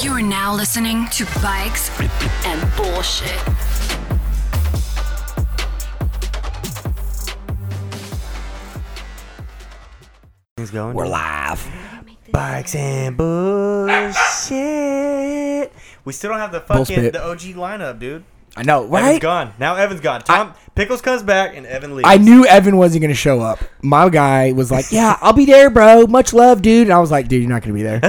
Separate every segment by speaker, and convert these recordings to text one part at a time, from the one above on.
Speaker 1: You are now listening to Bikes and Bullshit.
Speaker 2: Things going.
Speaker 3: We're live.
Speaker 2: Bikes and bullshit. We still don't have the fucking
Speaker 3: Bullspit.
Speaker 2: the OG lineup, dude.
Speaker 3: I know,
Speaker 2: Evan's
Speaker 3: right?
Speaker 2: gone. Now Evan's gone. Tom Pickles comes back and Evan leaves.
Speaker 3: I knew Evan wasn't going to show up. My guy was like, "Yeah, I'll be there, bro. Much love, dude." And I was like, "Dude, you're not going to be there.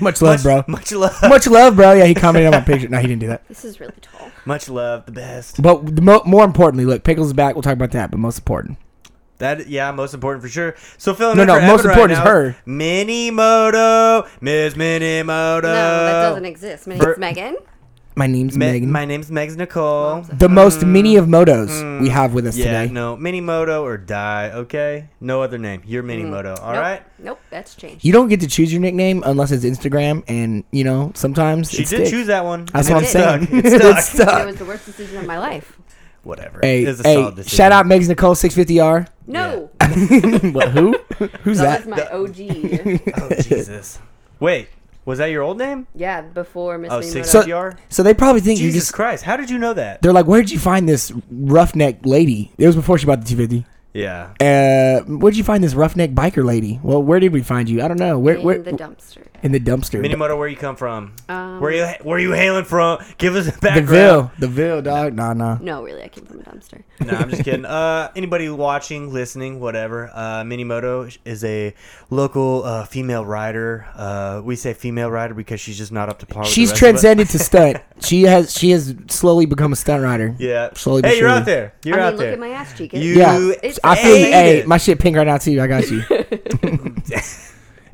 Speaker 3: Much love,
Speaker 2: much,
Speaker 3: bro.
Speaker 2: Much love. Much,
Speaker 3: Much love, bro." Yeah, he commented on my picture. No, he didn't do that.
Speaker 4: This is really tall.
Speaker 2: love. The best.
Speaker 3: But the mo- more importantly, look, Pickles is back. We'll talk about that. But most important,
Speaker 2: That yeah, most important for sure. So filling
Speaker 3: No,
Speaker 2: in
Speaker 3: no,
Speaker 2: for Evan
Speaker 3: most
Speaker 2: right
Speaker 3: important is
Speaker 2: now
Speaker 3: her.
Speaker 2: Minimoto, Miss Minimoto.
Speaker 4: No, that doesn't exist. My name's
Speaker 2: Bert-
Speaker 4: Megan.
Speaker 3: my name's
Speaker 2: Me-
Speaker 3: Megan.
Speaker 2: My name's Megs Nicole.
Speaker 3: the most mini of motos we have with us
Speaker 2: Yeah,
Speaker 3: today.
Speaker 2: no, Minimoto or die. Okay, no other name. You're Minimoto. All
Speaker 4: Mm-hmm. nope.
Speaker 2: right.
Speaker 4: Nope, that's changed.
Speaker 3: You don't get to choose your nickname unless it's Instagram, and you know sometimes
Speaker 2: She did
Speaker 3: it sticks.
Speaker 2: choose that one.
Speaker 3: That's
Speaker 2: and
Speaker 3: what I'm
Speaker 2: it
Speaker 3: saying.
Speaker 2: stuck. It stuck.
Speaker 3: It stuck.
Speaker 4: It was the worst decision of my life.
Speaker 2: Whatever.
Speaker 3: Hey,
Speaker 2: It was a
Speaker 3: hey!
Speaker 2: solid decision.
Speaker 3: Shout out Megs Nicole 650R.
Speaker 4: No,
Speaker 3: what, who? Who's
Speaker 4: that
Speaker 3: that?
Speaker 4: was my OG.
Speaker 2: Oh Jesus. Wait, was that your old name?
Speaker 4: yeah, before Miss
Speaker 2: Oh,
Speaker 4: Minimoto.
Speaker 2: six
Speaker 3: So-
Speaker 2: FDR.
Speaker 3: So they probably think you
Speaker 2: Jesus
Speaker 3: just.
Speaker 2: Christ! How did you know that?
Speaker 3: They're like, where'd you find this roughneck lady? It was before she bought the 250.
Speaker 2: Yeah.
Speaker 3: Uh, where'd you find this roughneck biker lady? Well, where did we find you? I don't know. Where?
Speaker 4: in
Speaker 3: where
Speaker 4: the dumpster.
Speaker 3: in the dumpster.
Speaker 2: Minimoto, where you come from?
Speaker 4: Um,
Speaker 2: where you where you hailing from? Give us a
Speaker 3: the
Speaker 2: background.
Speaker 3: Ville. The Ville, dog. Nah, nah.
Speaker 4: No, really, I came from a dumpster.
Speaker 2: no, I'm just kidding. Uh, anybody watching, listening, whatever, uh, Minimoto is a local uh, female rider. Uh, we say female rider because she's just not up to par. with the
Speaker 3: She's
Speaker 2: rest of us.
Speaker 3: transcended to stunt. She has she has slowly become a stunt rider.
Speaker 2: Yeah.
Speaker 3: Slowly but
Speaker 2: hey, you're out
Speaker 3: surely.
Speaker 2: there. You're
Speaker 4: I mean,
Speaker 2: out
Speaker 4: look
Speaker 2: there.
Speaker 4: at my ass cheek.
Speaker 2: You-
Speaker 3: Yeah.
Speaker 2: It's
Speaker 3: I feel you. Hey,
Speaker 2: hated.
Speaker 3: my shit pink right now too. I got you.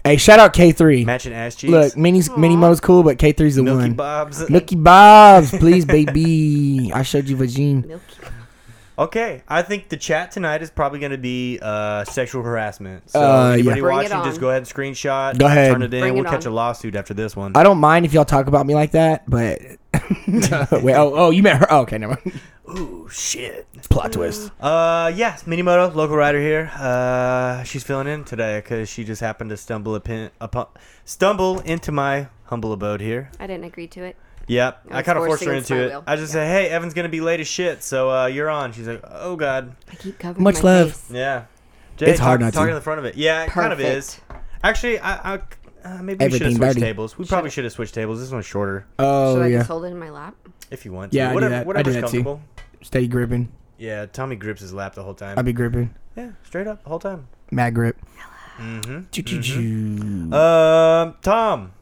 Speaker 3: hey, shout out K3.
Speaker 2: Matching ass cheeks.
Speaker 3: Look, Minnie's, Minnie
Speaker 4: Aw.
Speaker 3: Mo's cool, but K3's the
Speaker 2: Milky
Speaker 3: one.
Speaker 2: Bob's.
Speaker 3: Milky Bob's, please, baby. I showed you vagine.
Speaker 4: Milky.
Speaker 2: Okay, I think the chat tonight is probably going to be uh, sexual harassment. So
Speaker 3: Uh, yeah.
Speaker 2: anybody
Speaker 4: Bring it
Speaker 2: watching,
Speaker 4: on.
Speaker 2: just go ahead and screenshot.
Speaker 3: Go ahead.
Speaker 2: Turn it in.
Speaker 4: Bring
Speaker 2: we'll
Speaker 4: it
Speaker 2: catch
Speaker 4: on.
Speaker 2: a lawsuit after this one.
Speaker 3: I don't mind if y'all talk about me like that, but wait. Oh, oh, you met her. Oh, okay, never mind.
Speaker 2: Ooh, shit.
Speaker 3: Plot twist.
Speaker 2: Uh, yeah, Minimoto, local rider here. Uh, she's filling in today because she just happened to stumble upon, upon stumble into my humble abode here.
Speaker 4: I didn't agree to it.
Speaker 2: Yep,
Speaker 4: I
Speaker 2: I
Speaker 4: was
Speaker 2: kind of forced
Speaker 4: forced
Speaker 2: her
Speaker 4: against
Speaker 2: into
Speaker 4: my
Speaker 2: it.
Speaker 4: will.
Speaker 2: I just
Speaker 4: Yeah.
Speaker 2: said, "Hey, Evan's gonna be late as shit, so uh, you're on." She's like, "Oh God,
Speaker 4: I keep covering
Speaker 3: Much
Speaker 4: my
Speaker 3: love.
Speaker 4: face.
Speaker 2: yeah."
Speaker 3: It's hard
Speaker 2: talk-
Speaker 3: not to.
Speaker 2: talking in the front of it. Yeah, it kind of is. Actually, I, I uh, maybe we should have
Speaker 3: Everything
Speaker 2: switched
Speaker 3: dirty.
Speaker 2: tables. We probably should have switched tables. This one's shorter,
Speaker 3: Oh
Speaker 4: Should I
Speaker 3: yeah,
Speaker 4: just hold it in my lap?
Speaker 2: if you want. To.
Speaker 3: Yeah, I do
Speaker 2: whatever,
Speaker 3: that. I do
Speaker 2: whatever's
Speaker 3: that too.
Speaker 2: comfortable.
Speaker 3: stay gripping.
Speaker 2: Yeah, Tommy grips his lap the whole time.
Speaker 3: I be gripping.
Speaker 2: yeah, straight up the whole time.
Speaker 3: Mad grip.
Speaker 2: Mm-hmm.
Speaker 3: Choo, choo, choo.
Speaker 2: Um, Tom.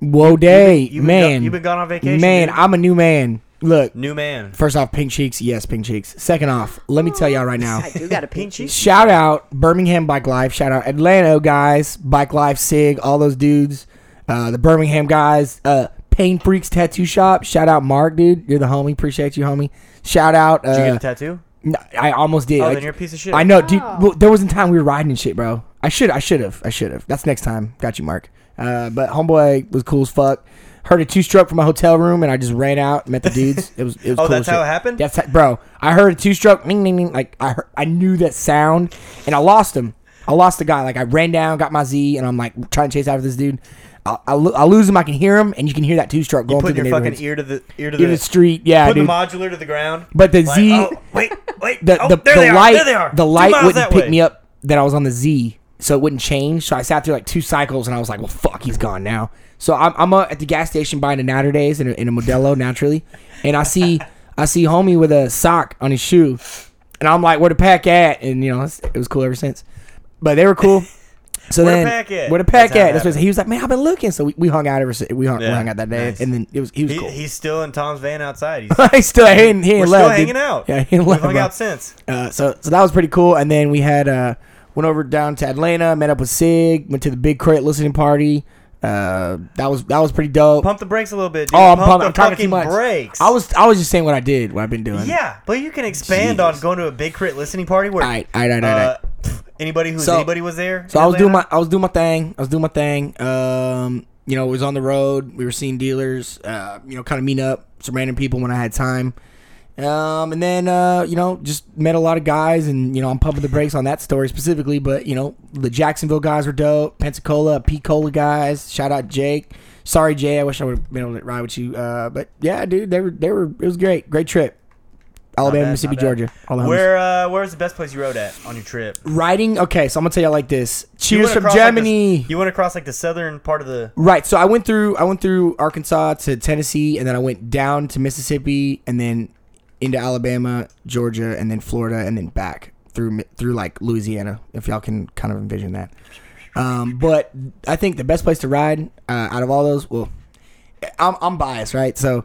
Speaker 3: Whoa, day,
Speaker 2: You've been
Speaker 3: man.
Speaker 2: go- you've been gone on vacation.
Speaker 3: man,
Speaker 2: dude.
Speaker 3: I'm a new man. Look,
Speaker 2: new man.
Speaker 3: first off, pink cheeks. Yes, pink cheeks. Second off, let me tell y'all right now.
Speaker 4: I do got a peachy.
Speaker 2: cheek?
Speaker 3: Shout out Birmingham Bike Life. Shout out Atlanta guys, Bike Life, Sig, all those dudes. Uh, the Birmingham guys, uh, Pain Freaks Tattoo Shop. Shout out Mark, dude. You're the homie. Appreciate you, homie. Shout out.
Speaker 2: Did you
Speaker 3: Uh,
Speaker 2: get a tattoo?
Speaker 3: n- I almost did.
Speaker 2: Oh,
Speaker 3: I,
Speaker 2: then you're a piece of shit.
Speaker 3: I know, dude.
Speaker 4: Oh.
Speaker 3: Well, there wasn't time we were riding and shit, bro. I should. I should have. I should have. That's next time. Got you, Mark. Uh, but homeboy was cool as fuck. Heard a two stroke from my hotel room, and I just ran out. Met the dudes. It was. It was
Speaker 2: Oh,
Speaker 3: cool
Speaker 2: that's
Speaker 3: as shit.
Speaker 2: how it happened?
Speaker 3: That's how, bro. I heard a two stroke. Ding, ding, ding. Like I heard, I knew that sound, and I lost him. I lost the guy. Like I ran down, got my Z, and I'm like trying to chase after this dude. I, I, lo- I lose him. I can hear him, and you can hear that two stroke going
Speaker 2: Put your
Speaker 3: through the
Speaker 2: fucking
Speaker 3: neighborhoods.
Speaker 2: ear to the ear to
Speaker 3: In
Speaker 2: the
Speaker 3: the street, yeah,
Speaker 2: Put
Speaker 3: dude.
Speaker 2: the modular to the ground.
Speaker 3: But the
Speaker 2: Like,
Speaker 3: Z,
Speaker 2: oh, wait, wait.
Speaker 3: the
Speaker 2: oh,
Speaker 3: the,
Speaker 2: there
Speaker 3: the
Speaker 2: they are,
Speaker 3: light
Speaker 2: there they are.
Speaker 3: the
Speaker 2: Two
Speaker 3: light
Speaker 2: miles
Speaker 3: wouldn't
Speaker 2: that
Speaker 3: pick
Speaker 2: way.
Speaker 3: me up that I was on the Z, so it wouldn't change. So I sat through like two cycles, and I was like, "Well, fuck, he's gone now." So I'm, I'm uh, at the gas station buying a Natter Days and a, and a Modelo naturally, and I see I see homie with a sock on his shoe, and I'm like, "Where the pack at?" And you know, it's- it was cool ever since. But they were cool. So
Speaker 2: Where the
Speaker 3: then,
Speaker 2: pack at?
Speaker 3: where the pack
Speaker 2: That's how it
Speaker 3: at? That's what
Speaker 2: happened.
Speaker 3: he was like, man. I've been looking, so we, we hung out ever since. We hung, we
Speaker 2: Yeah,
Speaker 3: hung out that day,
Speaker 2: nice.
Speaker 3: and then it was he was
Speaker 2: He,
Speaker 3: cool.
Speaker 2: He's still in Tom's van outside. He's
Speaker 3: I still he ain't, he ain't
Speaker 2: we're
Speaker 3: left,
Speaker 2: still
Speaker 3: dude.
Speaker 2: hanging out.
Speaker 3: Yeah, he ain't
Speaker 2: We've
Speaker 3: left.
Speaker 2: hung
Speaker 3: bro.
Speaker 2: out since.
Speaker 3: Uh, so so that was pretty cool. And then we had uh, went over down to Atlanta, met up with Sig, went to the big crit listening party. Uh, that was that was pretty dope.
Speaker 2: Pump the brakes a little bit. Dude.
Speaker 3: oh, I'm
Speaker 2: pump
Speaker 3: pumped.
Speaker 2: the
Speaker 3: I'm talking
Speaker 2: fucking
Speaker 3: too much.
Speaker 2: Brakes.
Speaker 3: I was I was just saying what I did, what I've been doing.
Speaker 2: Yeah, but you can expand on going to a big crit listening party where
Speaker 3: All right, all right, all right, all
Speaker 2: uh,
Speaker 3: right.
Speaker 2: pff, anybody who's
Speaker 3: So-
Speaker 2: anybody was there.
Speaker 3: So
Speaker 2: in
Speaker 3: I was doing my
Speaker 2: Atlanta?
Speaker 3: I was doing my thing. I was doing my thing. Um, you know, it was on the road. We were seeing dealers. Uh, you know, kind of meeting up some random people when I had time. Um, and then uh, you know, just met a lot of guys, and you know, I'm pumping the brakes on that story specifically. But you know, the Jacksonville guys were dope. Pensacola, Picola guys. Shout out Jake. Sorry, Jay. I wish I would have been able to ride with you. Uh, but yeah, dude, they were they were. It was great. Great trip. Alabama,
Speaker 2: bad,
Speaker 3: Mississippi,
Speaker 2: not bad.
Speaker 3: Georgia. All the homies.
Speaker 2: Where uh, where's the best place you rode at on your trip?
Speaker 3: riding? Okay, so I'm gonna tell you like this.
Speaker 2: You
Speaker 3: Cheers
Speaker 2: went
Speaker 3: from
Speaker 2: across, like, the-
Speaker 3: Germany.
Speaker 2: you went across like the southern part of the.
Speaker 3: Right. So I went through I went through Arkansas to Tennessee and then I went down to Mississippi and then into Alabama, Georgia, and then Florida and then back through Mi- through like Louisiana if y'all can kind of envision that. Um, but I think the best place to ride uh, out of all those, well, I'm, I'm biased, right? So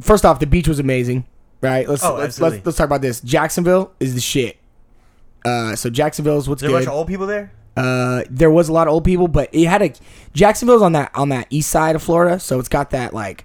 Speaker 3: first off, the beach was amazing, right? Let's
Speaker 2: Oh,
Speaker 3: let's,
Speaker 2: absolutely.
Speaker 3: let's let's talk about this. Jacksonville is the shit. Uh, so Jacksonville is what's
Speaker 2: Is there a
Speaker 3: good.
Speaker 2: bunch of old people there?
Speaker 3: Uh, there was a lot of old people, but it had a Jacksonville's on that on that east side of Florida, so it's got that like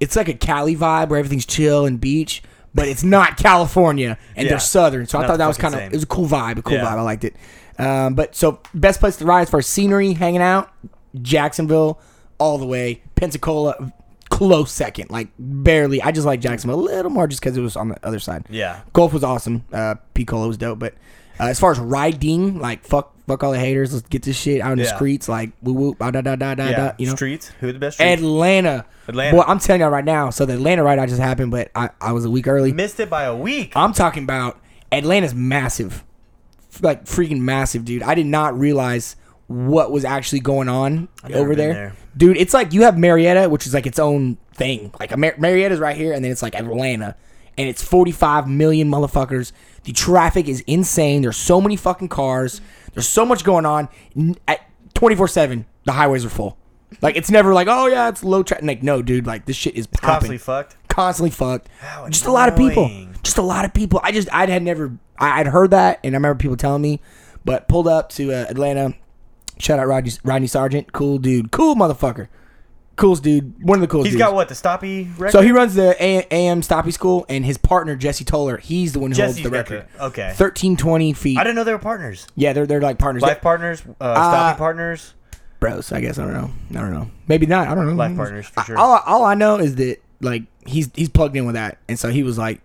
Speaker 3: it's like a Cali vibe where everything's chill and beach, but it's not California and
Speaker 2: Yeah.
Speaker 3: they're southern. So I
Speaker 2: Not
Speaker 3: thought that
Speaker 2: the
Speaker 3: was
Speaker 2: fucking
Speaker 3: kind of
Speaker 2: same.
Speaker 3: it was a cool vibe, a cool
Speaker 2: Yeah.
Speaker 3: vibe. I liked it. Um, but so best place to ride as far as scenery, hanging out, Jacksonville, all the way Pensacola, close second, like barely. I just like Jacksonville a little more just because it was on the other side.
Speaker 2: Yeah.
Speaker 3: Golf was awesome. Uh, Piccolo was dope, but uh, as far as riding, like fuck, fuck all the haters. Let's get this shit out in the
Speaker 2: Yeah.
Speaker 3: streets, like woo woo, da da da da da.
Speaker 2: yeah.
Speaker 3: da, You know,
Speaker 2: streets. Who are the best streets?
Speaker 3: Atlanta.
Speaker 2: Atlanta.
Speaker 3: Boy, I'm telling y'all right now. So the Atlanta ride I just happened, but I, I was a week early.
Speaker 2: Missed it by a week.
Speaker 3: I'm talking about Atlanta's massive, F- like freaking massive, dude. I did not realize what was actually going on
Speaker 2: never
Speaker 3: over
Speaker 2: been
Speaker 3: there.
Speaker 2: there.
Speaker 3: dude. It's like you have Marietta, which is like its own thing. Like Mar- Marietta's right here, and then it's like Atlanta, and it's 45 million motherfuckers. The traffic is insane. There's so many fucking cars. There's so much going on. N- At 24 seven, the highways are full. Like it's never like, oh yeah, it's low traffic. Like no, dude, like this shit is popping
Speaker 2: Constantly fucked.
Speaker 3: constantly fucked. just a lot of people.
Speaker 2: annoying.
Speaker 3: Just a lot of people. I just I had never I, I'd heard that, and I remember people telling me. But pulled up to uh, Atlanta. Shout out Rodney, Rodney Sargent, cool dude, cool motherfucker, coolest dude, one of the coolest.
Speaker 2: He's
Speaker 3: dudes.
Speaker 2: got what the stoppy record.
Speaker 3: So he runs the A- AM Stoppy School, and his partner Jesse Toller, he's the one who
Speaker 2: Jesse's
Speaker 3: holds the
Speaker 2: got
Speaker 3: record.
Speaker 2: the- okay.
Speaker 3: thirteen twenty feet.
Speaker 2: I didn't know they were partners.
Speaker 3: yeah, they're they're like partners,
Speaker 2: Life partners. Uh, stoppy
Speaker 3: Uh,
Speaker 2: partners.
Speaker 3: bros. I guess I don't know. I don't know. Maybe not. I don't know.
Speaker 2: Life partners, for sure.
Speaker 3: All, all I know is that like he's he's plugged in with that, and so he was like,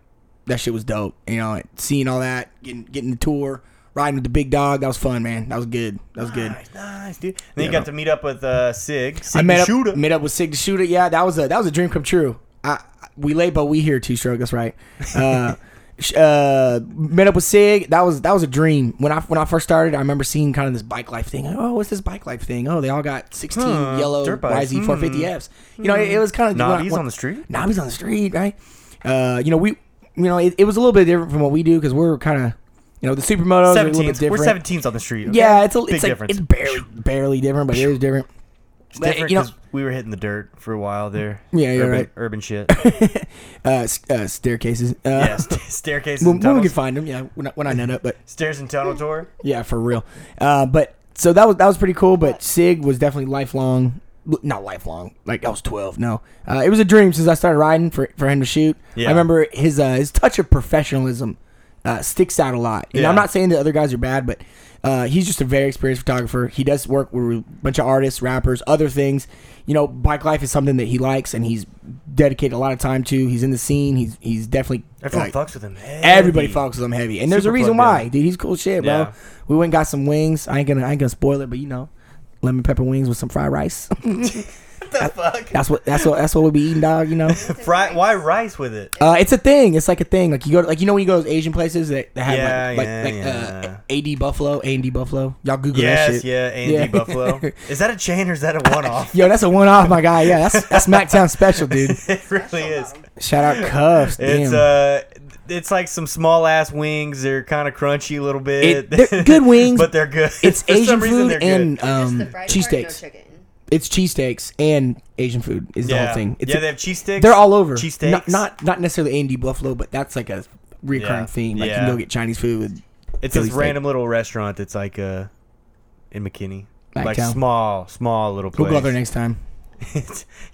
Speaker 3: that shit was dope. You know, like, seeing all that, getting getting the tour, riding with the big dog. That was fun, man. That was good. That was good.
Speaker 2: Nice, nice, dude. And then you
Speaker 3: Yeah,
Speaker 2: got
Speaker 3: no.
Speaker 2: to meet up with uh, Sig. Sig
Speaker 3: I met
Speaker 2: the
Speaker 3: up
Speaker 2: shooter.
Speaker 3: met up with Sig the Shooter. Yeah, that was a that was a dream come true. I we late but we here two stroke. That's right. Uh, sh- uh, met up with Sig. That was that was a dream. When I when I first started, I remember seeing kind of this bike life thing. Oh, what's this bike life thing? Oh, they all got sixteen
Speaker 2: Huh,
Speaker 3: yellow
Speaker 2: dirt bikes.
Speaker 3: YZ four fifty Fs. You know, it, it was kind of
Speaker 2: Nobby's on the street.
Speaker 3: Nobby's on the street, right? Uh, you know we, you know it, it was a little bit different from what we do because we're kind of, you know, the supermotos are a little bit
Speaker 2: 17s.
Speaker 3: different.
Speaker 2: We're 17s on the street. okay?
Speaker 3: Yeah, it's a
Speaker 2: big
Speaker 3: it's like
Speaker 2: difference.
Speaker 3: it's barely barely different, but it is different.
Speaker 2: It's
Speaker 3: but,
Speaker 2: different
Speaker 3: you know-
Speaker 2: 'cause we were hitting the dirt for a while there.
Speaker 3: Yeah, you're
Speaker 2: urban,
Speaker 3: right.
Speaker 2: Urban shit.
Speaker 3: uh, s- uh staircases. Uh,
Speaker 2: yeah, st- staircases.
Speaker 3: when,
Speaker 2: and
Speaker 3: when we can
Speaker 2: tunnels.
Speaker 3: find them, yeah, when I, when I nut up, but
Speaker 2: Stairs and tunnel tour.
Speaker 3: yeah, for real. Uh, but so that was that was pretty cool. But Sig was definitely lifelong, not lifelong. Like I was twelve. No, uh, it was a dream since I started riding for for him to shoot.
Speaker 2: Yeah.
Speaker 3: I remember his uh, his touch of professionalism uh, sticks out a lot. And
Speaker 2: Yeah.
Speaker 3: I'm not saying the other guys are bad, but uh, he's just a very experienced photographer. He does work with a bunch of artists, rappers, other things. You know, bike life is something that he likes, and he's dedicated a lot of time to. He's in the scene. He's he's definitely
Speaker 2: Everyone
Speaker 3: like,
Speaker 2: fucks with him. Hey.
Speaker 3: Everybody fucks with him heavy, and there's
Speaker 2: Super
Speaker 3: a reason
Speaker 2: plugged
Speaker 3: why,
Speaker 2: in.
Speaker 3: dude. He's cool shit, bro.
Speaker 2: Yeah.
Speaker 3: We went and got some wings. I ain't gonna, I ain't gonna spoil it, but you know, lemon pepper wings with some fried rice.
Speaker 2: the fuck?
Speaker 3: that's what, that's what, that's what we be eating, dog. You know,
Speaker 2: Fry, why rice with it?
Speaker 3: uh, it's a thing. It's like a thing. Like you go, to, like you know, when you go to those Asian places that, that have
Speaker 2: Yeah,
Speaker 3: like,
Speaker 2: yeah,
Speaker 3: like, like uh, AD Buffalo, A and D Buffalo. Y'all Google that
Speaker 2: Yes,
Speaker 3: shit.
Speaker 2: yeah, A&D Buffalo. Is that a chain or is that a one-off?
Speaker 3: Yo, that's a one off, my guy. Yeah, that's that's MacTown special, dude.
Speaker 2: it really is.
Speaker 3: Shout out Cuffs. Damn.
Speaker 2: It's uh, it's like some small ass wings. They're kind of crunchy a little bit.
Speaker 3: It- they're good wings,
Speaker 2: but they're good.
Speaker 3: it's
Speaker 2: For some
Speaker 3: Asian
Speaker 2: reason,
Speaker 3: food
Speaker 2: they're good.
Speaker 3: and um, cheesesteaks. it's cheesesteaks and Asian food is the
Speaker 2: yeah.
Speaker 3: whole thing. It's
Speaker 2: yeah,
Speaker 3: a-
Speaker 2: they have cheese sticks.
Speaker 3: They're all over.
Speaker 2: Cheese
Speaker 3: Not,
Speaker 2: steaks.
Speaker 3: not not necessarily Andy Buffalo, but that's like a recurring
Speaker 2: Yeah.
Speaker 3: theme. Like you
Speaker 2: Yeah.
Speaker 3: can go get Chinese food. With
Speaker 2: It's
Speaker 3: Philly
Speaker 2: this
Speaker 3: steak.
Speaker 2: random little restaurant that's like uh in McKinney.
Speaker 3: Back
Speaker 2: like
Speaker 3: town.
Speaker 2: small, small little place.
Speaker 3: We'll go out there next time.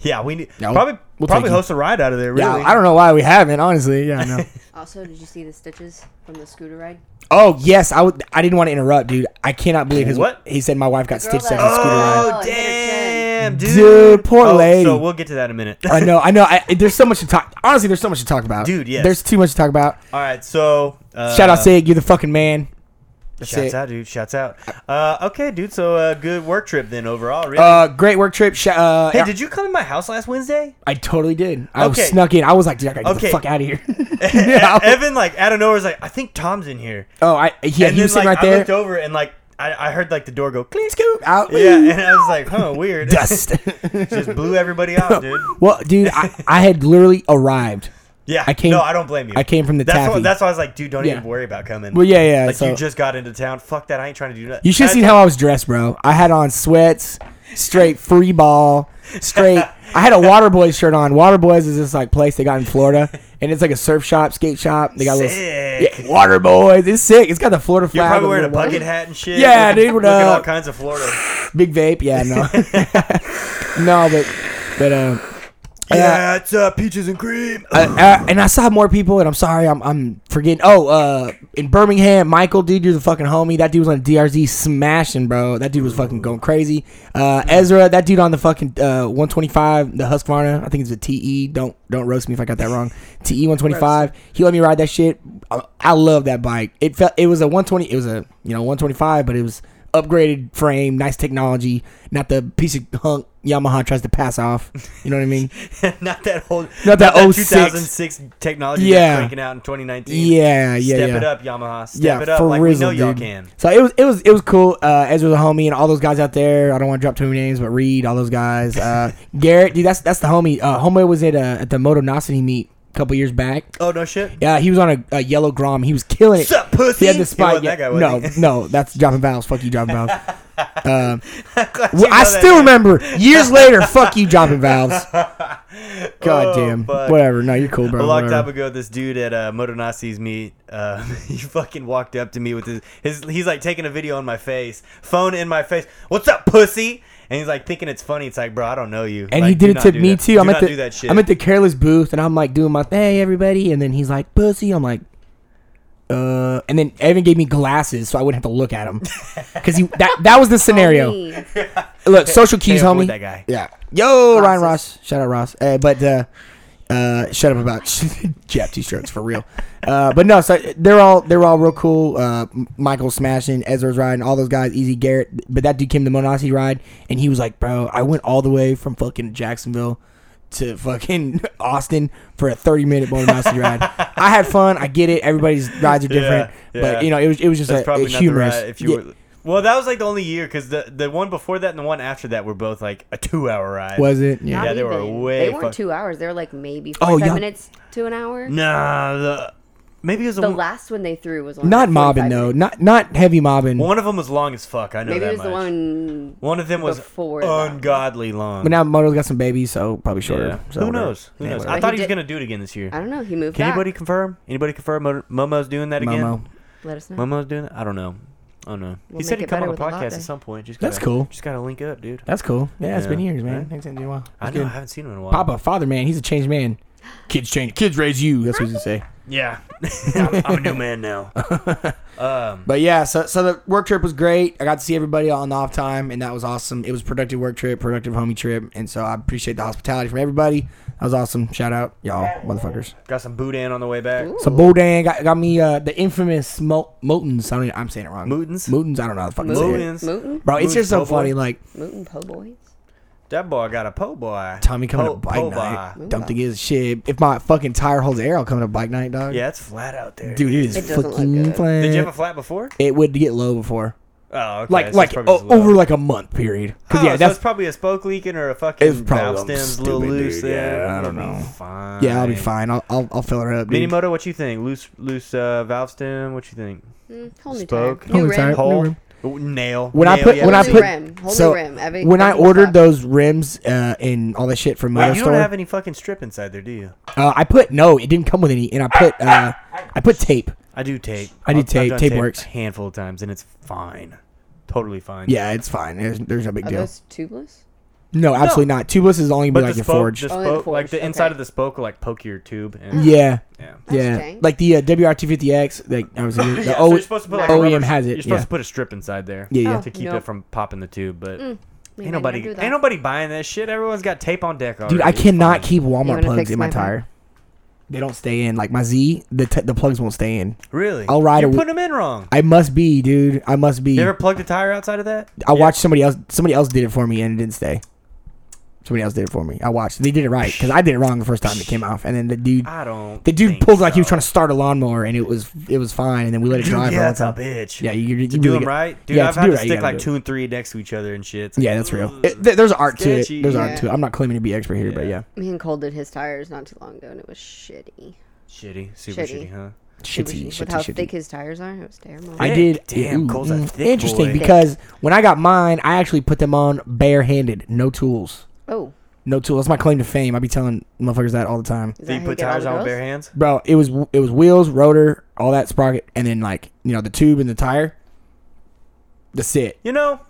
Speaker 2: yeah, we need
Speaker 3: Yeah, we'll-
Speaker 2: probably
Speaker 3: we'll
Speaker 2: probably
Speaker 3: take you.
Speaker 2: host a ride out of there. Really,
Speaker 3: Yeah, I don't know why we haven't. Honestly, yeah, I know.
Speaker 4: Also, did you see the stitches from the scooter ride?
Speaker 3: oh yes, I would. I didn't want to interrupt, dude. I cannot believe his.
Speaker 2: What?
Speaker 3: He said my wife got
Speaker 4: girl
Speaker 3: stitched
Speaker 4: that-
Speaker 3: up in a scooter ride.
Speaker 2: Oh
Speaker 4: Oh, 110.
Speaker 2: damn! Damn, dude. Oh,
Speaker 3: Dude, poor lady.
Speaker 2: So we'll get to that in a minute.
Speaker 3: I know, I know. I, there's so much to talk. Honestly, there's so much to talk about,
Speaker 2: Dude, yes.
Speaker 3: There's too much to talk about.
Speaker 2: All right, so uh,
Speaker 3: Shout out Sig, you're the fucking man. That's
Speaker 2: Shouts
Speaker 3: it.
Speaker 2: out, dude. Shouts out. Uh, okay, dude. So uh, good work trip then overall. Really.
Speaker 3: Uh, great work trip. Sh- uh,
Speaker 2: hey, did you come to my house last Wednesday?
Speaker 3: I totally did. I was
Speaker 2: Okay.
Speaker 3: snuck in. I was like, dude, I gotta get
Speaker 2: Okay.
Speaker 3: the fuck out of here.
Speaker 2: E-
Speaker 3: Yeah, I was-
Speaker 2: Evan, like out of nowhere, was like, I think Tom's in here.
Speaker 3: oh, I yeah,
Speaker 2: and
Speaker 3: he
Speaker 2: then
Speaker 3: was
Speaker 2: like
Speaker 3: sitting right
Speaker 2: I
Speaker 3: there.
Speaker 2: looked over and like I, I heard like the door go clink.
Speaker 3: Scoop out.
Speaker 2: Yeah, and I was like, huh, weird.
Speaker 3: dust.
Speaker 2: Just blew everybody out, dude.
Speaker 3: well, dude, I, I had literally arrived.
Speaker 2: Yeah,
Speaker 3: I came-
Speaker 2: No, I don't blame you.
Speaker 3: I came from the
Speaker 2: that's Why,
Speaker 3: taffy.
Speaker 2: that's why I was like, dude, don't
Speaker 3: Yeah.
Speaker 2: even worry about coming.
Speaker 3: Well, yeah, yeah,
Speaker 2: Like
Speaker 3: so-
Speaker 2: you just got into town. Fuck that. I ain't trying to do nothing.
Speaker 3: You should have seen how I was dressed, bro. I had on sweats, straight free ball, straight. I had a Waterboys shirt on. Waterboys is this like place they got in Florida, and it's like a surf shop, skate shop. They got a little
Speaker 2: Sick.
Speaker 3: yeah, Waterboys. It's sick. It's got the Florida
Speaker 2: You're
Speaker 3: flag.
Speaker 2: probably
Speaker 3: with
Speaker 2: wearing a
Speaker 3: little-
Speaker 2: bucket hat and shit.
Speaker 3: Yeah,
Speaker 2: looking-
Speaker 3: dude, uh, what
Speaker 2: Looking all
Speaker 3: up?
Speaker 2: kinds of Florida.
Speaker 3: Big vape. Yeah, no, no, but but um.
Speaker 2: Yeah, it's uh, peaches and cream.
Speaker 3: uh, and I saw more people, and I'm sorry, I'm, I'm forgetting. Oh, uh, in Birmingham, Michael, dude, you're the fucking homie. That dude was on DRZ smashing, bro. That dude was fucking going crazy. Uh, Ezra, that dude on the fucking uh, 125, the Husqvarna, I think it's a TE. Don't don't roast me if I got that wrong. TE 125. He let me ride that shit. I, I love that bike. It felt it was a 120. It was a you know 125, but it was upgraded frame, nice technology, not the piece of hunk Yamaha tries to pass off. You know what I mean?
Speaker 2: not that old.
Speaker 3: Not that 06.
Speaker 2: 2006 technology.
Speaker 3: Yeah.
Speaker 2: that's cranking out in 2019.
Speaker 3: Yeah, yeah,
Speaker 2: Step
Speaker 3: yeah.
Speaker 2: it up, Yamaha. Step it up like
Speaker 3: Rizzle,
Speaker 2: we know y'all can.
Speaker 3: So it was it was it was cool. Uh, Ezra's a homie, and all those guys out there. I don't want to drop too many names, but Reed, all those guys. Uh, Garrett, dude, that's that's the homie. Uh, homie was at uh, at the Moto Nosity meet a couple years back.
Speaker 2: Oh no shit.
Speaker 3: Yeah, he was on a, a yellow Grom. He was killing it.
Speaker 2: Sup, pussy?
Speaker 3: He had
Speaker 2: He
Speaker 3: the spike.
Speaker 2: wasn't that guy, was
Speaker 3: no,
Speaker 2: he?
Speaker 3: no, that's dropping valves. Fuck you, dropping valves. Um,
Speaker 2: Glad you
Speaker 3: well, I
Speaker 2: know that,
Speaker 3: still
Speaker 2: man.
Speaker 3: remember years later. Fuck you, dropping valves. God
Speaker 2: Oh,
Speaker 3: damn.
Speaker 2: fuck.
Speaker 3: Whatever. No, you're cool,
Speaker 2: A
Speaker 3: bro.
Speaker 2: long
Speaker 3: whatever.
Speaker 2: time ago, this dude at uh, Motonasi's meet, uh, he fucking walked up to me with his, his, he's like taking a video on my face, phone in my face. What's up, pussy? And he's like thinking it's funny. It's like, bro, I don't know you.
Speaker 3: And
Speaker 2: like,
Speaker 3: he did
Speaker 2: do
Speaker 3: it
Speaker 2: not
Speaker 3: to
Speaker 2: do
Speaker 3: me
Speaker 2: that.
Speaker 3: too.
Speaker 2: Do
Speaker 3: I'm at
Speaker 2: not
Speaker 3: the
Speaker 2: do that shit.
Speaker 3: I'm at the careless booth, and I'm like doing my hey everybody, and then he's like pussy. I'm like, uh, and then Evan gave me glasses so I wouldn't have to look at him because he that that was the scenario.
Speaker 4: Homie.
Speaker 3: Look, social keys,
Speaker 2: avoid
Speaker 3: homie.
Speaker 2: that guy.
Speaker 3: Yeah. Yo, Ryan
Speaker 4: Rosses.
Speaker 3: Ross. Shout out Ross. Uh, but uh, uh, shut up about Jap two strokes for real. Uh, but no, so they're all they're all real cool. Uh, M- Michael smashing, Ezra's riding, all those guys, Easy Garrett. But that dude came to Monasi ride, and he was like, "Bro, I went all the way from fucking Jacksonville." To fucking Austin for a thirty minute Monasi ride. I had fun. I get it. Everybody's rides are different,
Speaker 2: Yeah, yeah.
Speaker 3: but you know it was it was just
Speaker 2: That's
Speaker 3: a,
Speaker 2: probably
Speaker 3: a
Speaker 2: not
Speaker 3: humorous.
Speaker 2: the right. If you
Speaker 3: Yeah.
Speaker 2: were, well, that was like the only year because the the one before that and the one after that were both like a two hour ride.
Speaker 3: was it? Yeah.
Speaker 2: Yeah,
Speaker 4: Not
Speaker 2: they were
Speaker 4: even.
Speaker 2: way
Speaker 4: They weren't
Speaker 2: fuck-
Speaker 4: two hours. They were like maybe
Speaker 3: Oh,
Speaker 4: forty-five
Speaker 3: yeah.
Speaker 4: minutes to an hour.
Speaker 2: Nah, the maybe it was the
Speaker 4: The
Speaker 2: one,
Speaker 4: last one they threw was on
Speaker 3: Not
Speaker 4: like
Speaker 3: mobbing
Speaker 4: 45
Speaker 3: though.
Speaker 4: minutes.
Speaker 3: Not not heavy mobbing.
Speaker 2: one of them was long as fuck. I know
Speaker 4: Maybe
Speaker 2: that
Speaker 4: it was the
Speaker 2: much.
Speaker 4: one.
Speaker 2: One of them was
Speaker 4: before that.
Speaker 2: ungodly long.
Speaker 3: But now Moto's got some babies, so probably shorter.
Speaker 2: Yeah.
Speaker 3: So
Speaker 2: Who
Speaker 3: whatever.
Speaker 2: knows? Who
Speaker 3: Yeah,
Speaker 2: knows?
Speaker 3: whatever.
Speaker 2: I thought
Speaker 4: he
Speaker 2: he was
Speaker 4: did-
Speaker 2: gonna do it again this year.
Speaker 4: I don't know. He moved
Speaker 2: Can
Speaker 4: back.
Speaker 2: anybody confirm? Anybody confirm Mo- Momo's doing that again?
Speaker 3: Momo.
Speaker 4: Let us know.
Speaker 2: Momo's doing that? I don't know. I don't know.
Speaker 4: We'll
Speaker 2: he said
Speaker 4: make
Speaker 2: he'd
Speaker 4: it
Speaker 2: come
Speaker 4: better
Speaker 2: on the
Speaker 4: with a lot
Speaker 2: podcast at
Speaker 4: then.
Speaker 2: some point. Just gotta,
Speaker 3: That's cool.
Speaker 2: Just gotta link up, dude.
Speaker 3: That's cool. Yeah, it's
Speaker 2: Yeah.
Speaker 3: been years, man.
Speaker 2: Right?
Speaker 3: Thanks, Andy. Wow.
Speaker 2: I know. I haven't seen him in a while.
Speaker 3: Papa, father, man, he's a changed man. Kids change. Kids raise you. That's what he's gonna say.
Speaker 2: Yeah. I'm, I'm a new man now. um,
Speaker 3: But yeah, so so the work trip was great. I got to see everybody on the off time, and that was awesome. It was a productive work trip, productive homie trip, and so I appreciate the hospitality from everybody. That was awesome. Shout out, y'all, motherfuckers.
Speaker 2: got some boudin on the way back.
Speaker 4: Ooh.
Speaker 3: So Bodan got, got me uh, the infamous Mo- Motins. I don't. Even, I'm saying it wrong.
Speaker 2: Mootins?
Speaker 3: Mootins. I don't know how the fuck to say it.
Speaker 2: Mootins.
Speaker 4: Mootin.
Speaker 3: Bro, it's just
Speaker 2: Mootins,
Speaker 3: so
Speaker 2: po' boy.
Speaker 3: funny. Like
Speaker 4: Mootin Po' Boys.
Speaker 2: That boy got a po' boy.
Speaker 3: Tommy coming
Speaker 2: Po-
Speaker 3: to bike
Speaker 2: po'
Speaker 3: night.
Speaker 2: boy.
Speaker 3: Don't think it's shit. If my fucking tire holds air, I'll come to bike night, dog.
Speaker 2: Yeah, it's flat out there.
Speaker 3: Dude, it is
Speaker 4: It doesn't look
Speaker 3: fucking
Speaker 4: good.
Speaker 3: flat.
Speaker 2: Did you have a flat before?
Speaker 3: it would get low before,
Speaker 2: Oh, okay.
Speaker 3: like
Speaker 2: so it's
Speaker 3: like
Speaker 2: probably
Speaker 3: o-
Speaker 2: just low.
Speaker 3: over like a month period. Cause
Speaker 2: Oh,
Speaker 3: yeah,
Speaker 2: so
Speaker 3: that's
Speaker 2: it's probably a spoke leaking or a
Speaker 3: It's
Speaker 2: fucking
Speaker 3: probably
Speaker 2: valve
Speaker 3: something
Speaker 2: stem's a little
Speaker 3: stupid,
Speaker 2: loose
Speaker 3: dude.
Speaker 2: there.
Speaker 3: Yeah, I don't
Speaker 2: You'll be
Speaker 3: know.
Speaker 2: Fine.
Speaker 3: yeah, I'll be fine. I'll I'll, I'll fill her up. Dude.
Speaker 2: Minimoto, what you think? Loose, loose uh, valve stem. What you think?
Speaker 4: Mm, whole new tire.
Speaker 2: Spoke,
Speaker 3: Whole
Speaker 4: New
Speaker 3: new
Speaker 4: rim.
Speaker 3: tire.
Speaker 2: hole,
Speaker 3: rim.
Speaker 2: Ooh, nail.
Speaker 3: When I
Speaker 2: Nail,
Speaker 3: put-
Speaker 2: yeah,
Speaker 3: when I
Speaker 2: that's
Speaker 4: Whole new
Speaker 3: put-
Speaker 4: rim. Whole
Speaker 3: so
Speaker 4: new rim. Every,
Speaker 3: when I
Speaker 4: everything
Speaker 3: ordered
Speaker 4: stopped.
Speaker 3: those rims uh, and all that shit from
Speaker 2: it.
Speaker 3: Moto
Speaker 2: Wait, you don't
Speaker 3: Store,
Speaker 2: have any fucking strip inside there, do you?
Speaker 3: uh, I put no, it didn't come with any, and I put uh, I put tape.
Speaker 2: I do tape.
Speaker 3: I
Speaker 2: I've-
Speaker 3: do
Speaker 2: I've
Speaker 3: tape.
Speaker 2: done
Speaker 3: Tape works.
Speaker 2: A handful of times, and it's fine. Totally fine.
Speaker 3: Yeah, it's fine. There's, there's no big
Speaker 4: Are
Speaker 3: deal.
Speaker 4: those tubeless?
Speaker 3: No, absolutely not. Tubeless is only gonna
Speaker 2: But
Speaker 3: be like
Speaker 2: the
Speaker 3: your
Speaker 2: spoke,
Speaker 3: forge.
Speaker 2: the
Speaker 4: Only Oh,
Speaker 2: spoke,
Speaker 4: the
Speaker 2: like
Speaker 4: forged,
Speaker 2: the
Speaker 4: okay.
Speaker 2: inside of the spoke, will, like poke your tube. And,
Speaker 3: yeah.
Speaker 2: yeah.
Speaker 3: Yeah,
Speaker 4: dang.
Speaker 3: like the uh, WRT50X, like I was the
Speaker 2: Yeah, so
Speaker 3: O-
Speaker 2: you're supposed to put like a
Speaker 3: OEM
Speaker 2: rubber-
Speaker 3: has
Speaker 2: You're
Speaker 3: it.
Speaker 2: supposed
Speaker 3: Yeah.
Speaker 2: to put a strip inside there.
Speaker 3: Yeah, yeah.
Speaker 2: To keep
Speaker 4: Nope. Mm.
Speaker 2: it from popping the tube, but
Speaker 4: Leave
Speaker 2: Ain't
Speaker 4: my
Speaker 2: nobody,
Speaker 4: neighbor do
Speaker 2: ain't
Speaker 4: that.
Speaker 2: nobody buying that shit. Everyone's got tape on deck already.
Speaker 3: Dude, I cannot keep
Speaker 4: You
Speaker 3: Walmart
Speaker 4: wanna
Speaker 3: plugs
Speaker 4: fix
Speaker 3: in my
Speaker 4: my
Speaker 3: tire. They don't stay in. Like my Z, the t- the plugs won't stay in.
Speaker 2: Really?
Speaker 3: I'll ride
Speaker 2: You're
Speaker 3: a w-
Speaker 2: putting them in wrong.
Speaker 3: I must be, dude. I must be.
Speaker 2: You ever plugged a tire outside of that?
Speaker 3: I watched somebody else. Somebody else did it for me, and it didn't stay. Somebody else did it for me. I watched. They did it right because I did it wrong the first time it came off, and then the dude,
Speaker 2: I don't.
Speaker 3: the dude
Speaker 2: think
Speaker 3: pulled like he was
Speaker 2: so.
Speaker 3: trying to start a lawnmower, and it was it was fine, and then we let it
Speaker 2: Dude,
Speaker 3: drive.
Speaker 2: yeah,
Speaker 3: all
Speaker 2: that's
Speaker 3: the
Speaker 2: a
Speaker 3: time.
Speaker 2: bitch.
Speaker 3: Yeah, you, you, you
Speaker 2: to do
Speaker 3: really
Speaker 2: them
Speaker 3: get-
Speaker 2: right, dude.
Speaker 3: yeah,
Speaker 2: I've
Speaker 3: to
Speaker 2: had
Speaker 3: do
Speaker 2: to
Speaker 3: it right, you
Speaker 2: stick
Speaker 3: gotta
Speaker 2: like
Speaker 3: do it.
Speaker 2: two and three next to each other and shit. It's like,
Speaker 3: Yeah, that's real.
Speaker 2: ugh.
Speaker 3: It, th- there's art to it.
Speaker 2: sketchy.
Speaker 3: There's
Speaker 4: Yeah.
Speaker 3: art to it. I'm not claiming to be expert here, but yeah,
Speaker 4: Me and Cole did his tires not too long ago, and it was shitty.
Speaker 2: shitty, super shitty,
Speaker 4: Shitty.
Speaker 2: huh?
Speaker 4: It was
Speaker 3: shitty,
Speaker 4: With
Speaker 3: shitty,
Speaker 4: how
Speaker 3: shitty.
Speaker 4: thick his tires are, it was terrible.
Speaker 3: I
Speaker 2: Thick.
Speaker 3: did.
Speaker 2: Damn, Cole's a
Speaker 3: mm,
Speaker 2: thick
Speaker 3: Interesting
Speaker 2: boy.
Speaker 3: because when I got mine, I actually put them on barehanded, no tools,
Speaker 4: oh,
Speaker 3: no tools. That's my claim to fame. I be telling motherfuckers that all the time,
Speaker 4: is
Speaker 2: Do
Speaker 4: that
Speaker 2: you
Speaker 4: how you
Speaker 2: put
Speaker 4: get all
Speaker 2: tires
Speaker 4: the
Speaker 2: on with
Speaker 4: girls?
Speaker 2: bare hands?
Speaker 3: bro. It was it was wheels, rotor, all that sprocket, and then like you know the tube and the tire. That's it.
Speaker 2: You know,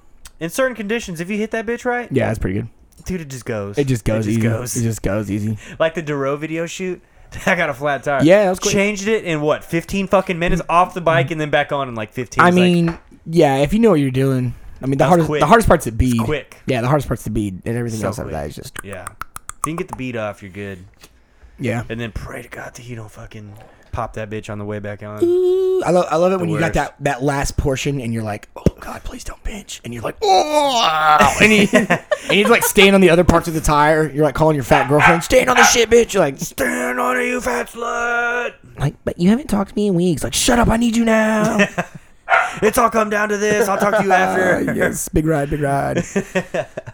Speaker 2: in certain conditions, if you hit that bitch right,
Speaker 3: Yeah, that's pretty good.
Speaker 2: dude, it just goes.
Speaker 3: It just goes
Speaker 2: It just
Speaker 3: easy.
Speaker 2: goes.
Speaker 3: It just goes easy.
Speaker 2: like the Duro video shoot. I got a flat tire.
Speaker 3: Yeah, that was quick.
Speaker 2: Changed it in what, 15 fucking minutes off the bike and then back on in like 15.
Speaker 3: I
Speaker 2: It's like,
Speaker 3: mean, yeah, if you know what you're doing. I mean, the
Speaker 2: was
Speaker 3: hardest
Speaker 2: quick.
Speaker 3: the hardest part's the bead.
Speaker 2: quick.
Speaker 3: Yeah, the hardest part's the bead, and everything
Speaker 2: So
Speaker 3: else after
Speaker 2: quick.
Speaker 3: that is just
Speaker 2: yeah. If you can get the beat off, you're good.
Speaker 3: yeah.
Speaker 2: And then pray to God that you don't fucking pop that bitch on the way back on.
Speaker 3: Ooh, I love I love it when you got
Speaker 2: worst.
Speaker 3: that that last portion and you're like, oh god, please don't pinch, and you're like, oh, and you and you like stand on the other parts of the tire. You're like calling your fat girlfriend, stand on the shit, bitch. You're like,
Speaker 2: Stand on it, you fat slut!
Speaker 3: like, but you haven't talked to me in weeks. Like, shut up, I need you now.
Speaker 2: It's all come down to this. I'll talk to you
Speaker 3: Uh,
Speaker 2: after.
Speaker 3: yes, big ride, big ride.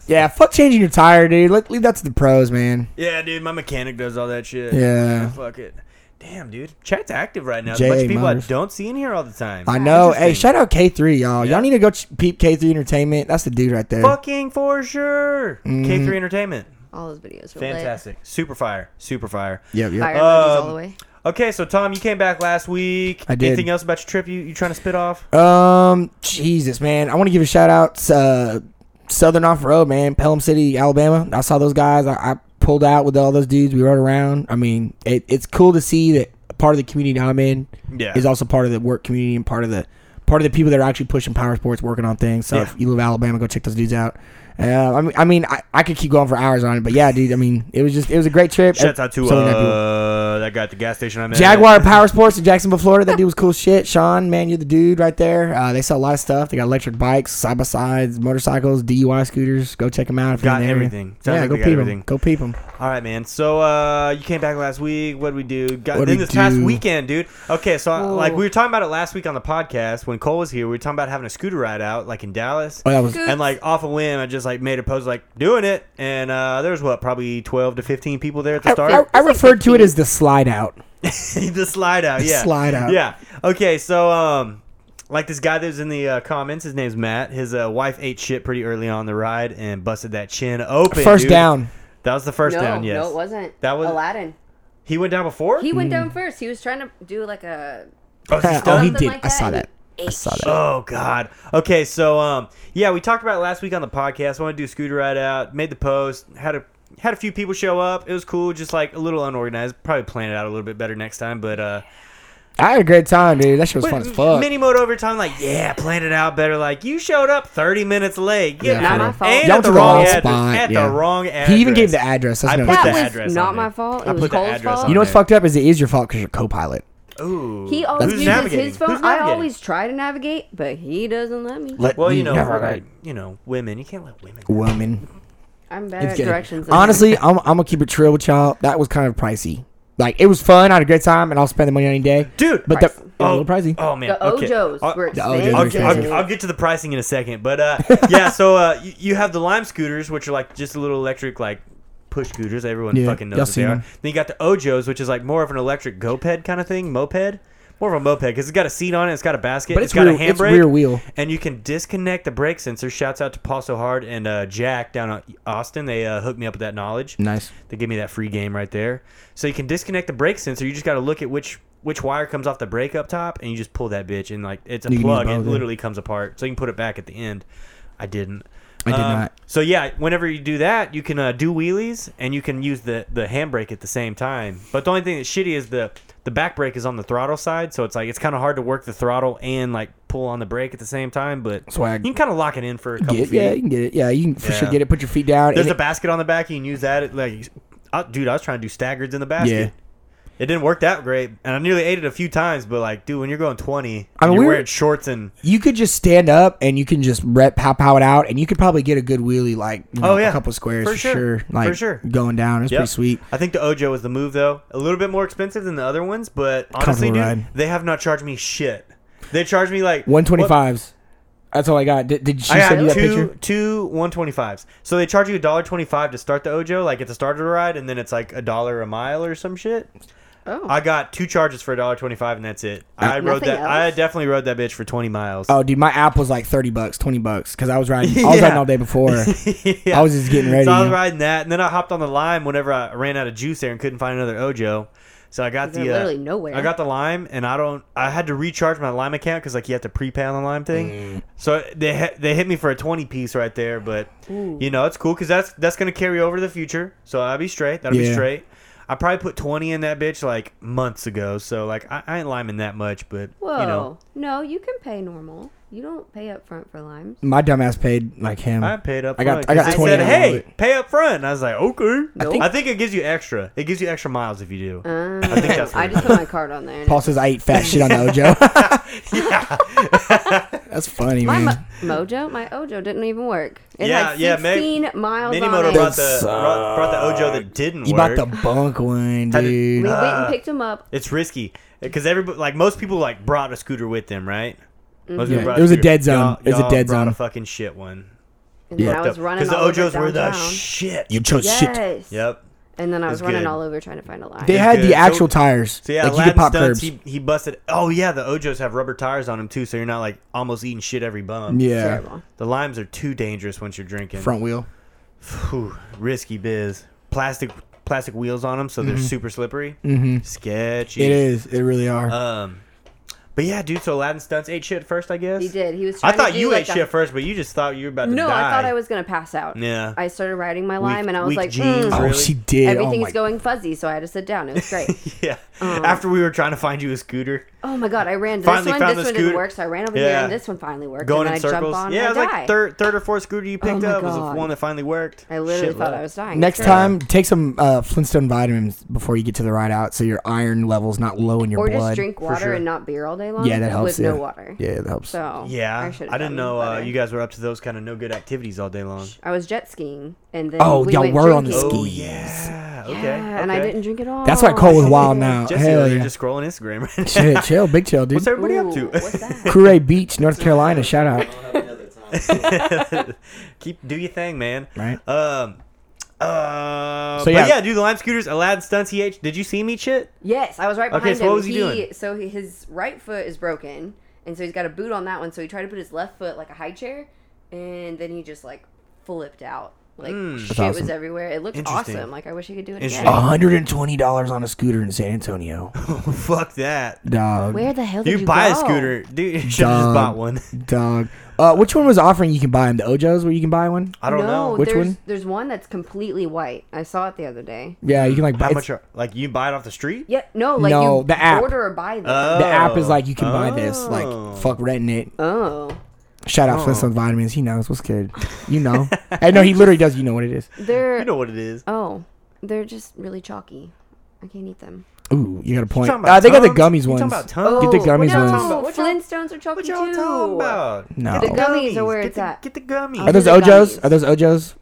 Speaker 3: yeah, fuck changing your tire, dude. Let, leave that to the pros, man.
Speaker 2: yeah, dude, my mechanic does all that shit.
Speaker 3: Yeah.
Speaker 2: Fuck it. Damn, dude. Chat's active right now. There's
Speaker 3: J.A.
Speaker 2: a bunch of people
Speaker 3: Myers.
Speaker 2: I don't see in here all the time.
Speaker 3: I know. Hey,
Speaker 2: Interesting.
Speaker 3: shout out K three, y'all.
Speaker 2: Yeah.
Speaker 3: Y'all need to go ch- peep K three Entertainment. That's the dude right there.
Speaker 2: Fucking for sure.
Speaker 3: Mm-hmm.
Speaker 2: K3 Entertainment.
Speaker 4: All those videos were lit.
Speaker 2: Fantastic. Super fire. Super fire.
Speaker 3: Yep, yep.
Speaker 4: Fire emojis all
Speaker 2: Um,
Speaker 4: the way.
Speaker 2: Okay, so Tom, you came back last week.
Speaker 3: I did.
Speaker 2: Anything else about your trip you, you trying to spit off?
Speaker 3: Um, Jesus, man, I want to give a shout out uh, Southern Off Road, man, Pelham City, Alabama. I saw those guys. I, I pulled out with all those dudes. We rode around. I mean, it, it's cool to see that part of the community I'm in
Speaker 2: Yeah.
Speaker 3: is also part of the work community and part of the part of the people that are actually pushing power sports, working on things. So
Speaker 2: Yeah.
Speaker 3: if you live in Alabama, go check those dudes out. Uh, I mean, I, mean I, I could keep going for hours on it, but yeah, dude. I mean, it was just it was a great trip.
Speaker 2: Shouts out to
Speaker 3: Southern Off Road.
Speaker 2: uh, that guy at the gas station I'm at.
Speaker 3: Jaguar Power Sports in Jacksonville, Florida. That dude was cool shit. Sean, man, you're the dude right there. Uh, they sell a lot of stuff. They got electric bikes, side by sides, motorcycles, DUI scooters. Go check them out. If you're
Speaker 2: Got
Speaker 3: in the area.
Speaker 2: everything. Sounds
Speaker 3: yeah,
Speaker 2: like
Speaker 3: go
Speaker 2: they got
Speaker 3: peep them.
Speaker 2: everything.
Speaker 3: Go peep them.
Speaker 2: All right, man. So uh, you came back last week. What did we do? Got,
Speaker 3: What'd
Speaker 2: then
Speaker 3: we
Speaker 2: this past
Speaker 3: do?
Speaker 2: weekend, dude. Okay, so I, like
Speaker 4: Whoa.
Speaker 2: we were talking about it last week on the podcast when Cole was here. We were talking about having a scooter ride out, like in Dallas.
Speaker 3: Oh, that was
Speaker 2: And like off a whim, I just like made a post like doing it, and uh, there was what probably twelve to fifteen people there at the
Speaker 3: I,
Speaker 2: start.
Speaker 3: I, I referred to it as the slide out.
Speaker 2: the slide out, yeah,
Speaker 3: slide out.
Speaker 2: yeah. Okay, so um, like this guy that was in the uh, comments, his name's Matt. His uh, wife ate shit pretty early on the ride and busted that chin open.
Speaker 3: First
Speaker 2: dude.
Speaker 3: down.
Speaker 2: That was the first
Speaker 4: no,
Speaker 2: down. Yes,
Speaker 4: no, it wasn't.
Speaker 2: That was-
Speaker 4: Aladdin.
Speaker 2: He went down before.
Speaker 4: He went down first. He was trying to do like a.
Speaker 2: Oh, is he
Speaker 3: Oh,
Speaker 2: still-
Speaker 3: he
Speaker 4: something
Speaker 3: did.
Speaker 4: like
Speaker 3: I saw that.
Speaker 4: that.
Speaker 3: I saw that.
Speaker 2: Oh God. Okay, so um, yeah, we talked about it last week on the podcast. I want to do a scooter ride out. Made the post. Had a had a few people show up. It was cool. Just like a little unorganized. Probably plan it out a little bit better next time. But uh,
Speaker 3: I had a great time, dude. That shit was fun as fuck.
Speaker 2: mini mode overtime. Like yeah, plan it out better. Like you showed up thirty minutes late. Get-
Speaker 3: Yeah, Not
Speaker 4: my fault.
Speaker 2: And
Speaker 4: Y'all
Speaker 2: at
Speaker 3: took
Speaker 2: the
Speaker 3: the
Speaker 2: wrong
Speaker 3: wrong
Speaker 2: address.
Speaker 3: spot,
Speaker 2: At
Speaker 3: yeah.
Speaker 2: the wrong address.
Speaker 3: He even gave the address. That's
Speaker 2: I
Speaker 3: no
Speaker 2: put
Speaker 3: good.
Speaker 2: the
Speaker 4: That was
Speaker 2: address
Speaker 4: not
Speaker 2: on
Speaker 4: my
Speaker 2: there.
Speaker 4: fault. It
Speaker 2: I
Speaker 4: was
Speaker 2: put the
Speaker 4: Cole's
Speaker 2: address
Speaker 4: fault.
Speaker 2: on
Speaker 3: You know what's
Speaker 2: there.
Speaker 3: fucked up is it is your fault because you're co-pilot.
Speaker 2: Ooh.
Speaker 4: He always
Speaker 2: Who's
Speaker 4: uses
Speaker 2: navigating?
Speaker 4: his phone.
Speaker 2: Who's
Speaker 4: I
Speaker 2: navigating?
Speaker 4: always try to navigate, but he doesn't let me.
Speaker 3: Let
Speaker 2: Well,
Speaker 3: me
Speaker 2: you know,
Speaker 3: navigate.
Speaker 2: you know, women. You can't let women.
Speaker 3: woman.
Speaker 4: I'm bad
Speaker 3: It's
Speaker 4: at
Speaker 3: kidding.
Speaker 4: directions.
Speaker 3: Honestly, I'm, I'm gonna keep it real with y'all. That was kind of pricey. Like it was fun. I had a great time, and I'll spend the money any day.
Speaker 2: Dude,
Speaker 3: but the,
Speaker 4: Pricey.
Speaker 3: a little pricey.
Speaker 2: Oh man.
Speaker 4: the
Speaker 2: okay.
Speaker 4: Ojos
Speaker 2: I'll-
Speaker 4: were
Speaker 3: the Ojos
Speaker 4: expensive.
Speaker 3: were
Speaker 2: I'll, get- I'll, I'll get to the pricing in a second, but uh, yeah. So uh, you, you have the Lime scooters, which are like just a little electric like push scooters. Everyone
Speaker 3: Yeah,
Speaker 2: fucking knows
Speaker 3: y'all
Speaker 2: what they
Speaker 3: seen
Speaker 2: are.
Speaker 3: them.
Speaker 2: Then you got the Ojos, which is like more of an electric go-ped kind of thing, moped. More of a moped because it's got a seat on it, it's got a basket,
Speaker 3: But
Speaker 2: it's
Speaker 3: it's
Speaker 2: got
Speaker 3: rear-
Speaker 2: a handbrake,
Speaker 3: it's rear wheel.
Speaker 2: and you can disconnect the brake sensor. Shouts out to Paul So Hard and uh, Jack down at Austin. They uh, hooked me up with that knowledge.
Speaker 3: Nice.
Speaker 2: They give me that free game right there. So you can disconnect the brake sensor. You just got to look at which which wire comes off the brake up top, and you just pull that bitch. And like it's a
Speaker 3: You can use
Speaker 2: plug. It
Speaker 3: both, yeah.
Speaker 2: literally comes apart. So you can put it back at the end. I didn't.
Speaker 3: I did
Speaker 2: Um,
Speaker 3: not.
Speaker 2: So yeah, whenever you do that, you can uh, do wheelies and you can use the the handbrake at the same time. But the only thing that's shitty is the the back brake is on the throttle side, so it's like it's kind of hard to work the throttle and like pull on the brake at the same time. But
Speaker 3: Swag.
Speaker 2: you can kind of lock it in for a couple
Speaker 3: Get it.
Speaker 2: feet.
Speaker 3: Yeah, you can get it. Yeah, you can for sure
Speaker 2: Yeah.
Speaker 3: get it. Put your feet down.
Speaker 2: There's
Speaker 3: and
Speaker 2: a
Speaker 3: it-
Speaker 2: basket on the back. You can use that. It, like, I, dude, I was trying to do staggered in the basket.
Speaker 3: Yeah.
Speaker 2: It didn't work that great, and I nearly ate it a few times. But like, dude, when you're going 20, and
Speaker 3: I mean,
Speaker 2: you're
Speaker 3: we were-
Speaker 2: wearing shorts and
Speaker 3: you could just stand up and you can just rep pow pow it out, and you could probably get a good wheelie like you know,
Speaker 2: Oh, yeah.
Speaker 3: a couple squares
Speaker 2: For
Speaker 3: for,
Speaker 2: sure.
Speaker 3: sure.
Speaker 2: For
Speaker 3: Like
Speaker 2: sure.
Speaker 3: going down. It's
Speaker 2: Yep.
Speaker 3: pretty sweet.
Speaker 2: I think the Ojo was the move though. A little bit more expensive than the other ones, but honestly,
Speaker 3: Comfortable
Speaker 2: dude,
Speaker 3: ride.
Speaker 2: they have not charged me shit. They charged me like
Speaker 3: One twenty fives. That's all I got. Did, did she
Speaker 2: I
Speaker 3: send you
Speaker 2: got
Speaker 3: that
Speaker 2: two
Speaker 3: picture?
Speaker 2: two one twenty fives. So they charge you a dollar twenty five to start the Ojo, like at the start of the ride, and then it's like a dollar a mile or some shit.
Speaker 4: Oh.
Speaker 2: I got two charges for a dollar twenty five, and that's it. I rode
Speaker 4: Nothing
Speaker 2: that. I
Speaker 4: else?
Speaker 2: definitely rode that bitch for twenty miles.
Speaker 3: Oh, dude, my app was like thirty bucks, twenty bucks, because I was riding. I was
Speaker 2: Yeah.
Speaker 3: riding all day before.
Speaker 2: Yeah.
Speaker 3: I was just getting ready,
Speaker 2: So I was
Speaker 3: yeah.
Speaker 2: riding that, and then I hopped on the lime whenever I ran out of juice there and couldn't find another Ojo. So I got
Speaker 4: They're
Speaker 2: the uh,
Speaker 4: literally nowhere.
Speaker 2: I got the lime, and I don't. I had to recharge my lime account because like you have to prepay on the lime thing.
Speaker 3: Mm.
Speaker 2: So they ha- they hit me for a twenty piece right there, but you know it's cool because that's that's gonna carry over to the future. So I'll be straight. That'll be
Speaker 3: Yeah.
Speaker 2: straight. I probably put twenty in that bitch like months ago. So like I, I ain't liming that much, but
Speaker 4: Whoa.
Speaker 2: you know
Speaker 4: No, you can pay normal. You don't pay up front for limes.
Speaker 3: my dumbass paid like him.
Speaker 2: I paid up.
Speaker 3: I got-
Speaker 2: front
Speaker 3: I got
Speaker 2: 'cause they
Speaker 3: 20
Speaker 2: said,
Speaker 3: out of
Speaker 2: "Hey,
Speaker 3: it."
Speaker 2: pay up front." And I was like, "Okay." I
Speaker 4: Nope.
Speaker 2: think, it gives you extra. It gives you extra miles if you do.
Speaker 4: Um,
Speaker 2: I think that's what
Speaker 4: I
Speaker 2: it
Speaker 4: just put my card on there. and
Speaker 3: Paul
Speaker 4: it-
Speaker 3: says I eat fat shit on the Ojo. That's funny,
Speaker 4: My
Speaker 3: man.
Speaker 4: mo- mojo, my Ojo didn't even work. It
Speaker 2: Yeah,
Speaker 4: had
Speaker 2: yeah, Meg-
Speaker 4: 16 miles on
Speaker 2: Minimoto
Speaker 4: it.
Speaker 2: brought the
Speaker 3: That
Speaker 2: brought, brought the Ojo that didn't
Speaker 3: you
Speaker 2: work.
Speaker 3: bought the bunk one,
Speaker 2: Had it-
Speaker 3: dude.
Speaker 4: we went
Speaker 2: Uh,
Speaker 4: and picked him up.
Speaker 2: it's risky because everybody like most people like brought a scooter with them, right? Most people
Speaker 3: Yeah,
Speaker 2: brought
Speaker 3: it was a
Speaker 2: scooter.
Speaker 3: dead zone.
Speaker 2: Y'all-
Speaker 3: It was a
Speaker 2: y'all
Speaker 3: dead
Speaker 2: brought A
Speaker 3: zone.
Speaker 2: fucking shit one.
Speaker 4: And then I
Speaker 3: Yeah.
Speaker 4: was running
Speaker 2: the
Speaker 4: all over
Speaker 2: Ojos were the
Speaker 4: downtown.
Speaker 2: shit.
Speaker 3: you chose
Speaker 4: Yes.
Speaker 2: Yep.
Speaker 4: And then I
Speaker 2: It's
Speaker 4: was running
Speaker 2: good.
Speaker 4: all over trying to find a line.
Speaker 3: They had
Speaker 2: good.
Speaker 3: the
Speaker 2: So-
Speaker 3: actual tires.
Speaker 2: So yeah,
Speaker 3: like you
Speaker 2: Aladdin
Speaker 3: could pop
Speaker 2: stunts.
Speaker 3: curbs.
Speaker 2: He, he busted. Oh yeah, the Ojos have rubber tires on them too, so you're not like almost eating shit every bump.
Speaker 3: yeah,
Speaker 4: Terrible.
Speaker 2: The limes are too dangerous once you're drinking.
Speaker 3: front wheel.
Speaker 2: Whew, risky biz. Plastic plastic wheels on them, so they're super slippery. Mm-hmm. Sketchy.
Speaker 3: It is. It really are.
Speaker 2: Um, but yeah, dude. So Aladdin stunts ate shit first, I guess.
Speaker 4: He did. He was
Speaker 2: I
Speaker 4: trying
Speaker 2: thought
Speaker 4: to do
Speaker 2: you
Speaker 4: like
Speaker 2: ate
Speaker 4: a-
Speaker 2: shit first, but you just thought you were about to
Speaker 4: No,
Speaker 2: die.
Speaker 4: I thought I was going to pass out.
Speaker 2: Yeah.
Speaker 4: I started riding my lime and I was
Speaker 2: weak
Speaker 4: like,
Speaker 2: jeans,
Speaker 4: mm,
Speaker 3: oh,
Speaker 2: really?
Speaker 3: she did.
Speaker 4: everything's
Speaker 3: oh my.
Speaker 4: going fuzzy. So I had to sit down. It was great.
Speaker 2: yeah. After we were trying to find you a scooter,
Speaker 4: oh my God. I ran to this
Speaker 2: Finally
Speaker 4: one.
Speaker 2: found
Speaker 4: This
Speaker 2: the
Speaker 4: one
Speaker 2: scooter.
Speaker 4: didn't work. So I ran over here
Speaker 2: Yeah.
Speaker 4: and this one finally worked.
Speaker 2: going in
Speaker 4: and then I
Speaker 2: circles.
Speaker 4: jump on
Speaker 2: yeah, it
Speaker 4: and
Speaker 2: was
Speaker 4: I
Speaker 2: like
Speaker 4: died.
Speaker 2: third, third or fourth scooter you picked
Speaker 4: my
Speaker 2: up. It was
Speaker 4: God.
Speaker 2: the one that finally worked.
Speaker 4: I literally
Speaker 2: Shit,
Speaker 4: thought
Speaker 2: love.
Speaker 4: I was dying.
Speaker 3: Next
Speaker 4: It's great.
Speaker 3: time, take some uh, Flintstone vitamins before you get to the ride out, so your iron level's not low in your
Speaker 4: Or
Speaker 3: blood.
Speaker 4: just drink water
Speaker 2: sure.
Speaker 4: and not beer all day long.
Speaker 3: yeah, that helps.
Speaker 4: With
Speaker 3: yeah.
Speaker 4: no water.
Speaker 3: Yeah, that helps.
Speaker 4: So
Speaker 2: Yeah, I,
Speaker 4: should've
Speaker 2: didn't
Speaker 4: done
Speaker 2: know uh,
Speaker 4: better.
Speaker 2: you guys were up to those kind of no good activities all day long.
Speaker 4: I was jet skiing and then
Speaker 3: Oh,
Speaker 4: we
Speaker 3: y'all
Speaker 4: went
Speaker 3: were on the
Speaker 4: drinking.
Speaker 2: Oh
Speaker 3: skis.
Speaker 2: yeah, Oh, okay.
Speaker 4: Yeah, and I
Speaker 2: okay.
Speaker 4: didn't drink at all.
Speaker 3: That's why Cole was wild now.
Speaker 2: Jesse
Speaker 3: Oh, Hell
Speaker 2: over there
Speaker 3: yeah.
Speaker 2: just scrolling Instagram right now.
Speaker 3: Shit, chill, big chill, dude.
Speaker 2: What's everybody
Speaker 4: Ooh,
Speaker 2: up to?
Speaker 4: what's that?
Speaker 3: Ouray Beach, North Carolina. Shout out.
Speaker 2: Keep do your thing, man.
Speaker 3: Right.
Speaker 2: Um. Uh,
Speaker 3: So,
Speaker 2: but yeah.
Speaker 3: yeah.
Speaker 2: dude, the lime scooters, Aladdin stunts. He ate- did you see me shit?
Speaker 4: Yes, I was right
Speaker 2: Okay,
Speaker 4: behind
Speaker 2: so
Speaker 4: him.
Speaker 2: what was he
Speaker 4: he,
Speaker 2: doing?
Speaker 4: So he, his right foot is broken, and so he's got a boot on that one. So he tried to put his left foot like a high chair, and then he just like flipped out. Like shit
Speaker 3: awesome.
Speaker 4: was everywhere. It looked
Speaker 2: Hmm. Interesting.
Speaker 4: awesome. Like I wish I could do it
Speaker 2: Interesting.
Speaker 4: again.
Speaker 3: hundred and twenty dollars on a scooter in San Antonio.
Speaker 2: Fuck that.
Speaker 3: Dog.
Speaker 4: Where the hell did
Speaker 2: You,
Speaker 4: you,
Speaker 2: buy a
Speaker 4: go?
Speaker 2: scooter, dude. You should have just
Speaker 3: Dog.
Speaker 2: bought one.
Speaker 3: Dog. Uh, which one was offering you can buy them? The Ojos where you can buy one?
Speaker 2: I don't
Speaker 4: no,
Speaker 2: know.
Speaker 3: Which
Speaker 4: there's,
Speaker 3: one?
Speaker 4: There's one that's completely white. I saw it the other day.
Speaker 3: Yeah, you can like buy
Speaker 2: How
Speaker 3: it's-
Speaker 2: much? Are, like you buy it off the street?
Speaker 4: Yeah, no, like
Speaker 3: No,
Speaker 4: you
Speaker 3: the app.
Speaker 4: order or buy them.
Speaker 3: the app is
Speaker 2: Oh.
Speaker 3: like you can buy this.
Speaker 2: Oh.
Speaker 3: Like fuck renting it.
Speaker 4: oh,
Speaker 3: Shout out Flintstone Vitamins. He knows what's good. You know. I know he literally does you know what it is.
Speaker 4: they're
Speaker 2: You know what it is.
Speaker 4: oh, they're just really chalky. I can't eat them.
Speaker 3: Ooh, you got a point.
Speaker 2: You talking about
Speaker 3: Uh, they got the
Speaker 2: Tums?
Speaker 3: gummies
Speaker 2: You
Speaker 3: ones.
Speaker 2: talking about
Speaker 4: Oh,
Speaker 2: Tums?
Speaker 3: Get the gummies
Speaker 4: no,
Speaker 3: ones.
Speaker 2: What y'all-
Speaker 4: Flintstones are chalky
Speaker 2: What y'all
Speaker 4: too.
Speaker 2: talking about?
Speaker 3: No.
Speaker 2: Get
Speaker 3: The
Speaker 4: gummies are where
Speaker 2: Get
Speaker 4: it's
Speaker 2: the-
Speaker 4: at.
Speaker 2: Get the gummies.
Speaker 3: Are those
Speaker 4: Those are
Speaker 3: Ojos?
Speaker 4: gummies.
Speaker 3: Are those Ojos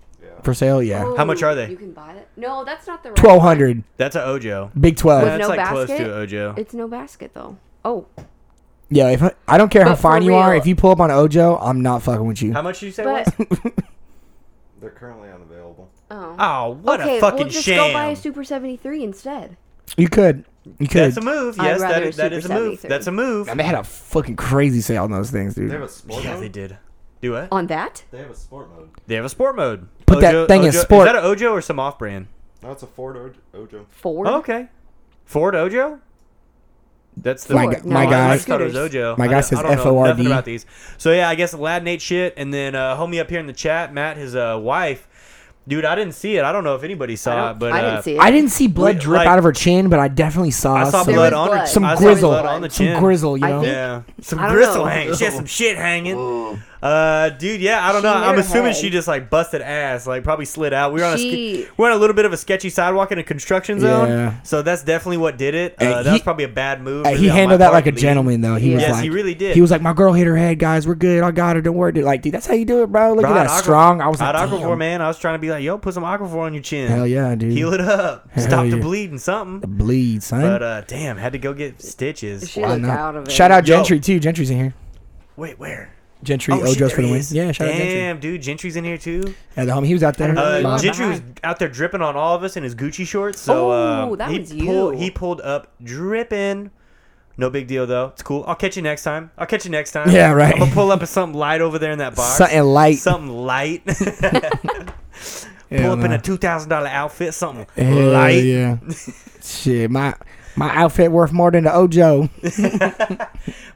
Speaker 3: for sale? Yeah.
Speaker 2: How much are they?
Speaker 4: You can buy it. No, that's not the right
Speaker 3: Twelve hundred.
Speaker 2: That's an Ojo.
Speaker 3: Big twelve.
Speaker 4: With
Speaker 2: That's
Speaker 4: no
Speaker 2: like close
Speaker 4: basket?
Speaker 2: to a Ojo.
Speaker 4: one. It's no basket though. Oh,
Speaker 3: Yeah, if I don't care how
Speaker 4: But for
Speaker 3: fine you are,
Speaker 4: real-
Speaker 3: if you pull up on Ojo, I'm not fucking with you.
Speaker 2: How much did you say it was?
Speaker 4: but
Speaker 5: They're currently unavailable.
Speaker 4: oh.
Speaker 2: Oh, what
Speaker 4: okay,
Speaker 2: a fucking
Speaker 4: we'll just
Speaker 2: sham.
Speaker 4: go buy a Super 73 instead.
Speaker 3: You could, you could.
Speaker 2: That's a move.
Speaker 4: I'd
Speaker 2: Yes, that
Speaker 4: rather
Speaker 2: is, that is a
Speaker 4: Super
Speaker 2: move.
Speaker 4: 73.
Speaker 2: That's a move.
Speaker 3: And they had a fucking crazy sale on those things,
Speaker 5: They have a
Speaker 3: dude.
Speaker 5: sport
Speaker 2: Yeah,
Speaker 5: mode.
Speaker 2: they did. Do what?
Speaker 4: On that?
Speaker 5: They have a sport mode.
Speaker 2: They have a sport mode.
Speaker 3: Put that thing in
Speaker 2: Ojo-
Speaker 3: sport.
Speaker 2: Is that an Ojo or some Oh, off brand?
Speaker 5: No, it's a Ford Ojo. Ojo.
Speaker 4: Four?
Speaker 2: Oh, okay. Ford Ojo? That's the
Speaker 3: My
Speaker 4: gu- my
Speaker 2: I-
Speaker 4: guy-
Speaker 2: I just thought it was Ojo.
Speaker 3: my
Speaker 2: I
Speaker 3: guy
Speaker 2: don't-
Speaker 3: says
Speaker 2: I don't know
Speaker 3: F.O.R.D..
Speaker 2: nothing about these. So yeah, I guess Aladdin ate shit, and then uh, homie up here in the chat, Matt, his uh, wife. Dude, I didn't see it. I don't know if anybody saw it, but
Speaker 4: I
Speaker 2: uh,
Speaker 4: didn't see it.
Speaker 3: I didn't see blood
Speaker 2: Wait,
Speaker 3: drip
Speaker 2: like-
Speaker 3: out of her chin, but I definitely saw,
Speaker 2: I saw
Speaker 3: some,
Speaker 2: blood
Speaker 4: was
Speaker 2: on her,
Speaker 4: blood.
Speaker 2: I
Speaker 3: some
Speaker 2: saw
Speaker 3: grizzle,
Speaker 2: blood on the
Speaker 3: some
Speaker 2: chin.
Speaker 3: grizzle. You
Speaker 4: I
Speaker 3: know,
Speaker 4: think-
Speaker 2: Yeah, some
Speaker 4: I don't
Speaker 2: gristle
Speaker 4: know.
Speaker 2: hanging. She had some shit hanging. Uh, dude, yeah, I don't
Speaker 4: She
Speaker 2: know.
Speaker 4: hit
Speaker 2: I'm
Speaker 4: her
Speaker 2: assuming
Speaker 4: head.
Speaker 2: she just like busted ass, like probably slid out. We were on a
Speaker 4: She-
Speaker 2: ske- we we're on a little bit of a sketchy sidewalk in a construction zone,
Speaker 3: Yeah.
Speaker 2: so that's definitely what did it.
Speaker 3: Hey,
Speaker 2: Uh, that was
Speaker 3: he-
Speaker 2: probably a bad move.
Speaker 3: Uh,
Speaker 2: really,
Speaker 3: he
Speaker 2: on my
Speaker 3: handled that
Speaker 2: part
Speaker 3: like a
Speaker 2: leaving.
Speaker 3: gentleman, though. He was
Speaker 2: Yes,
Speaker 3: like,
Speaker 2: he really did.
Speaker 3: He was like, "My girl hit her head, guys. We're good. I got her. Don't worry." Dude. Like, dude, that's how you do it, bro. Look
Speaker 2: Bro,
Speaker 3: at that
Speaker 2: I'd aqua-
Speaker 3: strong. I was like,
Speaker 2: I'd aquaphor,
Speaker 3: "Damn."
Speaker 2: man. I was trying to be like, yo, put some aquaphor on your chin.
Speaker 3: Hell yeah, dude.
Speaker 2: Heal it up. Stop the
Speaker 3: yeah.
Speaker 2: bleeding, something.
Speaker 3: bleed, son.
Speaker 2: But uh, damn, had to go get stitches.
Speaker 4: She
Speaker 3: Why
Speaker 4: looked
Speaker 3: not?
Speaker 4: out of it.
Speaker 3: Shout out
Speaker 2: Yo.
Speaker 3: Gentry too. Gentry's in here.
Speaker 2: Wait, where?
Speaker 3: Gentry,
Speaker 2: Oh,
Speaker 3: oh,
Speaker 2: shit,
Speaker 3: Ojo's
Speaker 2: there
Speaker 3: for the
Speaker 2: he
Speaker 3: win.
Speaker 2: is.
Speaker 3: Yeah, shout out Gentry.
Speaker 2: Damn, dude, Gentry's in here too.
Speaker 3: Yeah, the homie, he was out there.
Speaker 4: Uh,
Speaker 2: Uh,
Speaker 4: Mom
Speaker 2: Gentry was
Speaker 4: behind.
Speaker 2: out there dripping on all of us in his Gucci shorts. So
Speaker 4: Oh,
Speaker 2: uh,
Speaker 4: that
Speaker 2: he
Speaker 4: was you.
Speaker 2: pulled he pulled up dripping. No big deal though. It's cool. I'll catch you next time. I'll catch you next time.
Speaker 3: Yeah, right.
Speaker 2: I'm gonna pull up with something light over there in that box.
Speaker 3: Something light.
Speaker 2: Something light.
Speaker 3: Hell
Speaker 2: pull up in
Speaker 3: no.
Speaker 2: a two thousand dollar outfit. Something
Speaker 3: Hell
Speaker 2: light.
Speaker 3: Yeah. Shit, my my outfit worth more than the Ojo.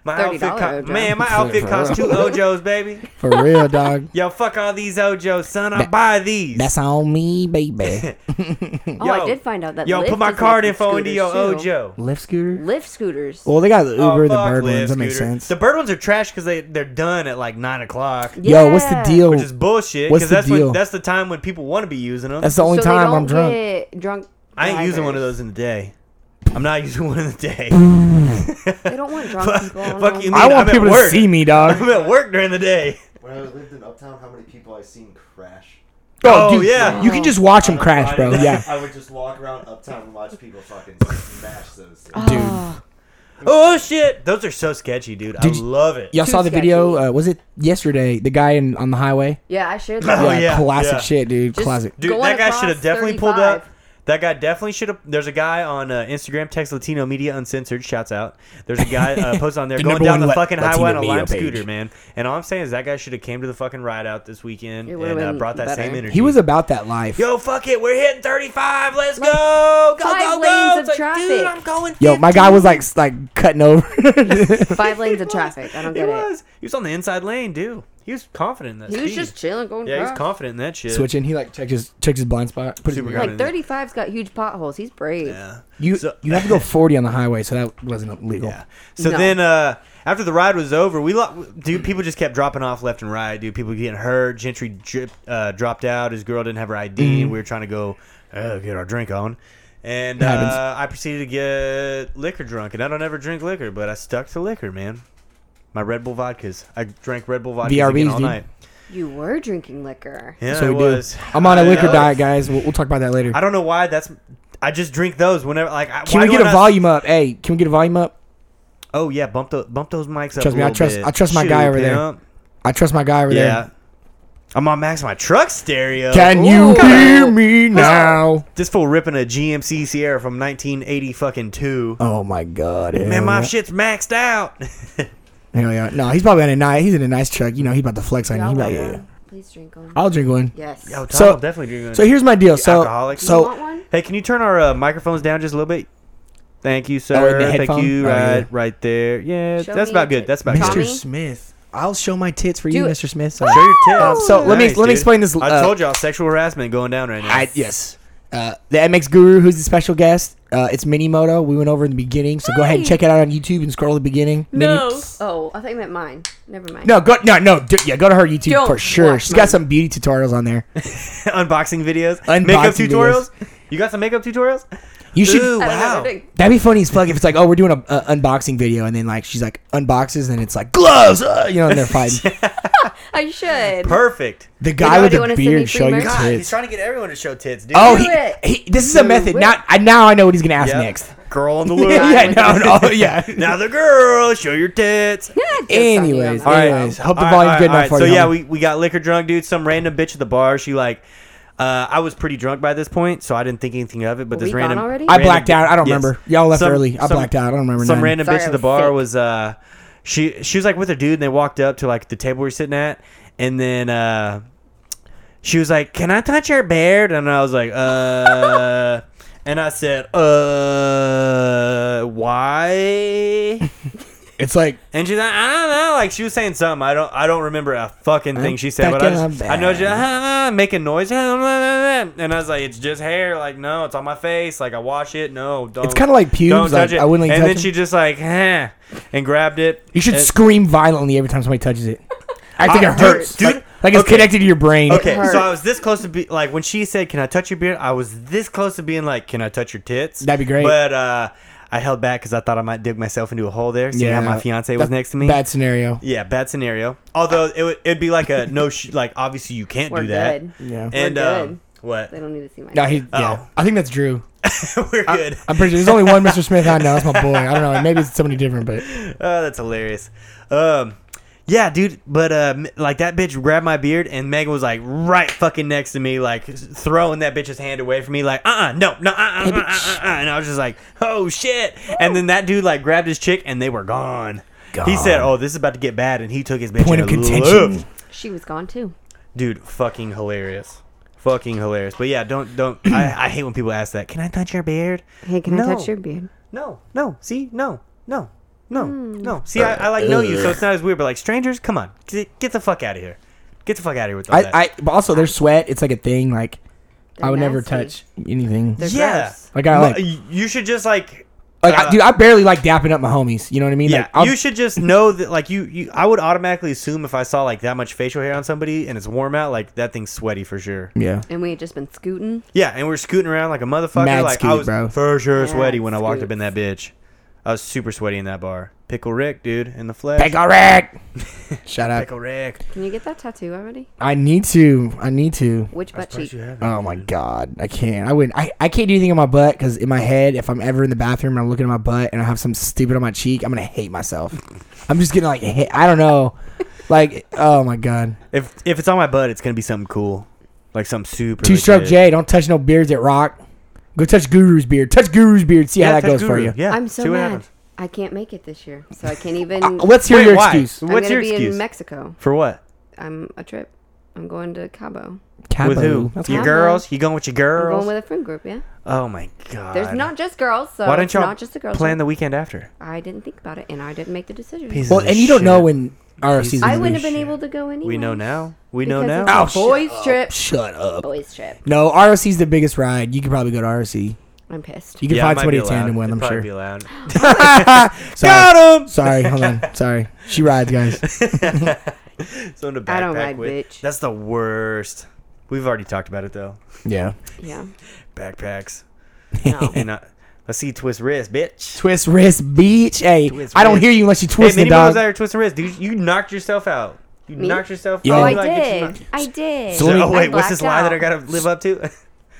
Speaker 2: My
Speaker 4: $30
Speaker 2: outfit, co-
Speaker 4: Ojo.
Speaker 2: man, my outfit costs two Ojos, baby.
Speaker 3: For real, dog.
Speaker 2: Yo, fuck all these Ojos, son. I buy these.
Speaker 3: That's on me, baby.
Speaker 4: Oh,
Speaker 2: Yo.
Speaker 4: I did find out that.
Speaker 2: Yo,
Speaker 4: Lyft
Speaker 2: put my
Speaker 4: is
Speaker 2: card
Speaker 4: making
Speaker 2: info into your
Speaker 4: scooters, too.
Speaker 2: Ojo.
Speaker 3: Lift scooter.
Speaker 4: Lyft scooters.
Speaker 3: Well, they got the Uber,
Speaker 2: Oh,
Speaker 3: and the
Speaker 2: fuck,
Speaker 3: bird
Speaker 2: Lyft
Speaker 3: ones. That makes
Speaker 2: scooter.
Speaker 3: sense.
Speaker 2: The bird ones are trash because they they're done at like nine o'clock,
Speaker 3: Yo, what's the
Speaker 4: Yeah.
Speaker 3: deal?
Speaker 2: which is bullshit.
Speaker 3: Oh, What's
Speaker 2: Because
Speaker 3: the
Speaker 2: that's
Speaker 3: deal?
Speaker 2: when that's the time when people want to be using them.
Speaker 3: That's the only
Speaker 4: So they
Speaker 3: time
Speaker 4: don't
Speaker 3: I'm drunk.
Speaker 4: get drunk.
Speaker 2: I ain't using one of
Speaker 4: drivers.
Speaker 2: those in the day. I'm not using one in the day.
Speaker 4: They don't want drunk people. on
Speaker 2: fuck
Speaker 4: them.
Speaker 2: you,
Speaker 3: I
Speaker 2: mean,
Speaker 3: want
Speaker 2: I'm at
Speaker 3: people to
Speaker 2: work.
Speaker 3: see me, dog.
Speaker 2: I'm at work during the day.
Speaker 5: When I lived in Uptown, how many people I seen crash?
Speaker 2: Oh, yeah.
Speaker 3: You can just watch them
Speaker 5: On a
Speaker 3: crash,
Speaker 5: Friday
Speaker 3: bro.
Speaker 5: night,
Speaker 3: Yeah.
Speaker 5: I would just walk around Uptown and watch people fucking smash those. Things.
Speaker 3: Uh, Dude.
Speaker 2: Oh shit, those are so sketchy, dude.
Speaker 3: Did
Speaker 2: I
Speaker 3: you-
Speaker 2: love it.
Speaker 3: Y'all
Speaker 4: Too
Speaker 3: saw the
Speaker 4: sketchy.
Speaker 3: video? Uh, was it yesterday? The guy in, on the highway?
Speaker 4: Yeah, I shared that.
Speaker 2: Oh, yeah,
Speaker 3: Classic
Speaker 2: yeah.
Speaker 3: shit, dude.
Speaker 4: Just-
Speaker 3: classic.
Speaker 2: Dude,
Speaker 4: Going
Speaker 2: that guy
Speaker 4: across
Speaker 2: should have definitely pulled
Speaker 4: 35.
Speaker 2: up. That guy definitely should have. There's a guy on uh, Instagram, Text Latino Media Uncensored. Shouts out. There's a guy uh, posted on there
Speaker 3: The
Speaker 2: going
Speaker 3: number
Speaker 2: down
Speaker 3: one
Speaker 2: the
Speaker 3: La-
Speaker 2: fucking
Speaker 3: Latino
Speaker 2: highway on a
Speaker 3: media
Speaker 2: lime
Speaker 3: page.
Speaker 2: scooter, man. And all I'm saying is that guy should have came to the fucking ride out this weekend
Speaker 4: It would've
Speaker 2: and uh,
Speaker 4: been
Speaker 2: brought that
Speaker 4: better.
Speaker 2: same energy.
Speaker 3: He was about that life.
Speaker 2: Yo, fuck it, we're hitting 35. Let's go, go,
Speaker 4: five
Speaker 2: go, go.
Speaker 4: lanes
Speaker 2: It's like,
Speaker 4: of
Speaker 2: dude,
Speaker 4: traffic.
Speaker 2: I'm going.
Speaker 3: Yo, my guy
Speaker 2: 50.
Speaker 3: was like s- like cutting over.
Speaker 4: Five lanes of traffic. I don't
Speaker 2: He
Speaker 4: get it.
Speaker 2: was. He was on the inside lane, dude. He was confident in that.
Speaker 4: He was
Speaker 2: speed.
Speaker 4: just chilling, going.
Speaker 2: Yeah, he was
Speaker 4: across.
Speaker 2: confident in that shit.
Speaker 3: Switching, he like checks his checks his blind spot. Put his
Speaker 2: Super
Speaker 3: mirror
Speaker 2: guy.
Speaker 3: on.
Speaker 4: Like 35's got huge potholes. He's brave.
Speaker 2: Yeah.
Speaker 3: You
Speaker 2: So-
Speaker 3: you have to go forty on the highway, so that wasn't legal.
Speaker 2: Yeah. So
Speaker 4: No.
Speaker 2: then uh, after the ride was over, we lo- dude people just kept dropping off left and right. Dude, people getting hurt. Gentry drip, uh, dropped out. His girl didn't have her ID.
Speaker 3: Mm-hmm.
Speaker 2: We were trying to go uh, get our drink on. And
Speaker 3: It happens.
Speaker 2: uh, I proceeded to get liquor drunk, and I don't ever drink liquor, but I stuck to liquor, man. My Red Bull vodkas. I drank Red Bull vodkas again
Speaker 3: VRBs,
Speaker 2: all
Speaker 3: dude.
Speaker 2: night.
Speaker 4: You were drinking liquor.
Speaker 2: Yeah,
Speaker 3: So
Speaker 2: it
Speaker 3: we do.
Speaker 2: was.
Speaker 3: I'm on a
Speaker 2: I
Speaker 3: liquor
Speaker 2: know.
Speaker 3: diet, guys. We'll, we'll talk about that later.
Speaker 2: I don't know why. That's. I just drink those whenever. Like, I-
Speaker 3: Can
Speaker 2: why
Speaker 3: we
Speaker 2: do
Speaker 3: get
Speaker 2: I
Speaker 3: a
Speaker 2: not-
Speaker 3: volume up? Hey, can we get a volume up?
Speaker 2: Oh yeah, bump the bump those mics up.
Speaker 3: Trust
Speaker 2: a
Speaker 3: me, I
Speaker 2: little
Speaker 3: trust-
Speaker 2: bit.
Speaker 3: I trust my guy over there.
Speaker 2: pimp.
Speaker 3: I trust my guy over
Speaker 2: Yeah. I'm on max my truck stereo.
Speaker 3: there. Can
Speaker 4: Ooh.
Speaker 3: you hear me now?
Speaker 2: this fool ripping a GMC Sierra from 1980 fucking two.
Speaker 3: Oh my god, hell
Speaker 2: Man, my
Speaker 3: yeah.
Speaker 2: shit's maxed out.
Speaker 3: Hell yeah. No, he's probably in a nice. He's in a nice truck. You know, he about to flex on you.
Speaker 4: Y'all
Speaker 3: He about,
Speaker 4: want
Speaker 3: yeah.
Speaker 4: one? Please drink one.
Speaker 3: I'll drink one.
Speaker 4: yes.
Speaker 2: Yo, Oh, Tom
Speaker 3: So-
Speaker 2: will definitely drink one.
Speaker 3: So here's my deal. So
Speaker 2: Alcoholic.
Speaker 4: you
Speaker 3: so
Speaker 4: want one?
Speaker 2: hey, can you turn our uh, microphones down just a little bit? Thank you,
Speaker 3: Oh,
Speaker 2: sir.
Speaker 3: and the
Speaker 2: Thank
Speaker 3: headphone?
Speaker 2: you.
Speaker 3: Oh,
Speaker 2: right,
Speaker 3: yeah.
Speaker 2: right there. Yeah,
Speaker 4: Show
Speaker 2: that's
Speaker 4: me
Speaker 2: about
Speaker 4: your
Speaker 2: good. That's about
Speaker 3: Mr.
Speaker 2: good.
Speaker 4: Tommy?
Speaker 3: Smith, I'll show my tits for
Speaker 4: Do
Speaker 3: you,
Speaker 4: it.
Speaker 3: Mr. Smith.
Speaker 2: Show your
Speaker 3: Um,
Speaker 2: tits.
Speaker 3: so let me- let me explain this,
Speaker 2: I
Speaker 3: uh,
Speaker 2: told y'all sexual harassment going down right now.
Speaker 3: I, yes. Uh, the MX Guru, who's the special guest, uh, it's Minimoto. We went over in the beginning, so go ahead and
Speaker 4: Hi.
Speaker 3: check it out on YouTube and scroll to the beginning. Mini-
Speaker 4: Oh, I thought you meant mine. Never mind.
Speaker 3: no, go no no d- yeah, go to her YouTube
Speaker 4: Don't
Speaker 3: for sure.
Speaker 4: watch
Speaker 3: She's got
Speaker 4: mine.
Speaker 3: some beauty tutorials on there.
Speaker 2: unboxing videos,
Speaker 3: Unboxing
Speaker 2: makeup
Speaker 3: videos.
Speaker 2: tutorials. You got some makeup tutorials?
Speaker 3: You should.
Speaker 2: Ooh,
Speaker 4: I don't know
Speaker 2: wow.
Speaker 4: what to do.
Speaker 3: That'd be funny as fuck if it's like, oh, we're doing a, a unboxing video, and then like she's like unboxes, and it's like gloves, uh, you know, and they're fighting.
Speaker 4: I should.
Speaker 2: Perfect.
Speaker 3: the
Speaker 4: You
Speaker 3: guy
Speaker 4: know,
Speaker 3: with
Speaker 4: they
Speaker 3: the
Speaker 4: wanna send me
Speaker 3: beard
Speaker 4: free
Speaker 3: showing
Speaker 4: merch?
Speaker 3: his
Speaker 2: God, he's
Speaker 3: tits.
Speaker 2: trying to get everyone to show tits, dude.
Speaker 3: Oh,
Speaker 4: Do
Speaker 3: he,
Speaker 4: it.
Speaker 3: he, this is a
Speaker 4: Do
Speaker 3: method.
Speaker 4: it.
Speaker 3: Now, I- now I know what he's gonna ask next.
Speaker 2: Girl on the loop.
Speaker 3: yeah, no, no, yeah.
Speaker 2: Now the girl, show your tits.
Speaker 3: Anyways,
Speaker 4: All right.
Speaker 3: anyways, hope
Speaker 2: All
Speaker 3: the
Speaker 2: right,
Speaker 3: volume's
Speaker 2: all right,
Speaker 3: good
Speaker 2: all
Speaker 3: enough
Speaker 2: right.
Speaker 3: for
Speaker 2: so
Speaker 3: you.
Speaker 2: yeah,
Speaker 3: homie.
Speaker 2: we, we got liquor drunk, dude. Some random bitch at the bar. She like, uh, I was pretty drunk by this point, so I didn't think anything of it. But
Speaker 4: Were
Speaker 2: this
Speaker 4: we gone
Speaker 2: random,
Speaker 4: already?
Speaker 3: I
Speaker 2: random
Speaker 3: blacked out. I don't
Speaker 2: yes.
Speaker 3: remember. Y'all left
Speaker 2: Some-
Speaker 3: early. I
Speaker 2: some-
Speaker 3: blacked out. I don't remember.
Speaker 2: Some
Speaker 3: nothing.
Speaker 2: random
Speaker 4: Sorry,
Speaker 2: bitch
Speaker 4: I
Speaker 2: at the
Speaker 4: was
Speaker 2: bar
Speaker 4: sick.
Speaker 2: was uh, she she was like with her dude, and they walked up to like the table we are sitting at, and then uh, she was like, "Can I touch your beard?" And I was like, "Uh." And I said, uh, why?
Speaker 3: It's like
Speaker 2: And she's like, I don't know. Like she was saying something. I don't. I don't remember a fucking thing she said. But I,
Speaker 3: packing
Speaker 2: just,
Speaker 3: my
Speaker 2: I know
Speaker 3: bag.
Speaker 2: she's like, "Ah, ah," making noise. And I was like, it's just hair. Like no, it's on my face. Like I wash it. No, don't.
Speaker 3: It's kinda like pubes,
Speaker 2: Don't touch
Speaker 3: like,
Speaker 2: it.
Speaker 3: I wouldn't, like,
Speaker 2: and
Speaker 3: touch
Speaker 2: then
Speaker 3: them.
Speaker 2: she just like, huh, and grabbed it.
Speaker 3: you should
Speaker 2: And-
Speaker 3: scream violently every time somebody touches it. I think
Speaker 2: I-
Speaker 3: it hurts,
Speaker 2: Uh, dude, dude,
Speaker 3: dude. Like, like it's
Speaker 2: okay.
Speaker 3: connected to your brain.
Speaker 2: Okay,
Speaker 4: hurts.
Speaker 2: so I was this close to be like when she said, "Can I touch your beard?" I was this close to being like, "Can I touch your tits?"
Speaker 3: That'd be great.
Speaker 2: But uh, I held back because I thought I might dig myself into a hole there. Seeing yeah, how my fiance was
Speaker 3: That's
Speaker 2: next to me.
Speaker 3: Bad scenario.
Speaker 2: Yeah, bad scenario. Although it would it'd be like a no, sh- like obviously you can't
Speaker 4: We're
Speaker 2: do that.
Speaker 4: good.
Speaker 3: Yeah.
Speaker 2: And
Speaker 4: We're good.
Speaker 2: um, what?
Speaker 4: They don't need to see my.
Speaker 3: No, he, yeah.
Speaker 2: Oh.
Speaker 3: I think that's Drew.
Speaker 2: We're good.
Speaker 3: I'm pretty sure there's only one Mr. Smith I know. That's my boy. I don't know. Maybe it's somebody different, but
Speaker 2: Oh, that's hilarious. Um, yeah, dude. But uh, m- like that bitch grabbed my beard, and Megan was like right fucking next to me, like s- throwing that bitch's hand away from me, like uh uh no no uh uh uh uh uh, and I was just like oh shit, and then that dude like grabbed his chick, and they were gone. He said, "Oh, this is about to get bad," and he took his bitch
Speaker 3: Point
Speaker 2: and
Speaker 3: of
Speaker 2: left.
Speaker 3: contention.
Speaker 4: She was gone too.
Speaker 2: dude fucking hilarious fucking hilarious but yeah don't don't I, I hate when people ask that can i touch your beard
Speaker 4: Hey, can
Speaker 2: No.
Speaker 4: I touch your beard?
Speaker 2: no no see no no no no see I, I like know you so it's
Speaker 3: Uh.
Speaker 2: not as weird but like strangers come on get, get the fuck out of here get the fuck out of here with all that
Speaker 3: I, I but also their sweat. It's like a thing. Like I
Speaker 4: They're
Speaker 3: would never
Speaker 4: nasty.
Speaker 3: touch anything.
Speaker 4: They're
Speaker 2: yeah
Speaker 4: gross.
Speaker 3: Like I
Speaker 2: Mu-
Speaker 3: like,
Speaker 2: y- you should just like
Speaker 3: like I,
Speaker 2: uh,
Speaker 3: dude. I barely like dapping up my homies. You know what I mean?
Speaker 2: yeah,
Speaker 3: Like, I'll-
Speaker 2: you should just know that. Like you, you, I would automatically assume if I saw like that much facial hair on somebody and it's warm out, like that thing's sweaty for sure.
Speaker 3: Yeah.
Speaker 4: And we had just been scooting.
Speaker 2: Yeah, and we are scooting around like a motherfucker.
Speaker 3: Mad
Speaker 2: like I
Speaker 3: scoot,
Speaker 2: was
Speaker 3: bro.
Speaker 2: for sure sweaty when I
Speaker 4: Mad
Speaker 2: walked up in that bitch. I was super sweaty in that bar. Pickle Rick, dude, in the flesh.
Speaker 3: Pickle Rick. Shut up.
Speaker 2: Pickle Rick.
Speaker 4: Can you get that tattoo already?
Speaker 3: I need to. I need to.
Speaker 4: Which butt cheek?
Speaker 3: Oh my god, I can't. I wouldn't. I, I can't do anything on my butt because in my head, if I'm ever in the bathroom and I'm looking at my butt and I have something stupid on my cheek, I'm gonna hate myself. I'm just gonna like hate, I don't know, like oh my god.
Speaker 2: If if it's on my butt, it's gonna be something cool, like something super.
Speaker 3: Two stroke
Speaker 2: legit.
Speaker 3: J. Don't touch no beards at Rock. Go touch Guru's beard. Touch Guru's beard. See how
Speaker 2: Yeah,
Speaker 3: that goes
Speaker 2: Tattoo
Speaker 3: for
Speaker 2: Guru.
Speaker 3: you.
Speaker 2: Yeah,
Speaker 4: I'm so
Speaker 2: see what
Speaker 4: mad.
Speaker 2: happens.
Speaker 4: I can't make it this year, so I can't even.
Speaker 3: Uh, let's hear
Speaker 2: Wait,
Speaker 3: your
Speaker 2: why?
Speaker 3: excuse.
Speaker 4: I'm
Speaker 2: What's
Speaker 4: gonna
Speaker 2: your
Speaker 4: be
Speaker 2: excuse
Speaker 4: in Mexico.
Speaker 2: for what?
Speaker 4: I'm a trip. I'm going to Cabo.
Speaker 2: With who?
Speaker 3: That's
Speaker 2: your
Speaker 4: fine.
Speaker 2: girls? You going with your
Speaker 4: I'm
Speaker 2: girls?
Speaker 4: going with a friend group. Yeah.
Speaker 2: oh my god.
Speaker 4: There's not just girls, so
Speaker 2: Why
Speaker 4: it's
Speaker 2: don't y'all
Speaker 4: not just a girls.
Speaker 2: plan
Speaker 4: trip.
Speaker 2: the weekend after?
Speaker 4: I didn't think about it, and I didn't make the decision.
Speaker 2: Pieces
Speaker 3: Well,
Speaker 2: of
Speaker 3: and you don't
Speaker 2: shit.
Speaker 3: know when RFC's.
Speaker 4: I
Speaker 3: gonna
Speaker 4: wouldn't
Speaker 3: be.
Speaker 4: have been able to go anywhere.
Speaker 2: We know now. We know
Speaker 4: Because
Speaker 2: now.
Speaker 4: it's a
Speaker 3: Oh,
Speaker 4: boys trip.
Speaker 3: Shut up.
Speaker 4: Boys trip.
Speaker 3: No, ROC's the biggest ride. You could probably go to ROC.
Speaker 4: I'm pissed.
Speaker 3: Oh, You could
Speaker 2: Yeah, it
Speaker 3: find
Speaker 2: might
Speaker 3: somebody
Speaker 2: be
Speaker 3: to tandem
Speaker 2: allowed.
Speaker 3: with,
Speaker 2: It'd
Speaker 3: I'm
Speaker 2: probably
Speaker 3: sure.
Speaker 2: be allowed.
Speaker 3: Got him. Sorry, hold on. Sorry. She rides, guys.
Speaker 2: Someone to backpack
Speaker 4: I don't ride,
Speaker 2: with.
Speaker 4: bitch.
Speaker 2: That's the worst. We've already talked about it though.
Speaker 3: Yeah.
Speaker 4: Yeah.
Speaker 2: Backpacks.
Speaker 4: No.
Speaker 2: And uh, let's see you twist wrist, bitch.
Speaker 3: Twist wrist, beach. Hey,
Speaker 2: Twist
Speaker 3: I don't
Speaker 2: wrist.
Speaker 3: hear you unless you
Speaker 2: Hey,
Speaker 3: twist
Speaker 2: many
Speaker 3: it, dog.
Speaker 2: moms out here twisting wrist, dude. You knocked yourself out. You
Speaker 4: Me?
Speaker 2: knocked yourself.
Speaker 3: Yeah.
Speaker 4: Oh,
Speaker 3: Oh,
Speaker 4: I
Speaker 2: you, like, get your
Speaker 4: did. I did.
Speaker 3: So let me-
Speaker 2: knock- Oh
Speaker 4: I
Speaker 2: wait, what's this lie
Speaker 4: blacked
Speaker 2: that
Speaker 4: out.
Speaker 2: I gotta live up to?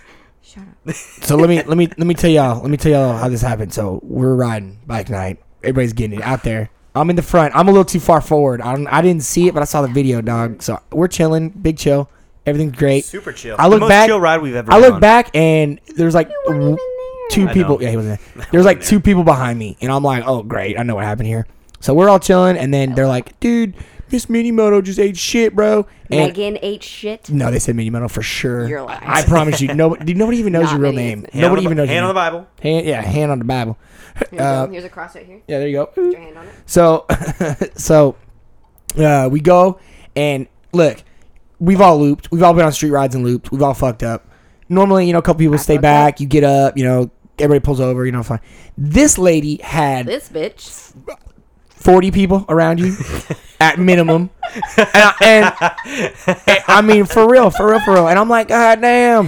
Speaker 4: Shut up.
Speaker 3: So let me let me let me tell y'all let me tell y'all how this happened. So we're riding bike night. Everybody's getting it out there. I'm in the front. I'm a little too far forward. I don't, I didn't see it, but I saw the video, dog. So we're chilling, big chill. Everything's great.
Speaker 2: Super chill.
Speaker 3: I look
Speaker 2: the most
Speaker 3: back.
Speaker 2: Chill ride we've ever.
Speaker 3: I
Speaker 2: been
Speaker 3: look
Speaker 2: on.
Speaker 3: back and there's like w- two
Speaker 2: I
Speaker 3: people.
Speaker 2: know.
Speaker 3: Yeah, he wasn't there. There's like two people behind me, and I'm like, oh great, I know what happened here. So we're all chilling, and then they're like, dude, Miss Minimoto just ate shit, bro. And
Speaker 4: Megan ate shit.
Speaker 3: no, they said Minimoto for sure.
Speaker 4: You're lying.
Speaker 3: I promise you, nobody, nobody even knows
Speaker 4: Not
Speaker 3: your real
Speaker 4: many.
Speaker 3: name.
Speaker 4: Hand
Speaker 2: Hand on
Speaker 3: nobody
Speaker 2: the,
Speaker 3: even knows.
Speaker 2: Hand
Speaker 3: your
Speaker 2: on the Bible.
Speaker 3: Hand, yeah, hand on the Bible.
Speaker 4: Here you
Speaker 3: Uh,
Speaker 4: go. Here's a cross right here.
Speaker 3: Yeah, there you
Speaker 4: Put
Speaker 3: go.
Speaker 4: your hand on it.
Speaker 3: So, so uh, we go and look. We've all looped. We've all been on street rides and looped. We've all fucked up. Normally, you know, a couple people stay
Speaker 4: fucked
Speaker 3: back. You get up. You know, everybody pulls over. You know, fine. This lady had
Speaker 4: This bitch.
Speaker 3: 40 people around you at minimum. And I, and, and I mean, for real, for real, for real. And I'm like, God damn.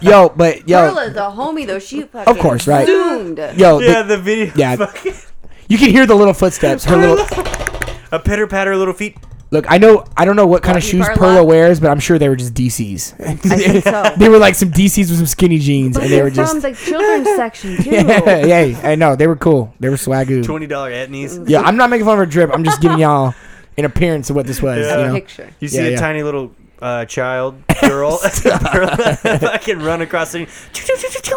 Speaker 3: Yo, but yo,
Speaker 4: Carla's a homie though. She fucking
Speaker 3: course, right.
Speaker 4: zoomed.
Speaker 3: yo, the-
Speaker 2: Yeah, the video.
Speaker 3: Yeah.
Speaker 2: fucking-
Speaker 3: you can hear the little footsteps. Her little
Speaker 2: a pitter patter, little feet.
Speaker 3: look. I know, I don't know what kind of
Speaker 4: Lucky
Speaker 3: shoes
Speaker 4: Barlock.
Speaker 3: Perla wears, but I'm sure they were just DCs.
Speaker 4: I think so.
Speaker 3: they were like some DCs with some skinny jeans, and they
Speaker 4: They're
Speaker 3: were just
Speaker 4: from the children's section too.
Speaker 3: yeah, yeah. I know they were cool. They were swagoo.
Speaker 2: Twenty dollar etnies.
Speaker 4: Mm.
Speaker 3: Yeah, I'm not making fun of her drip. I'm just giving y'all an appearance of what this was.
Speaker 2: Yeah.
Speaker 3: You know?
Speaker 4: Picture.
Speaker 2: You see
Speaker 3: Yeah,
Speaker 2: a
Speaker 3: yeah.
Speaker 2: tiny little uh, child girl fucking run across the.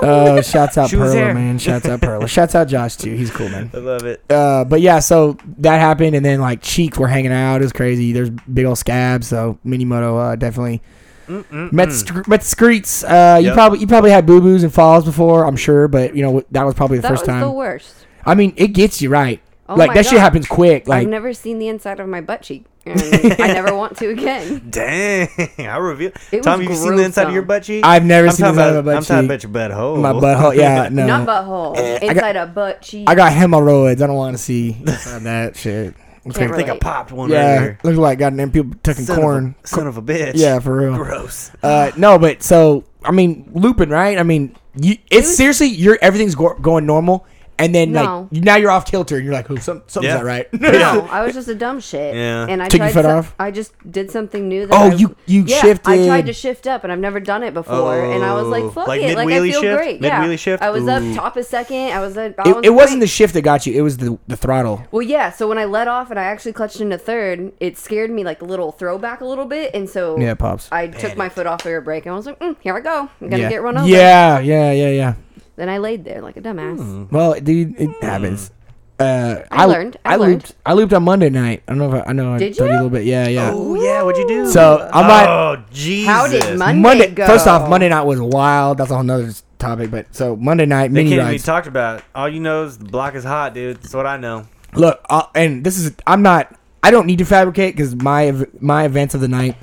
Speaker 3: Oh, shouts out
Speaker 2: She was
Speaker 3: Perla,
Speaker 2: there.
Speaker 3: man. Shouts out Perla. Shouts out Josh too. He's cool, man.
Speaker 2: I love it.
Speaker 3: Uh, but yeah, so that happened, and then like cheeks were hanging out. It was crazy. There's big old scabs, so Minimoto uh, definitely Met sc- Met Screets. Uh, you
Speaker 2: Yep.
Speaker 3: probably you probably had boo boos and falls before, I'm sure, but you know that was probably the
Speaker 4: That
Speaker 3: first
Speaker 4: was
Speaker 3: time.
Speaker 4: the worst.
Speaker 3: I mean, it gets you right.
Speaker 4: Oh
Speaker 3: like
Speaker 4: my
Speaker 3: that shit
Speaker 4: God.
Speaker 3: happens quick. Like
Speaker 4: I've never seen the inside of my butt cheek. And I never want to again.
Speaker 2: Dang, I reveal.
Speaker 4: It
Speaker 2: Tom,
Speaker 4: was
Speaker 2: you seen the inside of your
Speaker 4: gruesome.
Speaker 2: butt cheek?
Speaker 3: I've never
Speaker 2: I'm
Speaker 3: seen the
Speaker 2: talking
Speaker 3: inside of
Speaker 2: about-
Speaker 3: my butt
Speaker 2: I'm talking
Speaker 3: cheek.
Speaker 2: about your butthole.
Speaker 3: my butthole. Yeah, no.
Speaker 4: Not butthole.
Speaker 3: Uh, I
Speaker 4: Inside a butt cheek.
Speaker 3: I got hemorrhoids. I don't want to see inside that shit. Looks
Speaker 4: Can't
Speaker 2: I
Speaker 3: like,
Speaker 2: think I
Speaker 4: Right.
Speaker 2: popped one
Speaker 3: yeah,
Speaker 2: earlier.
Speaker 3: looks like goddamn people tucking
Speaker 2: Son
Speaker 3: corn.
Speaker 2: Of a, son of a bitch.
Speaker 3: Yeah, for real.
Speaker 2: Gross.
Speaker 3: Uh, no, but so I mean, Lupin, right? I mean, you, it's
Speaker 4: was-
Speaker 3: seriously you're everything's go- going normal, and then
Speaker 4: No.
Speaker 3: like you- now you're off kilter, and you're like, oh, some, something's
Speaker 2: Yeah.
Speaker 3: not right.
Speaker 4: no, I was just a dumb shit.
Speaker 2: Yeah.
Speaker 4: And I
Speaker 3: Took your
Speaker 4: tried
Speaker 3: foot
Speaker 4: so-
Speaker 3: off?
Speaker 4: I just did something new. That
Speaker 3: Oh,
Speaker 4: I-
Speaker 3: you- you
Speaker 4: yeah, I
Speaker 3: shifted.
Speaker 4: tried to shift up, and I've never done it before. and I was
Speaker 2: Oh,
Speaker 4: like, fuck
Speaker 2: like
Speaker 4: it, like I
Speaker 2: mid-wheelie
Speaker 4: feel
Speaker 2: shift?
Speaker 4: great. Yeah.
Speaker 2: Mid-wheelie shift?
Speaker 4: I was
Speaker 2: Ooh.
Speaker 4: up top a second. I was at. I
Speaker 3: It,
Speaker 4: was
Speaker 3: it wasn't the
Speaker 4: great.
Speaker 3: shift that got you; it was the the throttle.
Speaker 4: Well, yeah. So when I let off and I actually clutched into third, it scared me like a little throwback a little bit, and so
Speaker 3: Yeah, pops.
Speaker 4: I took my foot off for a break, and I was like, mm, here I go. I'm gonna
Speaker 3: yeah.
Speaker 4: get run over.
Speaker 3: Yeah, yeah, yeah, yeah.
Speaker 4: Then I laid there like a dumbass.
Speaker 2: Hmm.
Speaker 3: Well, dude, it happens. Uh,
Speaker 4: I learned. I learned.
Speaker 3: looped. I looped on Monday night. I don't know if I, I know. I
Speaker 4: Did
Speaker 3: told you a
Speaker 4: you?
Speaker 3: little bit. Yeah, yeah.
Speaker 2: Oh yeah, what'd you do?
Speaker 3: So I'm not.
Speaker 2: oh Jesus.
Speaker 4: How did Monday,
Speaker 3: Monday.
Speaker 4: go?
Speaker 3: First off, Monday night was wild. That's a whole nother topic. But so Monday night
Speaker 2: They
Speaker 3: mini
Speaker 2: can't even be
Speaker 3: rides.
Speaker 2: talked about. All you know is the block is hot, dude. That's what I know.
Speaker 3: Look, i and this is I'm not. I don't need to fabricate because my ev- my events of the night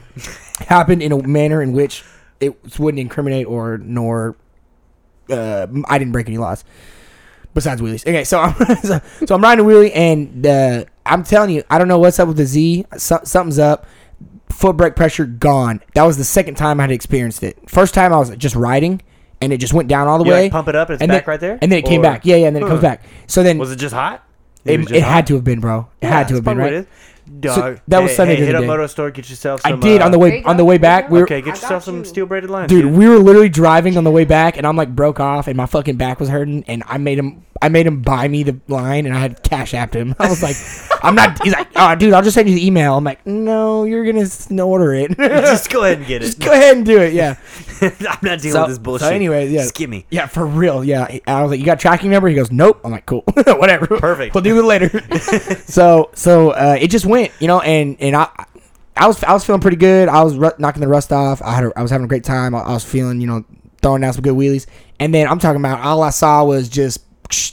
Speaker 3: happened in a manner in which it wouldn't incriminate or nor uh, I didn't break any laws besides wheelies. Okay, so I'm so, so I'm riding a wheelie and uh, I'm telling you, I don't know what's up with the Z. So, something's up. Foot brake pressure gone. That was the second time I had experienced it. First time I was just riding and it just went down all the
Speaker 2: You, like,
Speaker 3: way.
Speaker 2: pump it up and it's
Speaker 3: then-
Speaker 2: back right there?
Speaker 3: And then it came
Speaker 2: Or-
Speaker 3: back. Yeah, yeah, and then it comes
Speaker 2: Huh.
Speaker 3: back. So then
Speaker 2: Was it just hot?
Speaker 3: it,
Speaker 2: was
Speaker 3: it,
Speaker 2: just hot?
Speaker 3: had to have been, bro. It had
Speaker 2: That's
Speaker 3: to have been,
Speaker 2: probably what
Speaker 3: right?
Speaker 2: it is. Dog,
Speaker 3: that was
Speaker 2: hey,
Speaker 3: Sunday
Speaker 2: hey,
Speaker 3: the
Speaker 2: hit up
Speaker 3: other day.
Speaker 2: Moto Store, get yourself.
Speaker 3: I
Speaker 2: Some, uh,
Speaker 3: did on the
Speaker 4: There
Speaker 3: way
Speaker 4: you
Speaker 3: on
Speaker 4: go,
Speaker 3: the way
Speaker 4: there you
Speaker 3: back.
Speaker 4: go.
Speaker 3: We were,
Speaker 2: Okay,
Speaker 4: I
Speaker 2: get
Speaker 4: got
Speaker 2: yourself some
Speaker 4: you.
Speaker 2: steel braided lines,
Speaker 3: dude, we were literally driving on the way back, and I'm like broke off, and my fucking back was hurting, and I made him, I made him buy me the line, and I had cash apped him. I was like, I'm not. He's like, oh, dude, I'll just send you the email. I'm like, no, you're gonna s- order it.
Speaker 2: just go ahead and get it.
Speaker 3: just go ahead and do it. Yeah.
Speaker 2: I'm not dealing with this bullshit.
Speaker 3: anyways, yeah.
Speaker 2: Just give me.
Speaker 3: Yeah, for real. Yeah. I was like, you got tracking number? He goes, nope. I'm like, cool. Whatever.
Speaker 2: Perfect.
Speaker 3: We'll do it later. so, so uh, it just went, you know, and and I. I was I was feeling pretty good. I was ru- knocking the rust off. I had a, I was having a great time. I, I was feeling you know throwing down some good wheelies. And then I'm talking about all I saw was just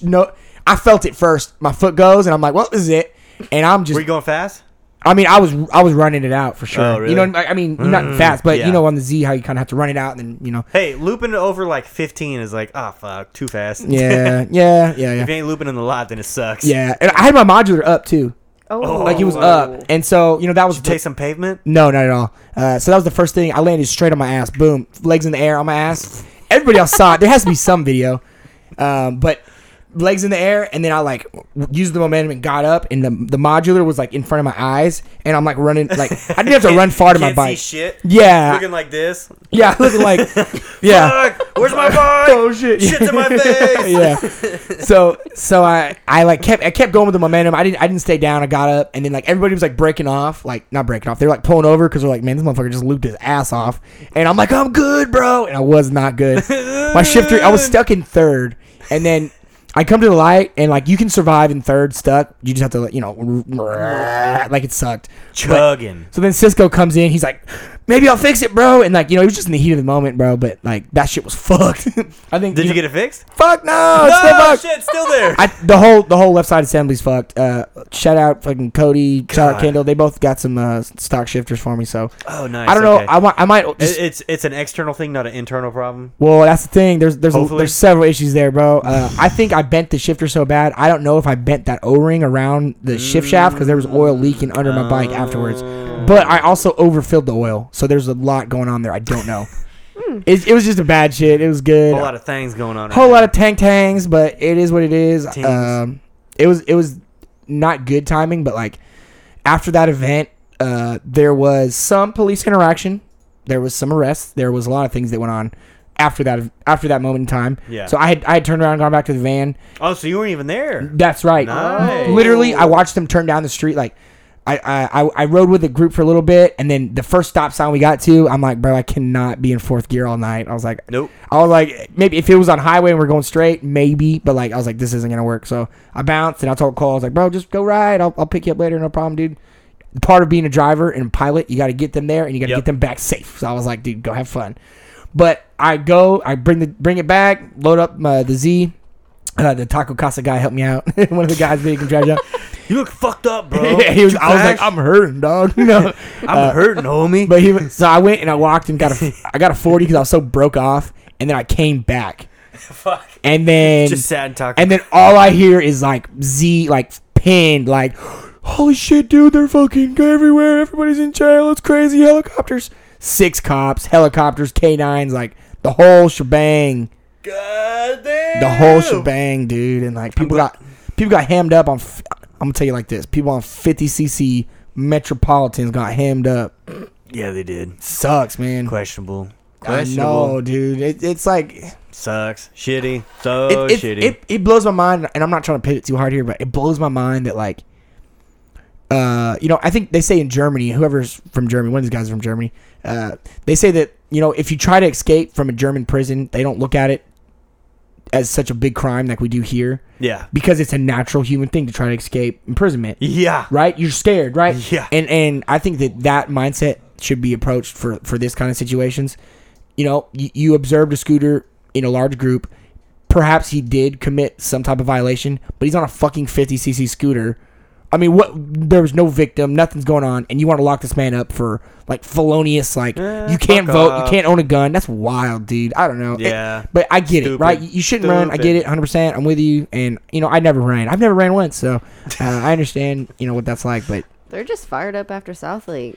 Speaker 3: no. I felt it first. My foot goes, and I'm like, well, this is it. And I'm just
Speaker 2: Were you going fast?
Speaker 3: I mean, I was I was running it out for sure.
Speaker 2: Oh, really? Mm-hmm.
Speaker 3: You know, I I mean, not fast, but
Speaker 2: yeah.
Speaker 3: you know, on the Z, how you kind of have to run it out, and then you know,
Speaker 2: Hey, looping over like 15 is like, ah, fuck, too fast.
Speaker 3: yeah, yeah, yeah,
Speaker 2: if
Speaker 3: yeah,
Speaker 2: you ain't looping in the lot, then it sucks.
Speaker 3: yeah. And I had my modular up too,
Speaker 4: Oh,
Speaker 3: like it was up, and so you know that was
Speaker 2: Did you take some pavement?
Speaker 3: no, not at all. Uh, so that was the first thing. I landed straight on my ass. Boom, legs in the air on my ass. Everybody else saw it. There has to be some video, um, but legs in the air, and then I like w- used the momentum and got up, and the the modular was like in front of my eyes, and I'm like running like I didn't have to run far to my
Speaker 2: Can't
Speaker 3: bike.
Speaker 2: see shit.
Speaker 3: Yeah.
Speaker 2: Looking like this.
Speaker 3: Yeah, looking like yeah.
Speaker 2: Fuck, where's my bike?
Speaker 3: Oh, shit.
Speaker 2: Shit's in my face.
Speaker 3: yeah. So so I I like kept I kept going with the momentum. I didn't I didn't stay down. I got up and then like everybody was like breaking off, like not breaking off. They were like pulling over because they're like, man, this motherfucker just looped his ass off. And I'm like, I'm good, bro. And I was not good. My shifter, I was stuck in third, and then. I come to the light and like you can survive in third stuck. You just have to like, you know like it sucked.
Speaker 2: Chugging.
Speaker 3: So then Cisco comes in. He's like, "Maybe I'll fix it, bro." And like, you know, he was just in the heat of the moment, bro. But like, that shit was fucked. I think.
Speaker 2: Did you
Speaker 3: know-
Speaker 2: get it fixed?
Speaker 3: Fuck no! It's still
Speaker 2: Oh,
Speaker 3: fucked.
Speaker 2: shit, still there.
Speaker 3: I, the whole the whole left side assembly's fucked. Uh, shout out fucking Cody, shout
Speaker 2: God.
Speaker 3: out Kendall. They both got some uh, stock shifters for me. So
Speaker 2: Oh, nice.
Speaker 3: I don't know.
Speaker 2: okay.
Speaker 3: I might I might
Speaker 2: It-
Speaker 3: just
Speaker 2: it's it's an external thing, not an internal problem.
Speaker 3: Well, that's the thing. There's there's a,
Speaker 2: Hopefully.
Speaker 3: there's several issues there, bro. Uh, I think I bent the shifter so bad. I don't know if I bent that O-ring around the shift shaft because there was oil leaking under my bike afterwards. But I also overfilled the oil, so there's a lot going on there. I don't know. it, it was just a bad shit. It was good.
Speaker 2: A whole lot of things going on. right
Speaker 3: whole
Speaker 2: now.
Speaker 3: lot of tank tangs, but it is what it is.
Speaker 2: Tangs.
Speaker 3: Um, it was it was not good timing, but like after that event, uh, there was some police interaction, there was some arrests, there was a lot of things that went on after that after that moment in time.
Speaker 2: Yeah.
Speaker 3: So I had I had turned around, and gone back to the van.
Speaker 2: Oh, so you weren't even there.
Speaker 3: That's right.
Speaker 2: Nice.
Speaker 3: Literally, I watched them turn down the street. Like, I, I I- I rode with the group for a little bit, and then the first stop sign we got to, I'm like, bro, I cannot be in fourth gear all night. I was like,
Speaker 2: Nope.
Speaker 3: I was like, maybe if it was on highway and we're going straight, maybe. But like, I was like, this isn't gonna work. So I bounced and I told Cole, I was like, bro, just go ride. I'll, I'll pick you up later, no problem, dude. part of being a driver and a pilot, you got to get them there and you got to
Speaker 2: Yep.
Speaker 3: get them back safe. So I was like, dude, go have fun. But I go, I bring the bring it back, load up my, the Z. Uh, the taco casa guy helped me out. One of the guys that he can drive out.
Speaker 2: You look fucked up, bro.
Speaker 3: he was,
Speaker 2: Too
Speaker 3: I was like,
Speaker 2: fast?
Speaker 3: I'm hurting, dog. No,
Speaker 2: I'm hurting, homie.
Speaker 3: but he so I went and I walked and got a I got a forty because I was so broke off, and then I came back,
Speaker 2: Fuck.
Speaker 3: and then
Speaker 2: Just sad and talking.
Speaker 3: and then all I hear is like Z like pinned like, holy shit, dude, they're fucking everywhere. Everybody's in jail. It's crazy. Helicopters, six cops, helicopters, K nines, like the whole shebang,
Speaker 2: God damn.
Speaker 3: the whole shebang, dude, and like people got people got hammed up on. f- I'm gonna tell you like this: people on fifty cc metropolitans got hammed up.
Speaker 2: Yeah, they did.
Speaker 3: Sucks, man.
Speaker 2: Questionable.
Speaker 3: I know, dude. It, it's like it,
Speaker 2: Sucks. Shitty. So
Speaker 3: it,
Speaker 2: shitty.
Speaker 3: it, it blows my mind, and I'm not trying to pivot too hard here, but it blows my mind that like, uh, you know, I think they say in Germany, whoever's from Germany, one of these guys is from Germany, uh, they say that you know if you try to escape from a German prison, they don't look at it as such a big crime like we do here
Speaker 2: yeah.
Speaker 3: because it's a natural human thing to try to escape imprisonment
Speaker 2: Yeah.
Speaker 3: right? You're scared, right?
Speaker 2: Yeah.
Speaker 3: And and I think that that mindset should be approached for for this kind of situations. You know, you, you observed a scooter in a large group. Perhaps he did commit some type of violation, but he's on a fucking 50cc scooter. I mean, what? There was no victim. Nothing's going on, and you want to lock this man up for like felonious, like
Speaker 2: Eh,
Speaker 3: you can't
Speaker 2: fuck
Speaker 3: vote,
Speaker 2: off.
Speaker 3: you can't own a gun. That's wild, dude. I don't know. It-
Speaker 2: Yeah.
Speaker 3: but I get it,
Speaker 2: Stupid.
Speaker 3: right? You you shouldn't run. I get it,
Speaker 2: Stupid.
Speaker 3: 100. percent I'm with you, and you know I never ran. I've never ran once, so uh, I understand, you know what that's like. But
Speaker 4: They're just fired up after Southlake.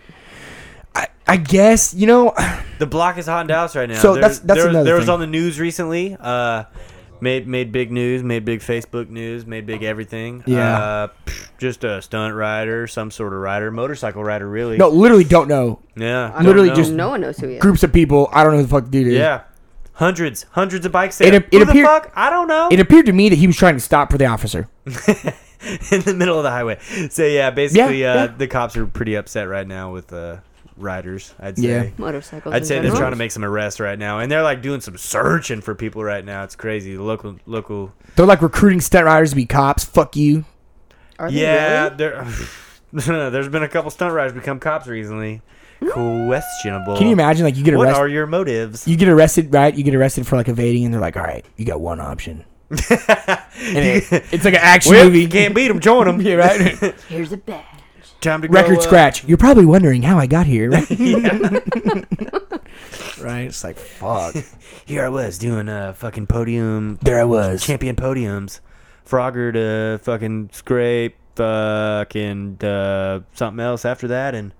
Speaker 3: I, I guess you know,
Speaker 2: The block is hot and douse right now.
Speaker 3: So that's- that's
Speaker 2: there,
Speaker 3: another
Speaker 2: There was
Speaker 3: thing.
Speaker 2: on the news recently. Uh, made made big news. Made big Facebook news. Made big everything.
Speaker 3: Yeah.
Speaker 2: Uh, pff, just a stunt rider, some sort of rider, motorcycle rider, really.
Speaker 3: no, literally don't know.
Speaker 2: Yeah.
Speaker 4: I
Speaker 3: Literally
Speaker 4: don't know.
Speaker 3: just-
Speaker 4: no one knows who he is.
Speaker 3: Groups of people, I don't know who the fuck the dude is.
Speaker 2: Yeah. Hundreds, hundreds of bikes
Speaker 3: It
Speaker 2: there.
Speaker 3: ap- it
Speaker 2: Who the
Speaker 3: appear-
Speaker 2: fuck? I don't know.
Speaker 3: It appeared to me that he was trying to stop for the officer.
Speaker 2: in the middle of the highway. So yeah, basically,
Speaker 3: Yeah,
Speaker 2: uh,
Speaker 3: yeah.
Speaker 2: the cops are pretty upset right now with uh, riders. I'd say.
Speaker 3: Yeah.
Speaker 4: Motorcycles.
Speaker 2: I'd
Speaker 4: in
Speaker 2: say they're
Speaker 4: general.
Speaker 2: trying to make some arrests right now, and they're like doing some searching for people right now. It's crazy. The local, local.
Speaker 3: They're like recruiting stunt riders to be cops. Fuck you.
Speaker 4: Are they
Speaker 2: Yeah,
Speaker 4: really?
Speaker 2: there. there's been a couple stunt riders become cops recently. Questionable.
Speaker 3: Can you imagine? Like you get
Speaker 2: Oh. What
Speaker 3: arrested,
Speaker 2: are your motives?
Speaker 3: you get arrested, right? You get arrested for like evading, and they're like, all right, you got one option. and it- it's like an action
Speaker 2: Well,
Speaker 3: movie.
Speaker 2: you can't beat them. Join them.
Speaker 3: Yeah, right.
Speaker 4: Here's a badge.
Speaker 2: Time to
Speaker 3: Record
Speaker 2: go, uh,
Speaker 3: scratch. You're probably wondering how I got here, right?
Speaker 2: yeah.
Speaker 3: right? It's like fuck.
Speaker 2: Here I was doing uh, fucking podium
Speaker 3: There I was.
Speaker 2: champion podiums. Frogger to fucking scrape fucking uh, something else after that and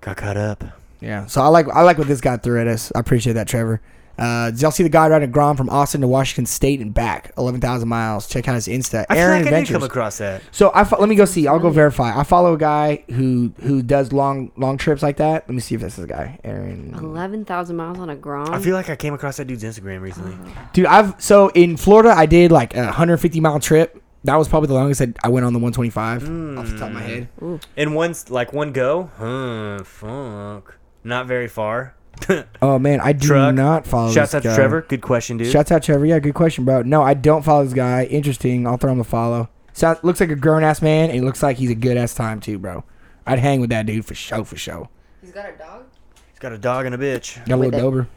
Speaker 2: got caught up.
Speaker 3: Yeah. So I like I like what this guy threw at us. I appreciate that, Trevor. Uh, did y'all see the guy riding a Grom from Austin to Washington State and back, eleven thousand miles? Check out his Insta.
Speaker 2: I feel
Speaker 3: Aaron
Speaker 2: like I did
Speaker 3: Adventures.
Speaker 2: come across that.
Speaker 3: so I fo- let me go see. I'll go verify. I follow a guy who who does long long trips like that. Let me see if this is a guy, Aaron.
Speaker 4: Eleven thousand miles on a Grom.
Speaker 2: I feel like I came across that dude's Instagram recently.
Speaker 3: Dude, I've so in Florida, I did like a hundred fifty mile trip. That was probably the longest I, I went on the one twenty five off the top
Speaker 2: Hmm.
Speaker 3: of my head.
Speaker 2: In one's like one go. Huh, fuck. Not very far.
Speaker 3: Oh man, I do
Speaker 2: Truck.
Speaker 3: not follow.
Speaker 2: Shouts
Speaker 3: this
Speaker 2: out to
Speaker 3: guy.
Speaker 2: Trevor. Good question, dude.
Speaker 3: Shouts out Trevor. Yeah, good question, bro. No, I don't follow this guy. Interesting. I'll throw him a follow. Sounds looks like a grown ass man, and he looks like he's a good ass time too, bro. I'd hang with that dude for show for show.
Speaker 4: He's got a dog.
Speaker 2: He's got a dog and a bitch.
Speaker 3: Got a
Speaker 4: With
Speaker 3: little
Speaker 4: it.
Speaker 3: dober.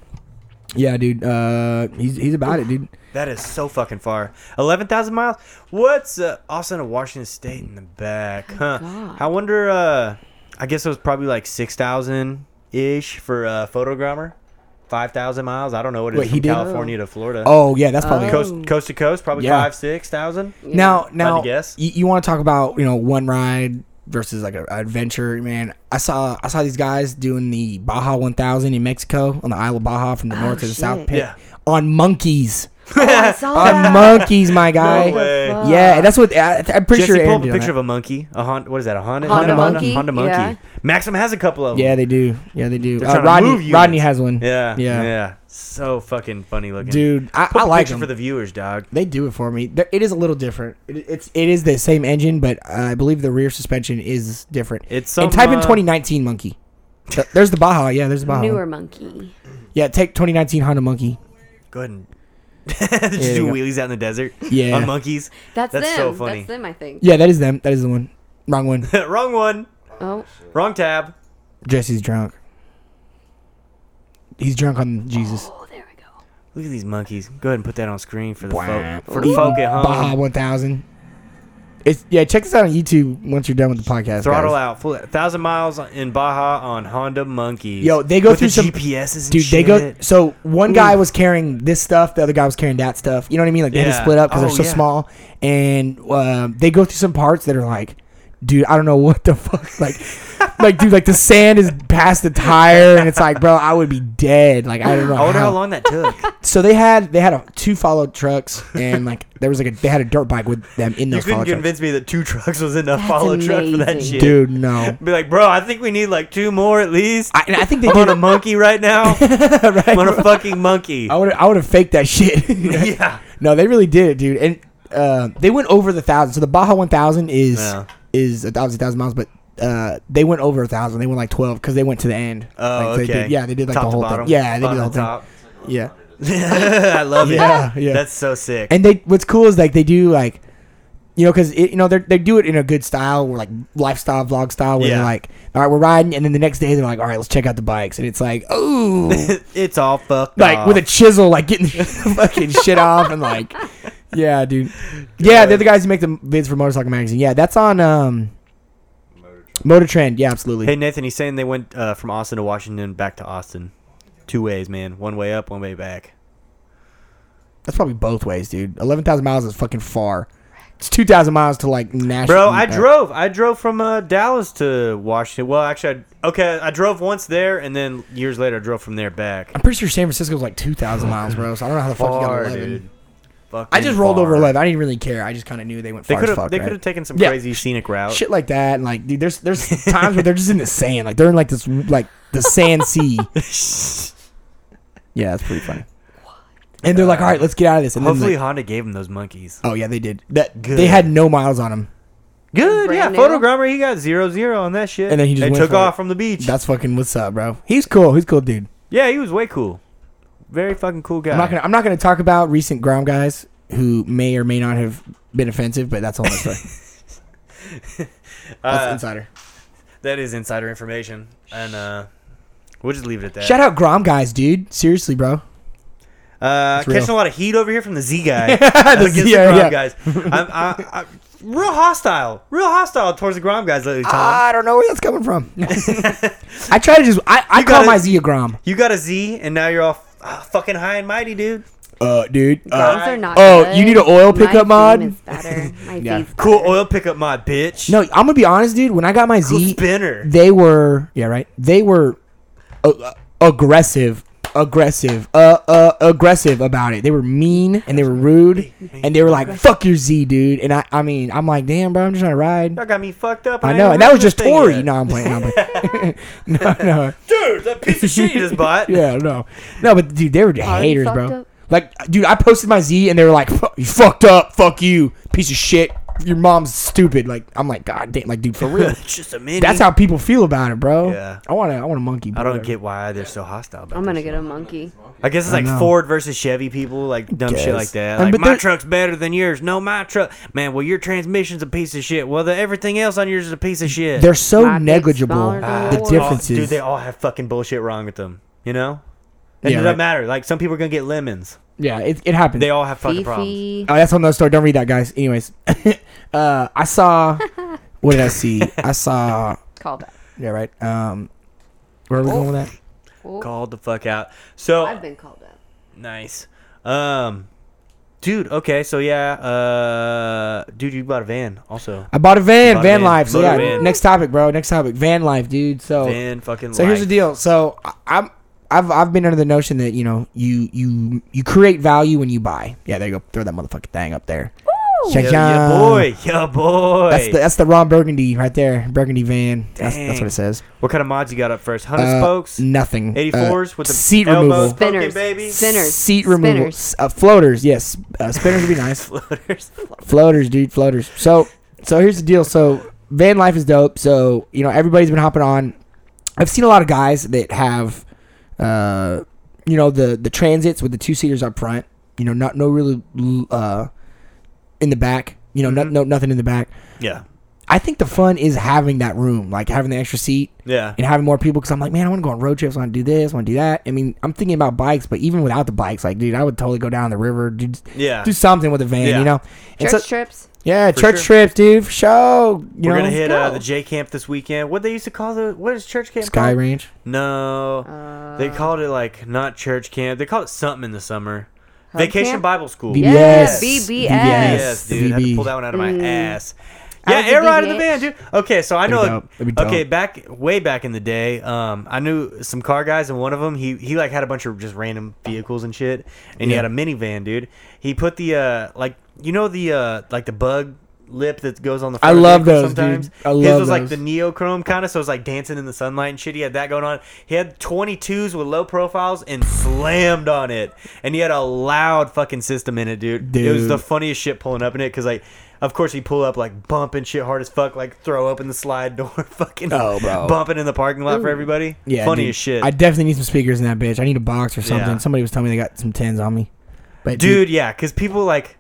Speaker 3: Yeah, dude. Uh, he's he's about it, dude.
Speaker 2: That is so fucking far. 11,000 miles? What's uh, Austin to Washington State in the back? Huh.
Speaker 4: Oh God.
Speaker 2: I wonder, uh, I guess it was probably like 6,000 ish for uh, photogrammer. 5,000 miles? I don't know what it is
Speaker 3: Wait,
Speaker 2: from
Speaker 3: he did?
Speaker 2: California to Florida.
Speaker 3: Oh yeah, that's probably.
Speaker 4: Oh.
Speaker 2: Coast, coast to coast, probably
Speaker 3: Yeah.
Speaker 2: five, 6,000.
Speaker 3: Now now
Speaker 2: guess.
Speaker 3: you, you want to talk about you know one ride versus like a, a adventure, man. I saw I saw these guys doing the Baja 1000 in Mexico on the Isle of Baja from the north to the south
Speaker 4: Oh, shit.
Speaker 3: pit
Speaker 2: Yeah.
Speaker 3: on monkeys.
Speaker 4: Oh, I saw
Speaker 3: On
Speaker 4: that.
Speaker 3: monkeys, my guy.
Speaker 2: way.
Speaker 4: Fuck.
Speaker 3: Yeah, that's what I, I'm pretty
Speaker 2: Jesse
Speaker 3: sure. Aaron
Speaker 2: pulled
Speaker 3: did
Speaker 2: up a
Speaker 3: on
Speaker 2: picture
Speaker 3: that.
Speaker 2: of a monkey. A hon- what is that? A Honda?
Speaker 4: Honda monkey,
Speaker 2: Honda monkey.
Speaker 4: yeah.
Speaker 2: Maxim has a couple of them.
Speaker 3: Yeah, they do. Yeah, they do.
Speaker 2: They're
Speaker 3: Uh,
Speaker 2: trying to move
Speaker 3: Rodney,
Speaker 2: units.
Speaker 3: Rodney has one.
Speaker 2: Yeah.
Speaker 3: yeah,
Speaker 2: Yeah. So fucking funny looking.
Speaker 3: dude. I,
Speaker 2: Put
Speaker 3: I
Speaker 2: a
Speaker 3: like
Speaker 2: picture
Speaker 3: them.
Speaker 2: for the viewers, dog.
Speaker 3: they do it for me. They're- it is a little different. It, it's it is the same engine, but I believe the rear suspension is different.
Speaker 2: It's some,
Speaker 3: and type in
Speaker 2: uh,
Speaker 3: 2019 monkey. Th- There's the Baja. Yeah, there's the Baja.
Speaker 4: Newer monkey.
Speaker 3: Yeah, take 2019 Honda monkey.
Speaker 2: Go ahead and just
Speaker 3: you
Speaker 2: do
Speaker 3: go.
Speaker 2: wheelies out in the desert
Speaker 3: Yeah.
Speaker 2: on monkeys.
Speaker 4: That's,
Speaker 2: That's
Speaker 4: them.
Speaker 2: so funny.
Speaker 4: That's them, I think.
Speaker 3: Yeah, that is them. That is the one. Wrong one.
Speaker 2: Wrong one.
Speaker 4: Oh,
Speaker 2: Wrong tab.
Speaker 3: Jesse's drunk. He's drunk on Jesus.
Speaker 4: oh, there we go.
Speaker 2: Look at these monkeys. Go ahead and put that on screen for the
Speaker 3: Wah.
Speaker 2: folk, for the folk at home.
Speaker 3: Baja 1000. It's yeah. Check this out on YouTube once you're done with the podcast.
Speaker 2: Throttle
Speaker 3: guys.
Speaker 2: out. Full, thousand miles in Baja on Honda monkeys.
Speaker 3: Yo, they go
Speaker 2: With
Speaker 3: through
Speaker 2: the
Speaker 3: some-
Speaker 2: GPSs. And
Speaker 3: Dude,
Speaker 2: shit.
Speaker 3: they go. So one
Speaker 2: Ooh.
Speaker 3: guy was carrying this stuff, the other guy was carrying that stuff. You know what I mean? Like they had
Speaker 2: Yeah.
Speaker 3: to split up because
Speaker 2: Oh,
Speaker 3: they're so
Speaker 2: yeah.
Speaker 3: small, and uh, they go through some parts that are like, dude, I don't know what the fuck. Like, like dude, like the sand is past the tire, and it's like, bro, I would be dead. Like I don't know.
Speaker 2: I wonder how Oh, long that took.
Speaker 3: So they had they had a, two follow trucks, and like there was like a they had a dirt bike with them in
Speaker 2: you
Speaker 3: those follow
Speaker 2: couldn't
Speaker 3: trucks.
Speaker 2: convince me that two trucks was enough
Speaker 4: That's
Speaker 2: follow truck for that
Speaker 4: amazing.
Speaker 2: shit.
Speaker 3: Dude, no.
Speaker 2: Be like, bro, I think we need like two more at least.
Speaker 3: I, and I think they
Speaker 2: I'm on
Speaker 3: did
Speaker 2: a monkey right now.
Speaker 3: right? Oh,
Speaker 2: I'm on a fucking monkey.
Speaker 3: I would I would have faked that shit.
Speaker 2: Yeah.
Speaker 3: No, they really did it, dude. And uh, they went over the thousand. So the Baja 1000 is
Speaker 2: Yeah.
Speaker 3: is a thousand thousand miles, but uh, they went over a thousand. They went like twelve because they went to the end.
Speaker 2: Oh,
Speaker 3: Like, they
Speaker 2: okay.
Speaker 3: did- yeah, they did like
Speaker 2: Top
Speaker 3: the
Speaker 2: to
Speaker 3: whole
Speaker 2: bottom,
Speaker 3: thing. Yeah, they did
Speaker 2: bottom
Speaker 3: the whole
Speaker 2: to
Speaker 3: thing.
Speaker 2: top.
Speaker 3: Yeah,
Speaker 2: I love it.
Speaker 3: Yeah, yeah.
Speaker 2: That's so sick.
Speaker 3: and they what's cool is like they do like. You know, because you know they they do it in a good style, or like lifestyle vlog style, where
Speaker 2: Yeah.
Speaker 3: they're like, "All right, we're riding," and then the next day they're like, "All right, let's check out the bikes," and it's like, "Oh,
Speaker 2: it's all fucked
Speaker 3: like
Speaker 2: off.
Speaker 3: with a chisel, like getting the fucking shit off and like, yeah, dude. Yeah, they're the guys who make the vids for Motorcycle Magazine. Yeah, that's on um, Motor Trend. Yeah, absolutely.
Speaker 2: Hey Nathan, he's saying they went uh, from Austin to Washington back to Austin, two ways, man. One way up, one way back.
Speaker 3: That's probably both ways, dude. Eleven thousand miles is fucking far. It's two thousand miles to like Nashville.
Speaker 2: Bro, I drove. I drove from uh, Dallas to Washington. Well, actually, I, okay, I drove once there, and then years later, I drove from there back.
Speaker 3: I'm pretty sure San Francisco's like two thousand miles, bro. So I don't know how the fuck you got
Speaker 2: Far,
Speaker 3: eleven.
Speaker 2: dude.
Speaker 3: I just rolled
Speaker 2: Fucking
Speaker 3: over
Speaker 2: far.
Speaker 3: eleven. I didn't really care. I just kind of knew they went
Speaker 2: They
Speaker 3: far
Speaker 2: could
Speaker 3: as
Speaker 2: have.
Speaker 3: fuck.
Speaker 2: they
Speaker 3: right?
Speaker 2: could have taken some
Speaker 3: Yeah.
Speaker 2: crazy scenic route.
Speaker 3: shit like that. And like, dude, there's there's times where they're just in the sand. Like they're in like this like the sand sea. yeah, that's pretty funny. And they're like, all right, let's get out of this. And
Speaker 2: Hopefully,
Speaker 3: then, like,
Speaker 2: Honda gave him those monkeys.
Speaker 3: oh yeah, they did. That
Speaker 2: Good.
Speaker 3: they had no miles on them.
Speaker 2: Good, yeah.
Speaker 4: Brand new?
Speaker 2: Photogrammer, he got zero zero on that shit,
Speaker 3: And then he just
Speaker 2: they
Speaker 3: went
Speaker 2: took
Speaker 3: for
Speaker 2: off
Speaker 3: it.
Speaker 2: from the beach.
Speaker 3: That's fucking what's up, bro. He's cool. He's cool, dude.
Speaker 2: yeah, he was way cool. Very fucking cool guy.
Speaker 3: I'm not gonna I'm not gonna talk about recent Grom guys who may or may not have been offensive, but that's all that's story. That's
Speaker 2: Uh,
Speaker 3: insider.
Speaker 2: That is insider information, and uh, we'll just leave it at that.
Speaker 3: Shout out Grom guys, dude. Seriously, bro.
Speaker 2: Uh,
Speaker 3: It's real.
Speaker 2: catching a lot of heat over here from the Z guy. Up
Speaker 3: The
Speaker 2: against the
Speaker 3: Z, yeah,
Speaker 2: Grom
Speaker 3: yeah.
Speaker 2: guys. I'm, I, I, real hostile, real hostile towards the Grom guys lately, Tom.
Speaker 3: I don't know where that's coming from. I try to just I, I call
Speaker 2: gotta-
Speaker 3: my Z a Grom.
Speaker 2: you got a Z, and now you're all f- uh, fucking high and mighty, dude.
Speaker 3: Uh, dude.
Speaker 4: Drums
Speaker 2: Alright.
Speaker 4: are not
Speaker 3: Oh,
Speaker 4: good.
Speaker 3: you need an oil pickup
Speaker 4: My
Speaker 3: mod?
Speaker 4: theme is better. My
Speaker 3: Yeah.
Speaker 4: fave's
Speaker 2: Cool
Speaker 4: better.
Speaker 2: oil pickup mod, bitch.
Speaker 3: No, I'm gonna be honest, dude. When I got my
Speaker 2: cool
Speaker 3: Z,
Speaker 2: spinner.
Speaker 3: they were yeah, right. They were uh, aggressive, aggressive, uh, uh, aggressive about it. They were mean and they were rude and they were like, "Fuck your Z, dude." And I, I mean, I'm like, "Damn, bro, I'm just trying to ride."
Speaker 2: Y'all got me fucked up.
Speaker 3: I
Speaker 2: ain't
Speaker 3: know,
Speaker 2: even
Speaker 3: and that
Speaker 2: read
Speaker 3: was
Speaker 2: this
Speaker 3: just
Speaker 2: thing
Speaker 3: Tory.
Speaker 2: yet.
Speaker 3: No, I'm playing. No, I'm playing. no, no.
Speaker 2: dude, that piece of shit you just bought.
Speaker 3: Yeah, no, no, but dude, they were
Speaker 4: Already
Speaker 3: haters,
Speaker 4: Oh, fucked
Speaker 3: bro.
Speaker 4: up.
Speaker 3: Like, dude, I posted my Z and they were like, "Fu- "You fucked up, fuck you, piece of shit. Your mom's stupid." Like, I'm like, God damn, like, dude, for real.
Speaker 2: it's just a mini.
Speaker 3: That's how people feel about it, bro.
Speaker 2: Yeah.
Speaker 3: I want to. I want a monkey.
Speaker 2: I don't
Speaker 3: brother.
Speaker 2: get why they're so hostile. About
Speaker 4: I'm gonna
Speaker 2: this
Speaker 4: get a monkey.
Speaker 2: I guess it's
Speaker 3: I
Speaker 2: like
Speaker 3: know.
Speaker 2: Ford versus Chevy people, like dumb shit
Speaker 3: Guess.
Speaker 2: like that.
Speaker 3: Um,
Speaker 2: Like
Speaker 3: but
Speaker 2: my
Speaker 3: they're-
Speaker 2: truck's better than yours. No, my truck, man. Well, your transmission's a piece of shit. Well, the, everything else on yours is a piece of shit.
Speaker 3: They're so
Speaker 4: My dick's
Speaker 3: negligible.
Speaker 4: smaller than
Speaker 3: The
Speaker 4: yours.
Speaker 2: They all-
Speaker 3: differences.
Speaker 2: Oh, dude. They all have fucking bullshit wrong with them. You know, it
Speaker 3: Yeah,
Speaker 2: doesn't
Speaker 3: right.
Speaker 2: matter. Like some people are gonna get lemons.
Speaker 3: yeah, it, it happens.
Speaker 2: They all have fucking problems.
Speaker 4: Fifi.
Speaker 3: oh, that's another story. Don't read that, guys. Anyways, uh, I saw. what did I see? I saw.
Speaker 4: Call back.
Speaker 3: Yeah, right. Um, where are we going with
Speaker 2: Oh.
Speaker 3: that?
Speaker 2: Called the fuck out. So
Speaker 4: I've been called up.
Speaker 2: nice, um, dude. Okay, so yeah, uh, dude, you bought a van also.
Speaker 3: I bought a van.
Speaker 2: Bought a
Speaker 3: van
Speaker 2: van.
Speaker 3: life. So
Speaker 2: Motor
Speaker 3: yeah.
Speaker 2: van.
Speaker 3: Next topic, bro. Next topic. Van life, dude. So
Speaker 2: Van fucking.
Speaker 3: So here's the
Speaker 2: life.
Speaker 3: deal. So I- I'm I've I've been under the notion that you know you you you create value when you buy. Yeah, there you go. Throw that motherfucking thing up there.
Speaker 2: Yeah, yeah, boy, yeah, boy.
Speaker 3: That's the that's the Ron Burgundy right there. Burgundy van. That's,
Speaker 2: Dang.
Speaker 3: that's what it says.
Speaker 2: What kind of mods you got up first? Hundred
Speaker 3: Uh,
Speaker 2: spokes,
Speaker 3: Nothing.
Speaker 2: eighty
Speaker 3: Uh,
Speaker 2: fours with the
Speaker 3: seat
Speaker 2: elbows,
Speaker 3: removal.
Speaker 2: poking,
Speaker 4: Spinners.
Speaker 2: baby.
Speaker 4: Spin- Spinners.
Speaker 3: Seat removal.
Speaker 4: Spinners.
Speaker 3: S- Uh, floaters. Yes. Uh, spinners would be nice.
Speaker 2: Floaters.
Speaker 3: floaters, dude. Floaters. So so here's the deal. So van life is dope. So you know everybody's been hopping on. I've seen a lot of guys that have, uh, you know the the transits with the two seaters up front. You know,
Speaker 2: Mm-hmm.
Speaker 3: not no really uh, in the back. You know, no, no nothing in the back.
Speaker 2: Yeah.
Speaker 3: I think the fun is having that room, like having the extra seat
Speaker 2: Yeah.
Speaker 3: and having more people. Because I'm like, man, I want to go on road trips. I want to do this. I want to do that. I mean, I'm thinking about bikes, but even without the bikes, like, dude, I would totally go down the river, do,
Speaker 2: Yeah.
Speaker 3: do something with a van,
Speaker 2: Yeah.
Speaker 3: you know? And
Speaker 4: Church
Speaker 3: so-
Speaker 4: trips.
Speaker 3: yeah, church
Speaker 2: sure.
Speaker 3: trips, dude, for sure. You
Speaker 2: We're
Speaker 3: know,
Speaker 2: gonna hit uh,
Speaker 4: go.
Speaker 2: the J camp this weekend. What they used to call the what is church camp?
Speaker 3: Sky
Speaker 2: called?
Speaker 3: Range.
Speaker 2: No, they
Speaker 4: Uh.
Speaker 2: called it like not church camp. They called it something in the summer. Vacation
Speaker 4: camp?
Speaker 2: Bible school.
Speaker 4: Yeah,
Speaker 3: Yes,
Speaker 4: BBS.
Speaker 3: BBS.
Speaker 2: Yes, dude. I had to
Speaker 3: VB.
Speaker 2: pull that one out of my ass.
Speaker 4: I
Speaker 2: Yeah,
Speaker 4: Mm. was a
Speaker 2: air ride in the
Speaker 4: BBH.
Speaker 2: van, dude. Okay, so I
Speaker 3: That'd be
Speaker 2: know.
Speaker 3: dope. That'd be dope.
Speaker 2: Okay, back way back in the day, um, I knew some car guys, and one of them, he he like had a bunch of just random vehicles and shit, and he
Speaker 3: Yeah.
Speaker 2: had a minivan, dude. He put the uh, like you know the uh, like the bug lip that goes on the. front of
Speaker 3: love
Speaker 2: vehicles
Speaker 3: those, dude.
Speaker 2: sometimes.
Speaker 3: I
Speaker 2: His
Speaker 3: love
Speaker 2: was like the
Speaker 3: those.
Speaker 2: neochrome kind of, so it was like dancing in the sunlight and shit. He had that going on. He had 22s with low profiles and slammed on it, and he had a loud fucking system in it, dude. It was
Speaker 3: Dude.
Speaker 2: the funniest shit pulling up in it because like. Of course, he pull up like bumping shit hard as fuck, like throw open the slide door, fucking
Speaker 3: Oh, bro.
Speaker 2: bumping in the parking lot for everybody.
Speaker 3: Yeah,
Speaker 2: funny
Speaker 3: dude.
Speaker 2: as shit,
Speaker 3: I definitely need some speakers in that bitch. I need a box or something.
Speaker 2: Yeah.
Speaker 3: Somebody was telling me they got some tens on me. But
Speaker 2: dude. Yeah, because people like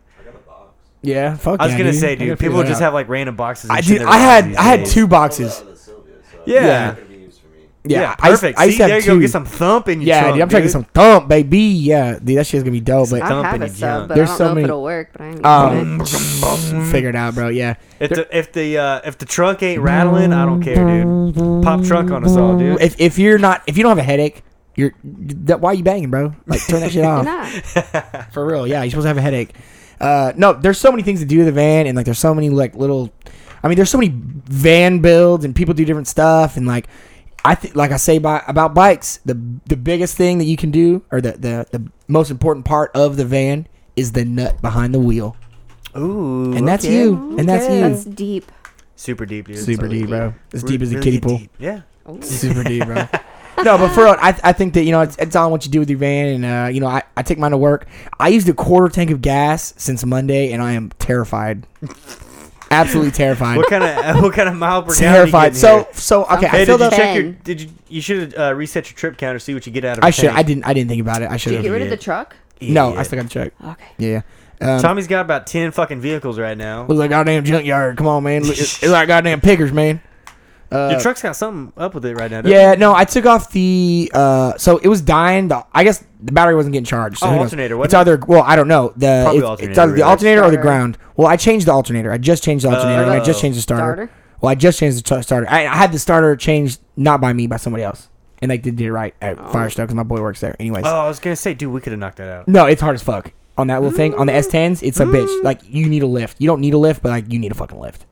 Speaker 3: yeah, fuck.
Speaker 2: I was
Speaker 3: yeah,
Speaker 2: gonna
Speaker 3: dude.
Speaker 2: say,
Speaker 3: I gotta
Speaker 2: dude,
Speaker 3: figure
Speaker 2: people
Speaker 3: that
Speaker 2: just
Speaker 3: out.
Speaker 2: have like random boxes. And
Speaker 3: I
Speaker 2: shit
Speaker 3: did.
Speaker 2: in their
Speaker 3: I had
Speaker 2: houses
Speaker 3: I had
Speaker 2: these
Speaker 3: two
Speaker 2: days.
Speaker 5: Pulled
Speaker 3: boxes.
Speaker 5: out of the Sylvia, so
Speaker 2: Yeah.
Speaker 5: it's not gonna be used for me.
Speaker 2: Yeah,
Speaker 3: Yeah, I used-
Speaker 2: perfect.
Speaker 3: I
Speaker 2: See,
Speaker 3: used to have
Speaker 2: there you
Speaker 3: two.
Speaker 2: go. Get some thump in your
Speaker 3: Yeah,
Speaker 2: trunk,
Speaker 3: dude, I'm trying to
Speaker 2: dude.
Speaker 3: get some thump, baby. Yeah, dude, that shit's gonna be dope. But
Speaker 4: I have
Speaker 2: Company
Speaker 4: a
Speaker 2: junk.
Speaker 4: sub, but
Speaker 3: There's
Speaker 4: I don't
Speaker 3: so
Speaker 4: know
Speaker 3: many-
Speaker 4: if it'll work. But I ain't
Speaker 3: um, figure it out, bro. Yeah,
Speaker 2: If the if the uh, if the trunk ain't rattling, I don't care, dude. Pop trunk on us all, dude.
Speaker 3: if if you're not if you don't have a headache, you're that why you banging, bro? Like turn that shit off. For real, yeah. You're supposed to have a headache. Uh, no, there's so many things to do to the van, and like there's so many like little. I mean, there's so many van builds, and people do different stuff, and like I think, like I say by, about bikes, the the biggest thing that you can do, or the, the the most important part of the van, is the nut behind the wheel,
Speaker 2: Ooh,
Speaker 3: and that's
Speaker 2: okay.
Speaker 3: you, and that's
Speaker 4: That's
Speaker 3: you,
Speaker 4: deep.
Speaker 2: Super deep, dude.
Speaker 3: super
Speaker 4: really
Speaker 3: deep, bro,
Speaker 4: deep.
Speaker 3: as deep as a
Speaker 2: Really
Speaker 3: kiddie pool.
Speaker 2: deep. Yeah.
Speaker 3: Super deep, bro. No, but for real, I, I think that you know it's, it's on what you do with your van, and uh, you know I, I take mine to work. I used a quarter tank of gas since Monday, and I am terrified, absolutely terrified,
Speaker 2: What kind of what kind of mile per gallon?
Speaker 3: terrified. So so okay,
Speaker 2: Hey,
Speaker 3: I
Speaker 2: did
Speaker 3: filled
Speaker 2: you
Speaker 3: up.
Speaker 4: up-
Speaker 2: check your?
Speaker 4: Ten.
Speaker 2: Did you? You should uh, reset your trip counter. See what you get out of.
Speaker 3: I
Speaker 2: a
Speaker 3: should
Speaker 2: tank.
Speaker 3: I didn't I didn't think about it. I should
Speaker 4: Did you get
Speaker 3: have.
Speaker 4: rid of the
Speaker 2: Idiot.
Speaker 4: truck?
Speaker 3: No, I
Speaker 2: Idiot.
Speaker 3: still got to check.
Speaker 2: Oh.
Speaker 4: Okay.
Speaker 3: Yeah, yeah. Um,
Speaker 2: Tommy's got about ten fucking vehicles right now.
Speaker 3: looks like goddamn junkyard. Come on, man. Look, It's it's like goddamn pickers, man. Uh,
Speaker 2: Your truck's got something up with it right now. doesn't
Speaker 3: Yeah, no, I took off the uh so it was dying. The, I guess the battery wasn't getting charged. So
Speaker 2: Oh,
Speaker 3: who knows?
Speaker 2: alternator,
Speaker 3: It's
Speaker 2: wasn't
Speaker 3: either well, I don't know. The
Speaker 2: Probably
Speaker 3: it's,
Speaker 2: alternator,
Speaker 3: It's either the
Speaker 2: really.
Speaker 3: alternator or the
Speaker 4: Starter.
Speaker 3: ground. Well, I changed the alternator. I just changed the alternator and I just
Speaker 2: Oh.
Speaker 3: changed the starter.
Speaker 4: Starter?
Speaker 3: Well, I just changed the t- starter. I, I had the starter changed not by me, by somebody else, and they did it right at
Speaker 4: Oh.
Speaker 3: Firestone because my boy works there. Anyways,
Speaker 2: it? Oh, I was gonna say, dude, we could have knocked that out.
Speaker 3: no, it's hard as fuck on that little thing on the S10s. It's a bitch. Like you need a lift. You don't need a lift, but like you need a fucking lift.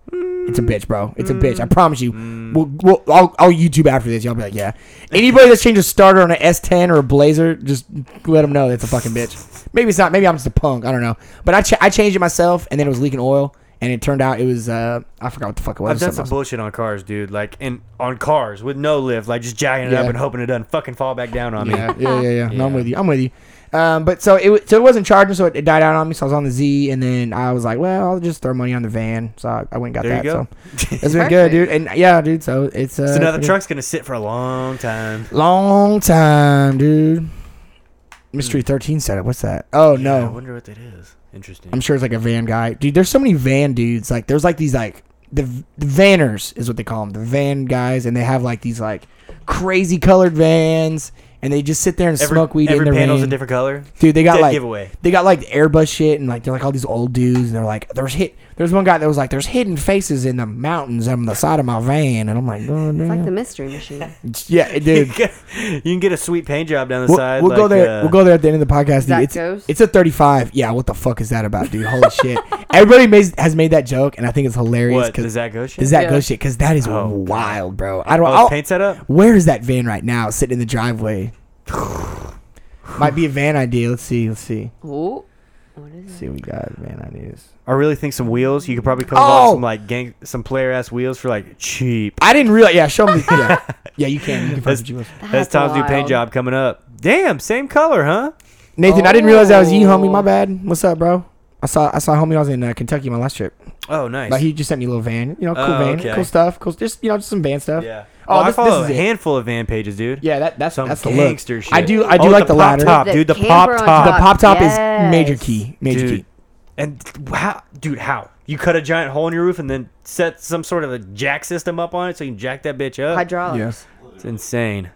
Speaker 3: It's a bitch, bro. It's a bitch. I promise you. We'll, we'll, I'll, I'll YouTube after this. Y'all be like, yeah. Anybody that's changed a starter on an S10 or a Blazer, just let them know that's a fucking bitch. Maybe it's not. Maybe I'm just a punk. I don't know. But I, ch- I changed it myself, and then it was leaking oil, and it turned out it was uh I forgot what the fuck it was.
Speaker 2: I've done
Speaker 3: Something
Speaker 2: some
Speaker 3: else.
Speaker 2: bullshit on cars, dude. Like, and on cars with no lift, like just jacking it up
Speaker 3: Yeah.
Speaker 2: and hoping it doesn't fucking fall back down on me.
Speaker 3: yeah, yeah, yeah, yeah. No, I'm
Speaker 2: Yeah.
Speaker 3: with you. I'm with you. Um, but so it wa- so it wasn't charging, so it, it died out on me. So I was on the Z, and then I was like, well, I'll just throw money on the van. So I, I went and got
Speaker 2: There you
Speaker 3: that.
Speaker 2: go.
Speaker 3: So it's been good, dude. And yeah, dude. So it's uh,
Speaker 2: So now the
Speaker 3: been a
Speaker 2: truck's gonna sit for a long time.
Speaker 3: long time, dude. Mystery thirteen setup. What's that? Oh
Speaker 2: Hmm. Yeah, I
Speaker 3: no,
Speaker 2: wonder what that is. Interesting.
Speaker 3: I'm sure it's like a van guy, dude. There's so many van dudes. Like there's like these like the, the vanners is what they call them, the van guys, and they have like these like crazy colored vans, and they just sit there and smoke weed
Speaker 2: every
Speaker 3: in their
Speaker 2: panel's a
Speaker 3: van.
Speaker 2: different color.
Speaker 3: Dude, they got
Speaker 2: Dead
Speaker 3: like
Speaker 2: giveaway.
Speaker 3: they got like Airbus shit and like they're like all these old dudes and they're like there's hit there's one guy that was like there's hidden faces in the mountains on the side of my van and I'm like oh,
Speaker 4: It's like
Speaker 3: damn.
Speaker 4: the mystery machine.
Speaker 3: yeah it- dude
Speaker 2: you can get a sweet paint job down the
Speaker 3: we'll,
Speaker 2: side.
Speaker 3: we'll go
Speaker 2: like,
Speaker 3: there
Speaker 2: uh,
Speaker 3: we'll go there at the end of the podcast dude
Speaker 4: Zach
Speaker 3: it's
Speaker 4: goes?
Speaker 3: it's a 35 yeah what the fuck is that about dude holy shit everybody made, has made that joke and I think it's hilarious
Speaker 2: What does
Speaker 3: because
Speaker 2: that go? shit?
Speaker 3: does that
Speaker 4: Yeah.
Speaker 3: go shit because that is
Speaker 2: Oh, God.
Speaker 3: wild bro I don't
Speaker 2: Oh,
Speaker 3: I'll-
Speaker 2: paint setup.
Speaker 3: where is that van right now sitting in the driveway might be a van idea let's see let's see
Speaker 4: Ooh. What is
Speaker 3: see what we got van ideas.
Speaker 2: I really think some wheels. You could probably come up
Speaker 3: Oh!
Speaker 2: with some like gang, some player ass wheels for like cheap.
Speaker 3: I didn't realize. Yeah, show me. Yeah, yeah you can. You can
Speaker 2: That's-
Speaker 3: first you was.
Speaker 2: That's
Speaker 4: That's
Speaker 2: Tom's new paint
Speaker 4: wild.
Speaker 2: job coming up. Damn, same color, huh?
Speaker 3: Nathan, I didn't realize that was you, homie.
Speaker 4: Oh.
Speaker 3: My bad. What's up, bro? I saw I saw homie. I was in uh, Kentucky my last trip.
Speaker 2: Oh, nice.
Speaker 3: Like he just sent me a little van. You know, cool
Speaker 2: Oh,
Speaker 3: van,
Speaker 2: okay.
Speaker 3: cool stuff, cool. Just you know, just some van stuff.
Speaker 2: yeah.
Speaker 3: Oh,
Speaker 2: Oh, I
Speaker 3: this- this
Speaker 2: follow
Speaker 3: is
Speaker 2: a
Speaker 3: it.
Speaker 2: handful of van pages, dude.
Speaker 3: Yeah, that, that's
Speaker 2: Some
Speaker 3: that's the look.
Speaker 2: gangster shit.
Speaker 3: I do I do
Speaker 2: Oh,
Speaker 3: like the,
Speaker 2: pop
Speaker 3: ladder.
Speaker 2: top,
Speaker 4: The
Speaker 2: dude. The
Speaker 4: camper
Speaker 2: pop
Speaker 4: on
Speaker 3: The
Speaker 2: top.
Speaker 4: top.
Speaker 3: pop top is
Speaker 4: Yes.
Speaker 3: major key, major
Speaker 2: Dude,
Speaker 3: key.
Speaker 2: And how, dude, how you cut a giant hole in your roof and then set some sort of a jack system up on it so you can jack that bitch up?
Speaker 4: Hydraulics.
Speaker 3: Yes.
Speaker 2: It's insane.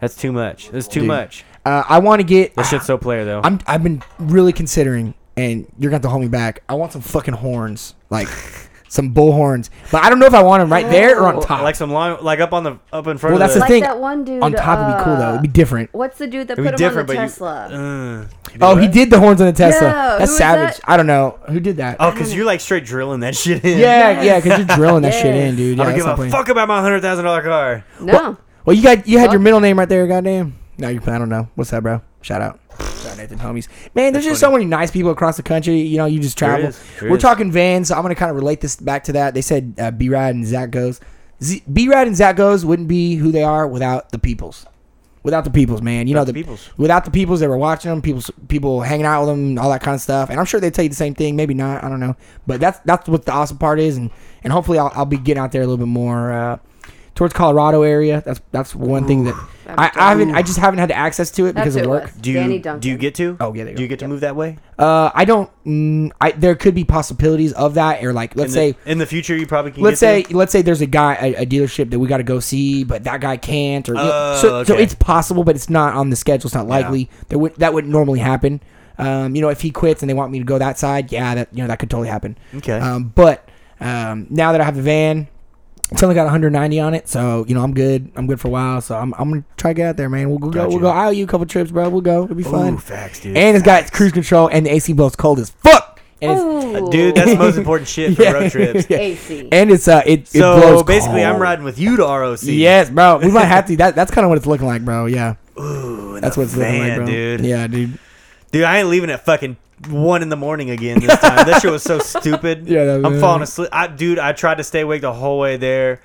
Speaker 2: That's too much. That's too
Speaker 3: Dude.
Speaker 2: much.
Speaker 3: Uh, I want to get.
Speaker 2: That shit's so player though.
Speaker 3: I'm I've been really considering, and you're gonna have to hold me back. I want some fucking horns, like some bull horns, but I don't know if I want them right there or on top.
Speaker 2: like some long, like up on the up in front
Speaker 3: Well,
Speaker 2: of
Speaker 3: that's
Speaker 2: the.
Speaker 3: the
Speaker 4: Like
Speaker 3: think
Speaker 4: that one dude.
Speaker 3: on top would be cool though.
Speaker 4: uh,
Speaker 3: It'd be different.
Speaker 4: What's the dude that
Speaker 2: It'd be
Speaker 4: put him on
Speaker 2: different,
Speaker 4: the
Speaker 2: but you-
Speaker 4: Tesla?
Speaker 2: Ugh. You do
Speaker 3: Oh, he
Speaker 2: what?
Speaker 3: did the horns on the Tesla.
Speaker 4: Yeah, who
Speaker 3: that's
Speaker 4: was
Speaker 3: savage.
Speaker 4: that?
Speaker 3: I don't know who did that.
Speaker 2: Oh, because you're like straight drilling that shit in.
Speaker 3: yeah, yeah, because you're drilling that shit in, dude. Yeah,
Speaker 2: I don't
Speaker 3: that's
Speaker 2: give
Speaker 3: not
Speaker 2: a
Speaker 3: playing.
Speaker 2: fuck about my hundred thousand dollar car.
Speaker 4: no.
Speaker 3: Well, you got you had your middle name right there. Goddamn. No, you're. I don't know. What's that, bro? Shout out. Shout out Nathan, homies. Man, there's just so many nice people across the country. You know, you just travel.
Speaker 2: is. There
Speaker 3: We're
Speaker 2: is.
Speaker 3: talking vans, so I'm gonna kind of relate this back to that. They said uh, B Rad and Zach goes. Z- B Rad and Zach goes wouldn't be who they are without the peoples. Without the peoples, man. You know
Speaker 2: Without
Speaker 3: the
Speaker 2: the peoples.
Speaker 3: Without the peoples, they were watching them. People, people hanging out with them, all that kind of stuff. And I'm sure they tell you the same thing. Maybe not. I don't know. But that's that's what the awesome part is. And and hopefully I'll, I'll be getting out there a little bit more uh, towards Colorado area. That's that's one thing that I, I haven't. I just haven't had access to it because
Speaker 4: That's who
Speaker 3: of
Speaker 4: it
Speaker 3: work.
Speaker 4: was.
Speaker 2: Do you
Speaker 4: Danny
Speaker 2: do you
Speaker 4: Duncan.
Speaker 2: get to?
Speaker 3: Oh, yeah, there you
Speaker 2: Do you
Speaker 3: go.
Speaker 2: get to move that way?
Speaker 3: Uh, I don't. Mm, I there could be possibilities of that, or like let's
Speaker 2: in
Speaker 3: say.
Speaker 2: the, in the future you probably can.
Speaker 3: Let's
Speaker 2: get
Speaker 3: say let's say there's a guy a, a dealership that we got to go see, but that guy can't, or you know,
Speaker 2: Oh,
Speaker 3: so, so
Speaker 2: okay.
Speaker 3: it's possible, but it's not on the schedule. It's not likely that would that wouldn't normally happen. Um, you know, if he quits and they want me to go that side, yeah, that you know that could totally happen.
Speaker 2: Okay.
Speaker 3: Um, but um, now that I have the van, it's only got 190 on it, so you know I'm good. I'm good for a while. So I'm, I'm gonna try to get out there, man. We'll go. We'll
Speaker 2: Gotcha.
Speaker 3: go. I'll you a couple trips, bro. We'll go. It'll be fun.
Speaker 2: Ooh, facts, dude.
Speaker 3: And it's got cruise control, and the AC blows cold as fuck. And it's,
Speaker 4: Ooh.
Speaker 2: uh, dude, that's the most important shit for
Speaker 3: Yeah.
Speaker 2: road trips.
Speaker 3: Yeah.
Speaker 4: AC.
Speaker 3: And it's uh, it, it
Speaker 2: So
Speaker 3: blows
Speaker 2: basically,
Speaker 3: cold.
Speaker 2: I'm riding with you to ROC.
Speaker 3: Yes, bro. We might have to. That, that's kind of what it's looking like, bro. Yeah,
Speaker 2: Ooh, in
Speaker 3: that's
Speaker 2: the
Speaker 3: what it's looking like,
Speaker 2: van,
Speaker 3: bro.
Speaker 2: dude.
Speaker 3: Yeah, dude.
Speaker 2: Dude, I ain't leaving at fucking one in the morning again this time. that shit was so stupid.
Speaker 3: Yeah, that-
Speaker 2: I'm falling asleep. I, dude, I tried to stay awake the whole way there.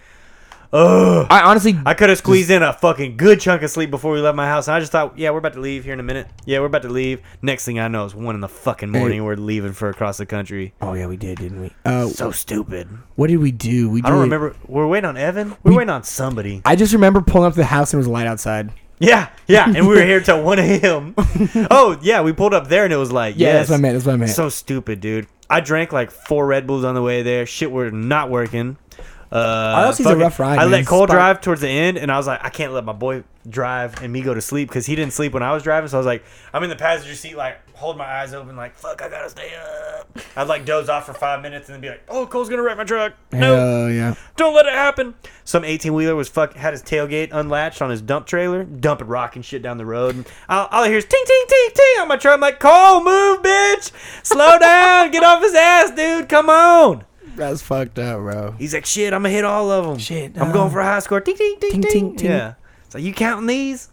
Speaker 2: Ugh.
Speaker 3: I honestly,
Speaker 2: I could have squeezed in a fucking good chunk of sleep before we left my house. And I just thought, yeah, we're about to leave here in a minute. Yeah, we're about to leave. Next thing I know, it's one in the fucking morning. We're leaving for across the country.
Speaker 3: oh yeah, we did, didn't we? Uh,
Speaker 2: So stupid.
Speaker 3: what did we do? We did,
Speaker 2: I don't remember. We're waiting on Evan. We're waiting on somebody.
Speaker 3: I just remember pulling up to the house and there was a light outside.
Speaker 2: Yeah, yeah. And we were here till 1 a.m. oh, yeah. We pulled up there and it was like,
Speaker 3: Yeah,
Speaker 2: yes.
Speaker 3: that's what I meant. That's what I meant.
Speaker 2: So stupid, dude. I drank like four Red Bulls on the way there. Shit were not working. Uh,
Speaker 3: RLC's a
Speaker 2: fucking-
Speaker 3: rough ride,
Speaker 2: I
Speaker 3: man.
Speaker 2: let Cole
Speaker 3: Spot-
Speaker 2: drive towards the end, and I was like, I can't let my boy drive and me go to sleep because he didn't sleep when I was driving. So I was like, I'm in the passenger seat, like hold my eyes open, like fuck, I gotta stay up. I'd like doze off for five minutes and then be like, oh, Cole's gonna wreck my truck. No,
Speaker 3: Hell yeah.
Speaker 2: don't let it happen. Some 18 wheeler was fuck had his tailgate unlatched on his dump trailer, dumping rock and shit down the road. And all, all I hear is ting ting ting ting on my truck. I'm like, Cole, move, bitch, slow down, get off his ass, dude. Come on.
Speaker 3: That's fucked up, bro.
Speaker 2: He's like, shit, I'm gonna hit all of them.
Speaker 3: Shit,
Speaker 2: I'm
Speaker 3: no.
Speaker 2: going for a high score. Ting ting ting
Speaker 3: Ting,
Speaker 2: ting.
Speaker 3: ting, ting.
Speaker 2: Yeah. So you counting these?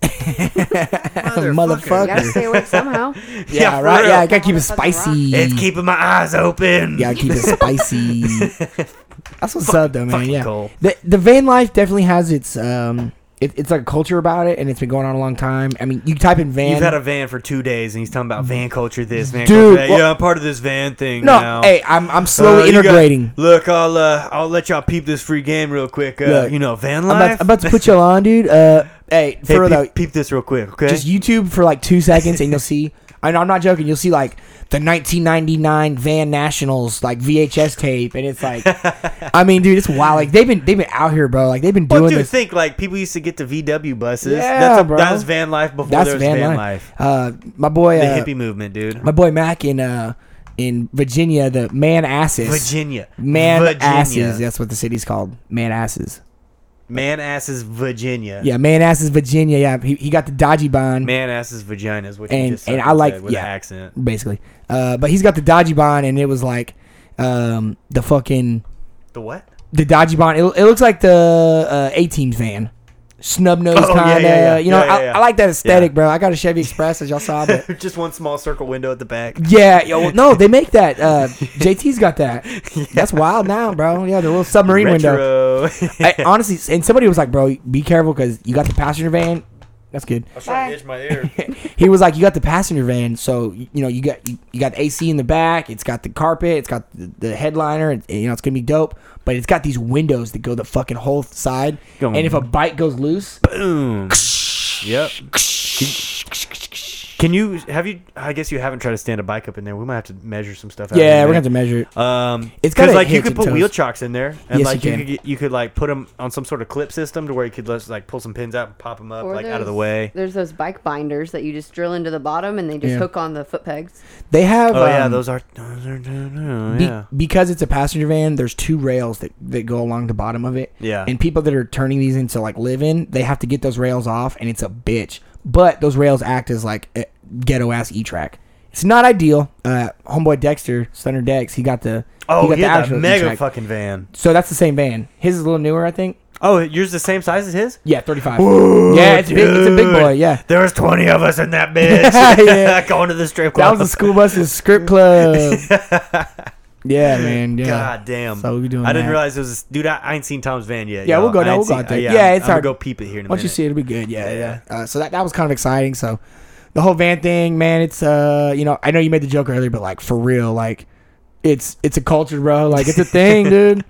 Speaker 3: Motherfucker.
Speaker 4: You gotta stay awake somehow.
Speaker 3: Yeah,
Speaker 2: for
Speaker 3: right.
Speaker 2: real.
Speaker 3: Yeah, I gotta keep it
Speaker 4: Motherfucking rock.
Speaker 3: spicy.
Speaker 2: It's keeping my eyes open.
Speaker 3: Yeah, keep it spicy. That's what's up, though, man.
Speaker 2: fucking
Speaker 3: Yeah,
Speaker 2: cool.
Speaker 3: the the van life definitely has its um, it, it's like a culture about it, and it's been going on a long time. I mean, you type in van.
Speaker 2: You've had a van for two days, and he's talking about van culture. This van,
Speaker 3: Dude,
Speaker 2: culture that.
Speaker 3: well-
Speaker 2: yeah, I'm part of this van thing.
Speaker 3: no,
Speaker 2: now.
Speaker 3: hey, I'm I'm
Speaker 2: Uh,
Speaker 3: slowly
Speaker 2: you got-
Speaker 3: integrating.
Speaker 2: look, I'll uh, I'll let y'all peep this free game real quick. Uh,
Speaker 3: Look,
Speaker 2: you know, van
Speaker 3: I'm
Speaker 2: life.
Speaker 3: about, I'm about to put you on, dude. Uh, hey,
Speaker 2: hey,
Speaker 3: for real
Speaker 2: peep,
Speaker 3: though,
Speaker 2: peep this real quick, okay?
Speaker 3: just YouTube for like two seconds, and you'll see. I know I'm not joking. You'll see like the 1999 Van Nationals like VHS tape, and it's like, I mean, dude, it's wild. Like they've been they've been out here, bro. Like they've been doing
Speaker 2: well, dude,
Speaker 3: this.
Speaker 2: think like people used to get the VW buses.
Speaker 3: Yeah,
Speaker 2: that's a,
Speaker 3: bro.
Speaker 2: That was van life before
Speaker 3: That's
Speaker 2: there was
Speaker 3: van,
Speaker 2: van,
Speaker 3: life.
Speaker 2: life.
Speaker 3: Uh, my boy,
Speaker 2: The
Speaker 3: uh,
Speaker 2: hippie movement, dude.
Speaker 3: my boy Mac in uh in Virginia, the man asses.
Speaker 2: Virginia,
Speaker 3: Man
Speaker 2: Virginia.
Speaker 3: asses. That's what the city's called. Man asses.
Speaker 2: man asses, Virginia.
Speaker 3: Yeah, man asses Virginia. Yeah, he, he got the dodgy bond.
Speaker 2: man asses, vagina is what
Speaker 3: And-
Speaker 2: you just
Speaker 3: and
Speaker 2: said
Speaker 3: I like-
Speaker 2: with
Speaker 3: yeah.
Speaker 2: an accent.
Speaker 3: basically. Uh, but he's got the dodgy bond, and it was like um, the fucking
Speaker 2: The what?
Speaker 3: the dodgy bond. It, it looks like the uh, A team's van, snub nose
Speaker 2: Oh, yeah,
Speaker 3: kind of.
Speaker 2: yeah, yeah.
Speaker 3: You know,
Speaker 2: Yeah, yeah,
Speaker 3: I,
Speaker 2: yeah.
Speaker 3: I like that aesthetic,
Speaker 2: Yeah.
Speaker 3: bro. I got a Chevy Express, as y'all saw, but.
Speaker 2: Just one small circle window at the back.
Speaker 3: Yeah, yo, well, no, they make that. Uh, JT's got that. That's wild now, bro. Yeah, the little submarine window.
Speaker 2: Retro.
Speaker 3: I, honestly, and somebody was like, "Bro, be careful because you got the passenger van." That's good.
Speaker 2: I was trying to itch my ear.
Speaker 3: He was like, "You got the passenger van, so you know you got you, you got the AC in the back. It's got the carpet. It's got the, the headliner. And, you know it's gonna be dope. But it's got these windows that go the fucking whole side.
Speaker 2: Go on.
Speaker 3: And if a bike goes loose,
Speaker 2: Boom. Yep. Can you have you? I guess you haven't tried to stand a bike up in there. We might have to measure some stuff. out
Speaker 3: Yeah,
Speaker 2: in a
Speaker 3: we're gonna have to
Speaker 2: minute.
Speaker 3: measure it.
Speaker 2: Um,
Speaker 3: It's
Speaker 2: it's
Speaker 3: gotta
Speaker 2: because like you
Speaker 3: hit
Speaker 2: could
Speaker 3: your
Speaker 2: put
Speaker 3: toes.
Speaker 2: wheel chocks in there, and
Speaker 3: Yes,
Speaker 2: like
Speaker 3: you
Speaker 2: you,
Speaker 3: can.
Speaker 2: could you could like put them on some sort of clip system to where you could just like pull some pins out and pop them up
Speaker 4: Or
Speaker 2: like out of the
Speaker 4: there's-
Speaker 2: way.
Speaker 4: There's those bike binders that you just drill into the bottom and they just
Speaker 3: Yeah.
Speaker 4: hook on the foot pegs.
Speaker 3: They have.
Speaker 2: Oh yeah,
Speaker 3: um,
Speaker 2: those are. Those are oh,
Speaker 3: be-
Speaker 2: yeah.
Speaker 3: because it's a passenger van. There's two rails that, that go along the bottom of it.
Speaker 2: Yeah.
Speaker 3: And people that are turning these into like live in, they have to get those rails off, and it's a bitch. But those rails act as like a ghetto ass e track. It's not ideal. Uh, homeboy Dexter, Stunner Dex, he got the
Speaker 2: Oh
Speaker 3: he got
Speaker 2: yeah,
Speaker 3: actual
Speaker 2: that mega
Speaker 3: E-track.
Speaker 2: fucking van.
Speaker 3: So that's the same van. His is a little newer, I think.
Speaker 2: Oh, yours the same size as his?
Speaker 3: Yeah, thirty five. Yeah, it's big. It's a big boy. Yeah.
Speaker 2: There was twenty of us in that bitch.
Speaker 3: Yeah.
Speaker 2: Going to the strip
Speaker 3: That
Speaker 2: club.
Speaker 3: was the school bus's script club. yeah, man. Yeah.
Speaker 2: God damn.
Speaker 3: So we doing
Speaker 2: I didn't
Speaker 3: that.
Speaker 2: realize it was dude. I, I ain't seen Tom's van yet.
Speaker 3: Yeah,
Speaker 2: y'all.
Speaker 3: we'll go
Speaker 2: I
Speaker 3: now,
Speaker 2: ain't
Speaker 3: we'll go
Speaker 2: seen-
Speaker 3: out there.
Speaker 2: uh,
Speaker 3: Yeah, it's
Speaker 2: I'm gonna
Speaker 3: hard.
Speaker 2: go peep it here in a
Speaker 3: Once
Speaker 2: minute.
Speaker 3: you see it, it'll be good. Yeah, yeah. Uh, so that, that was kind of exciting. So the whole van thing, man. It's uh, you know, I know you made the joke earlier, but like for real, like it's it's a culture, bro. Like it's a thing, dude.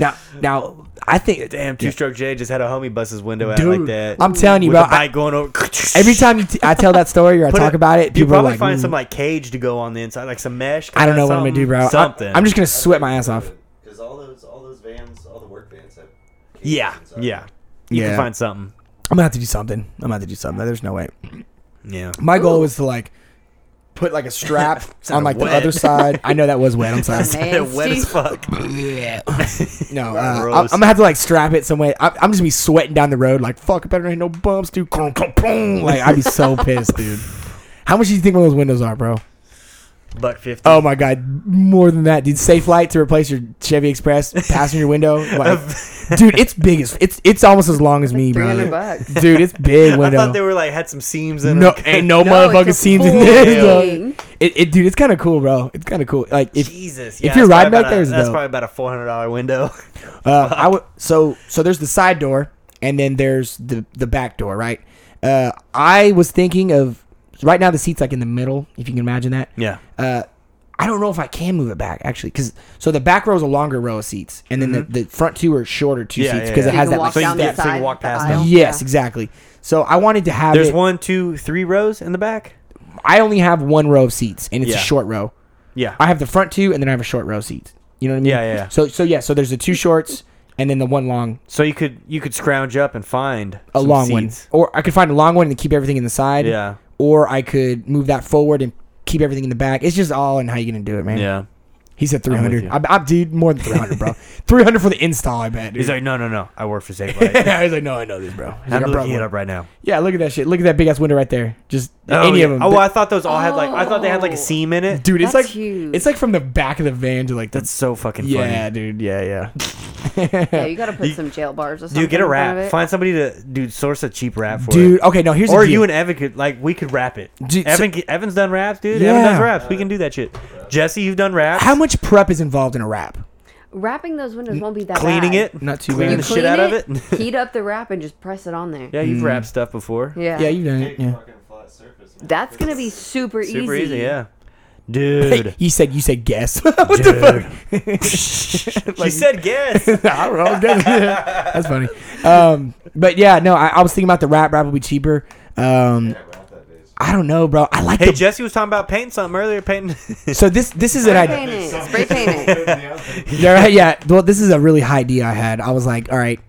Speaker 3: Now, now I think
Speaker 2: Damn, two stroke J just had a homie bust his window out
Speaker 3: Dude,
Speaker 2: like that.
Speaker 3: I'm telling you,
Speaker 2: With
Speaker 3: bro,
Speaker 2: the
Speaker 3: I-
Speaker 2: bike going over.
Speaker 3: every time you t- I tell that story or I
Speaker 2: Put
Speaker 3: talk about it,
Speaker 2: you
Speaker 3: people are
Speaker 2: probably
Speaker 3: like,
Speaker 2: find
Speaker 3: "Ooh,
Speaker 2: some like cage to go on the inside, like some mesh.
Speaker 3: I don't know
Speaker 2: kinda
Speaker 3: what I'm gonna do, bro. I-
Speaker 2: Something.
Speaker 3: I'm just gonna sweat my ass off.
Speaker 5: Because all those, all those vans, all the work vans have. cages
Speaker 2: Yeah,
Speaker 5: inside.
Speaker 2: yeah. You
Speaker 3: Yeah.
Speaker 2: can find something.
Speaker 3: I'm gonna have to do something. I'm gonna have to do something. There's no way.
Speaker 2: Yeah.
Speaker 3: My goal was to like put like a strap on
Speaker 2: Sounded
Speaker 3: like
Speaker 2: wet.
Speaker 3: the other side. I know that was wet. I'm sorry.
Speaker 2: Wet as
Speaker 4: Nasty.
Speaker 2: fuck.
Speaker 3: No, uh, I'm- I'm
Speaker 2: Gross.
Speaker 3: gonna have to like strap it some way. I'm, I'm just gonna be sweating down the road like fuck. I Better ain't no bumps, dude. Clunk, clunk, clunk. Like I'd be so pissed, dude. How much do you think one of those windows are, bro?
Speaker 2: Buck fifty.
Speaker 3: Oh my god, more than that, dude. Safe light to replace your Chevy Express passenger window, like, dude. It's big as it's it's almost as long as me,
Speaker 4: Three hundred
Speaker 3: bro.
Speaker 4: bucks.
Speaker 3: Dude, it's big
Speaker 2: I
Speaker 3: window.
Speaker 2: thought they were like had some seams in
Speaker 3: no,
Speaker 2: them.
Speaker 3: ain't no,
Speaker 4: No,
Speaker 3: motherfucking
Speaker 4: it's a
Speaker 3: seams in
Speaker 4: full
Speaker 3: this. Though.
Speaker 4: thing.
Speaker 3: It, it, dude, it's kind of cool, bro. It's kind of cool. Like if
Speaker 2: Jesus.
Speaker 3: if
Speaker 2: Yeah,
Speaker 3: you're
Speaker 2: that's probably
Speaker 3: riding back
Speaker 2: about
Speaker 3: there,
Speaker 2: a-
Speaker 3: it's
Speaker 2: that's
Speaker 3: dope.
Speaker 2: probably about a four hundred dollar window.
Speaker 3: Uh, I would so so. There's the side door, and then there's the the back door, right? Uh, I was thinking of right now the seat's like in the middle, if you can imagine that.
Speaker 2: Yeah.
Speaker 3: Uh, I don't know if I can move it back actually, because so the back row is a longer row of seats, and then the, the front two are shorter two
Speaker 2: Mm-hmm. Yeah,
Speaker 3: seats
Speaker 2: yeah,
Speaker 3: because
Speaker 2: yeah. So
Speaker 3: it
Speaker 2: you
Speaker 3: has that
Speaker 4: can
Speaker 3: like
Speaker 4: walk down
Speaker 2: so you
Speaker 4: the
Speaker 2: can
Speaker 4: side
Speaker 2: walk
Speaker 4: of
Speaker 2: past
Speaker 4: the
Speaker 2: them.
Speaker 4: aisle.
Speaker 3: yes, exactly. So I wanted to have
Speaker 2: There's
Speaker 3: it-
Speaker 2: one, two, three rows in the back.
Speaker 3: I only have one row of seats, and it's a
Speaker 2: Yeah.
Speaker 3: short row.
Speaker 2: Yeah.
Speaker 3: I have the front two, and then I have a short row of seats. You know what I mean?
Speaker 2: Yeah, yeah, yeah.
Speaker 3: So so yeah, so there's the two shorts, and then the one long
Speaker 2: so you could you could scrounge up and find
Speaker 3: a
Speaker 2: some
Speaker 3: long
Speaker 2: seats.
Speaker 3: one, or I could find a long one and keep everything in the side.
Speaker 2: Yeah.
Speaker 3: Or I could move that forward and keep everything in the back. It's just all in how you gonna do it, man.
Speaker 2: Yeah.
Speaker 3: He said 300.
Speaker 2: you.
Speaker 3: I'm, I'm, dude, more than 300, bro. 300 for the install, I bet. Dude.
Speaker 2: He's like, no, no, no. I work for Safe Light.
Speaker 3: yeah, he's like, no, I know this, bro. He's
Speaker 2: I'm
Speaker 3: like, I brought
Speaker 2: looking it
Speaker 3: one.
Speaker 2: up right now.
Speaker 3: Yeah, look at that shit. Look at that big ass window right there. Just
Speaker 2: Oh,
Speaker 3: any
Speaker 2: yeah.
Speaker 3: of them.
Speaker 2: Oh, I thought those all had like I thought they had like a
Speaker 4: Oh.
Speaker 2: seam in it.
Speaker 3: dude, it's
Speaker 4: That's
Speaker 3: like
Speaker 4: huge.
Speaker 3: it's like from the back of the van to like the.
Speaker 2: that's so fucking
Speaker 3: yeah,
Speaker 2: funny.
Speaker 3: dude. Yeah, yeah.
Speaker 4: Yeah, you gotta put
Speaker 2: You-
Speaker 4: some jail bars or something.
Speaker 2: Dude, get
Speaker 4: in
Speaker 2: a
Speaker 4: front of
Speaker 2: wrap.
Speaker 4: it.
Speaker 2: Find somebody to dude source a cheap wrap for
Speaker 3: Dude,
Speaker 2: it.
Speaker 3: okay, no. Here's
Speaker 2: Or
Speaker 3: the deal.
Speaker 2: you and Evan could like we could wrap it.
Speaker 3: Dude, so-
Speaker 2: Evan Evan's done raps, dude. Evan
Speaker 3: Yeah.
Speaker 2: does raps. We can do that shit. Jesse, you've done raps.
Speaker 3: How much prep is involved in a wrap?
Speaker 4: Wrapping those windows won't be that
Speaker 2: cleaning
Speaker 4: bad.
Speaker 2: it?
Speaker 3: Not too
Speaker 2: cleaning
Speaker 3: bad.
Speaker 2: the shit out of it.
Speaker 4: heat up the wrap and just press it on there.
Speaker 2: yeah,
Speaker 3: Mm.
Speaker 2: you've wrapped stuff before.
Speaker 4: Yeah.
Speaker 3: Yeah, you've done
Speaker 5: Big
Speaker 3: it. Yeah.
Speaker 5: fucking flat surface. Man.
Speaker 4: That's gonna be super,
Speaker 2: Super
Speaker 4: easy.
Speaker 2: easy, yeah. Dude.
Speaker 3: You said you said guess. what the fuck?
Speaker 2: she said guess.
Speaker 3: I don't know. That's funny. Um, but yeah, no, I, I was thinking about the wrap. Wrap would be cheaper. Um,
Speaker 5: Yeah, wrap that bitch.
Speaker 3: I don't know, bro. I like
Speaker 2: hey,
Speaker 3: the.
Speaker 2: Jesse was talking about painting something earlier. Painting.
Speaker 3: so this this is an idea.
Speaker 4: Spray paint it. Spray paint it.
Speaker 3: Yeah, right, yeah. Well, this is a really high idea I had. I was like, all right,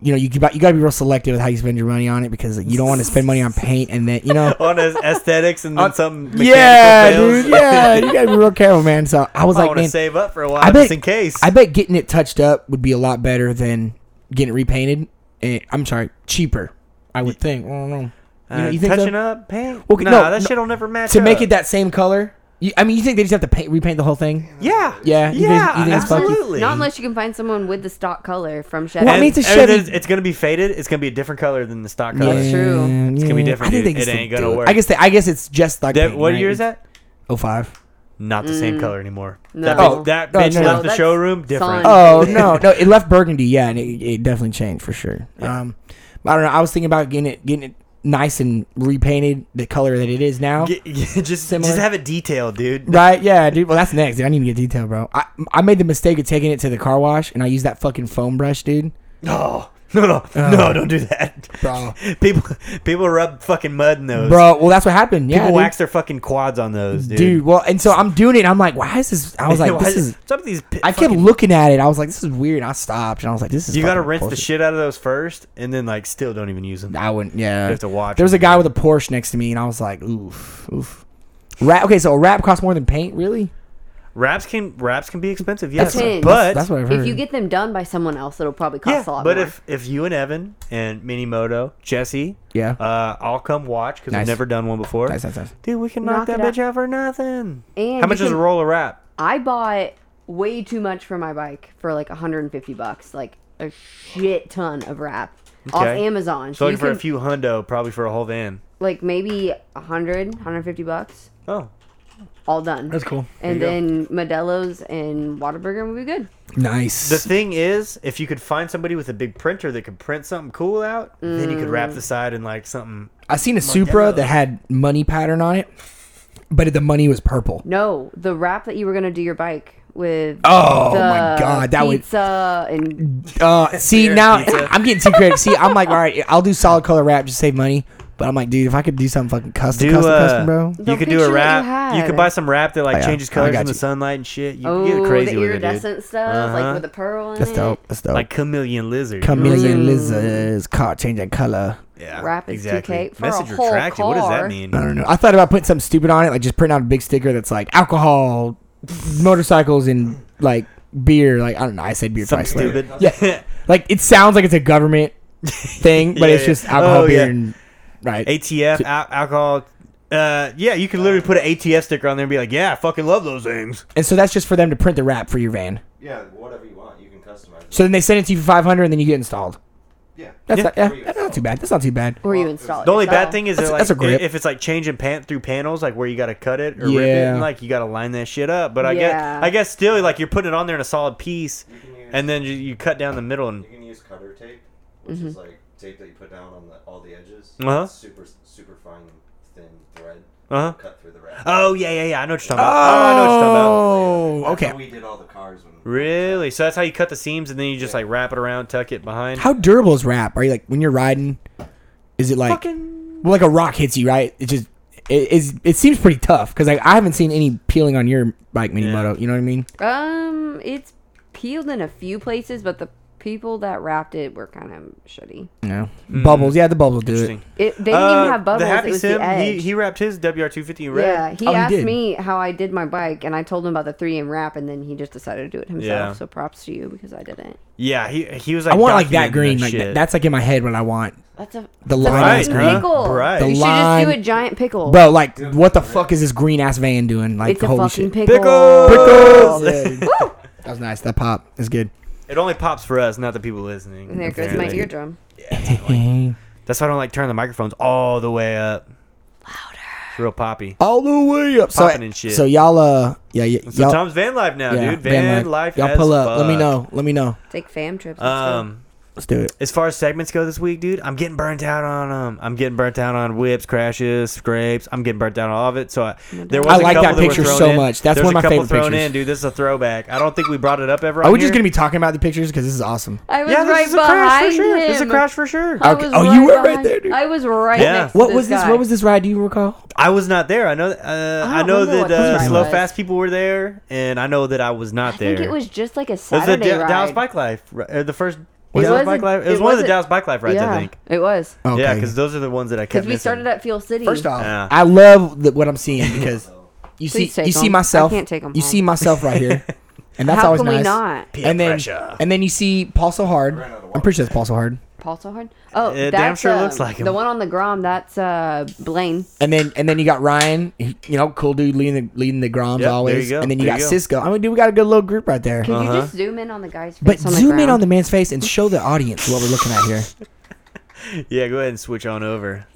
Speaker 3: you know, you got you got to be real selective with how you spend your money on it because you don't want to spend money on paint and then you know.
Speaker 2: on his aesthetics and then something. mechanical
Speaker 3: Uh, yeah,
Speaker 2: fails.
Speaker 3: dude. Yeah, you got to be real careful, man. So I was
Speaker 2: I
Speaker 3: like,
Speaker 2: want to
Speaker 3: man,
Speaker 2: save up for a while
Speaker 3: I bet
Speaker 2: just in case.
Speaker 3: I bet getting it touched up would be a lot better than getting it repainted. And, I'm sorry, cheaper. I would think. I don't know. You, know,
Speaker 2: Uh,
Speaker 3: you think
Speaker 2: touching
Speaker 3: so?
Speaker 2: up paint?
Speaker 3: Well, c-
Speaker 2: nah,
Speaker 3: no,
Speaker 2: that
Speaker 3: no.
Speaker 2: shit will never match
Speaker 3: to make
Speaker 2: up.
Speaker 3: it that same color? You, I mean, you think they just have to paint, repaint the whole thing?
Speaker 2: Yeah.
Speaker 3: Yeah, you think-
Speaker 2: Yeah.
Speaker 3: you think it's funky?
Speaker 2: absolutely.
Speaker 4: Not unless you can find someone with the stock color from Chevy.
Speaker 3: Well, I mean, it's a Chevy.
Speaker 2: It's, it's gonna be faded. It's gonna be a different color than the stock color.
Speaker 4: That's true.
Speaker 3: Man,
Speaker 2: It's gonna be
Speaker 3: yeah.
Speaker 2: different, dude.
Speaker 3: they
Speaker 2: It
Speaker 3: still
Speaker 2: ain't gonna
Speaker 3: do it.
Speaker 2: work.
Speaker 3: I guess they, I guess it's just like
Speaker 2: That-
Speaker 3: paint,
Speaker 2: what
Speaker 3: right?
Speaker 2: year is that?
Speaker 3: 05.
Speaker 2: Not the same color anymore. That
Speaker 4: Mm. No.
Speaker 2: bitch, that
Speaker 3: Oh. No,
Speaker 2: bitch
Speaker 3: no, no.
Speaker 2: left the
Speaker 4: That's
Speaker 2: showroom different.
Speaker 4: sun.
Speaker 3: Oh no, no, it left burgundy. Yeah, and it, it definitely changed for sure. Um, but I don't know. I was thinking about getting it, getting it nice and repainted the color that it is now.
Speaker 2: Get- get- just,
Speaker 3: Similar.
Speaker 2: just have it detailed, dude.
Speaker 3: Right? Yeah, dude. Well, that's next, dude. I need to get detailed, bro. I I made the mistake of taking it to the car wash, and I used that fucking foam brush, dude.
Speaker 2: Oh, No, no, no! Don't do that,
Speaker 3: Bro.
Speaker 2: People, people rub fucking mud in those.
Speaker 3: bro. Well, that's what happened. Yeah,
Speaker 2: people
Speaker 3: dude.
Speaker 2: wax their fucking quads on those, dude.
Speaker 3: dude. Well, and so I'm doing it. I'm like, why is this? I was like,
Speaker 2: Why
Speaker 3: this is.
Speaker 2: what's up with these? pi-
Speaker 3: I kept
Speaker 2: fucking-
Speaker 3: looking at it. I was like, this is weird. I stopped, and I was like, this is.
Speaker 2: You gotta
Speaker 3: fucking
Speaker 2: rinse the
Speaker 3: bullshit.
Speaker 2: shit out of those first, and then like still don't even use them.
Speaker 3: I wouldn't. Yeah,
Speaker 2: You have to watch
Speaker 3: There was a
Speaker 2: them.
Speaker 3: guy with a Porsche next to me, and I was like, oof, oof. Wrap. Okay, so a wrap costs more than paint, really?
Speaker 2: Wraps can wraps can be expensive, yes,
Speaker 4: Depends.
Speaker 2: but
Speaker 3: That's what I've heard.
Speaker 4: If you get them done by someone else, it'll probably
Speaker 2: yeah,
Speaker 4: cost a lot
Speaker 2: but
Speaker 4: more.
Speaker 2: if if you and Evan and Minimoto, Jesse,
Speaker 3: Yeah.
Speaker 2: uh, I'll come watch because
Speaker 3: Nice.
Speaker 2: we've never done one before.
Speaker 3: Nice, nice, nice.
Speaker 2: Dude, we can knock,
Speaker 4: Knock
Speaker 2: that
Speaker 4: it out.
Speaker 2: bitch out for nothing.
Speaker 4: And
Speaker 2: How
Speaker 4: you
Speaker 2: much is
Speaker 4: can-
Speaker 2: a roll of wrap?
Speaker 4: I bought way too much for my bike for like 150 bucks, like a shit ton of wrap off
Speaker 2: Okay.
Speaker 4: Amazon.
Speaker 2: So
Speaker 4: So you
Speaker 2: looking for
Speaker 4: can,
Speaker 2: a few hundo, probably for a whole van.
Speaker 4: like maybe 100, 150 bucks,
Speaker 2: Oh,
Speaker 4: all done.
Speaker 3: cool.
Speaker 4: And then Modelo's and Whataburger will be good.
Speaker 3: Nice.
Speaker 2: the thing is, if you could find somebody with a big printer that could print something cool out, then you could wrap
Speaker 4: Mm.
Speaker 2: the side in like something.
Speaker 3: I seen a Supra that had money pattern on it, but the money was purple.
Speaker 4: No, the wrap that you were gonna do your bike with.
Speaker 3: Oh
Speaker 4: the
Speaker 3: my god, that would
Speaker 4: pizza and
Speaker 3: Uh, see
Speaker 2: Beer,
Speaker 3: now,
Speaker 2: Oh, pizza.
Speaker 3: I'm getting too creative. See, I'm like, all right, I'll do solid color wrap just save money. But I'm like, dude, if I could do something fucking custom,
Speaker 2: Do
Speaker 3: custom,
Speaker 2: uh,
Speaker 3: custom, bro.
Speaker 2: you
Speaker 4: The
Speaker 2: could do
Speaker 4: picture that
Speaker 2: a
Speaker 4: you
Speaker 2: wrap. You,
Speaker 4: had.
Speaker 2: could buy some wrap that like
Speaker 3: Oh, yeah.
Speaker 2: changes
Speaker 3: I
Speaker 2: colors
Speaker 3: got
Speaker 2: in the
Speaker 3: you.
Speaker 2: sunlight and shit. You
Speaker 4: oh
Speaker 2: could get crazy
Speaker 4: the
Speaker 2: with it, dude.
Speaker 4: iridescent stuff,
Speaker 2: Uh-huh.
Speaker 4: like with the pearl in
Speaker 3: That's
Speaker 4: it.
Speaker 3: dope. That's dope.
Speaker 2: like chameleon lizard.
Speaker 3: Chameleon lizards caught changing color.
Speaker 2: yeah,
Speaker 4: Wrap is 2K for a
Speaker 2: Message
Speaker 4: whole
Speaker 2: retracted. What does that
Speaker 4: car.
Speaker 2: mean?
Speaker 3: I don't know. I thought about putting something stupid on it, like just print out a big sticker that's like alcohol, motorcycles, and like beer. Like I don't know. I said beer
Speaker 2: Something
Speaker 3: twice. later.
Speaker 2: stupid.
Speaker 3: Yeah. Like it sounds like it's a government thing, but
Speaker 2: Yeah,
Speaker 3: it's just
Speaker 2: yeah.
Speaker 3: alcohol,
Speaker 2: Oh,
Speaker 3: beer,
Speaker 2: yeah.
Speaker 3: and right.
Speaker 2: ATF al- alcohol. Uh, yeah, you could literally put an ATF sticker on there and be like, "Yeah, I fucking love those things."
Speaker 3: And so that's just for them to print the wrap for your van.
Speaker 5: Yeah, whatever you want, you can customize. it.
Speaker 3: So then they send it to you for 500, and then you get installed.
Speaker 5: Yeah.
Speaker 3: That's
Speaker 2: Yeah.
Speaker 3: not, yeah, that's not too bad. That's not too bad.
Speaker 4: Or you install it.
Speaker 2: The only
Speaker 4: yourself.
Speaker 2: bad thing is
Speaker 3: That's-
Speaker 2: that, like,
Speaker 3: that's a grip.
Speaker 2: if it's like changing pan- through panels, like where you got to cut it or rip it,
Speaker 3: Yeah.
Speaker 2: and, like you got to line that shit up. But I
Speaker 4: Yeah.
Speaker 2: guess I guess still like you're putting it on there in a solid piece,
Speaker 5: You can use,
Speaker 2: and then you, you cut down the middle and
Speaker 5: you can use cutter tape, which is like tape that you put down on the, all the edges.
Speaker 2: Uh-huh.
Speaker 5: It's Super super fine thin thread.
Speaker 2: Uh-huh.
Speaker 5: Cut through the wrap.
Speaker 2: oh yeah yeah yeah I know what you're talking about. Oh, I know what you're talking about.
Speaker 3: Oh,
Speaker 5: That's
Speaker 3: okay.
Speaker 5: how we did all the cars when
Speaker 2: Really? So that's how you cut the seams, and then you just like wrap it around, tuck it behind.
Speaker 3: How durable is wrap? Are you like when you're riding? Is it like
Speaker 2: Fucking-
Speaker 3: well, like a rock hits you, right? It just it is. It seems pretty tough because like I haven't seen any peeling on your bike, Minimoto. You know what I mean?
Speaker 4: Um, it's peeled in a few places, but the people that wrapped it were kind of shitty.
Speaker 3: No bubbles. Yeah, the bubbles do it.
Speaker 2: Mm. Interesting.
Speaker 4: It, they didn't
Speaker 2: Uh,
Speaker 4: even have bubbles.
Speaker 2: The Happy
Speaker 4: it was
Speaker 2: Sim,
Speaker 4: the edge.
Speaker 2: he, he wrapped his WR250 in red.
Speaker 4: yeah, he
Speaker 3: Oh, he
Speaker 4: asked
Speaker 3: did.
Speaker 4: me how I did my bike, and I told him about the 3M wrap, and then he just decided to do it himself.
Speaker 2: Yeah.
Speaker 4: So props to you because I didn't.
Speaker 2: Yeah, he he was
Speaker 3: I
Speaker 2: like.
Speaker 3: want like that
Speaker 2: documenting
Speaker 3: green. like
Speaker 2: shit.
Speaker 3: that, that's like in my head what I want.
Speaker 4: That's a
Speaker 3: The
Speaker 4: that's a
Speaker 3: line is
Speaker 4: fucking
Speaker 3: green.
Speaker 4: pickle.
Speaker 2: Right. The
Speaker 4: You should just do
Speaker 3: line-
Speaker 4: a giant pickle,
Speaker 3: Bro, like what the fuck is this green ass van doing? Like
Speaker 4: It's a
Speaker 3: holy
Speaker 4: fucking
Speaker 3: shit.
Speaker 4: pickle.
Speaker 2: Pickles! Pickles!
Speaker 3: Yeah, dude. that was nice. That pop is good.
Speaker 2: It only pops for us, not the people listening.
Speaker 4: And there goes my
Speaker 2: apparently.
Speaker 4: eardrum.
Speaker 2: That's why I don't like turning the microphones all the way up. Louder. It's real poppy.
Speaker 3: All the way up. So,
Speaker 2: Popping and shit.
Speaker 3: so y'all, uh, yeah, y-
Speaker 2: So
Speaker 3: y'all,
Speaker 2: Tom's van life now,
Speaker 3: yeah,
Speaker 2: dude. Van, life.
Speaker 3: Y'all
Speaker 2: as
Speaker 3: pull up. Let me
Speaker 2: fuck.
Speaker 3: know. Let me know.
Speaker 4: Take fam trips. Um,
Speaker 2: Um,
Speaker 3: Let's do it.
Speaker 2: as far as segments go this week, dude, I'm getting burnt out on um, I'm getting burnt out on whips, crashes, scrapes. I'm getting burnt out on all of it. So I, there was
Speaker 3: I
Speaker 2: a
Speaker 3: like
Speaker 2: couple
Speaker 3: that
Speaker 2: were
Speaker 3: picture
Speaker 2: thrown
Speaker 3: so
Speaker 2: in.
Speaker 3: much. That's
Speaker 2: There's
Speaker 3: one of
Speaker 2: a
Speaker 3: my
Speaker 2: couple
Speaker 3: favorite
Speaker 2: thrown
Speaker 3: pictures.
Speaker 2: in, dude. This is a throwback. I don't think we brought it up ever.
Speaker 3: Are we just gonna be talking about the pictures because this is awesome?
Speaker 4: I was
Speaker 2: Yeah, this
Speaker 4: right
Speaker 2: is a crash for
Speaker 4: behind
Speaker 2: sure.
Speaker 4: him.
Speaker 2: This is a crash for sure.
Speaker 4: I
Speaker 3: Okay.
Speaker 4: was
Speaker 3: Oh, you were right
Speaker 4: behind-
Speaker 3: there, dude.
Speaker 4: I was right
Speaker 2: Yeah.
Speaker 4: next to
Speaker 3: What was this?
Speaker 4: guy.
Speaker 3: What was this ride? Do you recall?
Speaker 2: I was not there. I know. Uh,
Speaker 4: don't
Speaker 2: I, know
Speaker 4: remember
Speaker 2: that
Speaker 4: Oh, what time
Speaker 2: uh,
Speaker 4: it
Speaker 2: slow
Speaker 4: was.
Speaker 2: fast people were there, and I know that I was not
Speaker 4: I
Speaker 2: there.
Speaker 4: think it was just like a
Speaker 2: It was the
Speaker 4: Saturday
Speaker 2: Da-
Speaker 4: ride.
Speaker 2: Dallas Bike Life. ri- uh, the first
Speaker 4: It
Speaker 2: Dallas
Speaker 4: wasn't-
Speaker 2: Bike Life. It
Speaker 4: it
Speaker 2: was one of the
Speaker 4: wasn't-
Speaker 2: Dallas Bike Life rides,
Speaker 4: yeah,
Speaker 2: I think.
Speaker 4: it was.
Speaker 3: Oh, Okay.
Speaker 2: Yeah, because those are the ones that I kept.
Speaker 4: Because we
Speaker 2: missing.
Speaker 4: started at Fuel City.
Speaker 3: First off,
Speaker 2: Yeah.
Speaker 3: I love the, what I'm seeing because you see
Speaker 4: Please take
Speaker 3: you see
Speaker 4: 'em. I
Speaker 3: myself.
Speaker 4: can't take 'em
Speaker 3: You
Speaker 4: home.
Speaker 3: see myself right here, and that's
Speaker 4: How
Speaker 3: always
Speaker 4: can
Speaker 3: nice.
Speaker 4: we not?
Speaker 2: Peer
Speaker 3: And then
Speaker 2: pressure.
Speaker 3: and then you see Paul so hard. I'm pretty sure that's Paul so hard.
Speaker 4: Paul Sohard? Oh,
Speaker 2: It damn
Speaker 4: that's,
Speaker 2: sure
Speaker 4: uh,
Speaker 2: looks like him.
Speaker 4: The one on the Grom, that's uh, Blaine.
Speaker 3: And then and then you got Ryan, he- you know, cool dude leading the leading the Groms
Speaker 2: Yep, there
Speaker 3: always.
Speaker 2: you go,
Speaker 3: And then you
Speaker 2: there
Speaker 3: got
Speaker 2: you go.
Speaker 3: Cisco. I mean, dude, we got a good little group right there.
Speaker 4: Could you just zoom in on the guy's face
Speaker 3: But
Speaker 4: on the
Speaker 3: zoom in
Speaker 4: ground?
Speaker 3: on the man's face and show the audience what we're looking at here.
Speaker 2: Yeah, go ahead and switch on over.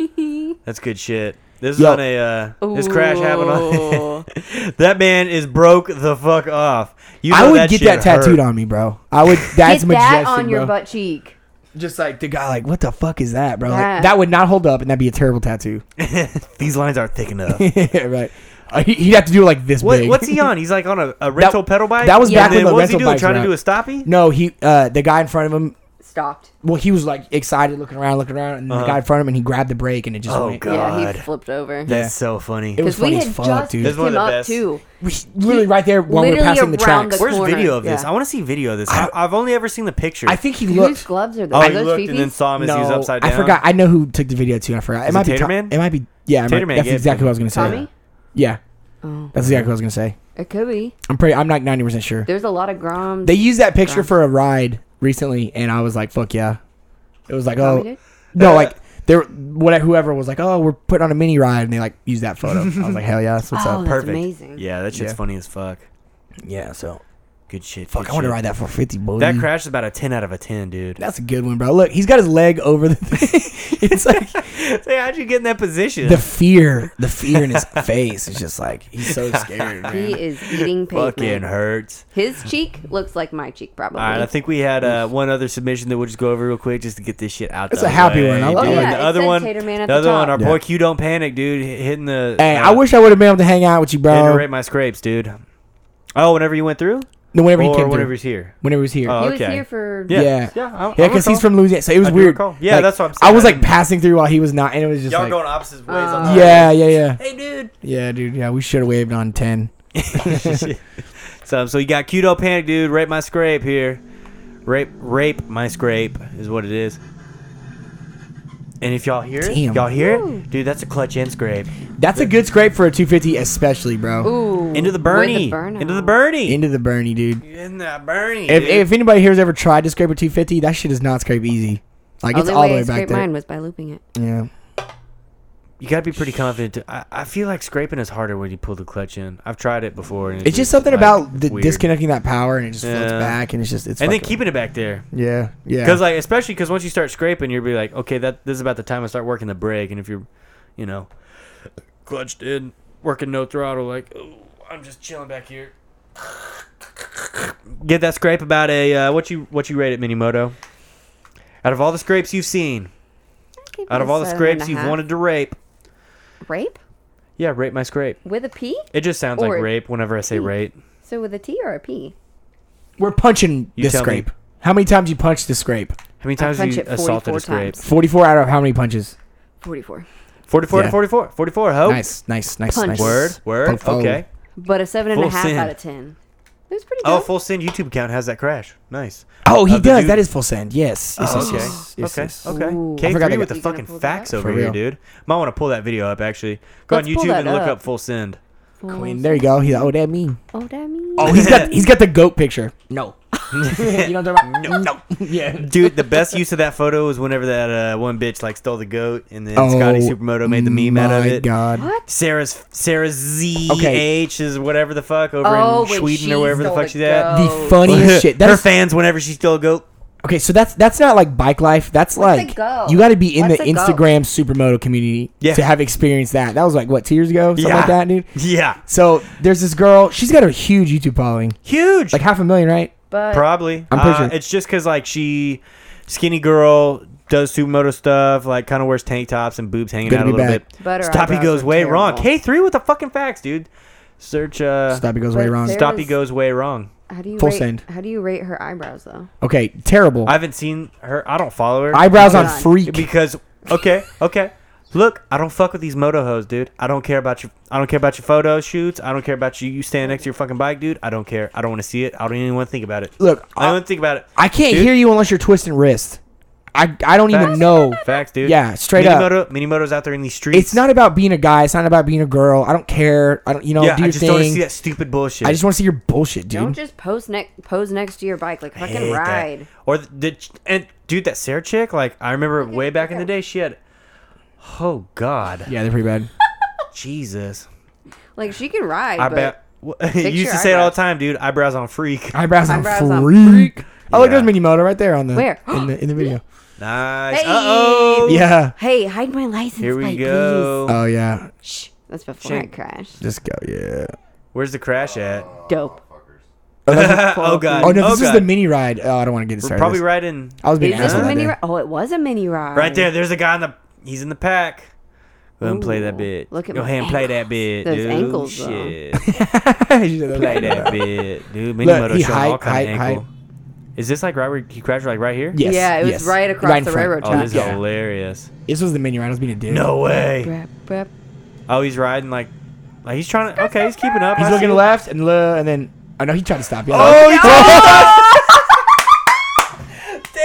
Speaker 2: That's good shit. This is
Speaker 3: Yo.
Speaker 2: on a uh, this crash happened on.
Speaker 4: Ooh.
Speaker 2: that man is broke the fuck off. You
Speaker 3: I
Speaker 2: know
Speaker 3: would get that
Speaker 2: shit hurt.
Speaker 3: tattooed on me, bro. I would. That's
Speaker 4: Get
Speaker 3: majestic,
Speaker 4: that on your
Speaker 3: bro.
Speaker 4: butt cheek.
Speaker 3: Just like the guy, like, what the fuck is that, bro? Like,
Speaker 4: Yeah.
Speaker 3: that would not hold up, and that'd be a terrible tattoo.
Speaker 2: These lines aren't thick enough.
Speaker 3: right. Uh, he- he'd have to do it like this
Speaker 2: What,
Speaker 3: big.
Speaker 2: what's he on? He's like on a, a rental pedal bike.
Speaker 3: that was
Speaker 4: Yeah.
Speaker 3: back when
Speaker 2: And
Speaker 3: the
Speaker 2: then what's he
Speaker 3: rental
Speaker 2: doing?
Speaker 3: bikes
Speaker 2: Trying
Speaker 3: were
Speaker 2: to do a
Speaker 3: out.
Speaker 2: stoppie?
Speaker 3: No, he uh, the guy in front of him
Speaker 4: stopped.
Speaker 3: Well, he was like excited, looking around, looking around, and the guy in front of him, and he grabbed the brake, and it just
Speaker 2: Uh-huh. Oh,
Speaker 3: went.
Speaker 2: God.
Speaker 4: Yeah,
Speaker 2: God.
Speaker 4: he flipped over.
Speaker 2: That's so funny.
Speaker 3: It was
Speaker 4: Because we
Speaker 3: funny
Speaker 4: had
Speaker 3: as fuck,
Speaker 4: just
Speaker 3: dude.
Speaker 2: This
Speaker 4: picked
Speaker 2: is one of
Speaker 4: him
Speaker 2: the
Speaker 4: up
Speaker 2: best.
Speaker 4: too.
Speaker 3: We- literally right there while we were
Speaker 4: Literally
Speaker 3: passing the
Speaker 4: around
Speaker 3: tracks.
Speaker 4: the-
Speaker 2: Where's
Speaker 4: corner,
Speaker 2: video of this?
Speaker 4: yeah.
Speaker 2: I want to see video of this. I, I've only ever seen the picture.
Speaker 3: I think he
Speaker 4: Whose
Speaker 3: looked.
Speaker 4: gloves are those?
Speaker 2: oh,
Speaker 4: are
Speaker 2: he
Speaker 4: those
Speaker 2: looked
Speaker 4: Fifi's?
Speaker 2: and then saw him as
Speaker 3: No,
Speaker 2: he was upside down.
Speaker 3: I forgot. I know who took the video too. I forgot. It
Speaker 2: Is
Speaker 3: might
Speaker 2: it
Speaker 3: be
Speaker 2: Tater
Speaker 3: Tom-
Speaker 2: Man?
Speaker 3: It might be yeah. it might-
Speaker 2: Tater Man,
Speaker 3: That's
Speaker 2: yeah.
Speaker 3: exactly what I was gonna say.
Speaker 4: Tommy?
Speaker 3: Yeah,
Speaker 4: Oh,
Speaker 3: that's exactly what I was gonna say.
Speaker 4: it could be.
Speaker 3: I'm pretty. I'm like ninety percent sure.
Speaker 4: There's a lot of Groms.
Speaker 3: They used that picture for a ride recently, and I was like, "Fuck yeah!" It was like,
Speaker 4: Tommy
Speaker 3: "Oh,
Speaker 4: did?
Speaker 3: no!" Like there, what whoever was like, "Oh, we're putting on a mini ride," and they like used that photo. I was like, "Hell yeah, that's what's
Speaker 4: Oh,
Speaker 3: up."
Speaker 4: that's
Speaker 2: Perfect.
Speaker 4: amazing.
Speaker 2: Yeah, that shit's
Speaker 3: Yeah.
Speaker 2: funny as fuck.
Speaker 3: Yeah, so
Speaker 2: Good shit.
Speaker 3: fuck.
Speaker 2: good
Speaker 3: I want to
Speaker 2: shit.
Speaker 3: ride that for fifty, boy.
Speaker 2: That crash is about a ten out of a ten, dude.
Speaker 3: That's a good one, bro. Look, he's got his leg over the thing. it's like
Speaker 2: Say, how'd you get in that position?
Speaker 3: the fear, the fear in his face is just like he's so scared, man.
Speaker 4: He is eating
Speaker 2: Fucking
Speaker 4: pavement.
Speaker 2: hurts.
Speaker 4: His cheek looks like my cheek, probably.
Speaker 2: All right, I think we had uh, one other submission that we'll just go over real quick just to get this shit out.
Speaker 3: It's
Speaker 2: the
Speaker 3: a happy
Speaker 2: way,
Speaker 3: one. I like
Speaker 2: dude.
Speaker 3: it. Yeah,
Speaker 2: the
Speaker 4: it
Speaker 2: other
Speaker 4: said
Speaker 2: one,
Speaker 4: Tater Man at
Speaker 2: the
Speaker 4: the
Speaker 2: other one, our
Speaker 4: top.
Speaker 2: boy
Speaker 3: Yeah.
Speaker 2: Q don't panic, dude. H- Hitting the.
Speaker 3: Hey,
Speaker 2: uh,
Speaker 3: I wish uh, I would have been able to hang out with you, bro.
Speaker 2: Iterate my scrapes, dude. Oh, whenever you went through,
Speaker 3: No, whenever he
Speaker 2: or
Speaker 3: came through.
Speaker 2: whenever he's here.
Speaker 3: whenever he was here.
Speaker 2: Oh,
Speaker 4: he was
Speaker 2: okay.
Speaker 4: here for.
Speaker 2: Yeah,
Speaker 3: Yeah.
Speaker 2: yeah, I- I
Speaker 3: yeah, because he's
Speaker 2: recall.
Speaker 3: from Louisiana, so it was
Speaker 2: I do
Speaker 3: weird.
Speaker 2: recall. Yeah,
Speaker 3: Like,
Speaker 2: that's what I'm saying.
Speaker 3: I was
Speaker 2: I
Speaker 3: like
Speaker 2: didn't-
Speaker 3: passing through while he was not, and it was just
Speaker 2: Y'all
Speaker 3: like,
Speaker 2: going opposite ways. on
Speaker 4: Uh,
Speaker 2: that.
Speaker 3: yeah, yeah, yeah,
Speaker 2: Hey, dude.
Speaker 3: yeah, dude. Yeah, we should have waved on ten.
Speaker 2: So, so you got Q don't panic, dude. Rape my scrape here. Rape, rape my scrape is what it is. And if y'all hear it,
Speaker 3: Damn.
Speaker 2: y'all hear it, dude. That's a clutch end scrape.
Speaker 3: That's a good scrape for a 250, especially, bro.
Speaker 4: Ooh.
Speaker 2: Into the
Speaker 4: with
Speaker 2: Bernie.
Speaker 4: burnout.
Speaker 2: Into the Bernie.
Speaker 3: Into the Bernie, dude.
Speaker 2: In the Bernie.
Speaker 3: If,
Speaker 2: dude.
Speaker 3: if anybody here has ever tried to scrape a 250, that shit does not scrape easy. Like it's
Speaker 4: Only
Speaker 3: all the
Speaker 4: I
Speaker 3: way back
Speaker 4: scraped
Speaker 3: there.
Speaker 4: mine was by looping it.
Speaker 3: Yeah.
Speaker 2: you gotta be pretty confident. To, I, I feel like scraping is harder when you pull the clutch in. I've tried it before. And
Speaker 3: It's just something
Speaker 2: like,
Speaker 3: about the
Speaker 2: weird.
Speaker 3: disconnecting that power and it just floats
Speaker 2: Yeah.
Speaker 3: back and it's just it's
Speaker 2: and then uh,
Speaker 3: fucking-
Speaker 2: keeping it back there.
Speaker 3: yeah yeah
Speaker 2: Because like especially because once you start scraping, you'll be like, okay, that this is about the time I start working the brake, and if you're, you know, clutched in, working no throttle, like, oh, I'm just chilling back here. Get that scrape about a uh, what you what you rate it, Minimoto. Out of all the scrapes you've seen, out of all the scrapes you've wanted to rape,
Speaker 4: Rape?
Speaker 2: yeah, rape my scrape.
Speaker 4: With a P?
Speaker 2: It just sounds
Speaker 4: Or-
Speaker 2: like rape whenever I say rape.
Speaker 4: So with a T or a P?
Speaker 3: we're punching
Speaker 2: You
Speaker 3: this
Speaker 2: tell me.
Speaker 3: scrape. How many times you punch this scrape?
Speaker 2: How many times have
Speaker 4: punch
Speaker 2: you
Speaker 4: it 44
Speaker 2: assaulted a scrape?
Speaker 4: times.
Speaker 3: 44 out of how many punches?
Speaker 4: 44.
Speaker 2: 44 to
Speaker 3: Yeah.
Speaker 2: 44. 44, ho.
Speaker 3: Nice, nice, nice,
Speaker 4: Punch.
Speaker 3: nice.
Speaker 2: Oh. Word, word.
Speaker 3: Poke forward.
Speaker 2: Okay.
Speaker 4: But a seven and a
Speaker 2: Full
Speaker 4: half
Speaker 2: sin.
Speaker 4: out of 10. It was pretty good.
Speaker 2: Oh, full send YouTube account has that crash. Nice.
Speaker 3: Oh, he
Speaker 2: Of the
Speaker 3: does.
Speaker 2: dude- Oh,
Speaker 3: That is full send. Yes. yes, yes,
Speaker 2: okay.
Speaker 3: yes, yes,
Speaker 2: okay.
Speaker 3: yes.
Speaker 2: Okay.
Speaker 4: Ooh.
Speaker 3: I
Speaker 2: K
Speaker 3: forgot
Speaker 2: three
Speaker 3: they
Speaker 2: with
Speaker 3: got-
Speaker 2: the
Speaker 4: You gonna
Speaker 2: fucking
Speaker 4: pull that
Speaker 2: facts
Speaker 4: up?
Speaker 2: over
Speaker 3: For
Speaker 2: here,
Speaker 3: real.
Speaker 2: dude. Might want to pull that video up actually. Go
Speaker 4: Let's
Speaker 2: on
Speaker 4: pull
Speaker 2: YouTube
Speaker 4: that
Speaker 2: and look
Speaker 4: up.
Speaker 2: up full send.
Speaker 4: Full
Speaker 3: Queen. There you go. He, oh, that mean.
Speaker 4: Oh, that means.
Speaker 3: Oh, he's got he's got the goat picture. No. you know what I'm talking about? No.
Speaker 4: Mm,
Speaker 3: yeah.
Speaker 2: Dude, the best use of that photo was whenever that uh, one bitch like stole the goat and then
Speaker 3: Oh,
Speaker 2: Scotty Supermoto made the meme out of
Speaker 3: my
Speaker 2: it.
Speaker 3: God.
Speaker 4: What?
Speaker 2: Sarah's Sarah Z
Speaker 3: Okay.
Speaker 2: H is whatever the fuck over
Speaker 4: Oh,
Speaker 2: in
Speaker 4: when
Speaker 2: Sweden
Speaker 4: she
Speaker 2: or wherever the
Speaker 4: stole
Speaker 2: fuck
Speaker 4: the
Speaker 2: she's at.
Speaker 3: The
Speaker 4: Oh.
Speaker 3: funniest shit.
Speaker 2: Her
Speaker 3: That's
Speaker 2: fans whenever she stole a goat.
Speaker 3: okay. So that's that's not like bike life. That's
Speaker 4: What's
Speaker 3: like
Speaker 4: a goat?
Speaker 3: you got to be in
Speaker 4: What's
Speaker 3: the
Speaker 4: a goat?
Speaker 3: Instagram supermoto community
Speaker 2: Yeah.
Speaker 3: to have experienced that. That was like what two years ago, something
Speaker 2: Yeah.
Speaker 3: like that, dude.
Speaker 2: Yeah.
Speaker 3: So there's this girl. She's got a huge YouTube following,
Speaker 2: Huge.
Speaker 3: like half a million, right?
Speaker 4: But
Speaker 2: Probably.
Speaker 3: I'm pretty
Speaker 2: Uh,
Speaker 3: sure.
Speaker 2: It's just because, like, she, skinny girl, does supermoto stuff, like, kind of wears tank tops and boobs hanging
Speaker 3: Good to
Speaker 2: out a
Speaker 3: be
Speaker 2: little
Speaker 3: back.
Speaker 2: bit.
Speaker 4: But her
Speaker 2: Stoppy
Speaker 4: eyebrows
Speaker 2: goes
Speaker 4: are
Speaker 2: way wrong.
Speaker 4: terrible.
Speaker 2: K3 with the fucking facts, dude. Search, uh,
Speaker 3: Stop. It goes
Speaker 4: But
Speaker 3: way wrong.
Speaker 4: there-
Speaker 2: Stoppy
Speaker 4: was-
Speaker 2: goes way wrong.
Speaker 4: how do you
Speaker 3: Full
Speaker 4: rate,
Speaker 3: send.
Speaker 4: How do you rate her eyebrows though?
Speaker 3: Okay, terrible.
Speaker 2: I haven't seen her. I don't follow her.
Speaker 3: Eyebrows on
Speaker 4: Hold on.
Speaker 3: freak.
Speaker 2: Because, okay, okay. Look, I don't fuck with these moto hoes, dude. I don't care about your. I don't care about your photo shoots. I don't care about you. You standing next to your fucking bike, dude. I don't care. I don't want to see it. I don't even want to think about it.
Speaker 3: Look,
Speaker 2: I don't
Speaker 3: I,
Speaker 2: want to think about it.
Speaker 3: I can't
Speaker 2: Dude.
Speaker 3: hear you unless you're twisting wrist. I I don't
Speaker 2: Facts.
Speaker 3: even know.
Speaker 2: Facts, dude.
Speaker 3: Yeah, straight
Speaker 2: Minimoto, up. Minimoto's out there in these streets.
Speaker 3: It's not about being a guy. It's not about being a girl. I don't care. I don't. You know,
Speaker 2: Yeah,
Speaker 3: do
Speaker 2: I
Speaker 3: your
Speaker 2: just
Speaker 3: thing.
Speaker 2: don't wanna see that stupid bullshit.
Speaker 3: I just want to see your bullshit, dude.
Speaker 4: Don't just pose neck pose next to your bike like
Speaker 2: I hate
Speaker 4: fucking
Speaker 2: that.
Speaker 4: ride.
Speaker 2: Or the, the ch- and dude, that Sarah chick. Like I remember way back in the day, she had. Oh God,
Speaker 3: yeah, they're pretty bad.
Speaker 2: Jesus!
Speaker 4: Like she can ride.
Speaker 2: I
Speaker 4: but
Speaker 2: bet. You used
Speaker 4: your
Speaker 2: to say it all
Speaker 4: eyebrows.
Speaker 2: the time, dude. Eyebrows on freak.
Speaker 3: Eyebrows, on
Speaker 4: Eyebrows on
Speaker 3: freak. Oh, look,
Speaker 2: Yeah.
Speaker 3: there's Minimoto right there on the
Speaker 4: Where?
Speaker 3: in the in the video.
Speaker 2: Nice.
Speaker 4: Hey.
Speaker 2: Uh oh.
Speaker 3: Yeah.
Speaker 4: Hey, hide my license
Speaker 2: Here we
Speaker 4: plate,
Speaker 2: go.
Speaker 3: Oh yeah.
Speaker 4: please. Shh. That's before I
Speaker 2: Shit.
Speaker 4: crash.
Speaker 3: Just go. Yeah.
Speaker 2: Where's the crash at?
Speaker 4: Dope.
Speaker 2: oh God.
Speaker 3: Oh no,
Speaker 2: oh,
Speaker 3: this is
Speaker 2: God.
Speaker 3: the mini ride. Oh, I don't want to get
Speaker 2: We're
Speaker 3: started.
Speaker 2: probably
Speaker 3: Probably
Speaker 2: right in.
Speaker 3: I was being
Speaker 4: Is
Speaker 3: asked
Speaker 4: this a
Speaker 3: that
Speaker 4: mini
Speaker 3: day.
Speaker 4: ride? Oh, it was a mini ride.
Speaker 2: Right there. There's a guy in the. He's in the pack. Go ahead and play that
Speaker 4: Ooh,
Speaker 2: bit.
Speaker 4: look at
Speaker 2: Go
Speaker 4: my
Speaker 2: ahead and play that
Speaker 4: ankles.
Speaker 2: bit,
Speaker 4: Those
Speaker 2: dude.
Speaker 4: ankles, though.
Speaker 2: Shit.
Speaker 3: You said that was
Speaker 2: Play
Speaker 3: like-
Speaker 2: that bit, dude.
Speaker 3: Look,
Speaker 2: Minimoto
Speaker 3: he
Speaker 2: showing all
Speaker 3: hype,
Speaker 2: kind
Speaker 3: hype,
Speaker 2: of ankle.
Speaker 3: hype.
Speaker 2: Is this like right where he crashed? Like right here?
Speaker 3: Yes,
Speaker 4: Yeah, it was
Speaker 3: yes.
Speaker 4: right across
Speaker 3: in
Speaker 4: the
Speaker 3: front.
Speaker 4: railroad
Speaker 2: Oh, this is
Speaker 3: Yeah.
Speaker 2: hilarious.
Speaker 3: This was the menu ride. I was being a dick.
Speaker 2: No way.
Speaker 4: Brap, brap.
Speaker 2: Oh, he's riding like, like he's trying to. Okay, he's keeping up.
Speaker 3: He's
Speaker 2: I
Speaker 3: looking
Speaker 2: see.
Speaker 3: left and le- and then. I know he tried to stop you.
Speaker 2: Oh, he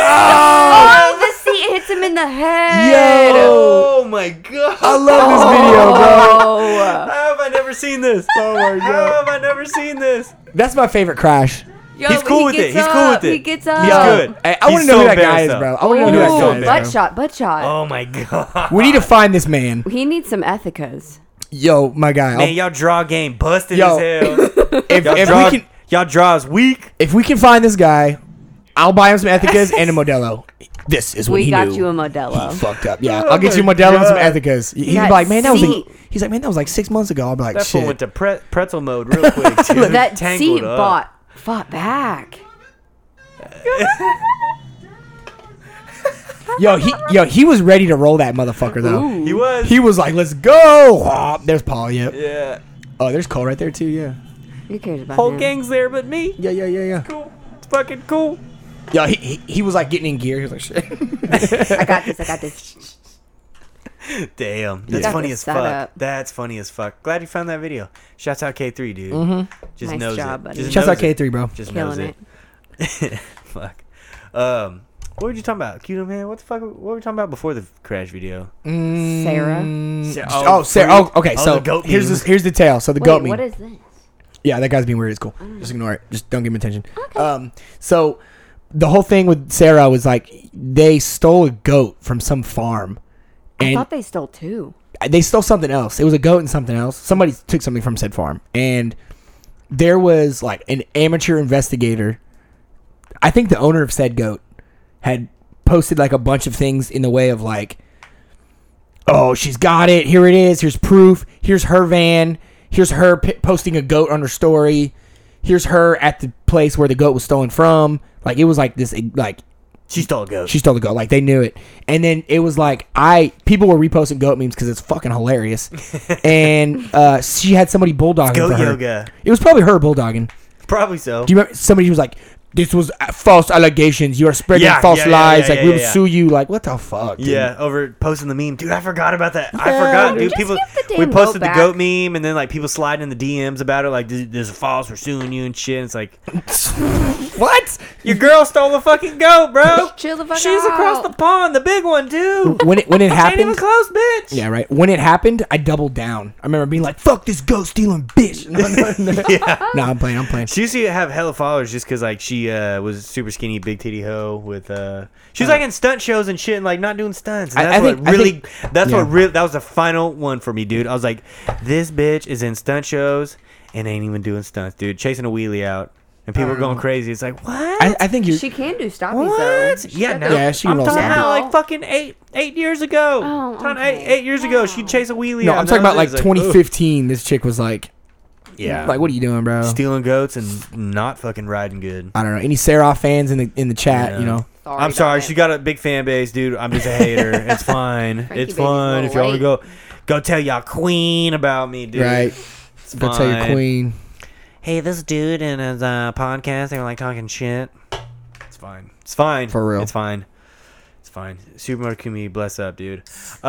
Speaker 4: Oh, the seat hits him in the head.
Speaker 2: Oh my god!
Speaker 3: I love this video, bro.
Speaker 4: Oh.
Speaker 2: How have I never seen this? Oh my god! How have I never seen this?
Speaker 3: That's my favorite crash.
Speaker 4: Yo,
Speaker 2: He's
Speaker 4: but
Speaker 2: cool
Speaker 4: he
Speaker 2: with it.
Speaker 4: gets
Speaker 2: He's cool
Speaker 4: up,
Speaker 2: with it.
Speaker 4: He gets up.
Speaker 2: He's good.
Speaker 3: Hey, I want
Speaker 2: He's
Speaker 3: to know
Speaker 2: so
Speaker 3: who that guy
Speaker 2: embarrassed,
Speaker 3: is,
Speaker 2: though.
Speaker 3: bro. I want to know who that
Speaker 4: Ooh,
Speaker 3: guy is.
Speaker 4: butt
Speaker 3: bro.
Speaker 4: shot, butt shot.
Speaker 2: Oh my god!
Speaker 3: We need to find this man.
Speaker 4: He needs some ethicas.
Speaker 3: Yo, my guy.
Speaker 2: Man, y'all draw game busted
Speaker 3: Yo.
Speaker 2: as hell.
Speaker 3: if,
Speaker 2: Y'all
Speaker 3: if
Speaker 2: draw,
Speaker 3: we can,
Speaker 2: y'all draw is weak.
Speaker 3: if we can find this guy, I'll buy him some Ethicas and a Modelo. This is what
Speaker 4: We
Speaker 3: he
Speaker 4: got
Speaker 3: knew.
Speaker 4: you a
Speaker 3: He
Speaker 4: Modelo.
Speaker 3: fucked up. Yeah,
Speaker 2: Oh
Speaker 3: I'll get you
Speaker 2: my
Speaker 3: Modelo and some
Speaker 2: God.
Speaker 3: Ethicas. He- He's
Speaker 4: That
Speaker 3: like, man, that was like,
Speaker 4: seat.
Speaker 3: he's like, man, that was like six months ago. I'm like,
Speaker 2: That fool
Speaker 3: shit.
Speaker 2: went to pre- pretzel mode real quick. Dude.
Speaker 4: That
Speaker 2: Tangled
Speaker 4: seat
Speaker 2: up.
Speaker 4: bought fought back.
Speaker 3: yo, he, yo, he was ready to roll that motherfucker though.
Speaker 2: He was.
Speaker 3: He was like, let's go. Ah, there's Paul. Yeah.
Speaker 2: yeah.
Speaker 3: Oh, there's Cole right there too. Yeah.
Speaker 4: Who cares about
Speaker 2: Whole
Speaker 4: him?
Speaker 2: gang's there, but me.
Speaker 3: Yeah, yeah, yeah, yeah.
Speaker 2: Cool. It's fucking cool.
Speaker 3: Yo, he, he, he was like getting in gear. He was like, shit.
Speaker 4: I got this. I got this.
Speaker 2: Damn, that's
Speaker 4: Got
Speaker 2: funny
Speaker 4: the
Speaker 2: as fuck.
Speaker 4: setup.
Speaker 2: That's funny as fuck. Glad you found that video. Shouts out K3, dude. Just
Speaker 3: Mm-hmm.
Speaker 4: Nice
Speaker 2: knows
Speaker 4: job,
Speaker 2: it.
Speaker 4: buddy.
Speaker 2: Just
Speaker 3: Shouts
Speaker 2: knows
Speaker 3: out K3, bro.
Speaker 2: It. Just knows
Speaker 4: Killing
Speaker 2: it.
Speaker 4: it.
Speaker 2: fuck. Um, what were you talking about, Cuto man? What the fuck? What were we talking about before the crash video?
Speaker 4: Sarah.
Speaker 2: Sa-
Speaker 3: Oh, Sarah.
Speaker 2: freak.
Speaker 3: Oh, okay.
Speaker 2: Oh,
Speaker 3: so
Speaker 2: the goat
Speaker 3: here's
Speaker 2: meme.
Speaker 3: this, here's the tale. So the goat meme.
Speaker 4: Wait, what is Mm. this?
Speaker 3: Yeah, that guy's being weird. It's cool. Just ignore it. Just don't give him attention. Um, so the whole thing with Sarah was like they stole a goat from some farm,
Speaker 4: I
Speaker 3: and
Speaker 4: thought they stole two.
Speaker 3: they stole something else. It was a goat and something else. Somebody took something from said farm, and there was like an amateur investigator. I think the owner of said goat had posted like a bunch of things in the way of like, "Oh, she's got it. Here it is. Here's proof. Here's her van. Here's her p- posting a goat on her story. Here's her at the place where the goat was stolen from." Like it was like this like
Speaker 2: She stole a goat.
Speaker 3: she stole the goat. Like they knew it. And then it was like I people were reposting goat memes because it's fucking hilarious. and uh, she had somebody bulldogging
Speaker 2: goat
Speaker 3: for her.
Speaker 2: yoga.
Speaker 3: It was probably her bulldogging.
Speaker 2: Probably so.
Speaker 3: Do you remember somebody was like, "This was uh, false allegations. You are spreading
Speaker 2: Yeah,
Speaker 3: false
Speaker 2: yeah, yeah,
Speaker 3: lies.
Speaker 2: yeah,
Speaker 3: like
Speaker 2: yeah,
Speaker 3: we will
Speaker 2: yeah.
Speaker 3: sue you. Like what the fuck? dude?
Speaker 2: yeah, over posting the meme, dude. I forgot about that. I
Speaker 3: Yeah,
Speaker 2: forgot,
Speaker 3: dude.
Speaker 2: dude.
Speaker 4: Just
Speaker 2: people,
Speaker 4: give the
Speaker 2: we
Speaker 4: damn goat
Speaker 2: posted the
Speaker 4: back.
Speaker 2: goat meme, and then like people sliding in the DMs about it, like this, this is false. We're suing you and shit. it's like
Speaker 3: What?
Speaker 2: your girl stole a fucking goat, bro.
Speaker 4: Chill the fuck
Speaker 2: She's across
Speaker 4: out.
Speaker 2: the pond, the big one too.
Speaker 3: When it when it
Speaker 2: Ain't even
Speaker 3: happened.
Speaker 2: close, bitch.
Speaker 3: Yeah, right. When it happened, I doubled down. I remember being like, "Fuck this goat stealing bitch." No, no, no. no I'm playing. I'm playing.
Speaker 2: She used to have hella followers just because like she uh, was super skinny, big titty hoe with. Uh, she was like in stunt shows and shit, and like not doing stunts. And
Speaker 3: I-
Speaker 2: that's
Speaker 3: I
Speaker 2: what
Speaker 3: think- I
Speaker 2: really.
Speaker 3: think-
Speaker 2: that's
Speaker 3: yeah.
Speaker 2: what really. That was the final one for me, dude. I was like, this bitch is in stunt shows and ain't even doing stunts, dude. Chasing a wheelie out, and people are going crazy. It's like what?
Speaker 3: Uh-huh. I, I think you.
Speaker 4: She can do stoppies though.
Speaker 2: what?
Speaker 4: She
Speaker 2: Yeah,
Speaker 4: got
Speaker 2: no.
Speaker 4: the-
Speaker 3: Yeah, she Oh.
Speaker 2: I'm
Speaker 3: can roll
Speaker 2: talking
Speaker 3: stunts.
Speaker 2: about
Speaker 4: No.
Speaker 2: like fucking eight eight years ago.
Speaker 4: Oh,
Speaker 2: Talking about
Speaker 4: okay.
Speaker 2: eight, eight years ago, she'd chase a wheelie.
Speaker 3: No,
Speaker 2: out
Speaker 3: I'm
Speaker 2: and
Speaker 3: talking
Speaker 2: that
Speaker 3: about
Speaker 2: was
Speaker 3: like
Speaker 2: it. It's ugh.
Speaker 3: 2015. This chick was like,
Speaker 2: Yeah,
Speaker 3: like, what are you doing, bro?
Speaker 2: stealing goats and not fucking riding good.
Speaker 3: I don't know. Any Sarah fans in the in the chat, you
Speaker 2: Yeah.
Speaker 3: know.
Speaker 4: Sorry
Speaker 2: I'm
Speaker 4: about
Speaker 2: sorry.
Speaker 4: that.
Speaker 2: She got a big fan base, dude. I'm just a hater. it's fine.
Speaker 4: Frankie
Speaker 2: it's
Speaker 4: baby's a
Speaker 2: fine.
Speaker 4: little
Speaker 2: If y'all want to
Speaker 4: late.
Speaker 2: go, go tell y'all queen about me, dude.
Speaker 3: Right.
Speaker 2: It's
Speaker 3: Go tell your
Speaker 2: fine.
Speaker 3: queen.
Speaker 2: Hey, this dude in his uh, podcast, they were like talking shit. It's fine. It's fine.
Speaker 3: For real.
Speaker 2: It's fine. It's fine. Supermoto community, bless up, dude.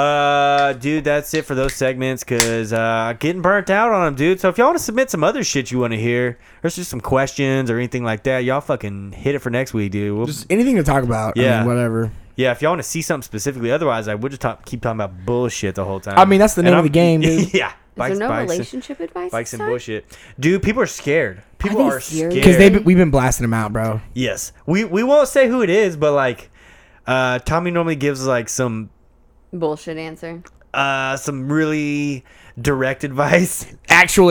Speaker 2: Uh, dude, that's it for those segments because uh, getting burnt out on them, dude. So if y'all want to submit some other shit you want to hear, or just some questions or anything like that, y'all fucking hit it for next week, dude. We'll,
Speaker 3: Just anything to talk about. Yeah. I
Speaker 2: Yeah.
Speaker 3: mean, whatever.
Speaker 2: Yeah, if y'all want to see something specifically, otherwise I would just talk, keep talking about bullshit the whole time.
Speaker 3: I mean, that's the
Speaker 2: And
Speaker 3: name of
Speaker 2: I'm-
Speaker 3: the game, dude.
Speaker 2: yeah,
Speaker 4: Is there no
Speaker 2: bikes,
Speaker 4: relationship advice?
Speaker 2: bikes and
Speaker 4: this time?
Speaker 2: bullshit, dude. People are scared. People
Speaker 4: they
Speaker 2: are scared.
Speaker 4: serious?
Speaker 3: Because they
Speaker 4: Yeah.
Speaker 3: we've been blasting them out, bro.
Speaker 2: yes, we we won't say who it is, but like, uh, Tommy normally gives like some
Speaker 4: Bullshit answer.
Speaker 2: uh some really direct advice.
Speaker 3: Actual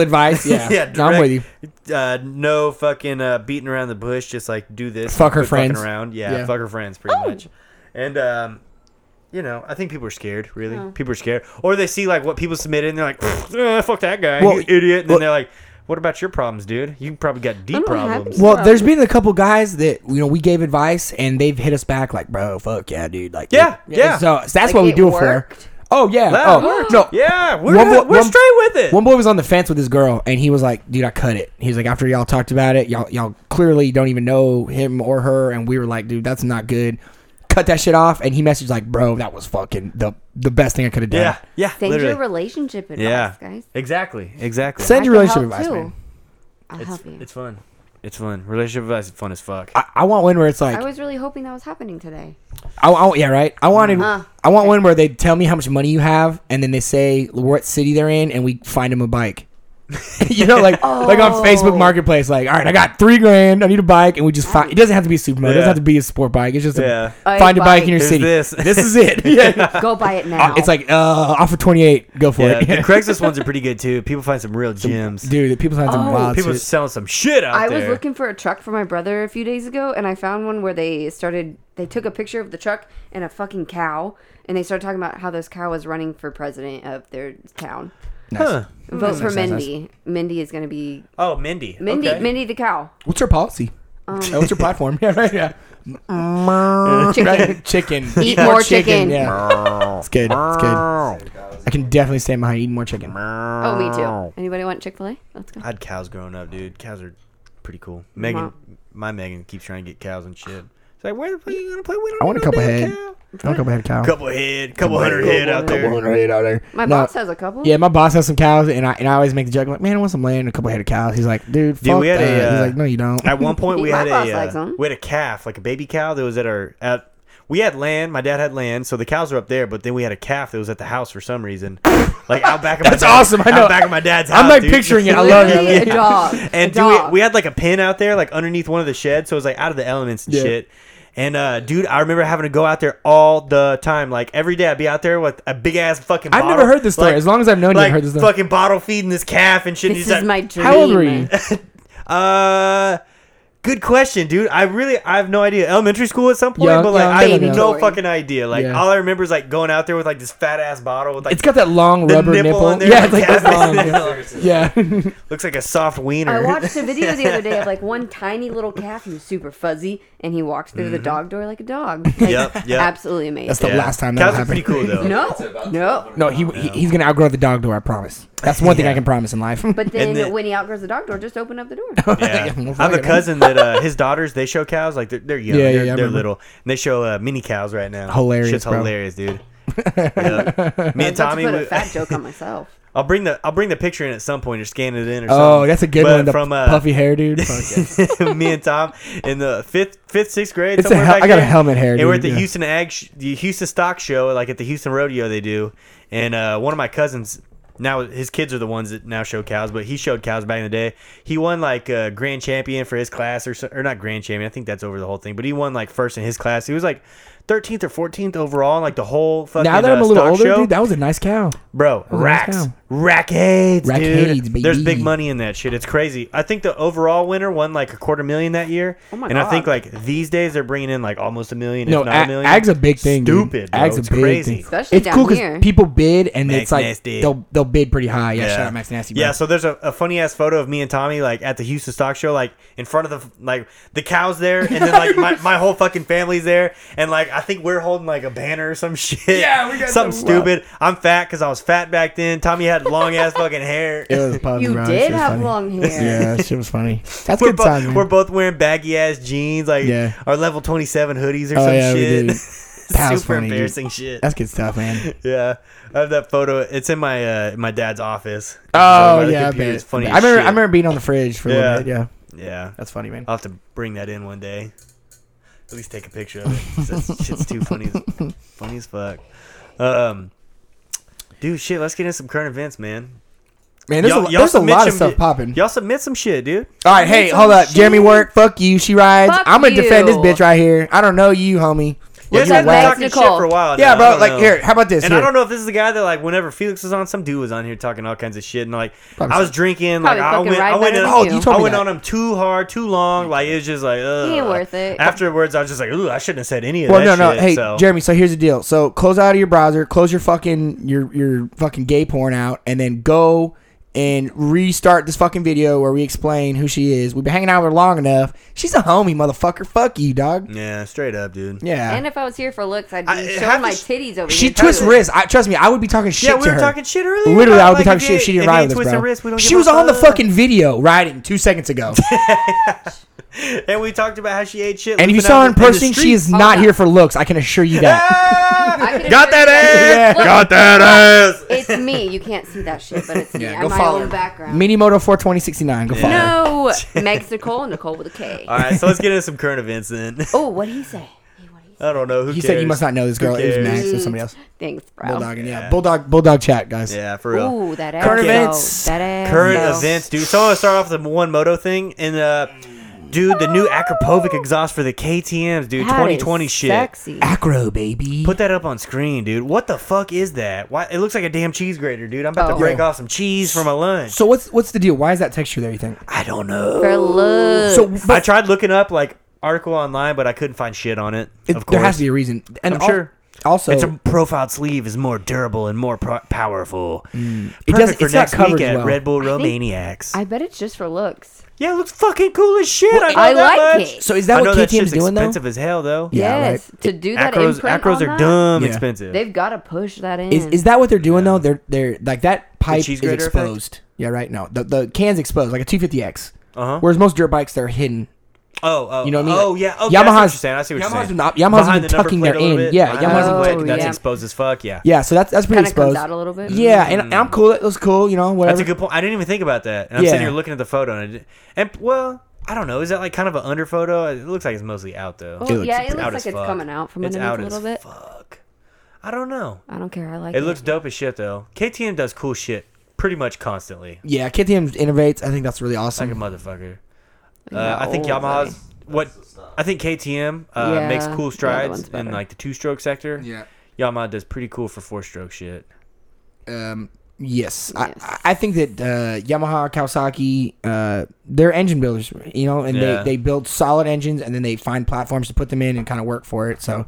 Speaker 3: advice. Yeah.
Speaker 2: yeah,
Speaker 3: No, I'm with you.
Speaker 2: you. Uh, no fucking uh, beating around the bush. Just like do this.
Speaker 3: Fuck her
Speaker 2: quit fucking
Speaker 3: friends.
Speaker 2: Around. Yeah,
Speaker 3: Yeah.
Speaker 2: fuck her friends, pretty
Speaker 4: Oh.
Speaker 2: much. And um, you know, I think people are scared. Really, people are scared, or they see like what people submitted, and they're like, "Eh, "Fuck that guy,
Speaker 3: Well,
Speaker 2: you idiot." And
Speaker 3: well-
Speaker 2: then they're like, "What about your problems, dude? You probably got
Speaker 4: I
Speaker 2: deep
Speaker 4: don't have
Speaker 2: problems."
Speaker 4: any.
Speaker 3: Well,
Speaker 4: Bro.
Speaker 3: there's been a couple guys that you know we gave advice and they've hit us back like, bro, fuck yeah, dude. Like,
Speaker 2: Yeah, yeah.
Speaker 3: So, so that's
Speaker 4: Like,
Speaker 3: what we
Speaker 4: it
Speaker 3: do it for.
Speaker 4: worked.
Speaker 3: Oh yeah.
Speaker 2: Wow.
Speaker 3: Oh no.
Speaker 2: Yeah, we're,
Speaker 3: One
Speaker 2: good.
Speaker 3: boy-
Speaker 2: we're
Speaker 3: one-
Speaker 2: straight with it.
Speaker 3: One boy was on the fence with his girl, and he was like, "Dude, I cut it." He was like, "After y'all talked about it, y'all y'all clearly don't even know him or her." And we were like, "Dude, that's not good." Cut that shit off. And he messaged like, "Bro, that was fucking the the best thing I could have done."
Speaker 2: yeah, yeah,
Speaker 4: Send
Speaker 2: literally.
Speaker 4: your relationship advice,
Speaker 2: yeah,
Speaker 4: guys.
Speaker 2: exactly, exactly.
Speaker 3: Send
Speaker 4: I
Speaker 3: your
Speaker 4: can
Speaker 3: relationship
Speaker 4: help
Speaker 3: advice,
Speaker 4: too.
Speaker 3: man.
Speaker 4: I'll
Speaker 2: it's,
Speaker 4: help you.
Speaker 2: it's fun. It's fun. Relationship advice is fun as fuck.
Speaker 3: I, I want one where it's like,
Speaker 4: I was really hoping that was happening today.
Speaker 3: I, I, yeah, right. I wanted,
Speaker 4: Uh-huh.
Speaker 3: I want one where they tell me how much money you have, and then they say what city they're in, and we find them a bike. you know, like like on Facebook
Speaker 4: Oh.
Speaker 3: Marketplace, like, all right, I got three grand, I need a bike, and we just find. It doesn't have to be a supermoto. It
Speaker 2: Yeah.
Speaker 3: doesn't have to be a sport bike. It's just
Speaker 2: Yeah.
Speaker 3: a,
Speaker 4: A
Speaker 3: find a bike,
Speaker 4: bike.
Speaker 3: in your
Speaker 2: There's
Speaker 3: city.
Speaker 2: this.
Speaker 3: is it. Yeah.
Speaker 4: Go buy it now.
Speaker 3: Uh, it's like uh, offer twenty eight. Go for
Speaker 2: yeah, the
Speaker 3: it,
Speaker 2: Craigslist ones are pretty good too. People find some real gems.
Speaker 3: dude. The people find some
Speaker 4: Oh.
Speaker 3: wild
Speaker 2: People
Speaker 3: shit.
Speaker 2: selling some shit out
Speaker 4: I
Speaker 2: there.
Speaker 4: was looking for a truck for my brother a few days ago, and I found one where they started. They took a picture of the truck and a fucking cow, and they started talking about how this cow was running for president of their town.
Speaker 2: Huh.
Speaker 4: Vote for
Speaker 3: Nice, nice,
Speaker 4: Mindy. Mindy is going to be
Speaker 2: Oh, Mindy.
Speaker 4: Mindy.
Speaker 2: Okay.
Speaker 4: Mindy the cow.
Speaker 3: What's your policy?
Speaker 4: Um,
Speaker 3: Oh, what's your platform? yeah, right. Yeah.
Speaker 4: Chicken.
Speaker 3: Right, Chicken.
Speaker 4: Eat more chicken.
Speaker 3: Yeah. it's good. It's good. I can definitely stand behind eating more chicken.
Speaker 4: Oh, me too. Anybody want Chick Fil A? Let's go.
Speaker 2: I had cows growing up, dude. Cows are pretty cool. Megan, my Megan keeps trying to get cows and shit. It's like, where the fuck you gonna play? We don't
Speaker 3: I want
Speaker 2: need
Speaker 3: a
Speaker 2: no
Speaker 3: couple
Speaker 2: damn
Speaker 3: head.
Speaker 2: cow.
Speaker 3: I want a couple head cow.
Speaker 2: Couple head, couple hundred
Speaker 4: head.
Speaker 2: head out
Speaker 4: Couple
Speaker 2: there.
Speaker 3: hundred head out there.
Speaker 4: My
Speaker 3: No.
Speaker 4: boss has a couple.
Speaker 3: Yeah, my boss has some cows, and I and I always make the joke like, "Man, I want some land, and a couple head of cows." He's like, "Dude, fuck
Speaker 2: Dude, we had
Speaker 3: that."
Speaker 2: a. Uh,
Speaker 3: He's like, "No, you don't."
Speaker 2: At one point, we
Speaker 4: My
Speaker 2: had
Speaker 4: boss
Speaker 2: a
Speaker 4: likes
Speaker 2: uh,
Speaker 4: 'em.
Speaker 2: we had a calf, like a baby cow that was at our at. We had land. My dad had land, so the cows were up there. But then we had a calf that was at the house for some reason, like out back. Of
Speaker 3: That's
Speaker 2: my dad-
Speaker 3: awesome, I know.
Speaker 2: Out back of my dad's house.
Speaker 3: I'm like
Speaker 2: dude.
Speaker 3: picturing it. I love it.
Speaker 4: Literally a dog.
Speaker 2: And
Speaker 4: a
Speaker 2: do we,
Speaker 4: dog.
Speaker 2: we had like a pin out there, like underneath one of the sheds, so it was like out of the elements and
Speaker 3: Yeah.
Speaker 2: shit. And uh, dude, I remember having to go out there all the time. Like every day, I'd be out there with a big ass fucking.
Speaker 3: I've never
Speaker 2: bottle,
Speaker 3: heard this story. As long as I've known you, I've
Speaker 2: like,
Speaker 3: heard this story.
Speaker 2: Fucking bottle feeding this calf and shit. and
Speaker 4: this is
Speaker 2: he's like,
Speaker 4: my dream.
Speaker 3: How old were you?
Speaker 2: uh, good question, dude. I really, I have no idea. Elementary school at some point,
Speaker 3: Young-
Speaker 2: but like,
Speaker 3: young
Speaker 2: I have
Speaker 3: Baby
Speaker 2: no
Speaker 4: boy.
Speaker 2: fucking idea. Like,
Speaker 3: Yeah.
Speaker 2: all I remember is like going out there with like this fat ass bottle with like
Speaker 3: It's got that long
Speaker 2: the
Speaker 3: rubber nipple.
Speaker 2: in there.
Speaker 3: Yeah, it's like this
Speaker 2: half-
Speaker 3: long. Yeah, Yeah.
Speaker 2: looks like a soft wiener.
Speaker 4: I watched a video the other day of like one tiny little calf who was super fuzzy and he walked through the
Speaker 2: Mm-hmm.
Speaker 4: dog door like a dog. Like,
Speaker 2: Yep, yep.
Speaker 4: Absolutely amazing.
Speaker 3: that's the last time that
Speaker 2: cows are
Speaker 3: happened.
Speaker 2: pretty cool though.
Speaker 4: no, no.
Speaker 3: No, he, he he's gonna outgrow the dog door. I promise. That's one thing I can promise in life.
Speaker 4: But then,
Speaker 2: then-
Speaker 4: when he outgrows the dog door, just open up the door.
Speaker 2: Yeah.
Speaker 3: Yeah,
Speaker 2: I have a
Speaker 3: fuck it.
Speaker 2: cousin that uh, his daughters they show cows like they're, they're young,
Speaker 3: Yeah, yeah,
Speaker 2: they're,
Speaker 3: I
Speaker 2: they're
Speaker 3: remember.
Speaker 2: little, and they show uh, mini cows right now.
Speaker 3: Hilarious,
Speaker 2: shit's
Speaker 3: bro.
Speaker 2: hilarious, dude. Yeah. Me and
Speaker 4: Not to
Speaker 2: Tommy,
Speaker 4: put a
Speaker 2: we-
Speaker 4: fat joke on myself.
Speaker 2: I'll bring the I'll bring the picture in at some point or scan it in or something.
Speaker 3: oh, that's a good
Speaker 2: But
Speaker 3: one. The
Speaker 2: from uh,
Speaker 3: puffy hair, dude. Fuck yeah.
Speaker 2: me and Tom in the fifth, fifth, sixth grade.
Speaker 3: It's a
Speaker 2: somewhere
Speaker 3: hel-
Speaker 2: back
Speaker 3: I got a
Speaker 2: there.
Speaker 3: helmet hair,
Speaker 2: And we're at the
Speaker 3: dude, yeah.
Speaker 2: Houston Ag, sh- the Houston Stock Show, like at the Houston Rodeo they do. And uh, one of my cousins, now his kids are the ones that now show cows, but he showed cows back in the day. He won like uh, grand champion for his class, or so- or not grand champion. I think that's over the whole thing, but he won like first in his class. He was like. 13th or 14th overall, in, like the whole fucking
Speaker 3: Now that I'm
Speaker 2: uh,
Speaker 3: a little
Speaker 2: stock
Speaker 3: older,
Speaker 2: show.
Speaker 3: dude, that was a nice cow.
Speaker 2: Bro,
Speaker 3: was a nice
Speaker 2: racks,
Speaker 3: cow.
Speaker 2: rackades,
Speaker 3: Rackades,
Speaker 2: dude. There's big
Speaker 3: baby.
Speaker 2: money in that shit. It's crazy. I think the overall winner won like a quarter million that year.
Speaker 4: Oh my
Speaker 2: and I think
Speaker 4: God.
Speaker 2: like these days they're bringing in like almost a million,
Speaker 3: No,
Speaker 2: if not a,
Speaker 3: ag-
Speaker 2: million.
Speaker 3: ag's a big thing. dude.
Speaker 2: Stupid, bro.
Speaker 3: Ag's
Speaker 2: It's
Speaker 3: a big
Speaker 2: crazy.
Speaker 3: thing.
Speaker 4: Especially
Speaker 3: it's
Speaker 4: down
Speaker 3: cool because
Speaker 4: here.
Speaker 3: people bid and
Speaker 2: Max
Speaker 3: it's like
Speaker 2: Nasty.
Speaker 3: they'll they'll bid pretty high. Yeah,
Speaker 2: Yeah.
Speaker 3: shout out Max Nasty. Bro.
Speaker 2: Yeah, so there's a, a funny ass photo of me and Tommy like at the Houston Stock Show, like in front of the like the cows there, and then like my, my whole fucking family's there, and like I think we're holding like a banner or some shit.
Speaker 3: Yeah, we got
Speaker 2: something
Speaker 3: some-
Speaker 2: stupid. I'm fat because I was fat back then. Tommy had long ass fucking hair.
Speaker 3: it was puffy,
Speaker 4: You
Speaker 3: bro. That
Speaker 4: did
Speaker 3: shit was
Speaker 4: have
Speaker 3: funny.
Speaker 4: long hair.
Speaker 3: Yeah, that shit was funny. That's
Speaker 2: we're,
Speaker 3: good
Speaker 2: bo-
Speaker 3: times, man.
Speaker 2: we're both wearing baggy ass jeans, like
Speaker 3: Yeah.
Speaker 2: our level twenty seven hoodies or
Speaker 3: Oh,
Speaker 2: some
Speaker 3: yeah, we
Speaker 2: shit.
Speaker 3: did. That was
Speaker 2: Super
Speaker 3: funny, dude.
Speaker 2: embarrassing shit.
Speaker 3: That's good stuff, man.
Speaker 2: yeah, I have that photo. It's in my uh, my dad's office.
Speaker 3: Oh
Speaker 2: By the
Speaker 3: yeah, I
Speaker 2: computer.
Speaker 3: bet.
Speaker 2: It's funny.
Speaker 3: I
Speaker 2: as
Speaker 3: remember.
Speaker 2: shit.
Speaker 3: I remember being on the fridge for a
Speaker 2: Yeah.
Speaker 3: little bit. Yeah,
Speaker 2: Yeah,
Speaker 3: that's funny, man.
Speaker 2: I'll have to bring that in one day. At least take a picture of it. 'cause That shit's too funny, as, funny as fuck. Um, dude, shit. Let's get into some current events, man.
Speaker 3: Man, there's
Speaker 2: Y'all-
Speaker 3: a,
Speaker 2: y'all
Speaker 3: there's a
Speaker 2: submit
Speaker 3: lot of
Speaker 2: some
Speaker 3: stuff
Speaker 2: di-
Speaker 3: popping.
Speaker 2: Y'all submit some shit, dude.
Speaker 3: All right, hey,
Speaker 4: Submit
Speaker 3: hold
Speaker 4: some
Speaker 3: up, Jeremy.
Speaker 4: shit.
Speaker 3: Work. Fuck you. She rides.
Speaker 4: Fuck
Speaker 3: I'm gonna defend this
Speaker 4: you.
Speaker 3: bitch right here. I don't know you, homie.
Speaker 2: Yeah,
Speaker 3: But you
Speaker 4: guys
Speaker 2: I've been
Speaker 4: Max
Speaker 3: whack.
Speaker 2: talking shit
Speaker 4: Nicole.
Speaker 2: for a while. now.
Speaker 3: Yeah,
Speaker 2: I
Speaker 3: bro.
Speaker 2: don't
Speaker 3: Like
Speaker 2: know.
Speaker 3: here, how about this?
Speaker 2: And I
Speaker 3: Here.
Speaker 2: don't know if this is the guy that like whenever Felix was on, some dude was on here talking all kinds of shit and like
Speaker 3: Probably
Speaker 2: I was
Speaker 3: so.
Speaker 2: drinking, like
Speaker 4: Probably
Speaker 2: I
Speaker 4: fucking
Speaker 2: went,
Speaker 4: right
Speaker 2: I went,
Speaker 4: better
Speaker 2: in-
Speaker 4: than Oh, you.
Speaker 3: you told
Speaker 2: I
Speaker 3: me
Speaker 2: went
Speaker 3: that.
Speaker 2: on him too hard, too long. Like it was just like, ugh.
Speaker 4: ain't worth it.
Speaker 2: Afterwards, I was just like, ooh, I shouldn't have said any of
Speaker 3: Well, no,
Speaker 2: that.
Speaker 3: no.
Speaker 2: shit,
Speaker 3: hey,
Speaker 2: so.
Speaker 3: Jeremy. So here's the deal. So close out of your browser, close your fucking your your fucking gay porn out, and then go and restart this fucking video where we explain who she is. We've been hanging out with her long enough. She's a homie, motherfucker. Fuck you, dog.
Speaker 2: Yeah, straight up, dude.
Speaker 3: Yeah.
Speaker 4: And if I was here for looks, I'd be
Speaker 2: I- half
Speaker 4: showing my
Speaker 2: the sh-
Speaker 4: titties over
Speaker 3: she
Speaker 4: here.
Speaker 3: twists
Speaker 4: totally.
Speaker 3: wrists. I, trust me, I would be talking shit
Speaker 2: Yeah,
Speaker 3: to
Speaker 2: we were
Speaker 3: her.
Speaker 2: talking shit earlier.
Speaker 3: Literally, I
Speaker 2: about,
Speaker 3: would be
Speaker 2: like,
Speaker 3: talking
Speaker 2: if
Speaker 3: shit if she
Speaker 2: you- if
Speaker 3: didn't
Speaker 2: you
Speaker 3: ride with
Speaker 2: twist
Speaker 3: us,
Speaker 2: the
Speaker 3: bro.
Speaker 2: wrist, we don't
Speaker 3: she
Speaker 2: give a
Speaker 3: was on the
Speaker 2: fuck.
Speaker 3: fucking video riding two seconds ago.
Speaker 2: And we talked about how she ate shit.
Speaker 3: and if you
Speaker 2: living
Speaker 3: saw
Speaker 2: out
Speaker 3: her in
Speaker 2: in the
Speaker 3: person, she
Speaker 2: streets.
Speaker 3: is not
Speaker 4: no.
Speaker 3: here for looks. I can assure you that.
Speaker 2: Ah!
Speaker 4: I could
Speaker 2: Got that
Speaker 4: assure you-
Speaker 2: ass!
Speaker 4: Look,
Speaker 2: Got that ass!
Speaker 4: It's me. You can't see that shit, but it's me.
Speaker 3: Yeah,
Speaker 4: I'm
Speaker 3: go
Speaker 4: my
Speaker 3: follow
Speaker 4: own
Speaker 3: her.
Speaker 4: background.
Speaker 3: Minimoto four twenty sixty nine. Go follow. her.
Speaker 4: No, Meg's Nicole, Nicole with a K.
Speaker 2: All right, so let's get into some current events then.
Speaker 4: Oh, what did he say? Hey, what'd he say?
Speaker 2: I don't know. Who
Speaker 3: He said you must not know this girl. It was
Speaker 2: cares?
Speaker 3: Max or somebody else.
Speaker 4: Thanks, bro.
Speaker 3: Bulldog. Yeah.
Speaker 2: Yeah.
Speaker 3: Bulldog. Bulldog chat, guys.
Speaker 2: Yeah, for real.
Speaker 4: Ooh, that ass.
Speaker 3: Current
Speaker 4: though.
Speaker 3: events.
Speaker 4: That ass.
Speaker 2: Current
Speaker 4: though.
Speaker 2: events, dude. So I want to start off with the one moto thing, and uh, dude, the new Akrapovic exhaust for the KTM's, dude,
Speaker 4: That
Speaker 2: twenty twenty
Speaker 4: is
Speaker 2: shit.
Speaker 4: Sexy.
Speaker 3: Acro baby.
Speaker 2: Put that up on screen, dude. What the fuck is that? Why it looks like a damn cheese grater, dude. I'm about
Speaker 4: Oh.
Speaker 2: to break
Speaker 3: Yo.
Speaker 2: off some cheese for my lunch.
Speaker 3: so what's what's the deal? Why is that texture there? You think?
Speaker 2: I don't know.
Speaker 4: For looks.
Speaker 3: So
Speaker 2: Uh, I
Speaker 3: but
Speaker 2: tried looking up like article online, but I couldn't find shit on it.
Speaker 3: it-
Speaker 2: of course,
Speaker 3: there has to be a reason. And
Speaker 2: I'm
Speaker 3: al-
Speaker 2: sure.
Speaker 3: Also,
Speaker 2: It's a profiled sleeve is more durable and more pro- powerful. Perfect
Speaker 3: Mm. doesn't-
Speaker 2: for
Speaker 3: it's not
Speaker 2: next
Speaker 3: covered
Speaker 2: week
Speaker 3: as
Speaker 2: at
Speaker 3: well.
Speaker 2: Red Bull
Speaker 4: I think-
Speaker 2: Romaniacs.
Speaker 4: I bet it's just for looks.
Speaker 2: yeah, it looks fucking cool as shit. I, know
Speaker 4: I
Speaker 2: that
Speaker 4: like
Speaker 2: much.
Speaker 4: it.
Speaker 3: so is that
Speaker 2: I know
Speaker 3: what
Speaker 2: that
Speaker 3: KTM's
Speaker 2: shit's
Speaker 3: doing though?
Speaker 2: expensive as hell though.
Speaker 3: Yeah, right.
Speaker 4: yes. To do that
Speaker 2: Acros,
Speaker 4: imprint
Speaker 2: Acros
Speaker 4: on
Speaker 2: are
Speaker 4: that,
Speaker 2: dumb
Speaker 3: Yeah.
Speaker 2: expensive.
Speaker 4: They've got to push that in.
Speaker 3: Is, is that what they're doing though? They're they're like that pipe
Speaker 2: Mm. cheese
Speaker 3: is
Speaker 2: grater effect?
Speaker 3: exposed. Yeah, right. No, the the can's exposed like a 250x.
Speaker 2: Uh-huh.
Speaker 3: Whereas most dirt bikes they're hidden.
Speaker 2: oh, oh,
Speaker 3: You know what I mean?
Speaker 2: Oh
Speaker 3: Like,
Speaker 2: yeah. Okay, Yamaha's I see what you're
Speaker 3: Yamaha's-
Speaker 2: saying. I see what
Speaker 3: Yamaha's
Speaker 2: you're saying.
Speaker 3: been up- Yamaha's
Speaker 2: Behind
Speaker 3: been
Speaker 2: the number
Speaker 3: tucking
Speaker 2: plate
Speaker 3: their
Speaker 2: a little
Speaker 3: end.
Speaker 2: bit.
Speaker 3: Yeah,
Speaker 2: Behind the
Speaker 3: Yamaha's
Speaker 2: number
Speaker 4: been-
Speaker 2: plate, That's
Speaker 4: Oh, Yeah.
Speaker 2: exposed as fuck. Yeah.
Speaker 3: Yeah, so that's that's pretty
Speaker 4: kind of
Speaker 3: exposed.
Speaker 4: comes out a little bit?
Speaker 3: Yeah, and, and I'm cool. That was cool. You know, whatever.
Speaker 2: Mm. That's a good point. I didn't even think about that. And I'm
Speaker 3: Yeah.
Speaker 2: sitting here looking at the photo, and, I di- and well, I don't know. Is that like kind of an under photo? It looks like it's mostly out though.
Speaker 3: It
Speaker 4: Well,
Speaker 3: looks
Speaker 4: Oh, yeah,
Speaker 3: pretty-
Speaker 4: it looks
Speaker 2: out
Speaker 4: like
Speaker 2: as
Speaker 4: it's
Speaker 2: fuck.
Speaker 4: coming out from
Speaker 2: it's
Speaker 4: underneath
Speaker 2: out
Speaker 4: a little
Speaker 2: as
Speaker 4: bit.
Speaker 2: Fuck. I don't know.
Speaker 4: I don't care. I like
Speaker 2: It
Speaker 4: it.
Speaker 2: looks dope as shit though. KTM does cool shit pretty much constantly.
Speaker 3: Yeah, KTM innovates. I think that's really
Speaker 2: Like a
Speaker 3: awesome.
Speaker 2: motherfucker. Uh,
Speaker 4: Yeah,
Speaker 2: I think
Speaker 4: old
Speaker 2: Yamaha's what
Speaker 4: money.
Speaker 2: I think KTM uh,
Speaker 4: Yeah,
Speaker 2: makes
Speaker 4: the
Speaker 2: cool
Speaker 4: other
Speaker 2: strides
Speaker 4: one's
Speaker 2: in
Speaker 4: better.
Speaker 2: like the two stroke sector.
Speaker 3: Yeah.
Speaker 2: Yamaha does pretty cool for four stroke shit.
Speaker 3: Um, yes, I
Speaker 4: Yes.
Speaker 3: I, I think that uh, Yamaha, Kawasaki, uh, they're engine builders. You know, and
Speaker 2: Yeah.
Speaker 3: they they build solid engines, and then they find platforms to put them in and kind of work for it. So,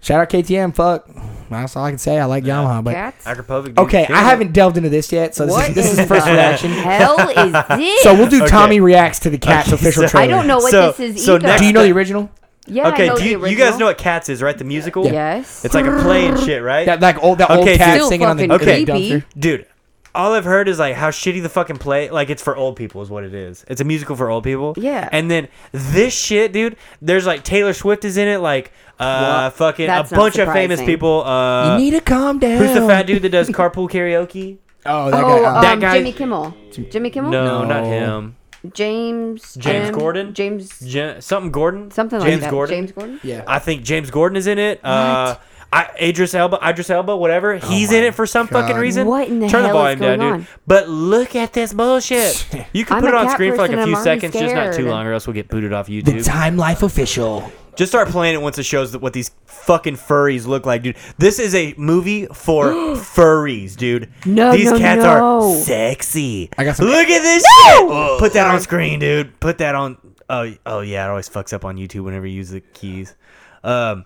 Speaker 3: shout out KTM. Fuck, that's all I can say. I like Yamaha, but
Speaker 4: Cats?
Speaker 2: Akrapovic. dude,
Speaker 3: okay,
Speaker 2: damn
Speaker 3: I
Speaker 2: it.
Speaker 3: haven't delved into this yet. So this
Speaker 4: What
Speaker 3: is this is the
Speaker 4: in
Speaker 3: first
Speaker 4: the
Speaker 3: reaction.
Speaker 4: Hell is this?
Speaker 3: So we'll do
Speaker 2: Okay.
Speaker 3: Tommy reacts to the Cats
Speaker 2: Okay,
Speaker 3: official
Speaker 2: so-
Speaker 3: trailer.
Speaker 4: I don't know what
Speaker 2: So-
Speaker 4: this is
Speaker 2: so
Speaker 4: either.
Speaker 2: next-
Speaker 3: Do you know the original?
Speaker 4: yeah, I
Speaker 2: Okay,
Speaker 4: know
Speaker 2: do you,
Speaker 4: the
Speaker 2: you guys
Speaker 4: original.
Speaker 2: know what Cats is, right? The musical.
Speaker 4: Yes.
Speaker 2: It's like a play and shit, right?
Speaker 3: That like old that
Speaker 2: Okay,
Speaker 3: old cat
Speaker 4: Still
Speaker 3: singing on the
Speaker 4: fucking
Speaker 3: okay.
Speaker 4: creepy.
Speaker 3: dumpster.
Speaker 2: Dude, all I've heard is like how shitty the fucking play. Like it's for old people is what it is. It's a musical for old people.
Speaker 4: Yeah.
Speaker 2: And then this shit, dude. There's like Taylor Swift is in it. Like uh,
Speaker 4: Well,
Speaker 2: fucking a
Speaker 4: that's not
Speaker 2: bunch of famous
Speaker 4: surprising.
Speaker 2: people. Uh,
Speaker 3: you need to calm down.
Speaker 2: who's the fat dude that does carpool karaoke?
Speaker 3: Oh, that
Speaker 4: Oh,
Speaker 3: guy.
Speaker 4: um,
Speaker 3: that-
Speaker 2: guy-
Speaker 4: Jimmy Kimmel. Jimmy Kimmel?
Speaker 2: No, not
Speaker 3: No.
Speaker 2: him.
Speaker 4: James.
Speaker 2: James
Speaker 4: Jim-
Speaker 2: Gordon?
Speaker 4: James.
Speaker 2: Ja- something Gordon.
Speaker 4: Something
Speaker 2: James
Speaker 4: like that.
Speaker 2: Gordon.
Speaker 4: James Gordon?
Speaker 3: yeah.
Speaker 2: I think James Gordon is in it. Uh, I, Idris Elba, Idris Elba, whatever. He's in
Speaker 3: Oh my
Speaker 2: it for some fucking
Speaker 3: God.
Speaker 2: reason.
Speaker 4: What in the
Speaker 2: Turn the
Speaker 4: hell
Speaker 2: volume
Speaker 4: is going
Speaker 2: down,
Speaker 4: on?
Speaker 2: dude. But look at this bullshit. You can
Speaker 4: I'm
Speaker 2: put
Speaker 4: a
Speaker 2: it on
Speaker 4: cat
Speaker 2: screen for like
Speaker 4: person,
Speaker 2: a
Speaker 4: I'm
Speaker 2: few
Speaker 4: already
Speaker 2: seconds, just not too
Speaker 4: scared.
Speaker 2: long, or else we'll get booted off
Speaker 3: The
Speaker 2: YouTube.
Speaker 3: Time Life official.
Speaker 2: just start playing it once it shows that what these fucking furries look like, dude. This is a movie for furries, dude.
Speaker 4: No,
Speaker 2: these
Speaker 4: no,
Speaker 2: cats
Speaker 4: no.
Speaker 2: are sexy. I
Speaker 3: got some- Oh,
Speaker 2: Look at this shit. Put that on screen, dude. Put that on. Oh, oh yeah, it always fucks up on YouTube whenever you use the keys. Um,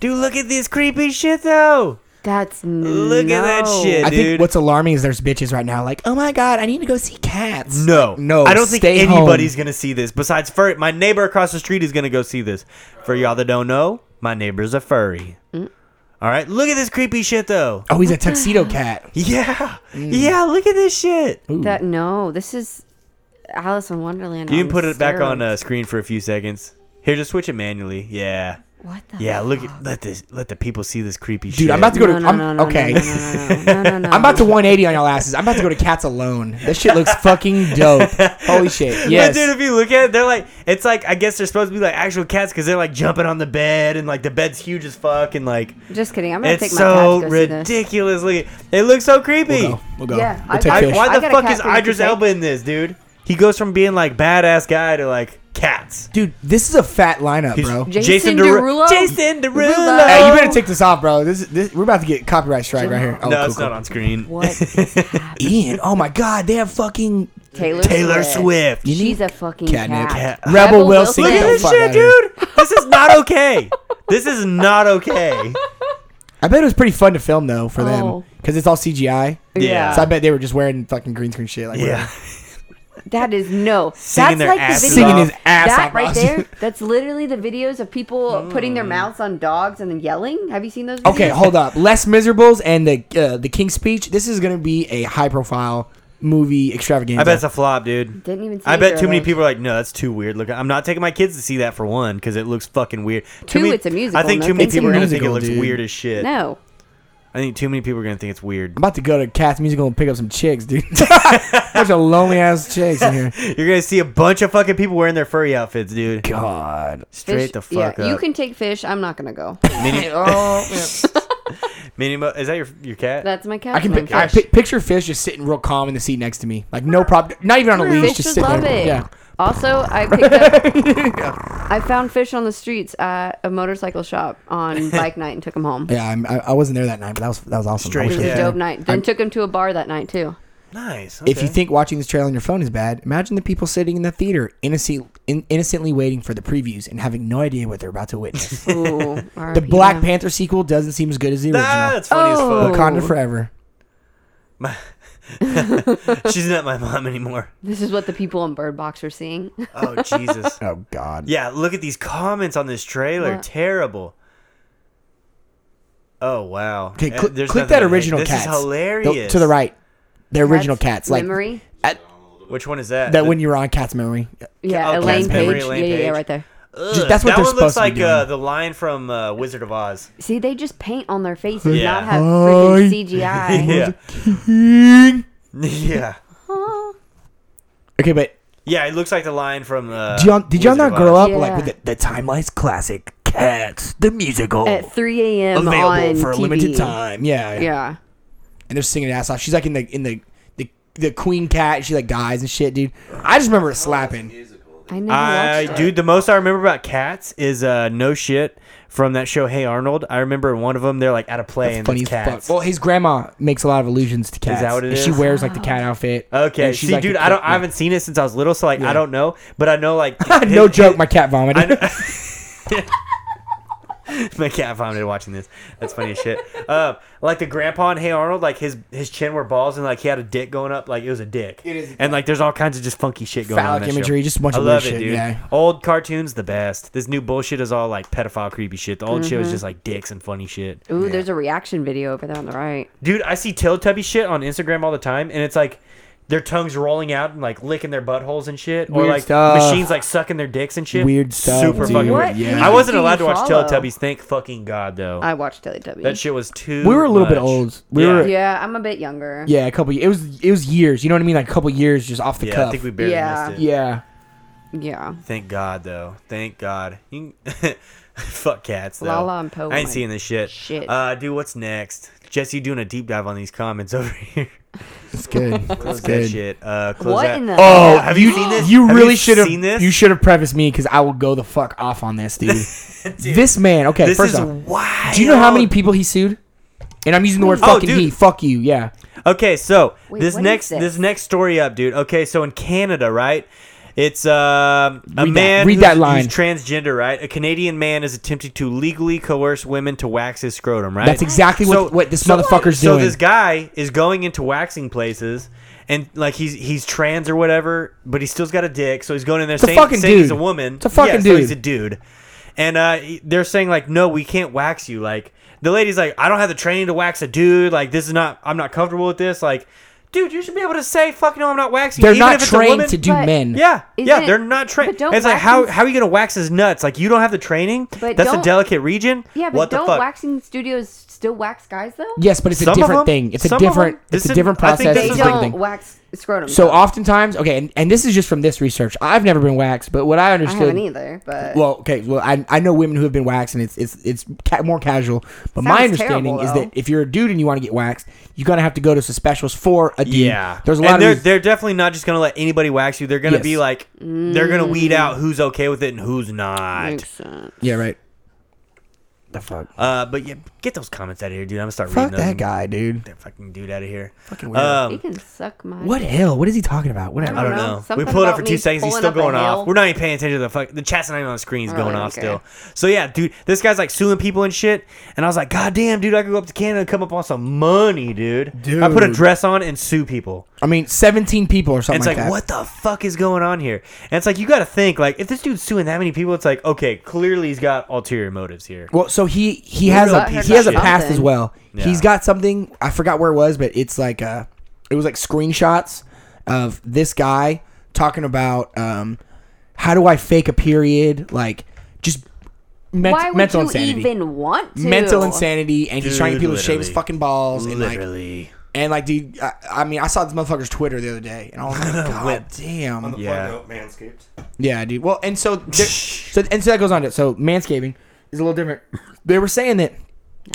Speaker 2: dude, look at this creepy shit though.
Speaker 4: That's
Speaker 2: Look at that
Speaker 4: no.
Speaker 2: shit.
Speaker 3: I
Speaker 2: Dude.
Speaker 3: think what's alarming is there's bitches right now like, oh my god, I need to go see cats.
Speaker 2: No,
Speaker 3: no.
Speaker 2: I don't think
Speaker 3: stay
Speaker 2: anybody's
Speaker 3: home.
Speaker 2: gonna see this. Besides, fur- my neighbor across the street is gonna go see this. For y'all that don't know, my neighbor's a furry.
Speaker 4: Mm.
Speaker 2: All right, look at this creepy shit though.
Speaker 3: Oh, he's a tuxedo cat.
Speaker 2: Yeah,
Speaker 4: Mm.
Speaker 2: yeah, look at this shit.
Speaker 4: That no, this is Alice in Wonderland.
Speaker 2: You can
Speaker 4: on
Speaker 2: put it back on
Speaker 4: steroids.
Speaker 2: uh, screen for a few seconds. Here, just switch it manually. Yeah,
Speaker 4: What the?
Speaker 2: yeah. Look, at, let this, let the people see this creepy shit.
Speaker 3: Dude, I'm about to go
Speaker 4: No,
Speaker 3: to.
Speaker 4: no,
Speaker 3: I'm,
Speaker 4: no, no,
Speaker 3: okay.
Speaker 4: No, no, no, no, no, no, no.
Speaker 3: I'm about to 180 on y'all asses. I'm about to go to cats alone. That shit looks fucking dope. Holy shit. Yes.
Speaker 2: But dude, if you look at it, they're like, it's like I guess they're supposed to be like actual cats because they're like jumping on the bed and like the bed's huge as fuck and like
Speaker 4: Just kidding. I'm gonna
Speaker 2: it's
Speaker 4: take my
Speaker 2: so
Speaker 4: so cat to go see this.
Speaker 2: ridiculously. It looks so creepy.
Speaker 3: we'll go. We'll go.
Speaker 4: Yeah,
Speaker 3: we'll
Speaker 4: I-
Speaker 3: take
Speaker 4: I-
Speaker 3: fish.
Speaker 2: Why
Speaker 4: I
Speaker 2: the
Speaker 4: got a
Speaker 2: fuck
Speaker 4: cat
Speaker 2: is
Speaker 4: for you to
Speaker 2: Idris
Speaker 4: take.
Speaker 2: Elba in this, dude? He goes from being like badass guy to like cats.
Speaker 3: Dude, this is a fat lineup,
Speaker 2: He's-
Speaker 3: bro.
Speaker 4: Jason
Speaker 2: Deru-
Speaker 4: Derulo?
Speaker 2: Jason Derulo.
Speaker 4: Derulo.
Speaker 3: Hey, you better take this off, bro. This, this we're about to get copyright strike right here. Oh,
Speaker 2: no,
Speaker 3: cool,
Speaker 2: it's
Speaker 3: cool.
Speaker 2: not on screen.
Speaker 4: What?
Speaker 3: Ian. Oh my God, they have fucking
Speaker 4: Taylor.
Speaker 2: Taylor Swift.
Speaker 3: You need
Speaker 4: She's a fucking
Speaker 3: catnip.
Speaker 4: cat.
Speaker 2: Cat-
Speaker 3: Rebel,
Speaker 4: Rebel
Speaker 3: Wilson.
Speaker 4: Wilson.
Speaker 2: Look
Speaker 4: Get
Speaker 2: at
Speaker 4: the
Speaker 2: this
Speaker 3: fuck
Speaker 2: shit,
Speaker 3: outta here.
Speaker 2: dude. This is not okay. this is not okay.
Speaker 3: I bet it was pretty fun to film though for them.
Speaker 4: Oh.
Speaker 3: because it's all CGI.
Speaker 2: Yeah.
Speaker 3: So I bet they were just wearing fucking green screen shit. Like
Speaker 2: Yeah.
Speaker 3: whatever.
Speaker 4: That is no.
Speaker 2: Singing
Speaker 4: that's
Speaker 2: their
Speaker 4: like
Speaker 2: asses
Speaker 4: the video.
Speaker 3: Singing his ass
Speaker 4: that
Speaker 3: off,
Speaker 4: right
Speaker 3: Ross.
Speaker 4: there. That's literally the videos of people putting their mouths on dogs and then yelling. Have you seen those? Videos?
Speaker 3: Okay, hold up. Less Miserables and the uh, the King's Speech. This is gonna be a high profile movie extravaganza.
Speaker 2: I bet it's a flop, dude.
Speaker 4: Didn't even see
Speaker 2: I bet
Speaker 4: either
Speaker 2: too
Speaker 4: of
Speaker 2: many
Speaker 4: those.
Speaker 2: people are like, no, that's too weird. Look, I'm not taking my kids to see that for one because it looks fucking weird. Too
Speaker 4: Two,
Speaker 2: many-
Speaker 4: it's a musical,
Speaker 2: I think
Speaker 4: no
Speaker 2: too many
Speaker 4: thanks.
Speaker 2: people are gonna
Speaker 3: It's a
Speaker 2: think it
Speaker 3: musical,
Speaker 2: looks
Speaker 3: dude.
Speaker 2: weird as shit.
Speaker 4: No.
Speaker 2: I think too many people are gonna think it's weird.
Speaker 3: I'm about to go to Cat's Musical and pick up some chicks, dude. Bunch of lonely ass chicks in here.
Speaker 2: You're gonna see a bunch of fucking people wearing their furry outfits, dude.
Speaker 3: God.
Speaker 2: Straight
Speaker 4: Fish-
Speaker 2: the fuck
Speaker 4: yeah,
Speaker 2: up.
Speaker 4: You can take fish. I'm not gonna go.
Speaker 3: oh, man.
Speaker 2: Minimo, is that your your cat?
Speaker 4: That's my cat.
Speaker 3: I can
Speaker 4: name.
Speaker 3: pic- I
Speaker 2: Fish.
Speaker 3: pi- picture fish just sitting real calm in the seat next to me, like no problem, not even on a leash,
Speaker 4: Fish
Speaker 3: just
Speaker 4: would
Speaker 3: sitting
Speaker 4: love
Speaker 3: there.
Speaker 4: it.
Speaker 3: Yeah.
Speaker 4: Also, I picked up. I found fish on the streets at a motorcycle shop on bike night and took him home.
Speaker 3: Yeah, I'm, I, I wasn't there that night, but that was that was awesome. I
Speaker 2: Straight
Speaker 3: wish
Speaker 4: It was
Speaker 3: I
Speaker 2: Yeah.
Speaker 4: a
Speaker 3: was
Speaker 4: dope
Speaker 3: there.
Speaker 4: night. Then took him to a bar that night too.
Speaker 2: nice.
Speaker 3: If you
Speaker 2: okay.
Speaker 3: think watching this trailer on your phone is bad, imagine the people sitting in the theater innocent, in, innocently waiting for the previews and having no idea what they're about to witness.
Speaker 4: Ooh,
Speaker 3: the
Speaker 4: RIP,
Speaker 3: Black
Speaker 4: yeah.
Speaker 3: Panther sequel doesn't seem as good as the original.
Speaker 2: Ah, that's funny
Speaker 4: Oh.
Speaker 2: as
Speaker 3: Wakanda Forever.
Speaker 4: Oh.
Speaker 2: fuck. She's not my mom anymore.
Speaker 4: This is what the people in Bird Box are seeing.
Speaker 2: Oh Jesus.
Speaker 3: Oh God.
Speaker 2: Yeah, look at these comments on this trailer.
Speaker 4: What?
Speaker 2: Terrible. Oh wow.
Speaker 3: Okay,
Speaker 2: Eh,
Speaker 3: cl-
Speaker 2: there's nothing
Speaker 3: click that
Speaker 2: to hate.
Speaker 3: original
Speaker 2: This
Speaker 3: cats.
Speaker 2: is hilarious.
Speaker 3: The- to the right, the original
Speaker 4: Cat's
Speaker 3: cats. Like
Speaker 4: memory.
Speaker 3: at-
Speaker 2: Which one is that?
Speaker 3: that when you were on Cat's Memory.
Speaker 4: Yeah,
Speaker 2: oh, Cat's
Speaker 4: Elaine Page.
Speaker 2: memory, Elaine
Speaker 4: yeah, yeah, yeah,
Speaker 2: Page.
Speaker 4: right there.
Speaker 2: Ugh,
Speaker 3: that's what
Speaker 2: that one
Speaker 3: they're
Speaker 2: looks
Speaker 3: supposed to be
Speaker 2: like uh,
Speaker 3: doing.
Speaker 2: the line from uh, Wizard of Oz.
Speaker 4: See, they just paint on their faces,
Speaker 2: Yeah.
Speaker 4: not have
Speaker 3: Hi.
Speaker 4: freaking CGI.
Speaker 2: Yeah. yeah.
Speaker 3: Okay, but
Speaker 2: Yeah, it looks like the line from. Uh,
Speaker 3: did y'all, did y'all
Speaker 2: Wizard
Speaker 3: not
Speaker 2: of
Speaker 3: grow
Speaker 2: Oz.
Speaker 3: up
Speaker 4: Yeah.
Speaker 3: like with the, the timeless classic Cats the musical
Speaker 4: At 3 a.m. on
Speaker 3: available for a
Speaker 4: TV.
Speaker 3: limited time? Yeah,
Speaker 4: Yeah.
Speaker 3: and they're singing her ass off. She's like in the in the the, the queen cat. and She like dies and shit, dude. I just remember it slapping.
Speaker 5: Musical.
Speaker 4: I never
Speaker 2: I
Speaker 4: watched
Speaker 2: dude, the most I remember about cats is uh, no shit from that show. Hey Arnold, I remember in one of them they're like out of play and
Speaker 3: Funny
Speaker 2: it's
Speaker 3: as
Speaker 2: cats.
Speaker 3: fuck. Well, his grandma makes a lot of allusions to cats.
Speaker 2: that what it
Speaker 3: and She
Speaker 2: is?
Speaker 3: wears like the cat outfit.
Speaker 2: Okay,
Speaker 3: and she's,
Speaker 2: see,
Speaker 3: like,
Speaker 2: dude,
Speaker 3: a
Speaker 2: I don't,
Speaker 3: cat-
Speaker 2: I haven't seen it since I was little, so like I
Speaker 3: Yeah.
Speaker 2: don't know, but I know like
Speaker 3: no
Speaker 2: his-
Speaker 3: joke, my cat vomited.
Speaker 2: My cat vomited watching this. That's funny as shit. Uh, like the grandpa in Hey Arnold, like his his chin were balls and like he had a dick going up, like it was a dick. It
Speaker 3: is a
Speaker 2: And like there's all kinds of just funky shit going on.
Speaker 3: Phallic
Speaker 2: in that
Speaker 3: imagery,
Speaker 2: show.
Speaker 3: just a bunch
Speaker 2: I
Speaker 3: of
Speaker 2: love
Speaker 3: weird
Speaker 2: it,
Speaker 3: shit,
Speaker 2: dude.
Speaker 3: yeah.
Speaker 2: Old cartoons the best. This new bullshit is all like pedophile creepy shit. The
Speaker 3: Mm-hmm.
Speaker 2: old shit was just like dicks and funny shit.
Speaker 4: Ooh, there's a reaction video over there on the right.
Speaker 2: Dude, I see Teletubby shit on Instagram all the time, and it's like their tongues rolling out and like licking their buttholes and shit, or
Speaker 3: Weird
Speaker 2: like
Speaker 3: stuff.
Speaker 2: machines like sucking their dicks and shit.
Speaker 3: Weird stuff,
Speaker 2: Super
Speaker 3: dude.
Speaker 2: fucking
Speaker 4: What
Speaker 2: weird.
Speaker 4: yeah.
Speaker 2: I wasn't
Speaker 4: do you
Speaker 2: allowed to watch
Speaker 4: follow?
Speaker 2: Teletubbies. Thank fucking god though.
Speaker 4: I watched Teletubbies.
Speaker 2: That shit was too.
Speaker 3: We were a little bit
Speaker 2: much.
Speaker 3: old. We were-
Speaker 4: yeah, I'm a bit younger.
Speaker 3: yeah, a couple. It was it was years. You know what I mean? Like a couple years, just off the
Speaker 2: Yeah,
Speaker 3: cuff.
Speaker 2: I think we barely
Speaker 4: Yeah.
Speaker 2: missed it.
Speaker 3: yeah.
Speaker 4: Yeah.
Speaker 2: Thank God though. Thank God. You can- Fuck cats though.
Speaker 4: Lala and Poe
Speaker 2: I ain't
Speaker 4: went-
Speaker 2: seeing this shit.
Speaker 4: Shit.
Speaker 2: Uh, dude, what's next? Jesse doing a deep dive on these comments over here.
Speaker 3: It's good. It's
Speaker 2: Close that
Speaker 3: good.
Speaker 2: shit. Uh, close
Speaker 4: What
Speaker 2: that.
Speaker 4: in the?
Speaker 3: Oh,
Speaker 2: Have you seen this?
Speaker 3: You
Speaker 2: Have
Speaker 3: really
Speaker 2: you
Speaker 3: should have.
Speaker 2: seen this?
Speaker 3: You should have prefaced me because I will go the fuck off on this, dude. this man. Okay,
Speaker 2: This
Speaker 3: first
Speaker 2: is
Speaker 3: off,
Speaker 2: wild.
Speaker 3: do you know how many people he sued? And I'm using the word
Speaker 2: Oh,
Speaker 3: fucking
Speaker 2: dude.
Speaker 3: he. Fuck you. Yeah.
Speaker 2: Okay, so
Speaker 4: Wait,
Speaker 2: this
Speaker 4: what is
Speaker 2: next this?
Speaker 4: this?
Speaker 2: next story up, dude. Okay, so in Canada, right? It's um, a
Speaker 3: Read that-
Speaker 2: man
Speaker 3: read
Speaker 2: who's,
Speaker 3: that line.
Speaker 2: who's transgender, right? A Canadian man is attempting to legally coerce women to wax his scrotum, right?
Speaker 3: That's exactly what- what this motherfucker's
Speaker 2: so
Speaker 3: doing.
Speaker 2: this guy is going into waxing places. And like he's he's trans or whatever, but he still's got a dick, so he's going in there
Speaker 3: a
Speaker 2: saying,
Speaker 3: fucking
Speaker 2: saying he's a
Speaker 3: dude.
Speaker 2: woman.
Speaker 3: It's a fucking
Speaker 2: Yeah, so he's
Speaker 3: dude.
Speaker 2: a dude, and uh, he- they're saying like, no, we can't wax you. Like the lady's like, I don't have the training to wax a dude. Like this is not, I'm not comfortable with this. Like, dude, you should be able to say, fuck no, I'm not waxing. you,
Speaker 3: They're
Speaker 2: even
Speaker 3: not
Speaker 2: if it's a
Speaker 3: trained
Speaker 2: woman."
Speaker 3: to do
Speaker 4: But-
Speaker 3: men.
Speaker 2: Yeah,
Speaker 4: Isn't
Speaker 2: yeah,
Speaker 4: it-
Speaker 2: they're not trained.
Speaker 4: but don't
Speaker 2: It's like how
Speaker 4: waxing-
Speaker 2: how are you gonna wax his nuts? Like you don't have the training.
Speaker 4: But
Speaker 2: That's a
Speaker 4: don't-
Speaker 2: delicate region.
Speaker 4: Yeah, but
Speaker 2: what the
Speaker 4: don't
Speaker 2: fuck?
Speaker 4: waxing studios still wax guys though?
Speaker 3: Yes, but it's a
Speaker 2: Some of
Speaker 3: different
Speaker 2: them-
Speaker 3: thing. It's
Speaker 2: some
Speaker 3: a
Speaker 2: of them-
Speaker 3: different.
Speaker 2: this
Speaker 3: It's a
Speaker 2: is-
Speaker 3: different
Speaker 2: I think this
Speaker 3: process.
Speaker 4: They
Speaker 3: It's
Speaker 2: is
Speaker 3: a
Speaker 2: the
Speaker 3: different
Speaker 4: don't
Speaker 3: thing.
Speaker 4: wax scrotum.
Speaker 3: So oftentimes, okay, and, and this is just from this research. I've never been waxed, but what I
Speaker 4: I
Speaker 3: understood.
Speaker 4: haven't either, but
Speaker 3: Well, okay. Well, I, I know women who have been waxed, and it's it's it's ca- more casual. But my
Speaker 4: Sounds
Speaker 3: understanding
Speaker 4: terrible,
Speaker 3: is
Speaker 4: though.
Speaker 3: that if you're a dude and you want to get waxed, you're gonna have to go to some specials for a dude.
Speaker 2: Yeah,
Speaker 3: there's a lot
Speaker 2: And
Speaker 3: of
Speaker 2: they're
Speaker 3: these-
Speaker 2: they're definitely not just gonna let anybody wax you. They're gonna be
Speaker 3: Yes.
Speaker 2: like, they're gonna weed out
Speaker 4: Mm.
Speaker 2: who's okay with it and who's not.
Speaker 4: makes sense.
Speaker 3: yeah, right. The fuck.
Speaker 2: Uh, but yeah, Get those comments out of here, dude. I'm gonna start
Speaker 3: Fuck
Speaker 2: reading
Speaker 3: that
Speaker 2: them.
Speaker 3: guy, dude.
Speaker 2: That fucking dude out of here.
Speaker 3: Fucking weird.
Speaker 4: He
Speaker 2: Um,
Speaker 4: can suck my.
Speaker 3: what hell? What is he talking about? Whatever.
Speaker 2: I don't
Speaker 4: know.
Speaker 2: know. We
Speaker 4: Something
Speaker 2: pulled up for
Speaker 4: about
Speaker 2: two
Speaker 4: me
Speaker 2: seconds. He's
Speaker 4: pulling
Speaker 2: still
Speaker 4: up a
Speaker 2: going off.
Speaker 4: hill. Oh,
Speaker 2: We're not even paying attention to the fuck. The chat's not even on the screen. He's
Speaker 4: I
Speaker 2: going
Speaker 4: really
Speaker 2: off
Speaker 4: don't
Speaker 2: still. So yeah, dude, this guy's like suing people and shit. And I was like, God damn, dude, I could go up to Canada and come up on some money, dude. I put a
Speaker 3: Dude.
Speaker 2: dress on and sue people.
Speaker 3: I mean, 17 people or
Speaker 2: And
Speaker 3: something
Speaker 2: it's
Speaker 3: like,
Speaker 2: like,
Speaker 3: that.
Speaker 2: what the fuck is going on here? And it's like, you got to think, like, if this dude's suing that many people, it's like, okay, clearly he's got ulterior motives here.
Speaker 3: Well, so he he has
Speaker 2: real
Speaker 3: a
Speaker 2: piece
Speaker 3: he
Speaker 2: of
Speaker 3: has a
Speaker 2: shit.
Speaker 3: past as well.
Speaker 2: Yeah.
Speaker 3: He's got something I forgot where it was, but it's like uh it was like screenshots of this guy talking about um how do I fake a period like just ment-
Speaker 4: Why would
Speaker 3: mental
Speaker 4: you
Speaker 3: insanity.
Speaker 4: even want to?
Speaker 3: Mental insanity, and he's trying to
Speaker 2: Dude,
Speaker 3: get people to shave his
Speaker 2: literally.
Speaker 3: fucking balls, and like,
Speaker 2: Literally.
Speaker 3: and like, dude, I, I mean, I saw this motherfucker's Twitter the other day, and I was like, God
Speaker 2: Whipped.
Speaker 3: damn,
Speaker 5: On the
Speaker 2: Yeah.
Speaker 5: fun note, Manscaped.
Speaker 3: yeah, dude. Well, and so, there- so and so that goes on to so manscaping is a little different. They were saying that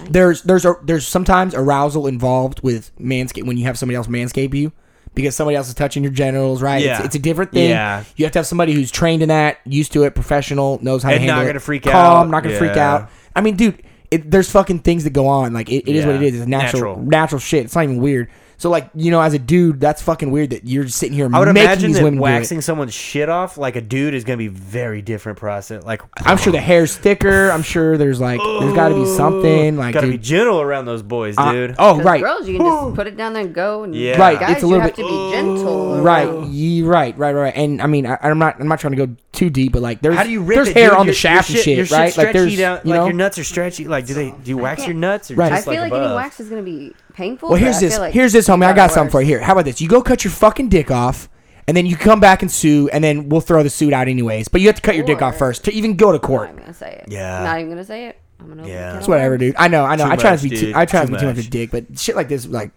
Speaker 3: there's there's a, there's sometimes arousal involved with manscape when you have somebody else manscape you because somebody else is touching your genitals, right? It's,
Speaker 2: Yeah.
Speaker 3: it's a different thing.
Speaker 2: Yeah.
Speaker 3: You have to have somebody who's trained in that, used to it, professional, knows how to
Speaker 2: And not
Speaker 3: handle it.
Speaker 2: gonna freak
Speaker 3: Calm,
Speaker 2: out.
Speaker 3: not gonna freak
Speaker 2: Yeah.
Speaker 3: out. I mean, dude, it, there's fucking things that go on. Like it, it is what it
Speaker 2: Yeah.
Speaker 3: is. It's natural,
Speaker 2: Natural.
Speaker 3: natural, shit. It's not even weird. So like you know, as a dude, that's fucking weird that you're sitting here
Speaker 2: I would
Speaker 3: making
Speaker 2: imagine
Speaker 3: these
Speaker 2: that
Speaker 3: women do it.
Speaker 2: waxing someone's shit off like a dude is going to be very different process. Like,
Speaker 3: I'm sure the hair's thicker. I'm sure there's like there's got to be something like
Speaker 2: got to be
Speaker 3: dude,
Speaker 2: gentle around those boys,
Speaker 3: I-
Speaker 2: dude.
Speaker 3: oh
Speaker 4: 'Cause
Speaker 3: right,
Speaker 4: Girls, you can just put it down there and go. And
Speaker 2: Yeah. Right,
Speaker 4: Guys,
Speaker 3: it's a
Speaker 4: you
Speaker 3: little
Speaker 4: have
Speaker 3: bit-
Speaker 4: to be gentle.
Speaker 3: right,
Speaker 4: around.
Speaker 3: ye, right, right, right. And I mean, I, I'm not I'm not trying to go too deep, but like there's
Speaker 2: How do you rip
Speaker 3: there's
Speaker 2: it,
Speaker 3: hair
Speaker 2: dude?
Speaker 3: on the
Speaker 2: Your-
Speaker 3: shaft
Speaker 2: your
Speaker 3: and
Speaker 2: Your
Speaker 3: shit, right? Like
Speaker 2: stretchy
Speaker 3: there's
Speaker 2: down,
Speaker 3: you
Speaker 2: like
Speaker 3: know.
Speaker 2: your nuts are stretchy. Like do they do you wax your nuts or
Speaker 3: Right.
Speaker 4: I
Speaker 2: just
Speaker 4: feel like,
Speaker 2: like,
Speaker 4: getting
Speaker 2: above?
Speaker 4: waxed is gonna be painful.
Speaker 3: well,
Speaker 4: but
Speaker 3: here's
Speaker 4: I feel
Speaker 3: this.
Speaker 4: like
Speaker 3: here's this, homie. I
Speaker 4: it's
Speaker 3: got
Speaker 4: not
Speaker 3: something for
Speaker 4: worse.
Speaker 3: you. Here, how about this? You go cut your fucking dick off, and then you come back and sue, and then we'll throw the suit out anyways. But you have to cut your dick off
Speaker 4: Or-
Speaker 3: first to even go to
Speaker 4: I'm
Speaker 3: court.
Speaker 4: not gonna say it.
Speaker 2: Yeah.
Speaker 4: Not even gonna say it. I'm gonna.
Speaker 2: Yeah.
Speaker 4: Yeah.
Speaker 2: That's
Speaker 3: It's whatever, dude. I know, I know.
Speaker 2: Too
Speaker 3: I try not to
Speaker 2: much,
Speaker 3: be too.
Speaker 2: dude.
Speaker 3: I try not
Speaker 2: Too
Speaker 3: to be too much
Speaker 2: much.
Speaker 3: of a dick, but shit like this, like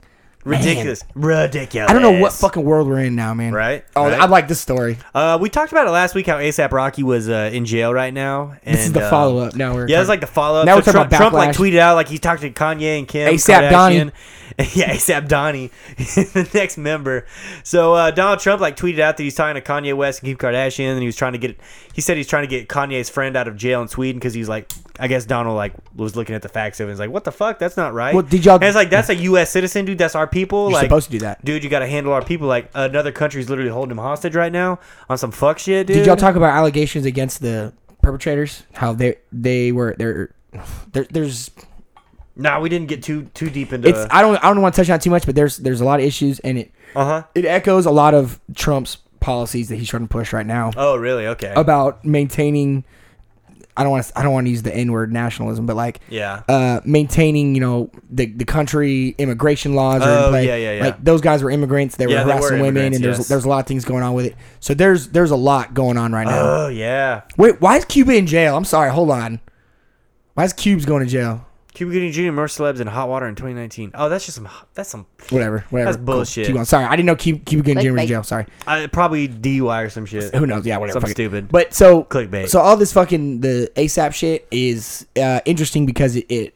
Speaker 3: man,
Speaker 2: ridiculous, ridiculous.
Speaker 3: I don't know what fucking world we're in now, man.
Speaker 2: Right,
Speaker 3: Oh,
Speaker 2: right.
Speaker 3: I like this story.
Speaker 2: Uh, we talked about it last week how ASAP Rocky was uh, in jail right now. And,
Speaker 3: This is the
Speaker 2: uh,
Speaker 3: follow up. Now we're
Speaker 2: Yeah, it's like the follow up.
Speaker 3: Now
Speaker 2: so
Speaker 3: we're talking
Speaker 2: Trump,
Speaker 3: about
Speaker 2: Trump like
Speaker 3: backlash.
Speaker 2: tweeted out like he talked to Kanye and Kim
Speaker 3: A$AP Donnie.
Speaker 2: Kardashian. yeah, ASAP Donnie, the next member. So uh, Donald Trump like tweeted out that he's talking to Kanye West and Kim Kardashian, and he was trying to get. He said he's trying to get Kanye's friend out of jail in Sweden because he's like, I guess Donald like was looking at the facts of it. and He's like, what the fuck? That's not right.
Speaker 3: Well, did y'all-
Speaker 2: And it's like that's a U.S. citizen, dude. That's our people.
Speaker 3: You're
Speaker 2: like
Speaker 3: supposed to do that.
Speaker 2: dude. You got to handle our people. Like another country's literally holding him hostage right now on some fuck shit, dude.
Speaker 3: Did y'all talk about allegations against the perpetrators? How they they were they're there, there's
Speaker 2: Nah, we didn't get too too deep into.
Speaker 3: it's I don't I don't want to touch on it too much, but there's there's a lot of issues and it
Speaker 2: Uh huh.
Speaker 3: it echoes a lot of Trump's policies that he's trying to push right now
Speaker 2: Oh, really? Okay.
Speaker 3: about maintaining. I don't want to I don't want to use the N word nationalism, but like
Speaker 2: yeah.
Speaker 3: uh, maintaining, you know, the the country immigration laws are
Speaker 2: Oh,
Speaker 3: in play.
Speaker 2: yeah, yeah, yeah.
Speaker 3: Like those guys were immigrants. They were
Speaker 2: Yeah, they were
Speaker 3: harassing women,
Speaker 2: immigrants,
Speaker 3: and there's
Speaker 2: yes.
Speaker 3: there's a lot of things going on with it. So there's there's a lot going on right now.
Speaker 2: oh, yeah.
Speaker 3: Wait, why is Cuba in jail? I'm sorry, hold on. Why is Cube's going to jail?
Speaker 2: Cuba Gooding Jr. more celebs in hot water in 2019. Oh, that's just some. That's some.
Speaker 3: Whatever, whatever.
Speaker 2: That's
Speaker 3: Cool.
Speaker 2: bullshit.
Speaker 3: Keep going. Sorry, I didn't know Cuba, Cuba Gooding Jr. was in
Speaker 4: Clickbait.
Speaker 3: jail. Sorry.
Speaker 2: I, probably DUI or some shit.
Speaker 3: Who knows? Yeah, whatever.
Speaker 2: Something
Speaker 3: fuck it.
Speaker 2: stupid.
Speaker 3: But so
Speaker 2: Clickbait.
Speaker 3: So all this fucking the ASAP shit is uh, interesting because it. it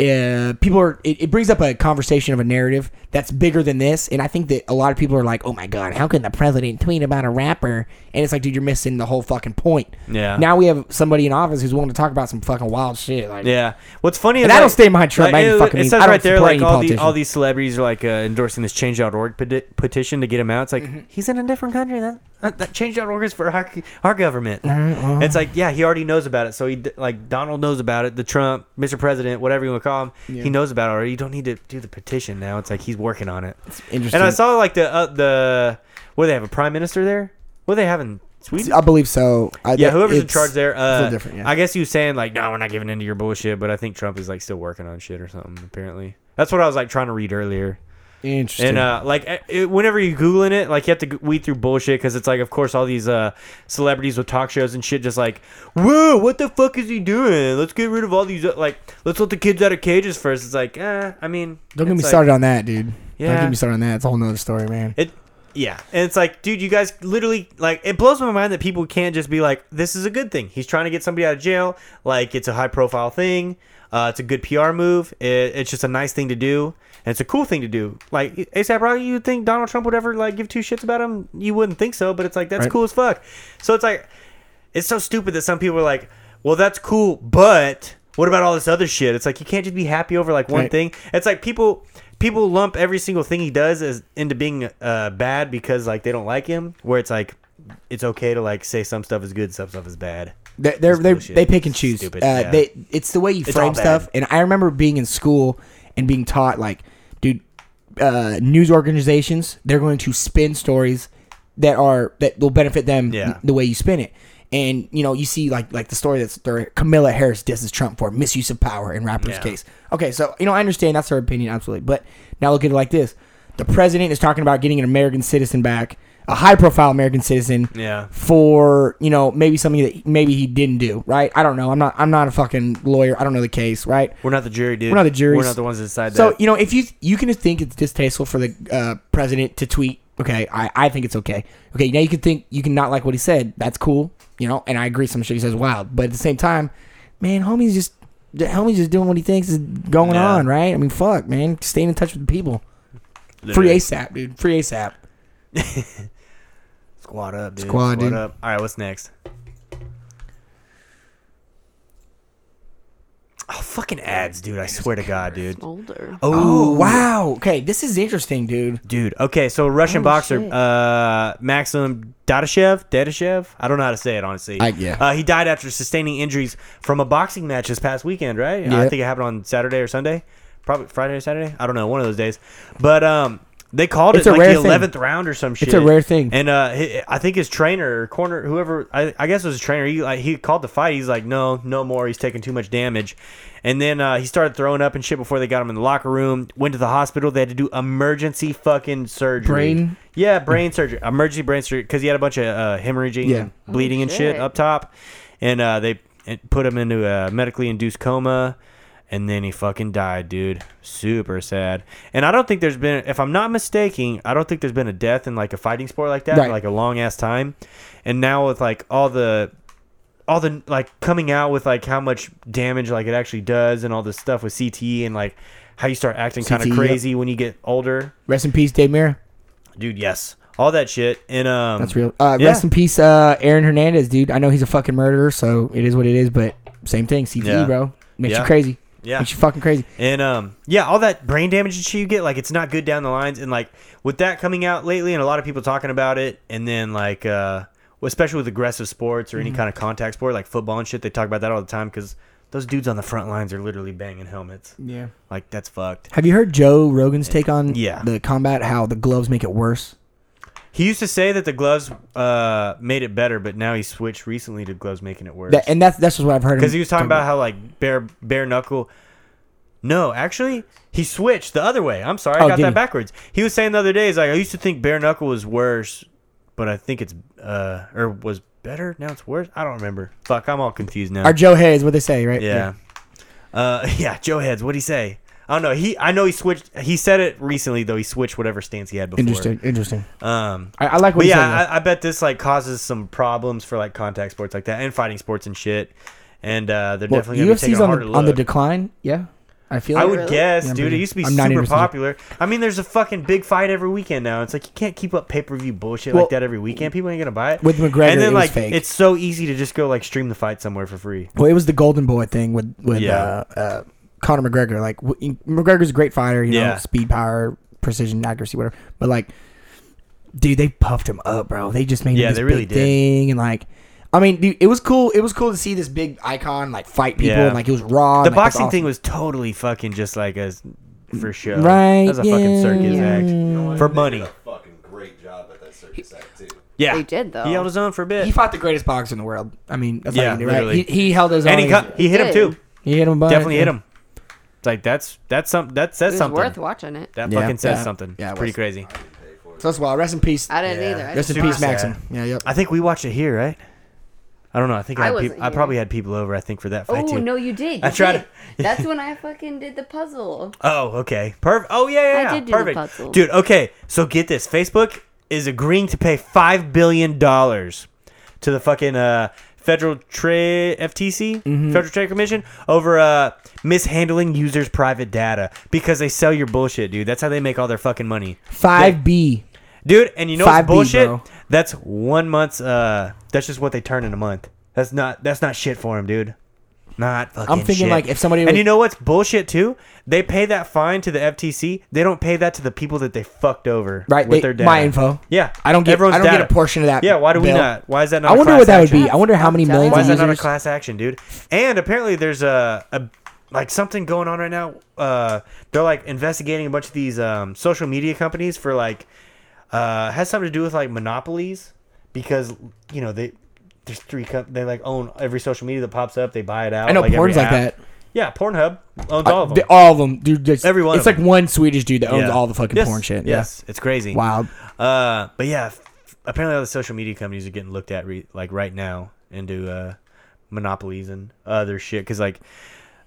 Speaker 3: uh, people are it, it brings up a conversation of a narrative that's bigger than this and i think that a lot of people are like oh my god how can the president tweet about a rapper and it's like dude you're missing the whole fucking point
Speaker 2: Yeah.
Speaker 3: now we have somebody in office who's willing to talk about some fucking wild shit like
Speaker 2: Yeah. What's funny is
Speaker 3: And I
Speaker 2: like-
Speaker 3: don't stand behind Trump. I
Speaker 2: it,
Speaker 3: ain't fucking
Speaker 2: it
Speaker 3: mean-
Speaker 2: says
Speaker 3: I don't
Speaker 2: right there,
Speaker 3: support
Speaker 2: like
Speaker 3: any
Speaker 2: all these
Speaker 3: politician.
Speaker 2: all these celebrities are like uh, endorsing this Change.org peti- petition to get him out. It's like
Speaker 3: Mm-hmm.
Speaker 2: he's in a different country. That uh, that Change.org is for our, our government.
Speaker 3: Mm-hmm,
Speaker 2: It's like yeah, he already knows about it. So he d- like Donald knows about it. The Trump, Mr. President, whatever you want to call him, he knows about it already. You don't need to do the petition now. It's like he's working on it.
Speaker 3: interesting
Speaker 2: And I saw like the uh, the what do they have a prime minister there? What do they have in Sweden?
Speaker 3: i believe so I,
Speaker 2: Yeah,
Speaker 3: that-
Speaker 2: whoever's in
Speaker 3: it's-
Speaker 2: charge there.
Speaker 3: it's a
Speaker 2: Uh,
Speaker 3: little different yeah
Speaker 2: I guess he was saying like, no, we're not giving into your bullshit, but I think Trump is like still working on shit or something. Apparently, that's what I was like trying to read earlier.
Speaker 3: interesting
Speaker 2: And uh, like, eh, it, whenever you googling it, like you have to g- weed through bullshit because it's like, of course, all these uh, celebrities with talk shows and shit, just like, whoa, what the fuck is he doing? Let's get rid of all these. uh, Like, let's let the kids out of cages first. It's like, eh, I mean,
Speaker 3: don't get
Speaker 2: it's
Speaker 3: me
Speaker 2: like-
Speaker 3: started on that dude don't
Speaker 2: Yeah.
Speaker 3: get me started on that it's a whole nother story man
Speaker 2: It, yeah, and it's like, dude, you guys literally like it blows my mind that people can't just be like, this is a good thing. He's trying to get somebody out of jail. Like it's a high profile thing. Uh, it's a good PR move. It, it's just a nice thing to do, and it's a cool thing to do. Like ASAP Rocky, you would think Donald Trump would ever like give two shits about him? You wouldn't think so, but it's like that's
Speaker 3: Right.
Speaker 2: cool as fuck. So it's like, it's so stupid that some people are like, well, that's cool, but what about all this other shit? It's like you can't just be happy over like one
Speaker 3: Right.
Speaker 2: thing. It's like people people lump every single thing he does as into being uh, bad because like they don't like him. Where it's like it's okay to like say some stuff is good, some stuff is bad.
Speaker 3: They they
Speaker 2: It's
Speaker 3: they
Speaker 2: bullshit.
Speaker 3: they pick and choose.
Speaker 2: Stupid,
Speaker 3: uh,
Speaker 2: yeah.
Speaker 3: They it's the way you
Speaker 2: all
Speaker 3: frame
Speaker 2: bad.
Speaker 3: stuff. And I remember being in school and being taught like, dude, uh, news organizations they're going to spin stories that are that will benefit them
Speaker 2: Yeah.
Speaker 3: the way you spin it. And you know you see like like the story that's there, Camilla Harris disses Trump for misuse of power in rapper's
Speaker 2: Yeah.
Speaker 3: case. Okay, so you know I understand that's her opinion absolutely, but now look at it like this: the president is talking about getting an American citizen back, a high profile American citizen,
Speaker 2: Yeah.
Speaker 3: for you know maybe something that maybe he didn't do right i don't know i'm not i'm not a fucking lawyer i don't know the case right
Speaker 2: We're not the jury, dude.
Speaker 3: We're not the juries.
Speaker 2: We're not the ones that decide
Speaker 3: so
Speaker 2: that.
Speaker 3: you know if you you can think it's distasteful for the uh, president to tweet okay I, I think it's okay okay now you can think you can not like what he said that's cool you know and i agree some shit he says wild but at the same time man homie's just the homie's just doing what he thinks is going
Speaker 2: Yeah.
Speaker 3: on right i mean fuck man staying in touch with the people free
Speaker 2: Literally.
Speaker 3: asap dude free asap
Speaker 2: Squad up, dude.
Speaker 3: Squad, dude.
Speaker 2: up. All right, what's next? Oh, fucking ads, dude. I swear to God, dude.
Speaker 4: Older.
Speaker 3: oh wow okay this is interesting dude
Speaker 2: Dude, okay, so Russian
Speaker 4: Oh,
Speaker 2: boxer
Speaker 4: shit.
Speaker 2: uh, Maxim Dadashev, Dadashev, I don't know how to say it honestly.
Speaker 3: I- yeah.
Speaker 2: Uh, he died after sustaining injuries from a boxing match this past weekend, right? I
Speaker 3: Yeah.
Speaker 2: think it happened on Saturday or Sunday, probably Friday or Saturday. I don't know, one of those days. But um, they called
Speaker 3: It's
Speaker 2: it
Speaker 3: a
Speaker 2: like
Speaker 3: rare
Speaker 2: the
Speaker 3: thing.
Speaker 2: eleventh round or some shit.
Speaker 3: a rare thing.
Speaker 2: And uh, hi- I think his trainer, or corner, whoever, I, I guess it was a trainer. He like he called the fight. He's like, no, no more. He's taking too much damage. And then uh, he started throwing up and shit before they got him in the locker room. Went to the hospital. They had to do emergency fucking surgery.
Speaker 3: Brain?
Speaker 2: Yeah, brain surgery. Emergency brain surgery because he had a bunch of uh, hemorrhaging,
Speaker 3: Yeah.
Speaker 2: and bleeding, and shit
Speaker 4: shit.
Speaker 2: up top. And uh, they it put him into a medically induced coma. And then he fucking died, dude. Super sad. And I don't think there's been, if I'm not mistaken, I don't think there's been a death in like a fighting sport like that, in
Speaker 3: Right.
Speaker 2: like a long ass time. And now with like all the all the like coming out with like how much damage like it actually does and all this stuff with CTE and like how you start acting kind of
Speaker 3: CTE, E, yep.
Speaker 2: crazy when you get older.
Speaker 3: rest in peace dave Mirra.
Speaker 2: Dude, yes. All that shit. And um
Speaker 3: That's real. Uh,
Speaker 2: yeah.
Speaker 3: Rest in peace, uh, Aaron Hernandez, dude. I know he's a fucking murderer, so it is what it is. But same thing, CTE,
Speaker 2: Yeah.
Speaker 3: bro, makes
Speaker 2: Yeah.
Speaker 3: you crazy.
Speaker 2: Yeah.
Speaker 3: makes you fucking crazy.
Speaker 2: And um, yeah, all that brain damage and shit you get, like it's not good down the lines. And like with that coming out lately, and a lot of people talking about it, and then like uh, especially with aggressive sports or any kind of contact sport like football and shit, they talk about that all the time because those dudes on the front lines are literally banging helmets.
Speaker 3: Yeah.
Speaker 2: Like that's fucked.
Speaker 3: Have you heard Joe Rogan's take on
Speaker 2: Yeah.
Speaker 3: the combat? How the gloves make it worse?
Speaker 2: He used to say that the gloves uh, made it better, but now he switched recently to gloves making it worse.
Speaker 3: That, and that's that's just what I've heard.
Speaker 2: because
Speaker 3: him
Speaker 2: he was talking
Speaker 3: talk
Speaker 2: about how like bare bare knuckle. No, actually, he switched the other way. I'm sorry, I
Speaker 3: Oh,
Speaker 2: got
Speaker 3: did
Speaker 2: that
Speaker 3: he?
Speaker 2: backwards. He was saying the other day, he's like, I used to think bare knuckle was worse, but I think it's uh or was better. Now it's worse. I don't remember. Fuck, I'm all confused now.
Speaker 3: Our Joe Hayes, what they say, right?
Speaker 2: yeah. Uh, yeah, Joe heads. What'd he say? I don't know. He, I know he switched. He said it recently though. He switched whatever stance he had before.
Speaker 3: Interesting. Interesting.
Speaker 2: Um,
Speaker 3: I, I like what
Speaker 2: but
Speaker 3: he said.
Speaker 2: yeah, I, I bet this like causes some problems for like contact sports like that and fighting sports and shit. And uh, they're
Speaker 3: Well,
Speaker 2: definitely gonna be taking
Speaker 3: UFC's
Speaker 2: a
Speaker 3: on
Speaker 2: harder
Speaker 3: the
Speaker 2: look.
Speaker 3: on the decline. Yeah, I feel.
Speaker 2: I
Speaker 3: it.
Speaker 2: would
Speaker 4: Really?
Speaker 2: guess,
Speaker 3: Yeah,
Speaker 2: dude. It
Speaker 3: but
Speaker 2: used to be
Speaker 3: I'm not
Speaker 2: super
Speaker 3: interested.
Speaker 2: popular. I mean, there's a fucking big fight every weekend now. It's like you can't keep up pay per view bullshit
Speaker 3: Well,
Speaker 2: like that every weekend. People ain't gonna buy it.
Speaker 3: with McGregor,
Speaker 2: and then
Speaker 3: it was
Speaker 2: like
Speaker 3: fake.
Speaker 2: it's so easy to just go like stream the fight somewhere for free.
Speaker 3: Well, it was the Golden Boy thing with with
Speaker 2: Yeah.
Speaker 3: uh, uh, Conor McGregor. Like w- McGregor's a great fighter, you
Speaker 2: Yeah.
Speaker 3: know, speed, power, precision, accuracy, whatever. But like, dude, they puffed him up, bro. They just made
Speaker 2: Yeah,
Speaker 3: him this
Speaker 2: they really
Speaker 3: big
Speaker 2: did.
Speaker 3: thing, and like, I mean, dude, it was cool. It was cool to see this big icon like fight people,
Speaker 2: Yeah.
Speaker 3: and like it was raw.
Speaker 2: The
Speaker 3: and, like, that's
Speaker 2: boxing thing
Speaker 3: awesome.
Speaker 2: was totally fucking just like a for show.
Speaker 3: Right,
Speaker 2: That was a fucking
Speaker 3: yeah.
Speaker 2: circus
Speaker 5: You know
Speaker 2: act
Speaker 5: what?
Speaker 2: for
Speaker 5: They
Speaker 2: money.
Speaker 5: Did a fucking great job at that circus act too.
Speaker 2: Yeah,
Speaker 4: They did, though.
Speaker 2: He held his own for a bit.
Speaker 3: He fought the greatest boxer in the world. I mean, that's
Speaker 2: Yeah,
Speaker 3: yeah, right?
Speaker 2: literally.
Speaker 3: He, he held his
Speaker 2: and
Speaker 3: own.
Speaker 2: he cut, he hit him
Speaker 4: He
Speaker 2: too.
Speaker 4: did.
Speaker 3: He hit him, but
Speaker 2: Definitely hit him. It's like that's that's some that
Speaker 4: It
Speaker 2: says
Speaker 4: was
Speaker 2: something.
Speaker 4: worth watching it.
Speaker 2: That
Speaker 3: Yeah.
Speaker 2: fucking says
Speaker 3: Yeah.
Speaker 2: something.
Speaker 3: Yeah,
Speaker 2: Yeah,
Speaker 3: it
Speaker 2: pretty
Speaker 3: was.
Speaker 2: crazy.
Speaker 3: So that's why. Rest in peace.
Speaker 4: I didn't
Speaker 2: Yeah.
Speaker 4: either. I
Speaker 3: Rest in peace,
Speaker 4: just watched it.
Speaker 2: sad.
Speaker 3: Maxim. Yeah, yep.
Speaker 2: I think we watched it here, right? I don't know. I think I,
Speaker 4: I
Speaker 2: had
Speaker 4: wasn't
Speaker 2: peop- I
Speaker 4: here.
Speaker 2: probably had people over. I think for that fight
Speaker 4: Oh
Speaker 2: too.
Speaker 4: no, you did.
Speaker 2: I
Speaker 4: you
Speaker 2: tried
Speaker 4: did.
Speaker 2: to-
Speaker 4: That's when I fucking did the puzzle.
Speaker 2: Oh, okay. Perfect. Oh yeah, yeah,
Speaker 4: I
Speaker 2: yeah.
Speaker 4: did do the
Speaker 2: Perfect,
Speaker 4: puzzle.
Speaker 2: dude. Okay, so get this: Facebook is agreeing to pay five billion dollars to the fucking uh, federal trade FTC, Federal Trade Commission, over uh, mishandling users' private data because they sell your bullshit, dude. That's how they make all their fucking money,
Speaker 3: Five B.
Speaker 2: dude. And you know what's
Speaker 3: 5B,
Speaker 2: bullshit?
Speaker 3: bro.
Speaker 2: That's one month's. Uh, that's just what they turn in a month. That's not. That's not shit for them, dude. Not fucking.
Speaker 3: I'm thinking,
Speaker 2: shit.
Speaker 3: like, if somebody
Speaker 2: and
Speaker 3: was-
Speaker 2: you know what's bullshit too? They pay that fine to the FTC. They don't pay that to the people that they fucked over
Speaker 3: Right,
Speaker 2: with
Speaker 3: they-
Speaker 2: their data.
Speaker 3: my info.
Speaker 2: Yeah,
Speaker 3: I don't get-
Speaker 2: Everyone's
Speaker 3: I don't get a
Speaker 2: data.
Speaker 3: portion of that
Speaker 2: Yeah, why do we
Speaker 3: bill.
Speaker 2: not? Why is that not?
Speaker 3: I
Speaker 2: a
Speaker 3: wonder
Speaker 2: class
Speaker 3: what that would
Speaker 2: action?
Speaker 3: be. I wonder how many millions
Speaker 2: Why
Speaker 3: of
Speaker 2: is that not a
Speaker 3: users.
Speaker 2: class action, dude? And apparently there's a, a like something going on right now. Uh, they're like investigating a bunch of these um, social media companies for like uh, has something to do with like monopolies because you know they there's three com- they like own every social media that pops up. They buy it out.
Speaker 3: I know
Speaker 2: every
Speaker 3: porn's like
Speaker 2: app.
Speaker 3: that.
Speaker 2: Yeah, Pornhub owns all of them.
Speaker 3: They- All of them, dude. Just,
Speaker 2: Every one
Speaker 3: It's
Speaker 2: of
Speaker 3: like one Swedish dude that owns
Speaker 2: Yeah.
Speaker 3: all the fucking
Speaker 2: Yes,
Speaker 3: porn shit. Yeah.
Speaker 2: Yes, it's crazy.
Speaker 3: Wild.
Speaker 2: Uh, but yeah, f- apparently all the social media companies are getting looked at re- like right now into uh, monopolies and other shit because like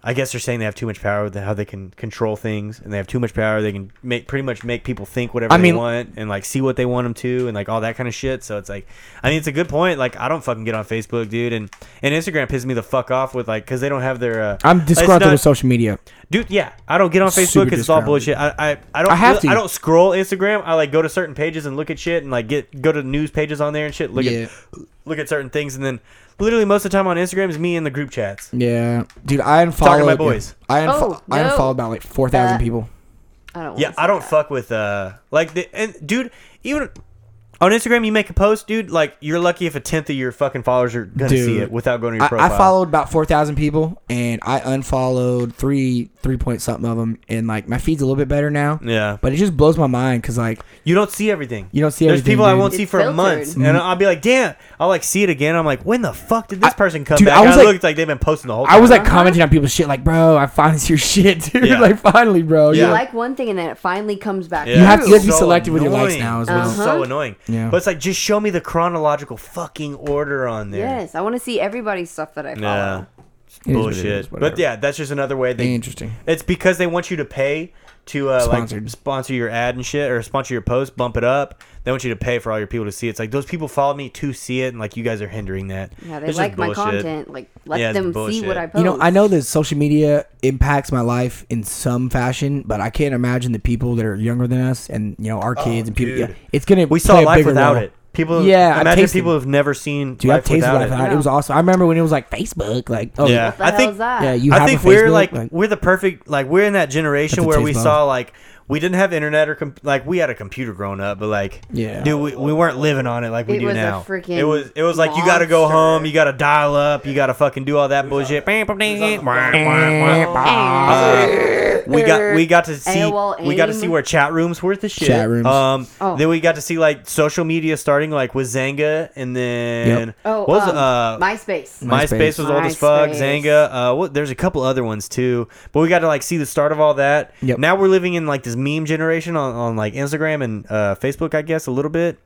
Speaker 2: I guess they're saying they have too much power with how they can control things and they have too much power. They can make pretty much make people think whatever
Speaker 3: I
Speaker 2: they
Speaker 3: mean-
Speaker 2: want and like see what they want them to and like all that kind of shit. So it's like I mean it's a good point. Like I don't fucking get on Facebook, dude, and and Instagram pisses me the fuck off with like because they don't have their. Uh,
Speaker 3: I'm
Speaker 2: it's
Speaker 3: disgruntled
Speaker 2: not-
Speaker 3: with social media.
Speaker 2: Dude, yeah, I don't get on Facebook
Speaker 3: Super
Speaker 2: because it's all bullshit.
Speaker 3: disgrounded.
Speaker 2: I, I, I don't
Speaker 3: I have to.
Speaker 2: I don't scroll Instagram. I like go to certain pages and look at shit and like get go to news pages on there and shit. Look
Speaker 3: Yeah.
Speaker 2: at look at certain things and then literally most of the time on Instagram is me in the group chats.
Speaker 3: Yeah, dude. I unfollowed.
Speaker 2: Talking to my boys.
Speaker 3: I, unfo-
Speaker 4: Oh,
Speaker 3: I
Speaker 4: no.
Speaker 3: unfollowed about like four thousand
Speaker 4: Uh,
Speaker 3: people.
Speaker 4: I don't.
Speaker 2: Yeah,
Speaker 4: wanna
Speaker 2: I
Speaker 4: say
Speaker 2: don't
Speaker 4: that.
Speaker 2: fuck with uh like the and dude even. On Instagram, you make a post, dude. Like you're lucky if a tenth of your fucking followers are gonna
Speaker 3: Dude,
Speaker 2: see it without going to your
Speaker 3: I,
Speaker 2: profile.
Speaker 3: I followed about four thousand people, and I unfollowed three three point something of them, and like my feed's a little bit better now.
Speaker 2: Yeah.
Speaker 3: but it just blows my mind because like
Speaker 2: You don't see everything.
Speaker 3: You don't see
Speaker 2: There's
Speaker 3: everything,
Speaker 2: people I
Speaker 3: dude. Mm-hmm.
Speaker 2: won't see
Speaker 4: It's
Speaker 2: for
Speaker 4: filtered.
Speaker 2: months, and I'll be like, damn. I'll like see it again. I'm like, when the fuck did this
Speaker 3: I-
Speaker 2: person come
Speaker 3: dude,
Speaker 2: back?
Speaker 3: I
Speaker 2: I
Speaker 3: was
Speaker 2: was
Speaker 3: like-
Speaker 2: looked like they've been posting the whole. Time.
Speaker 3: I was
Speaker 4: Uh-huh.
Speaker 3: like commenting on people's shit, like bro, I finally see your shit, dude.
Speaker 2: Yeah.
Speaker 3: like finally, bro.
Speaker 2: Yeah.
Speaker 4: You like one thing and then it finally comes back.
Speaker 2: Yeah.
Speaker 3: You have to-
Speaker 4: true.
Speaker 3: you have to be selective with your likes
Speaker 2: annoying.
Speaker 3: now as well.
Speaker 2: It's So
Speaker 4: Uh-huh.
Speaker 2: annoying.
Speaker 3: Yeah.
Speaker 2: But it's like just show me the chronological fucking order on there.
Speaker 4: Yes, I want to see everybody's stuff that I follow.
Speaker 2: Yeah.
Speaker 3: It is what it
Speaker 2: Bullshit.
Speaker 3: is, whatever.
Speaker 2: but yeah, that's just another way they
Speaker 3: Interesting.
Speaker 2: It's because they want you to pay to uh, like
Speaker 3: Sponsored.
Speaker 2: sponsor your ad and shit or sponsor your post, bump it up. They want you to pay for all your people to see it. It's like those people follow me to see it, and like you guys are hindering that.
Speaker 4: Yeah, they
Speaker 2: It's just
Speaker 4: like my
Speaker 2: bullshit.
Speaker 4: content. Like, let
Speaker 2: Yeah, it's
Speaker 4: them see
Speaker 2: bullshit.
Speaker 4: what I post.
Speaker 3: You know, I know that social media impacts my life in some fashion, but I can't imagine the people that are younger than us and you know our kids and people.
Speaker 2: Oh, dude.
Speaker 3: Yeah, it's gonna.
Speaker 2: We saw
Speaker 3: play a
Speaker 2: life
Speaker 3: bigger
Speaker 2: without
Speaker 3: role.
Speaker 2: it. People,
Speaker 3: Yeah, I've
Speaker 2: imagine
Speaker 3: tasted-
Speaker 2: people who've never seen
Speaker 3: Dude, I've
Speaker 2: life
Speaker 3: tasted
Speaker 2: without
Speaker 3: life
Speaker 2: it.
Speaker 3: without it. It was awesome. I remember when it was like Facebook, like oh
Speaker 2: Yeah.
Speaker 4: what the
Speaker 2: I
Speaker 4: hell
Speaker 2: think-
Speaker 4: is that?
Speaker 3: yeah, you.
Speaker 2: I
Speaker 3: have
Speaker 2: think
Speaker 3: a
Speaker 2: we're
Speaker 3: Facebook,
Speaker 2: like, we're the perfect like we're in that generation
Speaker 3: That's
Speaker 2: where
Speaker 3: a taste
Speaker 2: we
Speaker 3: bud.
Speaker 2: saw like we didn't have internet or com- like we had a computer growing up, but like
Speaker 3: Yeah.
Speaker 2: dude, we, we weren't living on it like we
Speaker 4: It
Speaker 2: do
Speaker 4: was a
Speaker 2: now.
Speaker 4: freaking
Speaker 2: it was it was like you got to go
Speaker 4: monster.
Speaker 2: home, you got to dial up, you got to fucking do all that bullshit. Uh, we got we got to see
Speaker 4: AOL
Speaker 2: we got to
Speaker 4: AIM.
Speaker 2: see where chat rooms were the shit.
Speaker 3: Chat rooms.
Speaker 2: Um,
Speaker 4: Oh.
Speaker 2: then we got to see like social media starting like with Zanga, and then
Speaker 3: Yep.
Speaker 4: Oh,
Speaker 2: what was
Speaker 4: um,
Speaker 2: uh
Speaker 4: MySpace.
Speaker 2: MySpace,
Speaker 3: MySpace.
Speaker 2: was old as fuck.
Speaker 4: MySpace.
Speaker 2: Zanga. Uh, what? There's a couple other ones too. But we got to like see the start of all that.
Speaker 3: Yep.
Speaker 2: Now we're living in like this meme generation on, on like Instagram and uh, Facebook, I guess, a little bit.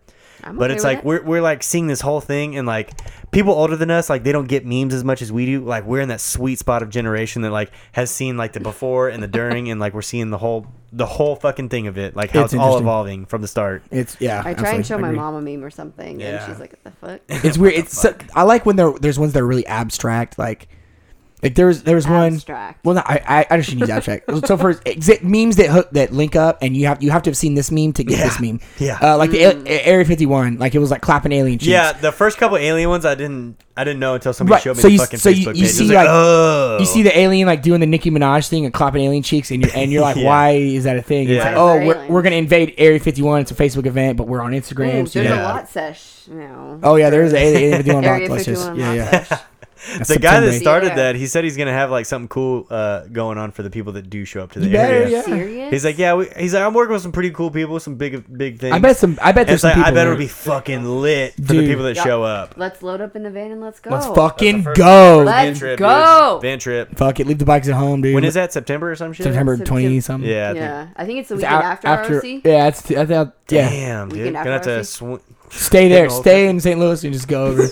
Speaker 4: I'm
Speaker 2: But
Speaker 4: okay
Speaker 2: it's
Speaker 4: with
Speaker 2: like
Speaker 4: it.
Speaker 2: we're we're like seeing this whole thing, and like people older than us, like they don't get memes as much as we do. Like we're in that sweet spot of generation that like has seen like the before and the during, and like we're seeing the whole the whole fucking thing of it, like how it's,
Speaker 3: It's
Speaker 2: all
Speaker 3: interesting.
Speaker 2: evolving from the start.
Speaker 3: It's yeah.
Speaker 4: I try
Speaker 3: absolutely.
Speaker 4: and
Speaker 3: I
Speaker 4: show my
Speaker 3: agree.
Speaker 4: mom a meme or something,
Speaker 2: Yeah.
Speaker 4: and she's like, "What the fuck?"
Speaker 3: It's weird. It's so, I like when there there's ones that are really abstract. Like like there was there was one.
Speaker 4: Abstract.
Speaker 3: Well, no, I I, I just use abstract. so for exa- memes that hook that link up, and you have you have to have seen this meme to get this
Speaker 2: Yeah.
Speaker 3: meme.
Speaker 2: Yeah.
Speaker 3: Uh, like the
Speaker 4: Mm.
Speaker 3: A- A- Area 51. Like it was like clapping alien cheeks.
Speaker 2: Yeah, the first couple alien ones I didn't I didn't know until somebody
Speaker 3: Right,
Speaker 2: showed me
Speaker 3: so
Speaker 2: the
Speaker 3: you-
Speaker 2: fucking
Speaker 3: so
Speaker 2: Facebook page. I
Speaker 3: you- you
Speaker 2: was
Speaker 3: see,
Speaker 2: like,
Speaker 3: like-
Speaker 2: oh.
Speaker 3: You see the alien like doing the Nicki Minaj thing and clapping alien cheeks, and you're and you're like,
Speaker 2: Yeah.
Speaker 3: why is that a thing? It's
Speaker 2: Yeah.
Speaker 3: like,
Speaker 2: Why
Speaker 4: is
Speaker 3: oh,
Speaker 4: there
Speaker 3: we're,
Speaker 4: aliens?
Speaker 3: we're gonna invade Area 51. It's a Facebook event, but we're on Instagram.
Speaker 4: Ooh,
Speaker 3: so
Speaker 4: there's
Speaker 3: you-
Speaker 2: Yeah.
Speaker 4: a lot sesh now.
Speaker 3: oh yeah, there's a Area 51
Speaker 4: Area
Speaker 3: lot
Speaker 4: 51
Speaker 3: Yeah,
Speaker 4: lot
Speaker 3: yeah.
Speaker 2: the guy that started
Speaker 4: Yeah.
Speaker 2: that, he said he's gonna have like something cool uh, going on for the people that do show up to the
Speaker 3: You better,
Speaker 2: area.
Speaker 3: yeah.
Speaker 4: Serious?
Speaker 2: He's like, yeah. We, he's like, I'm working with some pretty cool people, some big, big things.
Speaker 3: I bet some. I bet
Speaker 2: And
Speaker 3: there's
Speaker 2: it's
Speaker 3: some
Speaker 2: like,
Speaker 3: people.
Speaker 2: I bet
Speaker 3: that-
Speaker 2: it'll be fucking lit for the
Speaker 3: Dude.
Speaker 2: people that
Speaker 4: Yeah.
Speaker 2: show up.
Speaker 4: Let's load up in the van and let's go.
Speaker 3: Let's fucking
Speaker 2: first-
Speaker 3: go.
Speaker 4: Let's
Speaker 2: Van trip, dude.
Speaker 4: go.
Speaker 2: Van trip.
Speaker 3: Fuck it. Leave the bikes at home, dude.
Speaker 2: When is that? September or some shit.
Speaker 3: September
Speaker 4: Septem-
Speaker 3: 20 something.
Speaker 2: Yeah. I think-
Speaker 4: Yeah, I think it's the
Speaker 3: It's
Speaker 4: weekend
Speaker 3: out-
Speaker 4: after, ROC.
Speaker 3: Yeah, it's I thought, yeah.
Speaker 2: Damn,
Speaker 4: We
Speaker 2: dude.
Speaker 4: can
Speaker 2: Gonna have to
Speaker 4: Afro-C.
Speaker 2: swing.
Speaker 3: Stay there.
Speaker 2: Getting old.
Speaker 3: Stay in St. Louis and just go over.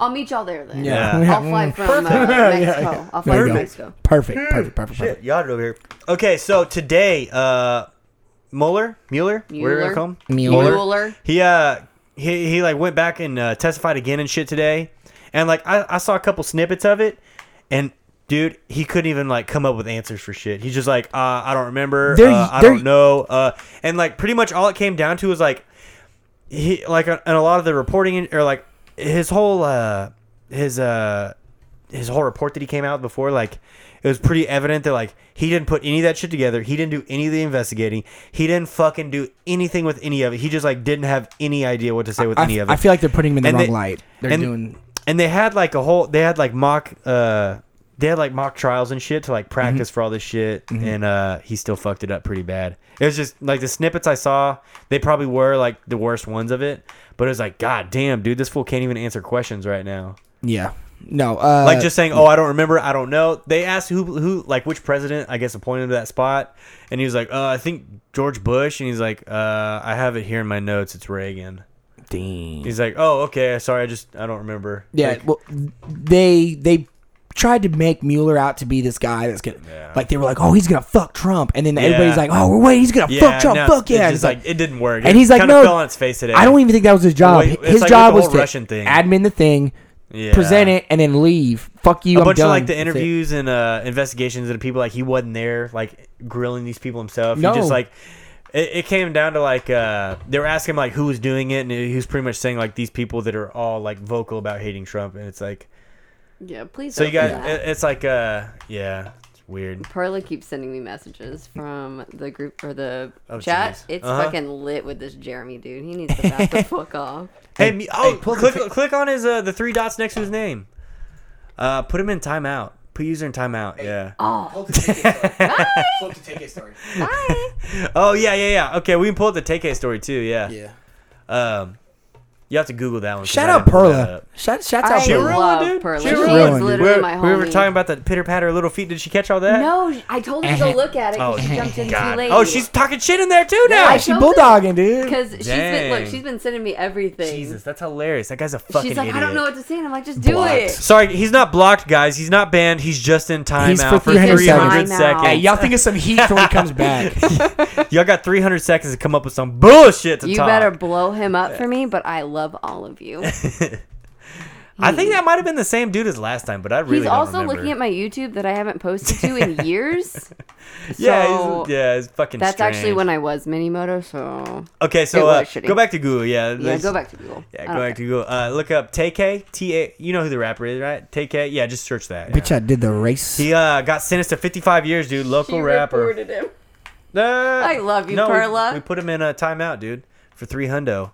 Speaker 4: I'll meet y'all there then.
Speaker 2: Yeah.
Speaker 4: I'll fly
Speaker 3: Mm,
Speaker 4: from uh, Mexico. I'll fly
Speaker 3: There you
Speaker 4: from
Speaker 3: go.
Speaker 4: Mexico.
Speaker 3: Perfect. Hmm. Perfect. Perfect.
Speaker 2: Shit,
Speaker 3: Perfect.
Speaker 2: yachted over here. Okay, so today, uh, Mueller, Mueller, whatever you
Speaker 4: Mueller.
Speaker 2: call him,
Speaker 3: Mueller.
Speaker 4: Mueller.
Speaker 2: He uh, he he like went back and uh, testified again and shit today, and like I, I saw a couple snippets of it, and dude, he couldn't even like come up with answers for shit. He's just like, uh, I don't remember,
Speaker 3: They're-
Speaker 2: uh, I
Speaker 3: they're-
Speaker 2: don't know, uh, and like pretty much all it came down to was like he like uh, and a lot of the reporting or like his whole uh his uh his whole report that he came out with before, like it was pretty evident that like he didn't put any of that shit together. He didn't do any of the investigating. He didn't fucking do anything with any of it. He just like didn't have any idea what to say with
Speaker 3: I,
Speaker 2: any of it.
Speaker 3: I feel like they're putting him in the
Speaker 2: And
Speaker 3: wrong
Speaker 2: they-
Speaker 3: light. They're
Speaker 2: and,
Speaker 3: doing.
Speaker 2: and they had like a whole they had like mock uh they had like mock trials and shit to like
Speaker 3: Mm-hmm.
Speaker 2: practice for all this shit and uh he still fucked it up pretty bad it was just like the snippets i saw they probably were like the worst ones of it but it was like god damn dude this fool can't even answer questions right now
Speaker 3: Yeah. No. Uh,
Speaker 2: like just saying, "Oh, I don't remember. I don't know." They asked who, who, like which president, I guess, appointed that spot, and he was like, "Uh, I think George Bush," and he's like, "Uh, I have it here in my notes. It's Reagan."
Speaker 3: Damn.
Speaker 2: He's like, "Oh, okay. Sorry, I just I don't remember."
Speaker 3: Yeah,
Speaker 2: Like,
Speaker 3: well, they they tried to make Mueller out to be this guy that's gonna
Speaker 2: Yeah.
Speaker 3: like they were like, oh, he's gonna fuck Trump, and then
Speaker 2: Yeah.
Speaker 3: everybody's like, oh, wait, he's gonna fuck Trump,
Speaker 2: no, it's
Speaker 3: fuck yeah, and
Speaker 2: just
Speaker 3: it's like,
Speaker 2: like, it didn't work.
Speaker 3: and
Speaker 2: It
Speaker 3: he's like,
Speaker 2: kinda
Speaker 3: no,
Speaker 2: fell on its face today.
Speaker 3: I don't even think that was his job.
Speaker 2: Wait, it's
Speaker 3: his
Speaker 2: like
Speaker 3: job
Speaker 2: with the
Speaker 3: was
Speaker 2: whole
Speaker 3: to
Speaker 2: Russian thing.
Speaker 3: admin the thing,
Speaker 2: Yeah.
Speaker 3: present it, and then leave. Fuck you.
Speaker 2: A
Speaker 3: I'm
Speaker 2: bunch
Speaker 3: done.
Speaker 2: of like the
Speaker 3: That's it.
Speaker 2: interviews and uh, investigations and people like he wasn't there, like grilling these people himself. He
Speaker 3: No.
Speaker 2: just like it, it came down to like uh, they were asking him like who was doing it, and he was pretty much saying like these people that are all like vocal about hating Trump, and it's like
Speaker 4: Yeah, please.
Speaker 2: so you
Speaker 4: don't
Speaker 2: got
Speaker 4: do that.
Speaker 2: it, it's like uh yeah it's weird.
Speaker 4: Perla keeps sending me messages from the group or the
Speaker 2: Oh,
Speaker 4: chat.
Speaker 2: jeez.
Speaker 4: It's
Speaker 2: Uh-huh.
Speaker 4: fucking lit with this Jeremy dude. He needs to back the fuck off.
Speaker 2: Hey, me- oh click click on his uh, the three dots next to his name. Uh, put him in timeout. Put user in timeout. Yeah.
Speaker 4: Oh, bye.
Speaker 2: Oh yeah yeah yeah. Okay, we can pull up the TK story too. Yeah.
Speaker 3: Yeah.
Speaker 2: Um, you have to Google that one. 'cause
Speaker 3: Shout
Speaker 2: I
Speaker 3: out
Speaker 2: didn't pull that
Speaker 3: Perla.
Speaker 2: up.
Speaker 3: Shout shouts out
Speaker 4: I
Speaker 2: ruined,
Speaker 3: Perla.
Speaker 4: love
Speaker 2: dude.
Speaker 4: Perla.
Speaker 2: She
Speaker 4: She,
Speaker 2: ruined,
Speaker 4: is
Speaker 3: dude.
Speaker 4: literally
Speaker 2: We
Speaker 4: my
Speaker 2: were,
Speaker 4: homie.
Speaker 2: we were talking about the pitter patter of little feet. Did she catch all that?
Speaker 4: No, I told her to go look at it. 'cause she jumped in too late.
Speaker 2: Oh, she's talking shit in there too now.
Speaker 3: Yeah,
Speaker 4: I
Speaker 3: she
Speaker 4: told
Speaker 3: bulldogging, dude.
Speaker 4: because she's been
Speaker 2: Dang.
Speaker 4: look. She's been sending me everything.
Speaker 2: Jesus, that's hilarious. That guy's a fucking
Speaker 4: she's like,
Speaker 2: idiot.
Speaker 4: I don't know what to say, and I'm like, just do
Speaker 3: Blocked.
Speaker 4: it.
Speaker 2: Sorry, he's not blocked, guys. He's not banned. He's just in timeout
Speaker 3: He's
Speaker 2: for,
Speaker 3: for
Speaker 2: 300
Speaker 3: 300
Speaker 2: seconds.
Speaker 4: seconds. Timeout.
Speaker 3: Hey, y'all think it's some heat till he comes back.
Speaker 2: Y'all got 300 seconds to come up with some bullshit to
Speaker 4: You
Speaker 2: talk.
Speaker 4: better blow him up for me, but I love all of you.
Speaker 2: I think that might have been the same dude as last time, but I really
Speaker 4: He's
Speaker 2: don't
Speaker 4: also
Speaker 2: remember.
Speaker 4: looking at my YouTube that I haven't posted to in years.
Speaker 2: yeah,
Speaker 4: so
Speaker 2: he's, yeah, it's fucking.
Speaker 4: That's actually
Speaker 2: strange.
Speaker 4: when I was Minimoto, so
Speaker 2: Okay,
Speaker 4: It
Speaker 2: so uh,
Speaker 4: was shitty.
Speaker 2: go back to Google. Yeah,
Speaker 4: yeah,
Speaker 2: let's-
Speaker 4: go back to Google. I
Speaker 2: Yeah,
Speaker 4: don't
Speaker 2: go back
Speaker 4: care.
Speaker 2: to Google. Uh, look up TK. T A. You know who the rapper is, right? TK. Yeah, just search that. yeah.
Speaker 3: Bitch, I did the race.
Speaker 2: He uh, got sentenced to 55 years, dude. Local
Speaker 4: She
Speaker 2: rapper.
Speaker 4: reported him.
Speaker 2: Uh, I
Speaker 4: love you,
Speaker 2: we-
Speaker 4: Perla.
Speaker 2: We, put him in a timeout, dude, for three hundo.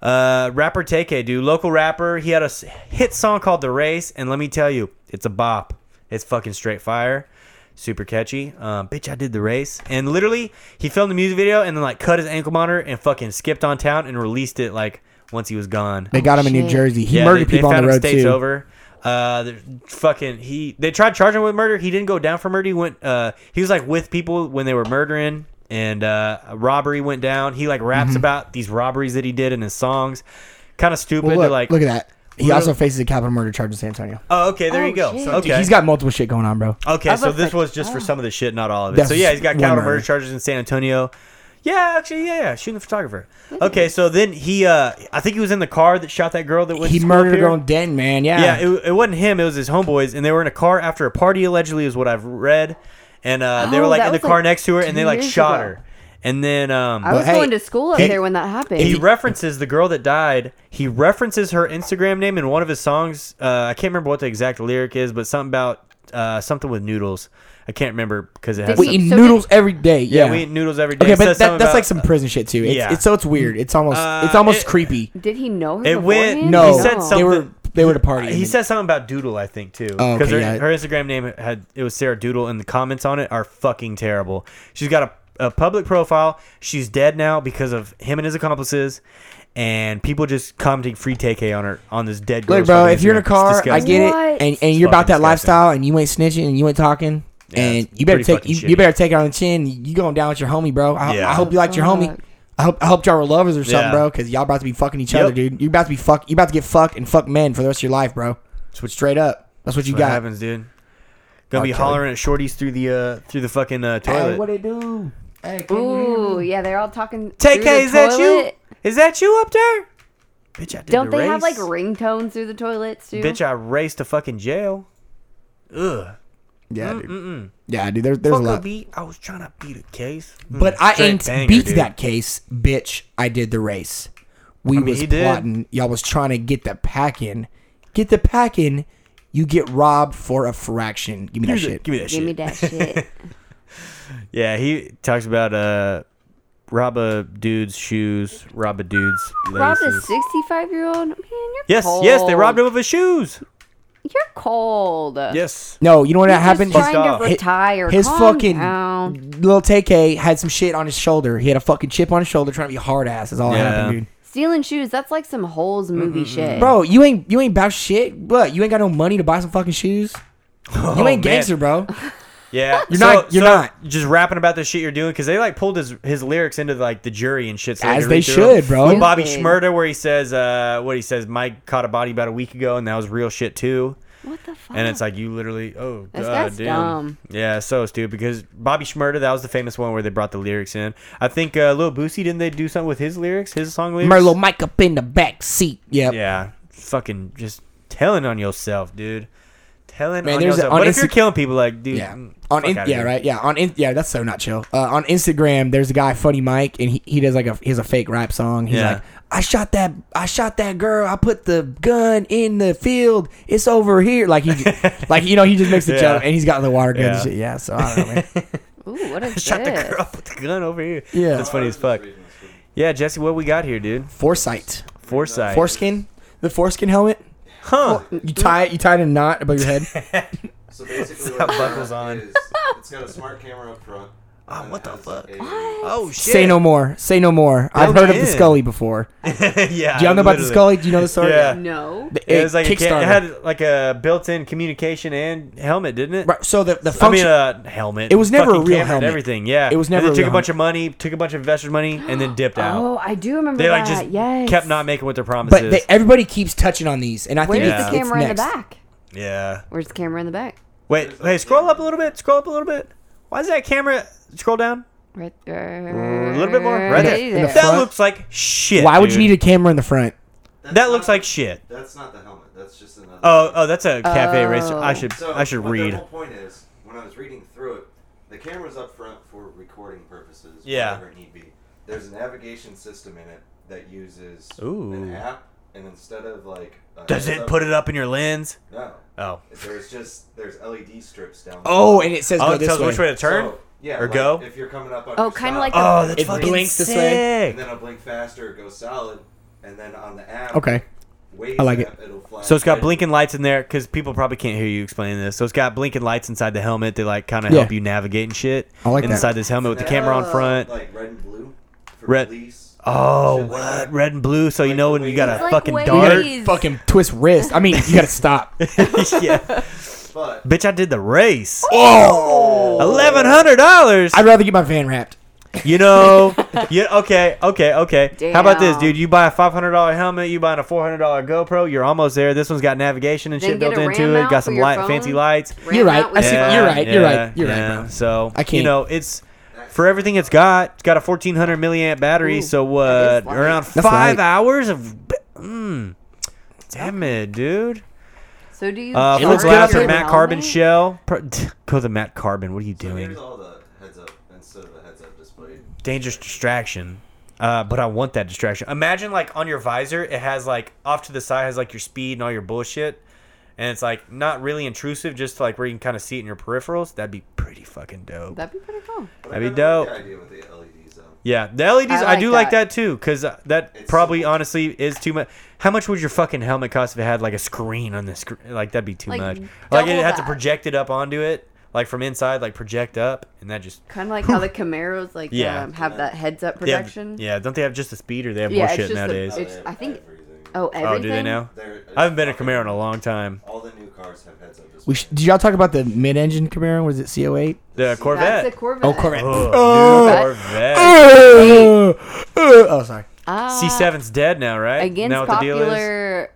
Speaker 2: Uh, rapper TK, dude. Local rapper. He had a s- hit song called "The Race," and let me tell you, it's a bop. It's fucking straight fire. Super catchy. Um, bitch, I did the race, and literally, he filmed the music video and then like cut his ankle monitor and fucking skipped on town and released it like once he was gone.
Speaker 3: They got him in New
Speaker 4: Shit.
Speaker 3: Jersey. He
Speaker 2: Yeah,
Speaker 3: murdered
Speaker 2: they, they
Speaker 3: people on
Speaker 2: found
Speaker 3: the
Speaker 2: him
Speaker 3: road
Speaker 2: states
Speaker 3: too.
Speaker 2: over. Uh, they're- fucking he. They tried charging him with murder. He didn't go down for murder. He went. Uh, he was like with people when they were murdering, and uh, a robbery went down. He like raps
Speaker 3: Mm-hmm.
Speaker 2: about these robberies that he did in his songs. Kind of stupid.
Speaker 3: Well,
Speaker 2: to
Speaker 3: look,
Speaker 2: like,
Speaker 3: look at that. He
Speaker 2: Literally-
Speaker 3: also faces a capital murder charge in San Antonio.
Speaker 2: Oh, okay. There
Speaker 4: Oh,
Speaker 2: you go.
Speaker 4: shit.
Speaker 2: Okay. Uh,
Speaker 3: Dude, he's got multiple shit going on, bro.
Speaker 2: Okay,
Speaker 4: Of
Speaker 2: so
Speaker 4: a
Speaker 2: this
Speaker 4: fric-
Speaker 2: was just for some of the shit, not all of it.
Speaker 3: That's
Speaker 2: so yeah, he's got
Speaker 3: one
Speaker 2: capital
Speaker 3: murder.
Speaker 2: murder charges in San Antonio. Yeah, actually, yeah, yeah, shooting the photographer. Okay, so then he, uh I think he was in the car that shot that girl that went.
Speaker 3: He
Speaker 2: to school up
Speaker 3: murdered
Speaker 2: here.
Speaker 3: her own den, man. Yeah.
Speaker 2: Yeah, it, it wasn't him. It was his homeboys, and they were in a car after a party. Allegedly, is what I've read. And uh, they
Speaker 4: Oh,
Speaker 2: were like
Speaker 4: that
Speaker 2: in the
Speaker 4: was,
Speaker 2: car
Speaker 4: like,
Speaker 2: next to her, and
Speaker 4: two
Speaker 2: they like
Speaker 4: years
Speaker 2: shot
Speaker 4: ago.
Speaker 2: her. And then um,
Speaker 4: I was
Speaker 3: hey,
Speaker 4: going to school up
Speaker 3: he-
Speaker 4: there when that happened.
Speaker 2: he references the girl that died. He references her Instagram name in one of his songs. Uh, I can't remember what the exact lyric is, but something about uh, something with noodles. I can't remember because it has.
Speaker 3: we
Speaker 2: some-
Speaker 3: eat
Speaker 4: So
Speaker 3: noodles
Speaker 4: did-
Speaker 3: every day. Yeah.
Speaker 2: yeah, we eat noodles every day.
Speaker 3: Okay,
Speaker 2: It
Speaker 3: but
Speaker 2: says
Speaker 3: that,
Speaker 2: something
Speaker 3: that's like
Speaker 2: about-
Speaker 3: some prison shit too. It's,
Speaker 2: yeah.
Speaker 3: it's so it's weird. It's almost
Speaker 2: Uh,
Speaker 3: it's almost
Speaker 2: it-
Speaker 3: creepy.
Speaker 4: Did he know her?
Speaker 2: It went-
Speaker 4: beforehand?
Speaker 3: No,
Speaker 2: he said
Speaker 3: they were
Speaker 2: something-
Speaker 3: they were at a party.
Speaker 2: He said something about Doodle, I think, too.
Speaker 3: Oh, okay,
Speaker 2: Because her,
Speaker 3: yeah.
Speaker 2: her Instagram name had it was Sarah Doodle, and the comments on it are fucking terrible. She's got a, a public profile. She's dead now because of him and his accomplices, and people just commenting free TK on her on this dead girl.
Speaker 3: Look, bro, if you're in a car, I get it,
Speaker 4: What?
Speaker 3: and, and you're about
Speaker 2: fucking
Speaker 3: that
Speaker 2: disgusting.
Speaker 3: lifestyle, and you ain't snitching, and you ain't talking,
Speaker 2: Yeah,
Speaker 3: and
Speaker 2: it's
Speaker 3: you better
Speaker 2: pretty
Speaker 3: take
Speaker 2: fucking
Speaker 3: you, you
Speaker 2: shitty.
Speaker 3: better take it on the chin. You going down with your homie, bro? I,
Speaker 2: Yeah.
Speaker 3: I hope you liked your homie.
Speaker 4: Oh, Fuck.
Speaker 3: I hope I hope y'all were lovers or something,
Speaker 2: Yeah.
Speaker 3: bro, because y'all about to be fucking each
Speaker 2: Yep.
Speaker 3: other, dude. You about to be fuck, you about to get fucked and fuck men for the rest of your life, bro.
Speaker 2: what-
Speaker 3: Straight up, that's what you
Speaker 2: What
Speaker 3: got.
Speaker 2: happens, dude? Gonna be
Speaker 3: Okay.
Speaker 2: hollering at shorties through the uh through the fucking uh,
Speaker 3: Hey, what
Speaker 2: toilet.
Speaker 3: it do? Hey, can you hear me?
Speaker 4: Ooh, yeah, they're all talking. through the
Speaker 2: TK, is that you?
Speaker 4: toilet.
Speaker 2: Is that you up there? Bitch, I did
Speaker 4: Don't
Speaker 2: the
Speaker 4: they have like
Speaker 2: race.
Speaker 4: ringtones through the toilets too?
Speaker 2: Bitch, oh, I raced to fucking jail. Ugh.
Speaker 3: Yeah, dude. Yeah, dude. There, there's a
Speaker 2: Fuck
Speaker 3: lot.
Speaker 2: a beat. I was trying to beat a case.
Speaker 3: But I
Speaker 2: Hmm. Straight
Speaker 3: ain't
Speaker 2: banger,
Speaker 3: beat
Speaker 2: dude.
Speaker 3: that case, bitch. I did the race. We
Speaker 2: mean,
Speaker 3: was
Speaker 2: he did.
Speaker 3: plotting. Y'all was trying to get the pack in. Get the pack in. you get robbed for a fraction. Give me that
Speaker 2: Give me
Speaker 3: shit.
Speaker 2: Give me that
Speaker 4: Give me
Speaker 2: shit.
Speaker 4: that shit.
Speaker 2: Yeah, he talks about uh, rob a dude's shoes, rob a dude's
Speaker 4: Robbed a
Speaker 2: laces.
Speaker 4: 65 year old? Man, you're
Speaker 2: Yes,
Speaker 4: cold.
Speaker 2: yes, they robbed him of his shoes.
Speaker 4: You're cold.
Speaker 2: Yes.
Speaker 3: No, you know what
Speaker 4: You're
Speaker 3: that happened?
Speaker 4: Just trying
Speaker 2: off.
Speaker 4: to
Speaker 2: Hi-
Speaker 4: retire.
Speaker 3: His
Speaker 4: Calm
Speaker 3: fucking
Speaker 4: down.
Speaker 3: little TK had some shit on his shoulder. He had a fucking chip on his shoulder trying to be hard ass. Is all that
Speaker 2: Yeah.
Speaker 3: happened, dude.
Speaker 4: Stealing shoes, that's like some holes movie shit.
Speaker 3: Bro, you ain't you ain't about shit. What? You ain't got no money to buy some fucking shoes. you
Speaker 2: Oh,
Speaker 3: ain't
Speaker 2: man.
Speaker 3: gangster, bro.
Speaker 2: Yeah,
Speaker 3: You're
Speaker 2: So-
Speaker 3: not- you're
Speaker 2: so
Speaker 3: not.
Speaker 2: just rapping about the shit you're doing because they like pulled his his lyrics into like the jury and shit. So
Speaker 3: As
Speaker 2: could
Speaker 3: they
Speaker 2: read through 'em.
Speaker 3: should, bro.
Speaker 2: Like Bobby
Speaker 4: Stupid.
Speaker 2: Schmurda, where he says, uh, what he says, Mike caught a body about a week ago, and that was real shit too.
Speaker 4: What the fuck?
Speaker 2: And it's like you literally, oh
Speaker 4: This
Speaker 2: god,
Speaker 4: guy's
Speaker 2: damn.
Speaker 4: dumb.
Speaker 2: Yeah, so stupid because Bobby Schmurda, that was the famous one where they brought the lyrics in. I think uh, Lil Boosie didn't they do something with his lyrics, his song lyrics?
Speaker 3: Merlo Mike up in the back seat. Yep.
Speaker 2: Yeah, fucking just telling on yourself, dude. Telling
Speaker 3: Man,
Speaker 2: on
Speaker 3: there's a-
Speaker 2: yourself.
Speaker 3: on
Speaker 2: what if you're
Speaker 3: Insta-
Speaker 2: killing people, like dude?
Speaker 3: Yeah.
Speaker 2: mm,
Speaker 3: On
Speaker 2: fuck
Speaker 3: in,
Speaker 2: outta
Speaker 3: yeah,
Speaker 2: here.
Speaker 3: right. Yeah, on in, yeah, that's so not chill. Uh, on Instagram, there's a guy Funny Mike and he, he does like a he has a fake rap song. He's
Speaker 2: Yeah.
Speaker 3: like, "I shot that I shot that girl. I put the gun in the field. It's over here." Like he like you know, he just makes the
Speaker 2: Yeah.
Speaker 3: joke and he's got the water
Speaker 2: Yeah.
Speaker 3: guns and shit. Yeah, so I don't know, man.
Speaker 4: Ooh, what is
Speaker 2: Shot the
Speaker 4: this?
Speaker 2: girl with the gun over here.
Speaker 3: Yeah.
Speaker 2: that's funny as fuck. Yeah, Jesse, what we got here, dude?
Speaker 3: Foresight.
Speaker 2: Foresight.
Speaker 3: Foreskin? The foreskin helmet?
Speaker 2: huh?
Speaker 3: You tie it you tie it in a knot above your head.
Speaker 5: So basically, what it's
Speaker 2: buckles
Speaker 5: got
Speaker 2: on.
Speaker 5: Is, it's got a smart camera up front.
Speaker 2: Oh,
Speaker 5: and
Speaker 2: what
Speaker 5: it
Speaker 2: the
Speaker 5: has
Speaker 2: fuck?
Speaker 5: a-
Speaker 2: Oh shit.
Speaker 3: Say no more. Say no more. I've heard of the
Speaker 2: Okay.
Speaker 3: Scully before.
Speaker 2: yeah.
Speaker 3: Do y'all know about the
Speaker 2: literally.
Speaker 3: Scully? Do you know the story?
Speaker 2: Yeah.
Speaker 4: No.
Speaker 3: The-
Speaker 2: It was like a ca-
Speaker 3: Kickstarter.
Speaker 2: it had like a built-in communication and helmet, didn't it?
Speaker 3: Right, so the the
Speaker 2: I
Speaker 3: function
Speaker 2: mean, uh, helmet.
Speaker 3: It was never a
Speaker 2: Fucking
Speaker 3: real
Speaker 2: camera and
Speaker 3: helmet.
Speaker 2: Everything, yeah.
Speaker 3: It was
Speaker 2: And
Speaker 3: never a
Speaker 2: they took
Speaker 3: real
Speaker 2: a bunch of money, took a bunch of investors' money, and then dipped out.
Speaker 4: Oh, I do remember
Speaker 2: They like
Speaker 4: that.
Speaker 2: just
Speaker 4: yes.
Speaker 2: kept not making what their promises.
Speaker 3: But they, everybody keeps touching on these, and I think
Speaker 4: Where's
Speaker 3: it's,
Speaker 2: Yeah.
Speaker 3: it's
Speaker 4: the camera in the
Speaker 3: next.
Speaker 4: back?
Speaker 2: yeah.
Speaker 4: Where's the camera in the back?
Speaker 2: Wait, hey, scroll up a little bit. Scroll up a little bit. Why is that camera? Scroll down
Speaker 4: Right
Speaker 2: a
Speaker 4: there.
Speaker 2: little bit more. Right
Speaker 4: Hey
Speaker 2: there.
Speaker 3: In the
Speaker 2: that
Speaker 3: front?
Speaker 2: looks like shit.
Speaker 3: Why would
Speaker 2: dude.
Speaker 3: you need a camera in the front?
Speaker 5: That's
Speaker 2: That
Speaker 5: not-
Speaker 2: looks like shit.
Speaker 5: That's not the helmet. That's just another.
Speaker 2: Oh, oh, that's a cafe
Speaker 4: Oh.
Speaker 2: racer. I should, I should
Speaker 5: but
Speaker 2: read.
Speaker 5: The whole point is, when I was reading through it, the camera's up front for recording purposes,
Speaker 2: Yeah.
Speaker 5: whatever it need be. There's a navigation system in it that uses
Speaker 2: Ooh.
Speaker 5: an app, and instead of like, uh,
Speaker 2: Does it put it up in your lens?
Speaker 5: No,
Speaker 2: Oh,
Speaker 5: there's just there's LED strips down.
Speaker 3: Oh, and it says
Speaker 2: oh,
Speaker 3: go
Speaker 2: it
Speaker 3: this
Speaker 2: tells
Speaker 3: way.
Speaker 2: which way to turn.
Speaker 5: So, yeah,
Speaker 2: or
Speaker 5: like,
Speaker 2: go?
Speaker 5: If you're coming up on
Speaker 4: Oh,
Speaker 5: your
Speaker 4: kinda
Speaker 5: stop,
Speaker 4: like
Speaker 2: Oh,
Speaker 4: the-
Speaker 2: that's
Speaker 3: It
Speaker 2: fucking
Speaker 3: blinks
Speaker 2: sick.
Speaker 3: this way.
Speaker 5: and then I'll blink faster, go solid, and then on the app.
Speaker 3: Okay.
Speaker 5: Waze
Speaker 3: I like it.
Speaker 5: app, It'll fly
Speaker 2: So it's got
Speaker 5: red.
Speaker 2: blinking lights in there because people probably can't hear you explaining this. So it's got blinking lights inside the helmet that like kind of
Speaker 3: Yeah.
Speaker 2: help you navigate and shit.
Speaker 3: I like that.
Speaker 2: inside this helmet with the
Speaker 5: Now, uh,
Speaker 2: camera on front.
Speaker 5: Like red and blue. For
Speaker 2: Red-
Speaker 5: Police.
Speaker 2: Oh,
Speaker 5: Shit like
Speaker 2: what
Speaker 5: that.
Speaker 2: red and blue? So you
Speaker 5: Like
Speaker 2: know
Speaker 5: the
Speaker 2: when you
Speaker 5: way-
Speaker 2: got a
Speaker 5: It's
Speaker 4: like
Speaker 2: fucking
Speaker 4: waves.
Speaker 3: You
Speaker 2: dart.
Speaker 3: gotta
Speaker 4: Jeez.
Speaker 3: fucking twist wrist. I mean, you gotta stop.
Speaker 2: yeah.
Speaker 5: But
Speaker 2: Bitch, I did the race.
Speaker 3: oh,
Speaker 2: Eleven hundred dollars.
Speaker 3: I'd rather get my van wrapped.
Speaker 2: You know, you okay, okay, okay. How about this,
Speaker 4: Damn.
Speaker 2: dude? You buy a five hundred dollar helmet, you buying a four hundred dollar GoPro. You're almost there. This one's got navigation and
Speaker 4: Then
Speaker 2: shit
Speaker 4: get
Speaker 2: built
Speaker 4: a
Speaker 2: into
Speaker 4: RAM
Speaker 2: it.
Speaker 4: out
Speaker 2: Got
Speaker 4: for
Speaker 2: some
Speaker 4: your
Speaker 2: light,
Speaker 4: phone.
Speaker 2: fancy lights.
Speaker 4: Ram
Speaker 3: You're right.
Speaker 4: out with
Speaker 3: I see-
Speaker 4: your
Speaker 2: Yeah,
Speaker 3: you're
Speaker 4: phone.
Speaker 3: right. you're
Speaker 2: yeah,
Speaker 3: you're right,
Speaker 2: yeah.
Speaker 3: bro.
Speaker 2: So
Speaker 3: I
Speaker 2: You
Speaker 3: can't.
Speaker 2: know, it's for everything it's got. It's got a fourteen hundred milliamp battery.
Speaker 4: Ooh,
Speaker 2: so
Speaker 4: that
Speaker 2: what?
Speaker 4: is light.
Speaker 2: Around
Speaker 3: That's
Speaker 2: five
Speaker 3: light.
Speaker 2: hours of. ba- Mm, damn it, dude.
Speaker 4: So do you.
Speaker 2: Uh,
Speaker 3: It
Speaker 2: full
Speaker 3: looks
Speaker 4: charge
Speaker 3: good
Speaker 2: glass
Speaker 3: up
Speaker 4: your
Speaker 2: or
Speaker 3: there.
Speaker 2: Matt
Speaker 4: helmet?
Speaker 2: Carbon shell. Pro- Go the Matt Carbon. What are you
Speaker 5: so
Speaker 2: doing?
Speaker 5: here's all the heads up instead of the heads up display.
Speaker 2: dangerous distraction. Uh, but I want that distraction. Imagine like on your visor, it has like off to the side has like your speed and all your bullshit, and it's like not really intrusive, just like where you can kind of see it in your peripherals. That'd be pretty fucking dope.
Speaker 4: That'd be pretty cool.
Speaker 5: But
Speaker 2: That'd be
Speaker 5: I kinda
Speaker 2: dope.
Speaker 5: like The idea with the E LEDs though.
Speaker 2: yeah, the LEDs. I,
Speaker 4: I like
Speaker 2: do like
Speaker 4: that.
Speaker 2: that too, cause uh, that
Speaker 5: It's
Speaker 2: probably
Speaker 5: simple.
Speaker 2: honestly is too much. How much would your fucking helmet cost if it had like a screen on the screen? Like that'd be too
Speaker 4: Like,
Speaker 2: much. Like it
Speaker 4: double
Speaker 2: had to
Speaker 4: that.
Speaker 2: project it up onto it, like from inside, like project up, and that just
Speaker 4: Kind of like how the Camaros like
Speaker 2: Yeah.
Speaker 4: um, have that heads up
Speaker 2: they have-
Speaker 4: projection.
Speaker 2: yeah, don't they have just a speed or they have
Speaker 4: Yeah,
Speaker 2: more
Speaker 4: it's
Speaker 2: shit
Speaker 4: just the-
Speaker 2: nowadays?
Speaker 5: Now they
Speaker 4: It's-
Speaker 5: have
Speaker 4: I think-
Speaker 5: everything.
Speaker 4: Oh, everything.
Speaker 2: Oh, do they now?
Speaker 5: They're-
Speaker 2: I haven't been a
Speaker 5: fucking-
Speaker 2: Camaro in a long time.
Speaker 5: All the new cars have heads up display.
Speaker 3: We sh- did y'all talk about the mid-engine Camaro? Was it CO8?
Speaker 2: The Corvette.
Speaker 4: That's a Corvette.
Speaker 3: Oh, Corvette.
Speaker 2: Oh,
Speaker 3: Oh.
Speaker 2: new Corvette.
Speaker 3: Uh, uh, oh, sorry.
Speaker 4: Ah,
Speaker 2: C7's dead now, right?
Speaker 4: Against
Speaker 2: now
Speaker 4: popular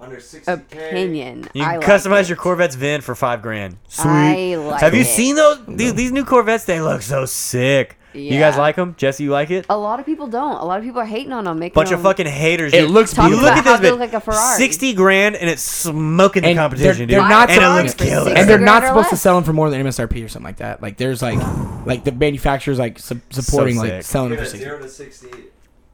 Speaker 5: Under 60K.
Speaker 4: opinion,
Speaker 2: you
Speaker 4: I
Speaker 2: can
Speaker 4: like
Speaker 2: customize
Speaker 4: it.
Speaker 2: your Corvette's VIN for five grand.
Speaker 4: I like
Speaker 2: Have you
Speaker 4: it.
Speaker 2: seen those? Dude, these new Corvettes, they look so sick. You guys
Speaker 4: Yeah. Oh,
Speaker 2: like them? Jesse, you like it?
Speaker 4: A lot of people don't. A lot of people are hating on them. Making
Speaker 2: Bunch
Speaker 4: them
Speaker 2: of fucking haters.
Speaker 3: It
Speaker 2: dude.
Speaker 3: looks
Speaker 2: you
Speaker 3: beautiful.
Speaker 2: look at
Speaker 4: Talk
Speaker 2: this
Speaker 4: about how they
Speaker 2: bit.
Speaker 4: look like a Ferrari.
Speaker 2: Sixty grand, and it's smoking the
Speaker 3: And
Speaker 2: competition,
Speaker 3: they're,
Speaker 2: dude.
Speaker 3: they're not
Speaker 2: and it
Speaker 3: selling
Speaker 2: looks
Speaker 4: for
Speaker 2: killer.
Speaker 4: six
Speaker 3: and they're
Speaker 4: grand
Speaker 3: not
Speaker 4: or
Speaker 3: supposed to
Speaker 4: less.
Speaker 3: sell them for more than MSRP or something like that. Like there's like like the manufacturers like su- supporting like
Speaker 2: sick.
Speaker 3: selling them
Speaker 5: Get
Speaker 3: for
Speaker 5: a
Speaker 3: six.
Speaker 5: 0 to 60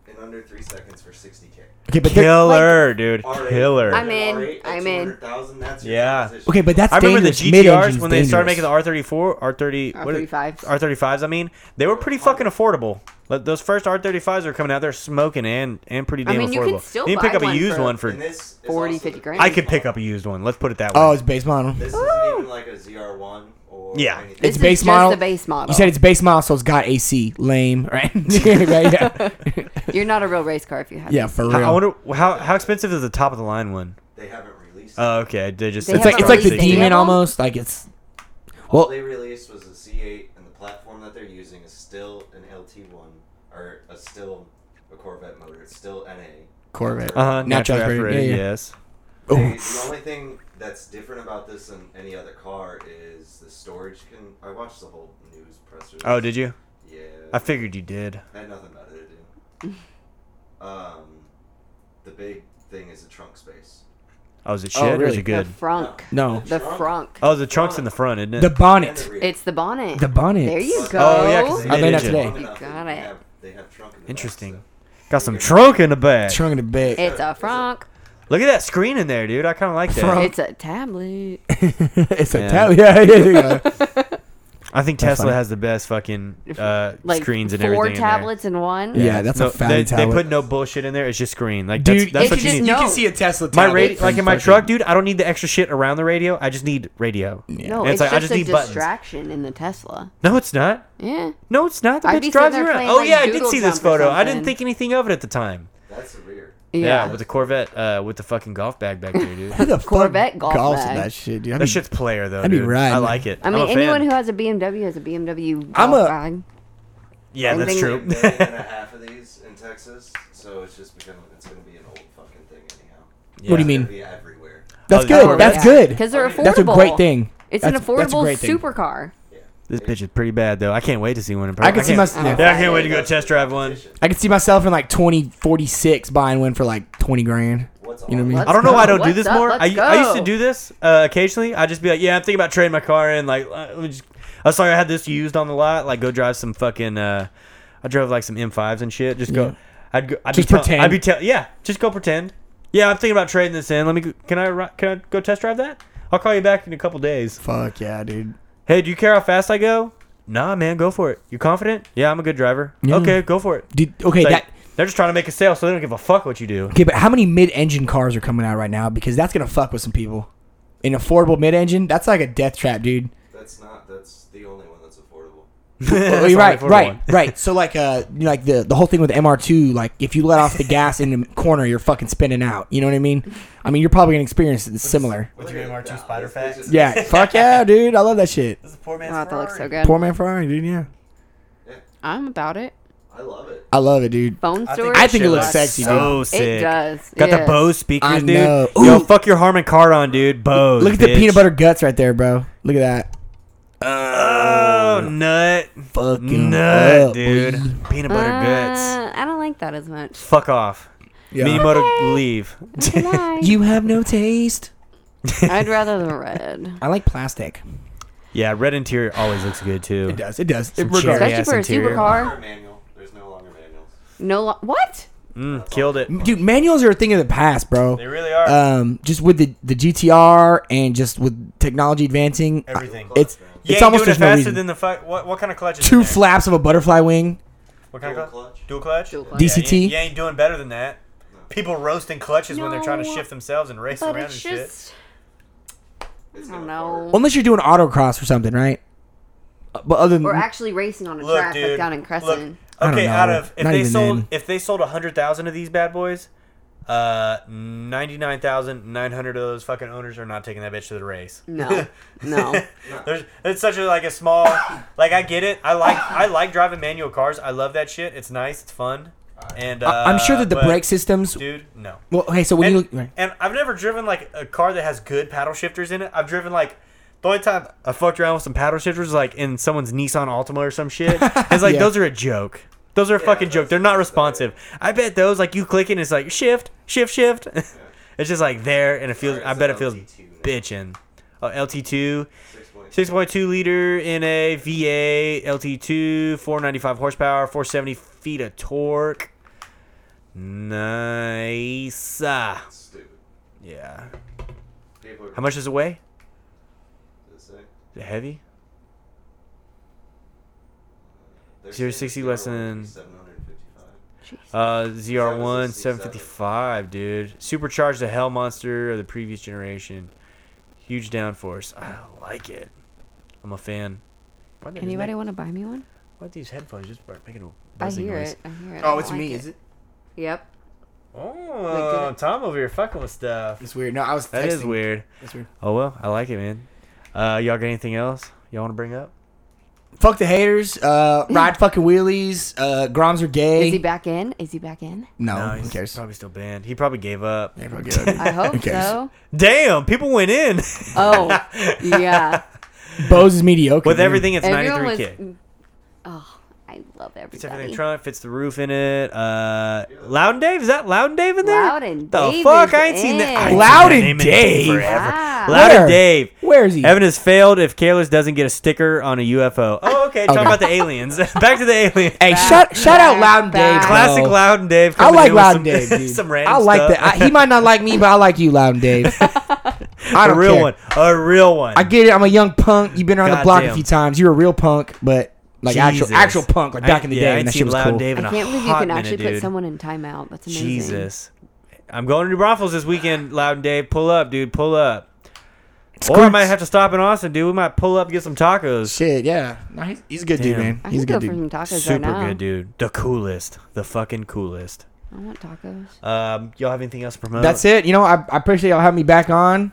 Speaker 5: in under three seconds for 60k.
Speaker 3: Okay, but they're-
Speaker 2: Killer, dude.
Speaker 5: R8.
Speaker 2: Killer.
Speaker 4: I'm in.
Speaker 5: R8 at
Speaker 4: I'm in.
Speaker 5: 200,000, That's your
Speaker 2: Yeah.
Speaker 5: transition.
Speaker 3: okay, but that's
Speaker 2: I remember the
Speaker 3: dangerous. Mid-engine's
Speaker 2: GTRs when they started
Speaker 3: dangerous.
Speaker 2: making the R34, R30, what are-
Speaker 4: R35s.
Speaker 2: R35s. I mean, they were pretty fucking affordable. Like, those first R35s are coming out. They're smoking and and pretty
Speaker 4: I
Speaker 2: damn
Speaker 4: mean,
Speaker 2: affordable.
Speaker 4: you could still
Speaker 2: You can pick
Speaker 4: buy
Speaker 2: up a
Speaker 4: one
Speaker 2: used
Speaker 4: for-
Speaker 2: one for.
Speaker 5: And this is
Speaker 4: 40,
Speaker 5: also-
Speaker 4: 50 grand.
Speaker 2: I could pick up a used one. Let's put it that way.
Speaker 3: Oh, it's base model.
Speaker 5: This isn't even like a ZR1 or
Speaker 2: Yeah.
Speaker 5: anything.
Speaker 4: This
Speaker 3: It's
Speaker 4: is
Speaker 3: base
Speaker 4: just
Speaker 3: model.
Speaker 4: the base model.
Speaker 3: You said it's base model, so it's got AC. Lame, right? Right, yeah.
Speaker 4: You're not a real race car if you have.
Speaker 3: yeah,
Speaker 4: this.
Speaker 3: for real.
Speaker 2: I I wonder how how expensive is the top of the line one?
Speaker 5: They haven't released. it.
Speaker 2: Oh, okay. They just
Speaker 4: They
Speaker 3: it's like
Speaker 4: haven't
Speaker 3: it's like the
Speaker 4: released any
Speaker 3: demon
Speaker 4: of them?
Speaker 3: almost. Like it's
Speaker 5: All
Speaker 3: well-
Speaker 5: they released was a C8, and the platform that they're using is still an LT1 or a still a Corvette motor. It's still NA.
Speaker 3: Corvette.
Speaker 2: uh huh.
Speaker 3: Natural
Speaker 2: Natural
Speaker 3: aspirated,
Speaker 2: aspirated.
Speaker 3: yeah, yeah.
Speaker 2: Yes. Oh.
Speaker 5: They-
Speaker 3: Ooh.
Speaker 5: the only thing that's different about this than any other car is the storage. Can I watched the whole news press? release.
Speaker 2: Oh, did you?
Speaker 5: Yeah.
Speaker 2: I figured you did.
Speaker 5: I had nothing better to do. um, the big thing is the trunk space.
Speaker 2: Oh, is it shit
Speaker 3: Oh,
Speaker 2: or is
Speaker 3: really?
Speaker 2: it good?
Speaker 4: The frunk.
Speaker 3: No,
Speaker 4: The frunk.
Speaker 2: Oh, the trunk's in the front, isn't it?
Speaker 3: the
Speaker 5: And the
Speaker 3: bonnet.
Speaker 5: rear.
Speaker 4: It's the bonnet.
Speaker 3: The bonnet.
Speaker 4: There you go.
Speaker 2: Oh, yeah, 'cause
Speaker 3: I
Speaker 2: they
Speaker 3: learned that
Speaker 2: did
Speaker 3: today.
Speaker 5: Long
Speaker 4: You
Speaker 5: enough that
Speaker 4: got
Speaker 5: they
Speaker 4: it.
Speaker 5: have- they have trunk in the back,
Speaker 2: Interesting.
Speaker 5: so-
Speaker 2: Got some trunk in the back.
Speaker 3: Trunk of the bit.
Speaker 4: It's a frunk.
Speaker 2: Look at that screen in there, dude. I kind of like that.
Speaker 3: Front.
Speaker 4: It's a tablet.
Speaker 3: it's a
Speaker 2: Yeah.
Speaker 3: tally. Yeah, yeah, yeah.
Speaker 2: I think Tesla
Speaker 3: funny.
Speaker 2: has the best fucking uh,
Speaker 4: Like
Speaker 2: screens and
Speaker 4: four
Speaker 2: everything. in there.
Speaker 4: tablets in one.
Speaker 3: Yeah, that's
Speaker 2: no,
Speaker 3: a fatty
Speaker 2: they, they
Speaker 3: tablet.
Speaker 2: put no bullshit in there. It's just screen. Like
Speaker 3: Dude,
Speaker 2: that's, that's
Speaker 4: If
Speaker 2: what
Speaker 4: you
Speaker 2: you
Speaker 4: just
Speaker 2: need.
Speaker 4: know- No.
Speaker 3: a Tesla.
Speaker 2: my
Speaker 3: tablet
Speaker 2: radio,
Speaker 3: from
Speaker 2: like in my
Speaker 3: fucking-
Speaker 2: truck, dude. I don't need the extra shit around the radio. I just need radio.
Speaker 4: No,
Speaker 2: And
Speaker 4: it's,
Speaker 2: it's like, I just
Speaker 4: just, a
Speaker 2: need buttons.
Speaker 4: distraction in the Tesla.
Speaker 2: No, it's not.
Speaker 4: Yeah.
Speaker 2: No, it's not. The
Speaker 4: I'd be
Speaker 2: bitch drives
Speaker 4: sitting
Speaker 2: you
Speaker 4: there
Speaker 2: around.
Speaker 4: playing,
Speaker 2: Oh
Speaker 4: like,
Speaker 2: yeah, I did
Speaker 4: Doodle
Speaker 2: see this
Speaker 4: Jump or
Speaker 2: photo. I didn't
Speaker 4: something.
Speaker 2: think anything of it at the time.
Speaker 5: That's the rear.
Speaker 2: Yeah, with the Corvette, uh, with the fucking golf bag back there, dude.
Speaker 3: Who the fuck
Speaker 4: Corvette golf
Speaker 3: golfs
Speaker 4: bag.
Speaker 3: with that shit, dude. I
Speaker 2: That
Speaker 3: mean,
Speaker 2: shit's player though.
Speaker 3: I'd be
Speaker 2: dude.
Speaker 3: riding
Speaker 2: I
Speaker 3: it.
Speaker 2: like it.
Speaker 4: I mean,
Speaker 2: I'm a
Speaker 4: anyone
Speaker 2: fan.
Speaker 4: who has a BMW has a BMW.
Speaker 3: I'm
Speaker 4: I'm
Speaker 3: a-
Speaker 4: a. Bag.
Speaker 2: yeah, that's
Speaker 4: Anything-
Speaker 2: true.
Speaker 5: Million and a half of these in Texas, so it's just become it's gonna be an old fucking thing anyhow.
Speaker 3: What do you
Speaker 5: It's
Speaker 3: mean?
Speaker 5: gonna be everywhere.
Speaker 3: That's
Speaker 2: Oh,
Speaker 3: good.
Speaker 2: Corvette.
Speaker 3: That's good.
Speaker 4: Because they're affordable.
Speaker 3: That's a great thing.
Speaker 4: It's an
Speaker 3: That's-
Speaker 4: affordable
Speaker 3: that's a great thing.
Speaker 4: supercar.
Speaker 5: Yeah.
Speaker 2: This bitch is pretty bad though. I can't wait to see one in person.
Speaker 3: I could see
Speaker 2: can't-
Speaker 3: my- yeah.
Speaker 2: Yeah, I can't wait to go test drive one.
Speaker 3: I could see myself in like 2046 buying one for like 20 grand.
Speaker 5: What's
Speaker 3: You know what I mean?
Speaker 4: Let's
Speaker 2: I don't know why I don't do
Speaker 4: What's
Speaker 2: this
Speaker 4: up?
Speaker 2: more. I,
Speaker 4: Let's
Speaker 2: I used to
Speaker 4: go.
Speaker 2: do this uh, occasionally. I'd just be like, yeah, I'm thinking about trading my car in. Like, uh, let me just- I was sorry I had this used on the lot. Like, go drive some fucking. Uh, I drove like some M5s and shit. Just go.
Speaker 3: Yeah.
Speaker 2: I'd go. I'd
Speaker 3: Just
Speaker 2: be tell-
Speaker 3: pretend.
Speaker 2: I'd be tell- Yeah, just go pretend. Yeah, I'm thinking about trading this in. Let me. go- Can I? ri- Can I go test drive that? I'll call you back in a couple days.
Speaker 3: Fuck yeah, dude.
Speaker 2: Hey, do you care how fast I go? Nah, man, go for it. You confident? Yeah, I'm a good driver.
Speaker 3: Yeah.
Speaker 2: Okay, go for it.
Speaker 3: Dude, okay,
Speaker 2: Like,
Speaker 3: that.
Speaker 2: they're just trying to make a sale, so they don't give a fuck what you do.
Speaker 3: Okay, but how many mid-engine cars are coming out right now? Because that's gonna fuck with some people. An affordable mid-engine, that's like a death trap, dude.
Speaker 5: That's not. That's the only one that's affordable.
Speaker 3: Well,
Speaker 2: That's
Speaker 3: you're
Speaker 2: the
Speaker 3: right,
Speaker 2: only affordable
Speaker 3: right,
Speaker 2: one.
Speaker 3: right. So like, uh, you know, like the the whole thing with MR2, like if you let off the gas in the corner, you're fucking spinning out. You know what I mean? I mean, you're probably gonna experience it similar.
Speaker 5: What's
Speaker 2: your MR2 spider fact?
Speaker 3: Yeah, fuck yeah, dude. I love that shit.
Speaker 2: This is poor man's
Speaker 4: Oh, that looks so good.
Speaker 3: Poor man Ferrari, dude. Yeah,
Speaker 4: I'm about it.
Speaker 5: I love it.
Speaker 3: I love it, dude.
Speaker 4: Phone storage.
Speaker 3: I think it looks
Speaker 4: sucks.
Speaker 3: sexy, dude.
Speaker 2: so sick.
Speaker 4: It does.
Speaker 2: Got the
Speaker 4: yes.
Speaker 2: Bose speakers,
Speaker 3: I
Speaker 2: dude.
Speaker 3: know.
Speaker 2: Yo,
Speaker 3: Ooh.
Speaker 2: fuck your Harman Kardon, dude. Bose.
Speaker 3: Look at the
Speaker 2: bitch.
Speaker 3: peanut butter guts right there, bro. Look at that.
Speaker 2: Oh, nut.
Speaker 3: Fucking
Speaker 2: Nut,
Speaker 3: up,
Speaker 2: dude.
Speaker 3: boy.
Speaker 2: Peanut butter guts.
Speaker 4: Uh, I don't like that as much.
Speaker 2: Fuck off.
Speaker 3: Yeah.
Speaker 2: Minimoto, leave.
Speaker 4: Why?
Speaker 3: You have no taste.
Speaker 4: I'd rather the red.
Speaker 3: I like plastic.
Speaker 2: Yeah, red interior always looks good too.
Speaker 3: It does. It does. It
Speaker 2: cherry
Speaker 3: regards.
Speaker 4: Especially
Speaker 2: ass
Speaker 4: for a
Speaker 2: interior.
Speaker 5: Or
Speaker 4: supercar.
Speaker 5: a manual. There's no longer manuals.
Speaker 4: No, lo- what?
Speaker 2: Mm, killed it.
Speaker 3: Dude, manuals are a thing of the past, bro.
Speaker 2: They really are.
Speaker 3: Um, just with the, the GTR and just with technology advancing, I-
Speaker 2: Everything.
Speaker 3: it's
Speaker 2: yeah,
Speaker 3: it's almost
Speaker 2: doing it
Speaker 3: there's no
Speaker 2: faster
Speaker 3: reason.
Speaker 2: than the fuck. What, what kind of clutch is in
Speaker 3: Two
Speaker 2: there?
Speaker 3: flaps of a butterfly wing.
Speaker 2: What kind
Speaker 5: Dual
Speaker 2: of clutch?
Speaker 5: clutch.
Speaker 2: Dual clutch.
Speaker 4: Dual clutch.
Speaker 3: DCT?
Speaker 2: Yeah, you, you ain't doing better than that. People roasting clutches when they're trying to
Speaker 4: No,
Speaker 2: shift themselves and race
Speaker 4: But
Speaker 2: around and
Speaker 4: it's
Speaker 2: shit.
Speaker 4: just.
Speaker 5: It's
Speaker 4: I don't
Speaker 5: gonna
Speaker 4: know.
Speaker 3: Unless you're doing autocross or something, right? Uh, But other than
Speaker 4: We're actually racing on a
Speaker 2: Look,
Speaker 4: track
Speaker 2: dude.
Speaker 4: like down in Crescent.
Speaker 2: Look,
Speaker 3: I don't
Speaker 2: okay,
Speaker 3: know.
Speaker 2: out of if
Speaker 3: Not
Speaker 2: they
Speaker 3: even
Speaker 2: sold
Speaker 3: then.
Speaker 2: if they sold hundred thousand of these bad boys, uh, ninety nine thousand nine hundred of those fucking owners are not taking that bitch to the race.
Speaker 4: No, no.
Speaker 2: There's it's such a like a small like I get it. I like I like driving manual cars. I love that shit. It's nice. It's fun. And uh,
Speaker 3: I- I'm sure that the
Speaker 2: but,
Speaker 3: brake systems.
Speaker 2: dude. No.
Speaker 3: Well, hey, so when
Speaker 2: And,
Speaker 3: you look,
Speaker 2: and I've never driven like a car that has good paddle shifters in it. I've driven like the only time I fucked around with some paddle shifters was, like in someone's Nissan Altima or some shit. It's like
Speaker 3: Yeah.
Speaker 2: those are a joke. Those are a fucking joke. They're not responsive. I bet those like you clicking it's like shift, shift, shift. it's just like there and it feels.
Speaker 5: Or
Speaker 2: I
Speaker 5: it's
Speaker 2: bet
Speaker 5: an
Speaker 2: it feels
Speaker 5: LT2 now.
Speaker 2: bitching. Oh, LT2,
Speaker 5: Six point.
Speaker 2: 6.2 liter NA VA LT2, 495 horsepower, 470 feet of torque. Nice. Ah,
Speaker 5: It's stupid.
Speaker 2: Yeah.
Speaker 5: People are
Speaker 2: How much does it weigh?
Speaker 5: Does it say?
Speaker 2: Is it heavy?
Speaker 5: They're
Speaker 2: Zero
Speaker 5: saying
Speaker 2: sixty
Speaker 5: the
Speaker 2: less
Speaker 5: VR
Speaker 2: than-
Speaker 5: one would be 755.
Speaker 2: Uh,
Speaker 5: That
Speaker 2: ZR1
Speaker 5: was a C7.
Speaker 2: 755, dude. Supercharged the Hell Monster of the previous generation. Huge downforce. I like it. I'm a fan. Why did-
Speaker 4: Anybody want to buy me one?
Speaker 2: Why these headphones just start making a
Speaker 4: I
Speaker 2: buzzing
Speaker 4: hear
Speaker 2: noise?
Speaker 4: it. I hear it.
Speaker 3: Oh, it's me, is it?
Speaker 4: Yep.
Speaker 2: Oh,
Speaker 4: Like,
Speaker 2: Tom over here fucking with stuff.
Speaker 3: It's weird. No, I was.
Speaker 2: That is
Speaker 3: texting.
Speaker 2: weird.
Speaker 3: That's weird.
Speaker 2: Oh well, I like it, man. Uh, y'all got anything else y'all want to bring up?
Speaker 3: Fuck the haters. Uh, ride fucking wheelies. Uh, Groms are gay.
Speaker 4: Is he back in? Is he back in?
Speaker 3: no,
Speaker 2: he's
Speaker 3: who cares?
Speaker 2: Probably still banned. He probably gave up.
Speaker 3: Yeah, fuck it.
Speaker 4: I hope
Speaker 3: Who cares?
Speaker 4: so.
Speaker 2: Damn, people went in
Speaker 4: Oh, yeah.
Speaker 3: Bose is mediocre.
Speaker 2: with
Speaker 3: dude.
Speaker 2: everything. It's
Speaker 4: Everyone
Speaker 2: 93k.
Speaker 4: was. Oh, I love
Speaker 2: It's everything
Speaker 4: everybody.
Speaker 2: trunk fits the roof in it. Uh, Loud and Dave is that Loud and Dave in there?
Speaker 4: Loudon
Speaker 2: the
Speaker 4: Dave
Speaker 2: fuck
Speaker 4: is
Speaker 2: I ain't seen
Speaker 4: in.
Speaker 2: that. I ain't
Speaker 3: Loudon
Speaker 2: seen that name in
Speaker 3: Dave?
Speaker 2: forever.
Speaker 4: Wow.
Speaker 2: Loud
Speaker 3: Where?
Speaker 2: and Dave.
Speaker 3: Where is he?
Speaker 2: Evan has failed if Kalos doesn't get a sticker on a UFO. Oh, okay. Talk
Speaker 3: Okay.
Speaker 2: about the aliens. Back to the aliens.
Speaker 3: Hey, shout shout out Loud and Dave.
Speaker 4: back.
Speaker 2: Classic
Speaker 3: bro.
Speaker 2: Loud and Dave.
Speaker 3: Oh. I
Speaker 2: coming
Speaker 3: like
Speaker 2: in with
Speaker 3: Loud
Speaker 2: some-
Speaker 3: and Dave. Dude.
Speaker 2: some random
Speaker 3: I like
Speaker 2: stuff.
Speaker 3: that. I, he might not like me, but I like you, Loud and Dave. I
Speaker 2: a
Speaker 3: don't
Speaker 2: real
Speaker 3: care.
Speaker 2: one. A real one.
Speaker 3: I get it. I'm a young punk. You've been around the block
Speaker 2: Goddamn.
Speaker 3: a few times. You're a real punk, but like
Speaker 2: Jesus.
Speaker 3: actual actual punk, like
Speaker 2: I-
Speaker 3: back in the
Speaker 2: yeah, I
Speaker 3: day when
Speaker 2: ain't
Speaker 3: that
Speaker 2: seen
Speaker 3: shit was
Speaker 2: Loud
Speaker 3: cool.
Speaker 2: and Dave in
Speaker 4: I
Speaker 2: a
Speaker 4: can't believe you
Speaker 2: hot
Speaker 4: can
Speaker 2: minute,
Speaker 4: actually put
Speaker 2: dude.
Speaker 4: someone in timeout. That's amazing.
Speaker 2: Jesus. I'm going to New Braunfels this weekend, Loud and Dave. Pull up, dude. Pull up. Or I
Speaker 3: Squirts.
Speaker 2: might have to stop in Austin, dude. We might pull up, get some tacos.
Speaker 3: Shit, yeah. No, he's, he's a good dude,
Speaker 2: Damn.
Speaker 3: man.
Speaker 4: I
Speaker 3: He's a
Speaker 4: could go
Speaker 3: good
Speaker 4: for
Speaker 3: dude.
Speaker 4: some tacos right
Speaker 2: Super
Speaker 4: now.
Speaker 2: good, dude. The coolest. The fucking coolest.
Speaker 4: I want tacos.
Speaker 2: Um, y'all have anything else to promote?
Speaker 3: That's it. You know, I, I appreciate y'all having me back on.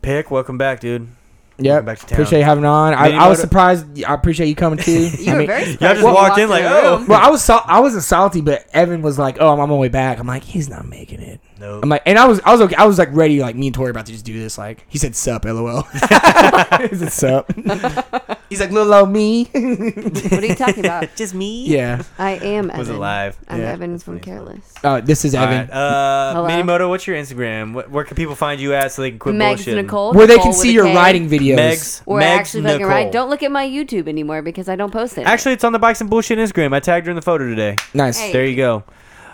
Speaker 2: Pick, welcome back, dude.
Speaker 3: Yep.
Speaker 2: back to town.
Speaker 3: Appreciate you having on. I,
Speaker 2: Mini
Speaker 3: I was
Speaker 2: motor-
Speaker 3: surprised. I appreciate you coming too.
Speaker 4: You
Speaker 3: I
Speaker 4: were
Speaker 3: mean-
Speaker 4: very.
Speaker 2: Y'all just
Speaker 4: surprised when you
Speaker 2: walked
Speaker 4: walked
Speaker 2: in like,
Speaker 4: the
Speaker 2: oh.
Speaker 4: room.
Speaker 3: Well, I was sal- I wasn't salty, but Evan was like, "Oh, I'm on my way back." I'm like, "He's not making it."
Speaker 2: No.
Speaker 3: I'm like, and I was I was okay. I was like ready. Like me and Tori about to just do this. Like he said, "Sup, lol." he said, "Sup." He's like, "Little old me."
Speaker 4: What are you talking about?
Speaker 2: Just me?
Speaker 3: yeah.
Speaker 4: I am Evan.
Speaker 2: Was it live?
Speaker 4: I'm
Speaker 3: Yeah.
Speaker 4: Evan
Speaker 2: funny
Speaker 4: from
Speaker 2: as fuck.
Speaker 4: Careless.
Speaker 3: Oh, this is
Speaker 2: All
Speaker 3: Evan.
Speaker 2: right. Uh,
Speaker 4: Hello?
Speaker 2: Minimoto, what's your Instagram? Wh- Where can people find you at so they can quit
Speaker 4: Megs
Speaker 2: bullshitting?
Speaker 4: Nicole.
Speaker 3: Where they
Speaker 4: Nicole
Speaker 3: can
Speaker 4: with
Speaker 3: see
Speaker 4: a
Speaker 3: your
Speaker 4: K.
Speaker 3: riding videos.
Speaker 2: Megs.
Speaker 4: Or
Speaker 2: Megs
Speaker 4: actually fucking
Speaker 2: Nicole.
Speaker 4: right. Don't look at my YouTube anymore because I don't post it.
Speaker 2: Actually, it's on the bikes and bullshit Instagram. I tagged her in the photo today.
Speaker 3: Nice.
Speaker 4: Hey.
Speaker 2: There you go.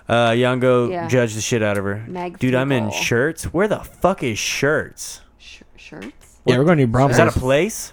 Speaker 2: Uh, Yango
Speaker 4: Yeah.
Speaker 2: judged the shit out of her.
Speaker 4: Megs
Speaker 2: Dude, I'm in
Speaker 4: Nicole.
Speaker 2: shirts. Where the fuck is shirts?
Speaker 4: Sh- shirts.
Speaker 3: Yeah, we're gonna do Bromwell.
Speaker 2: Is that a place?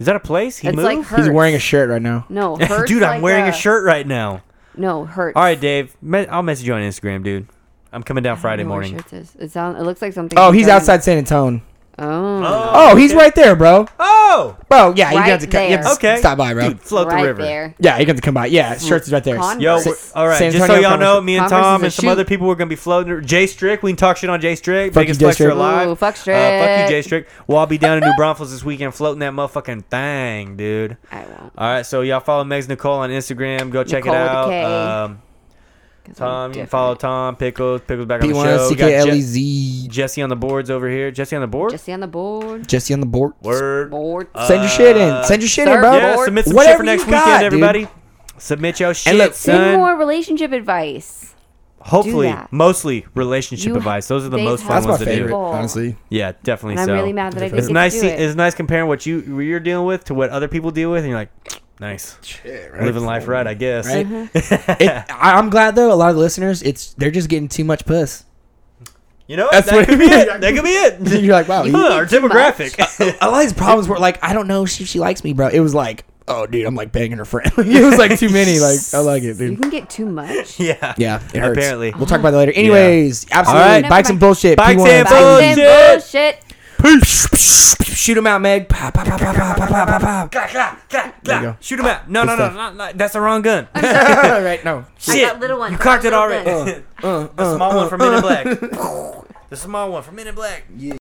Speaker 2: Is that a place? He
Speaker 4: It's
Speaker 2: moved.
Speaker 4: like
Speaker 3: He's wearing a
Speaker 4: Hurts.
Speaker 3: shirt right now.
Speaker 4: No, hurts
Speaker 2: dude, I'm
Speaker 4: like
Speaker 2: wearing a
Speaker 4: the-
Speaker 2: shirt right now.
Speaker 4: No, hurts.
Speaker 2: All right, Dave. Me- I'll message you on Instagram, dude. I'm coming down
Speaker 4: I
Speaker 2: Friday
Speaker 4: don't know where
Speaker 2: morning.
Speaker 4: shirts is. It sound. It looks like something.
Speaker 3: Oh, he's
Speaker 4: done-
Speaker 3: outside San Antonio.
Speaker 4: Oh,
Speaker 3: Oh, he's right there, bro.
Speaker 2: Oh,
Speaker 3: Bro, yeah, you
Speaker 4: Right
Speaker 3: got to, cut- you have to
Speaker 4: there.
Speaker 3: s-
Speaker 2: okay.
Speaker 3: stop by, bro.
Speaker 2: Dude, float
Speaker 4: right
Speaker 2: the river.
Speaker 4: there.
Speaker 3: Yeah, you got to come by. Yeah, shirts is right there.
Speaker 4: Con-
Speaker 2: Yo,
Speaker 4: Converse.
Speaker 2: we're- all right.
Speaker 3: San
Speaker 2: just so
Speaker 3: Antonio
Speaker 2: y'all
Speaker 3: Converse.
Speaker 2: know, me and
Speaker 4: Converse
Speaker 2: Tom
Speaker 4: is a
Speaker 2: and some
Speaker 4: shoot.
Speaker 2: other people were gonna be floating. Jay Strick, we can talk shit on Jay Strick.
Speaker 3: Fuck you,
Speaker 2: biggest
Speaker 3: Jay
Speaker 2: flexer
Speaker 3: Strick.
Speaker 2: alive.
Speaker 4: Ooh, fuck
Speaker 2: Uh, fuck you,
Speaker 4: Strick.
Speaker 2: Jay Strick. Well, I'll be down in New Braunfels this weekend, floating that motherfucking thing, dude.
Speaker 4: I won't.
Speaker 2: All right, so y'all follow Megs Nicole on Instagram. Go check
Speaker 4: Nicole
Speaker 2: it
Speaker 4: with a
Speaker 2: out.
Speaker 4: K.
Speaker 2: Um,
Speaker 4: 'cause
Speaker 2: Tom, you
Speaker 4: I'm
Speaker 2: can
Speaker 4: different.
Speaker 2: follow Tom Pickles. Pickles back on
Speaker 3: P
Speaker 2: the
Speaker 3: one
Speaker 2: show.
Speaker 3: C
Speaker 2: We got
Speaker 3: K
Speaker 2: Je-
Speaker 3: L E Z.
Speaker 2: Jesse on the boards over here. Jesse on the board.
Speaker 4: Jesse on the board.
Speaker 3: Jesse on the board.
Speaker 2: Word.
Speaker 4: Board.
Speaker 3: Send your shit in.
Speaker 2: Uh,
Speaker 3: Send your shit in,
Speaker 4: sir,
Speaker 3: bro.
Speaker 2: Yeah, submit some shit for
Speaker 3: Whatever
Speaker 2: next
Speaker 3: you
Speaker 2: weekend,
Speaker 3: got, dude.
Speaker 2: everybody. Submit your shit,
Speaker 3: look,
Speaker 4: Send
Speaker 2: son.
Speaker 4: more relationship advice.
Speaker 2: Hopefully,
Speaker 4: that.
Speaker 2: mostly relationship
Speaker 4: You-
Speaker 2: advice. Those are the
Speaker 4: they've
Speaker 2: most fun
Speaker 3: That's
Speaker 4: helped
Speaker 3: my
Speaker 2: ones to
Speaker 4: Someone's
Speaker 3: favorite,
Speaker 2: do.
Speaker 4: people.
Speaker 3: honestly.
Speaker 2: Yeah, definitely.
Speaker 4: And I'm
Speaker 2: so
Speaker 4: really mad that I didn't
Speaker 2: it's
Speaker 4: get
Speaker 2: nice.
Speaker 4: to
Speaker 2: see-
Speaker 4: do it.
Speaker 2: It's nice comparing what you what you're dealing with to what other people deal with, and you're like, nice, living life right, I guess.
Speaker 3: Right? It,
Speaker 4: Uh-huh.
Speaker 3: I, I'm glad though. A lot of the listeners, it's they're just getting too much puss.
Speaker 2: You know,
Speaker 3: That's
Speaker 2: that
Speaker 3: what
Speaker 2: could
Speaker 3: it
Speaker 2: be
Speaker 3: is.
Speaker 2: it. That could be it.
Speaker 3: You're like, wow. he-
Speaker 2: Huh, our demographic.
Speaker 3: a lot of these problems were like, I don't know if she, she likes me, bro. It was like, oh, dude, I'm like banging her friend. it was like too many. Like, I like it,
Speaker 4: You
Speaker 3: dude.
Speaker 4: can get too much.
Speaker 2: yeah.
Speaker 3: Yeah, it hurts.
Speaker 2: Apparently.
Speaker 3: we'll talk about that later. Anyways, absolutely,
Speaker 2: All right.
Speaker 3: bikes and bullshit.
Speaker 2: Bikes
Speaker 3: P1.
Speaker 2: and
Speaker 4: Bikes and
Speaker 2: Bullshit.
Speaker 4: bullshit.
Speaker 3: Shoot him out, Meg. Pop, pop, pop, pop, pop, pop, pop, pop, pop.
Speaker 2: Clap, clap, clap,
Speaker 3: There you
Speaker 2: clap.
Speaker 3: go.
Speaker 2: Shoot him out. No, no, no,
Speaker 3: stuff.
Speaker 2: not- not- that's the wrong gun.
Speaker 3: All right, no.
Speaker 2: Shit.
Speaker 4: got little ones.
Speaker 2: You
Speaker 4: I
Speaker 2: cocked
Speaker 4: got
Speaker 2: it
Speaker 4: little
Speaker 2: already.
Speaker 4: guns.
Speaker 2: the small one for Men in Black. the small one for Men in Black.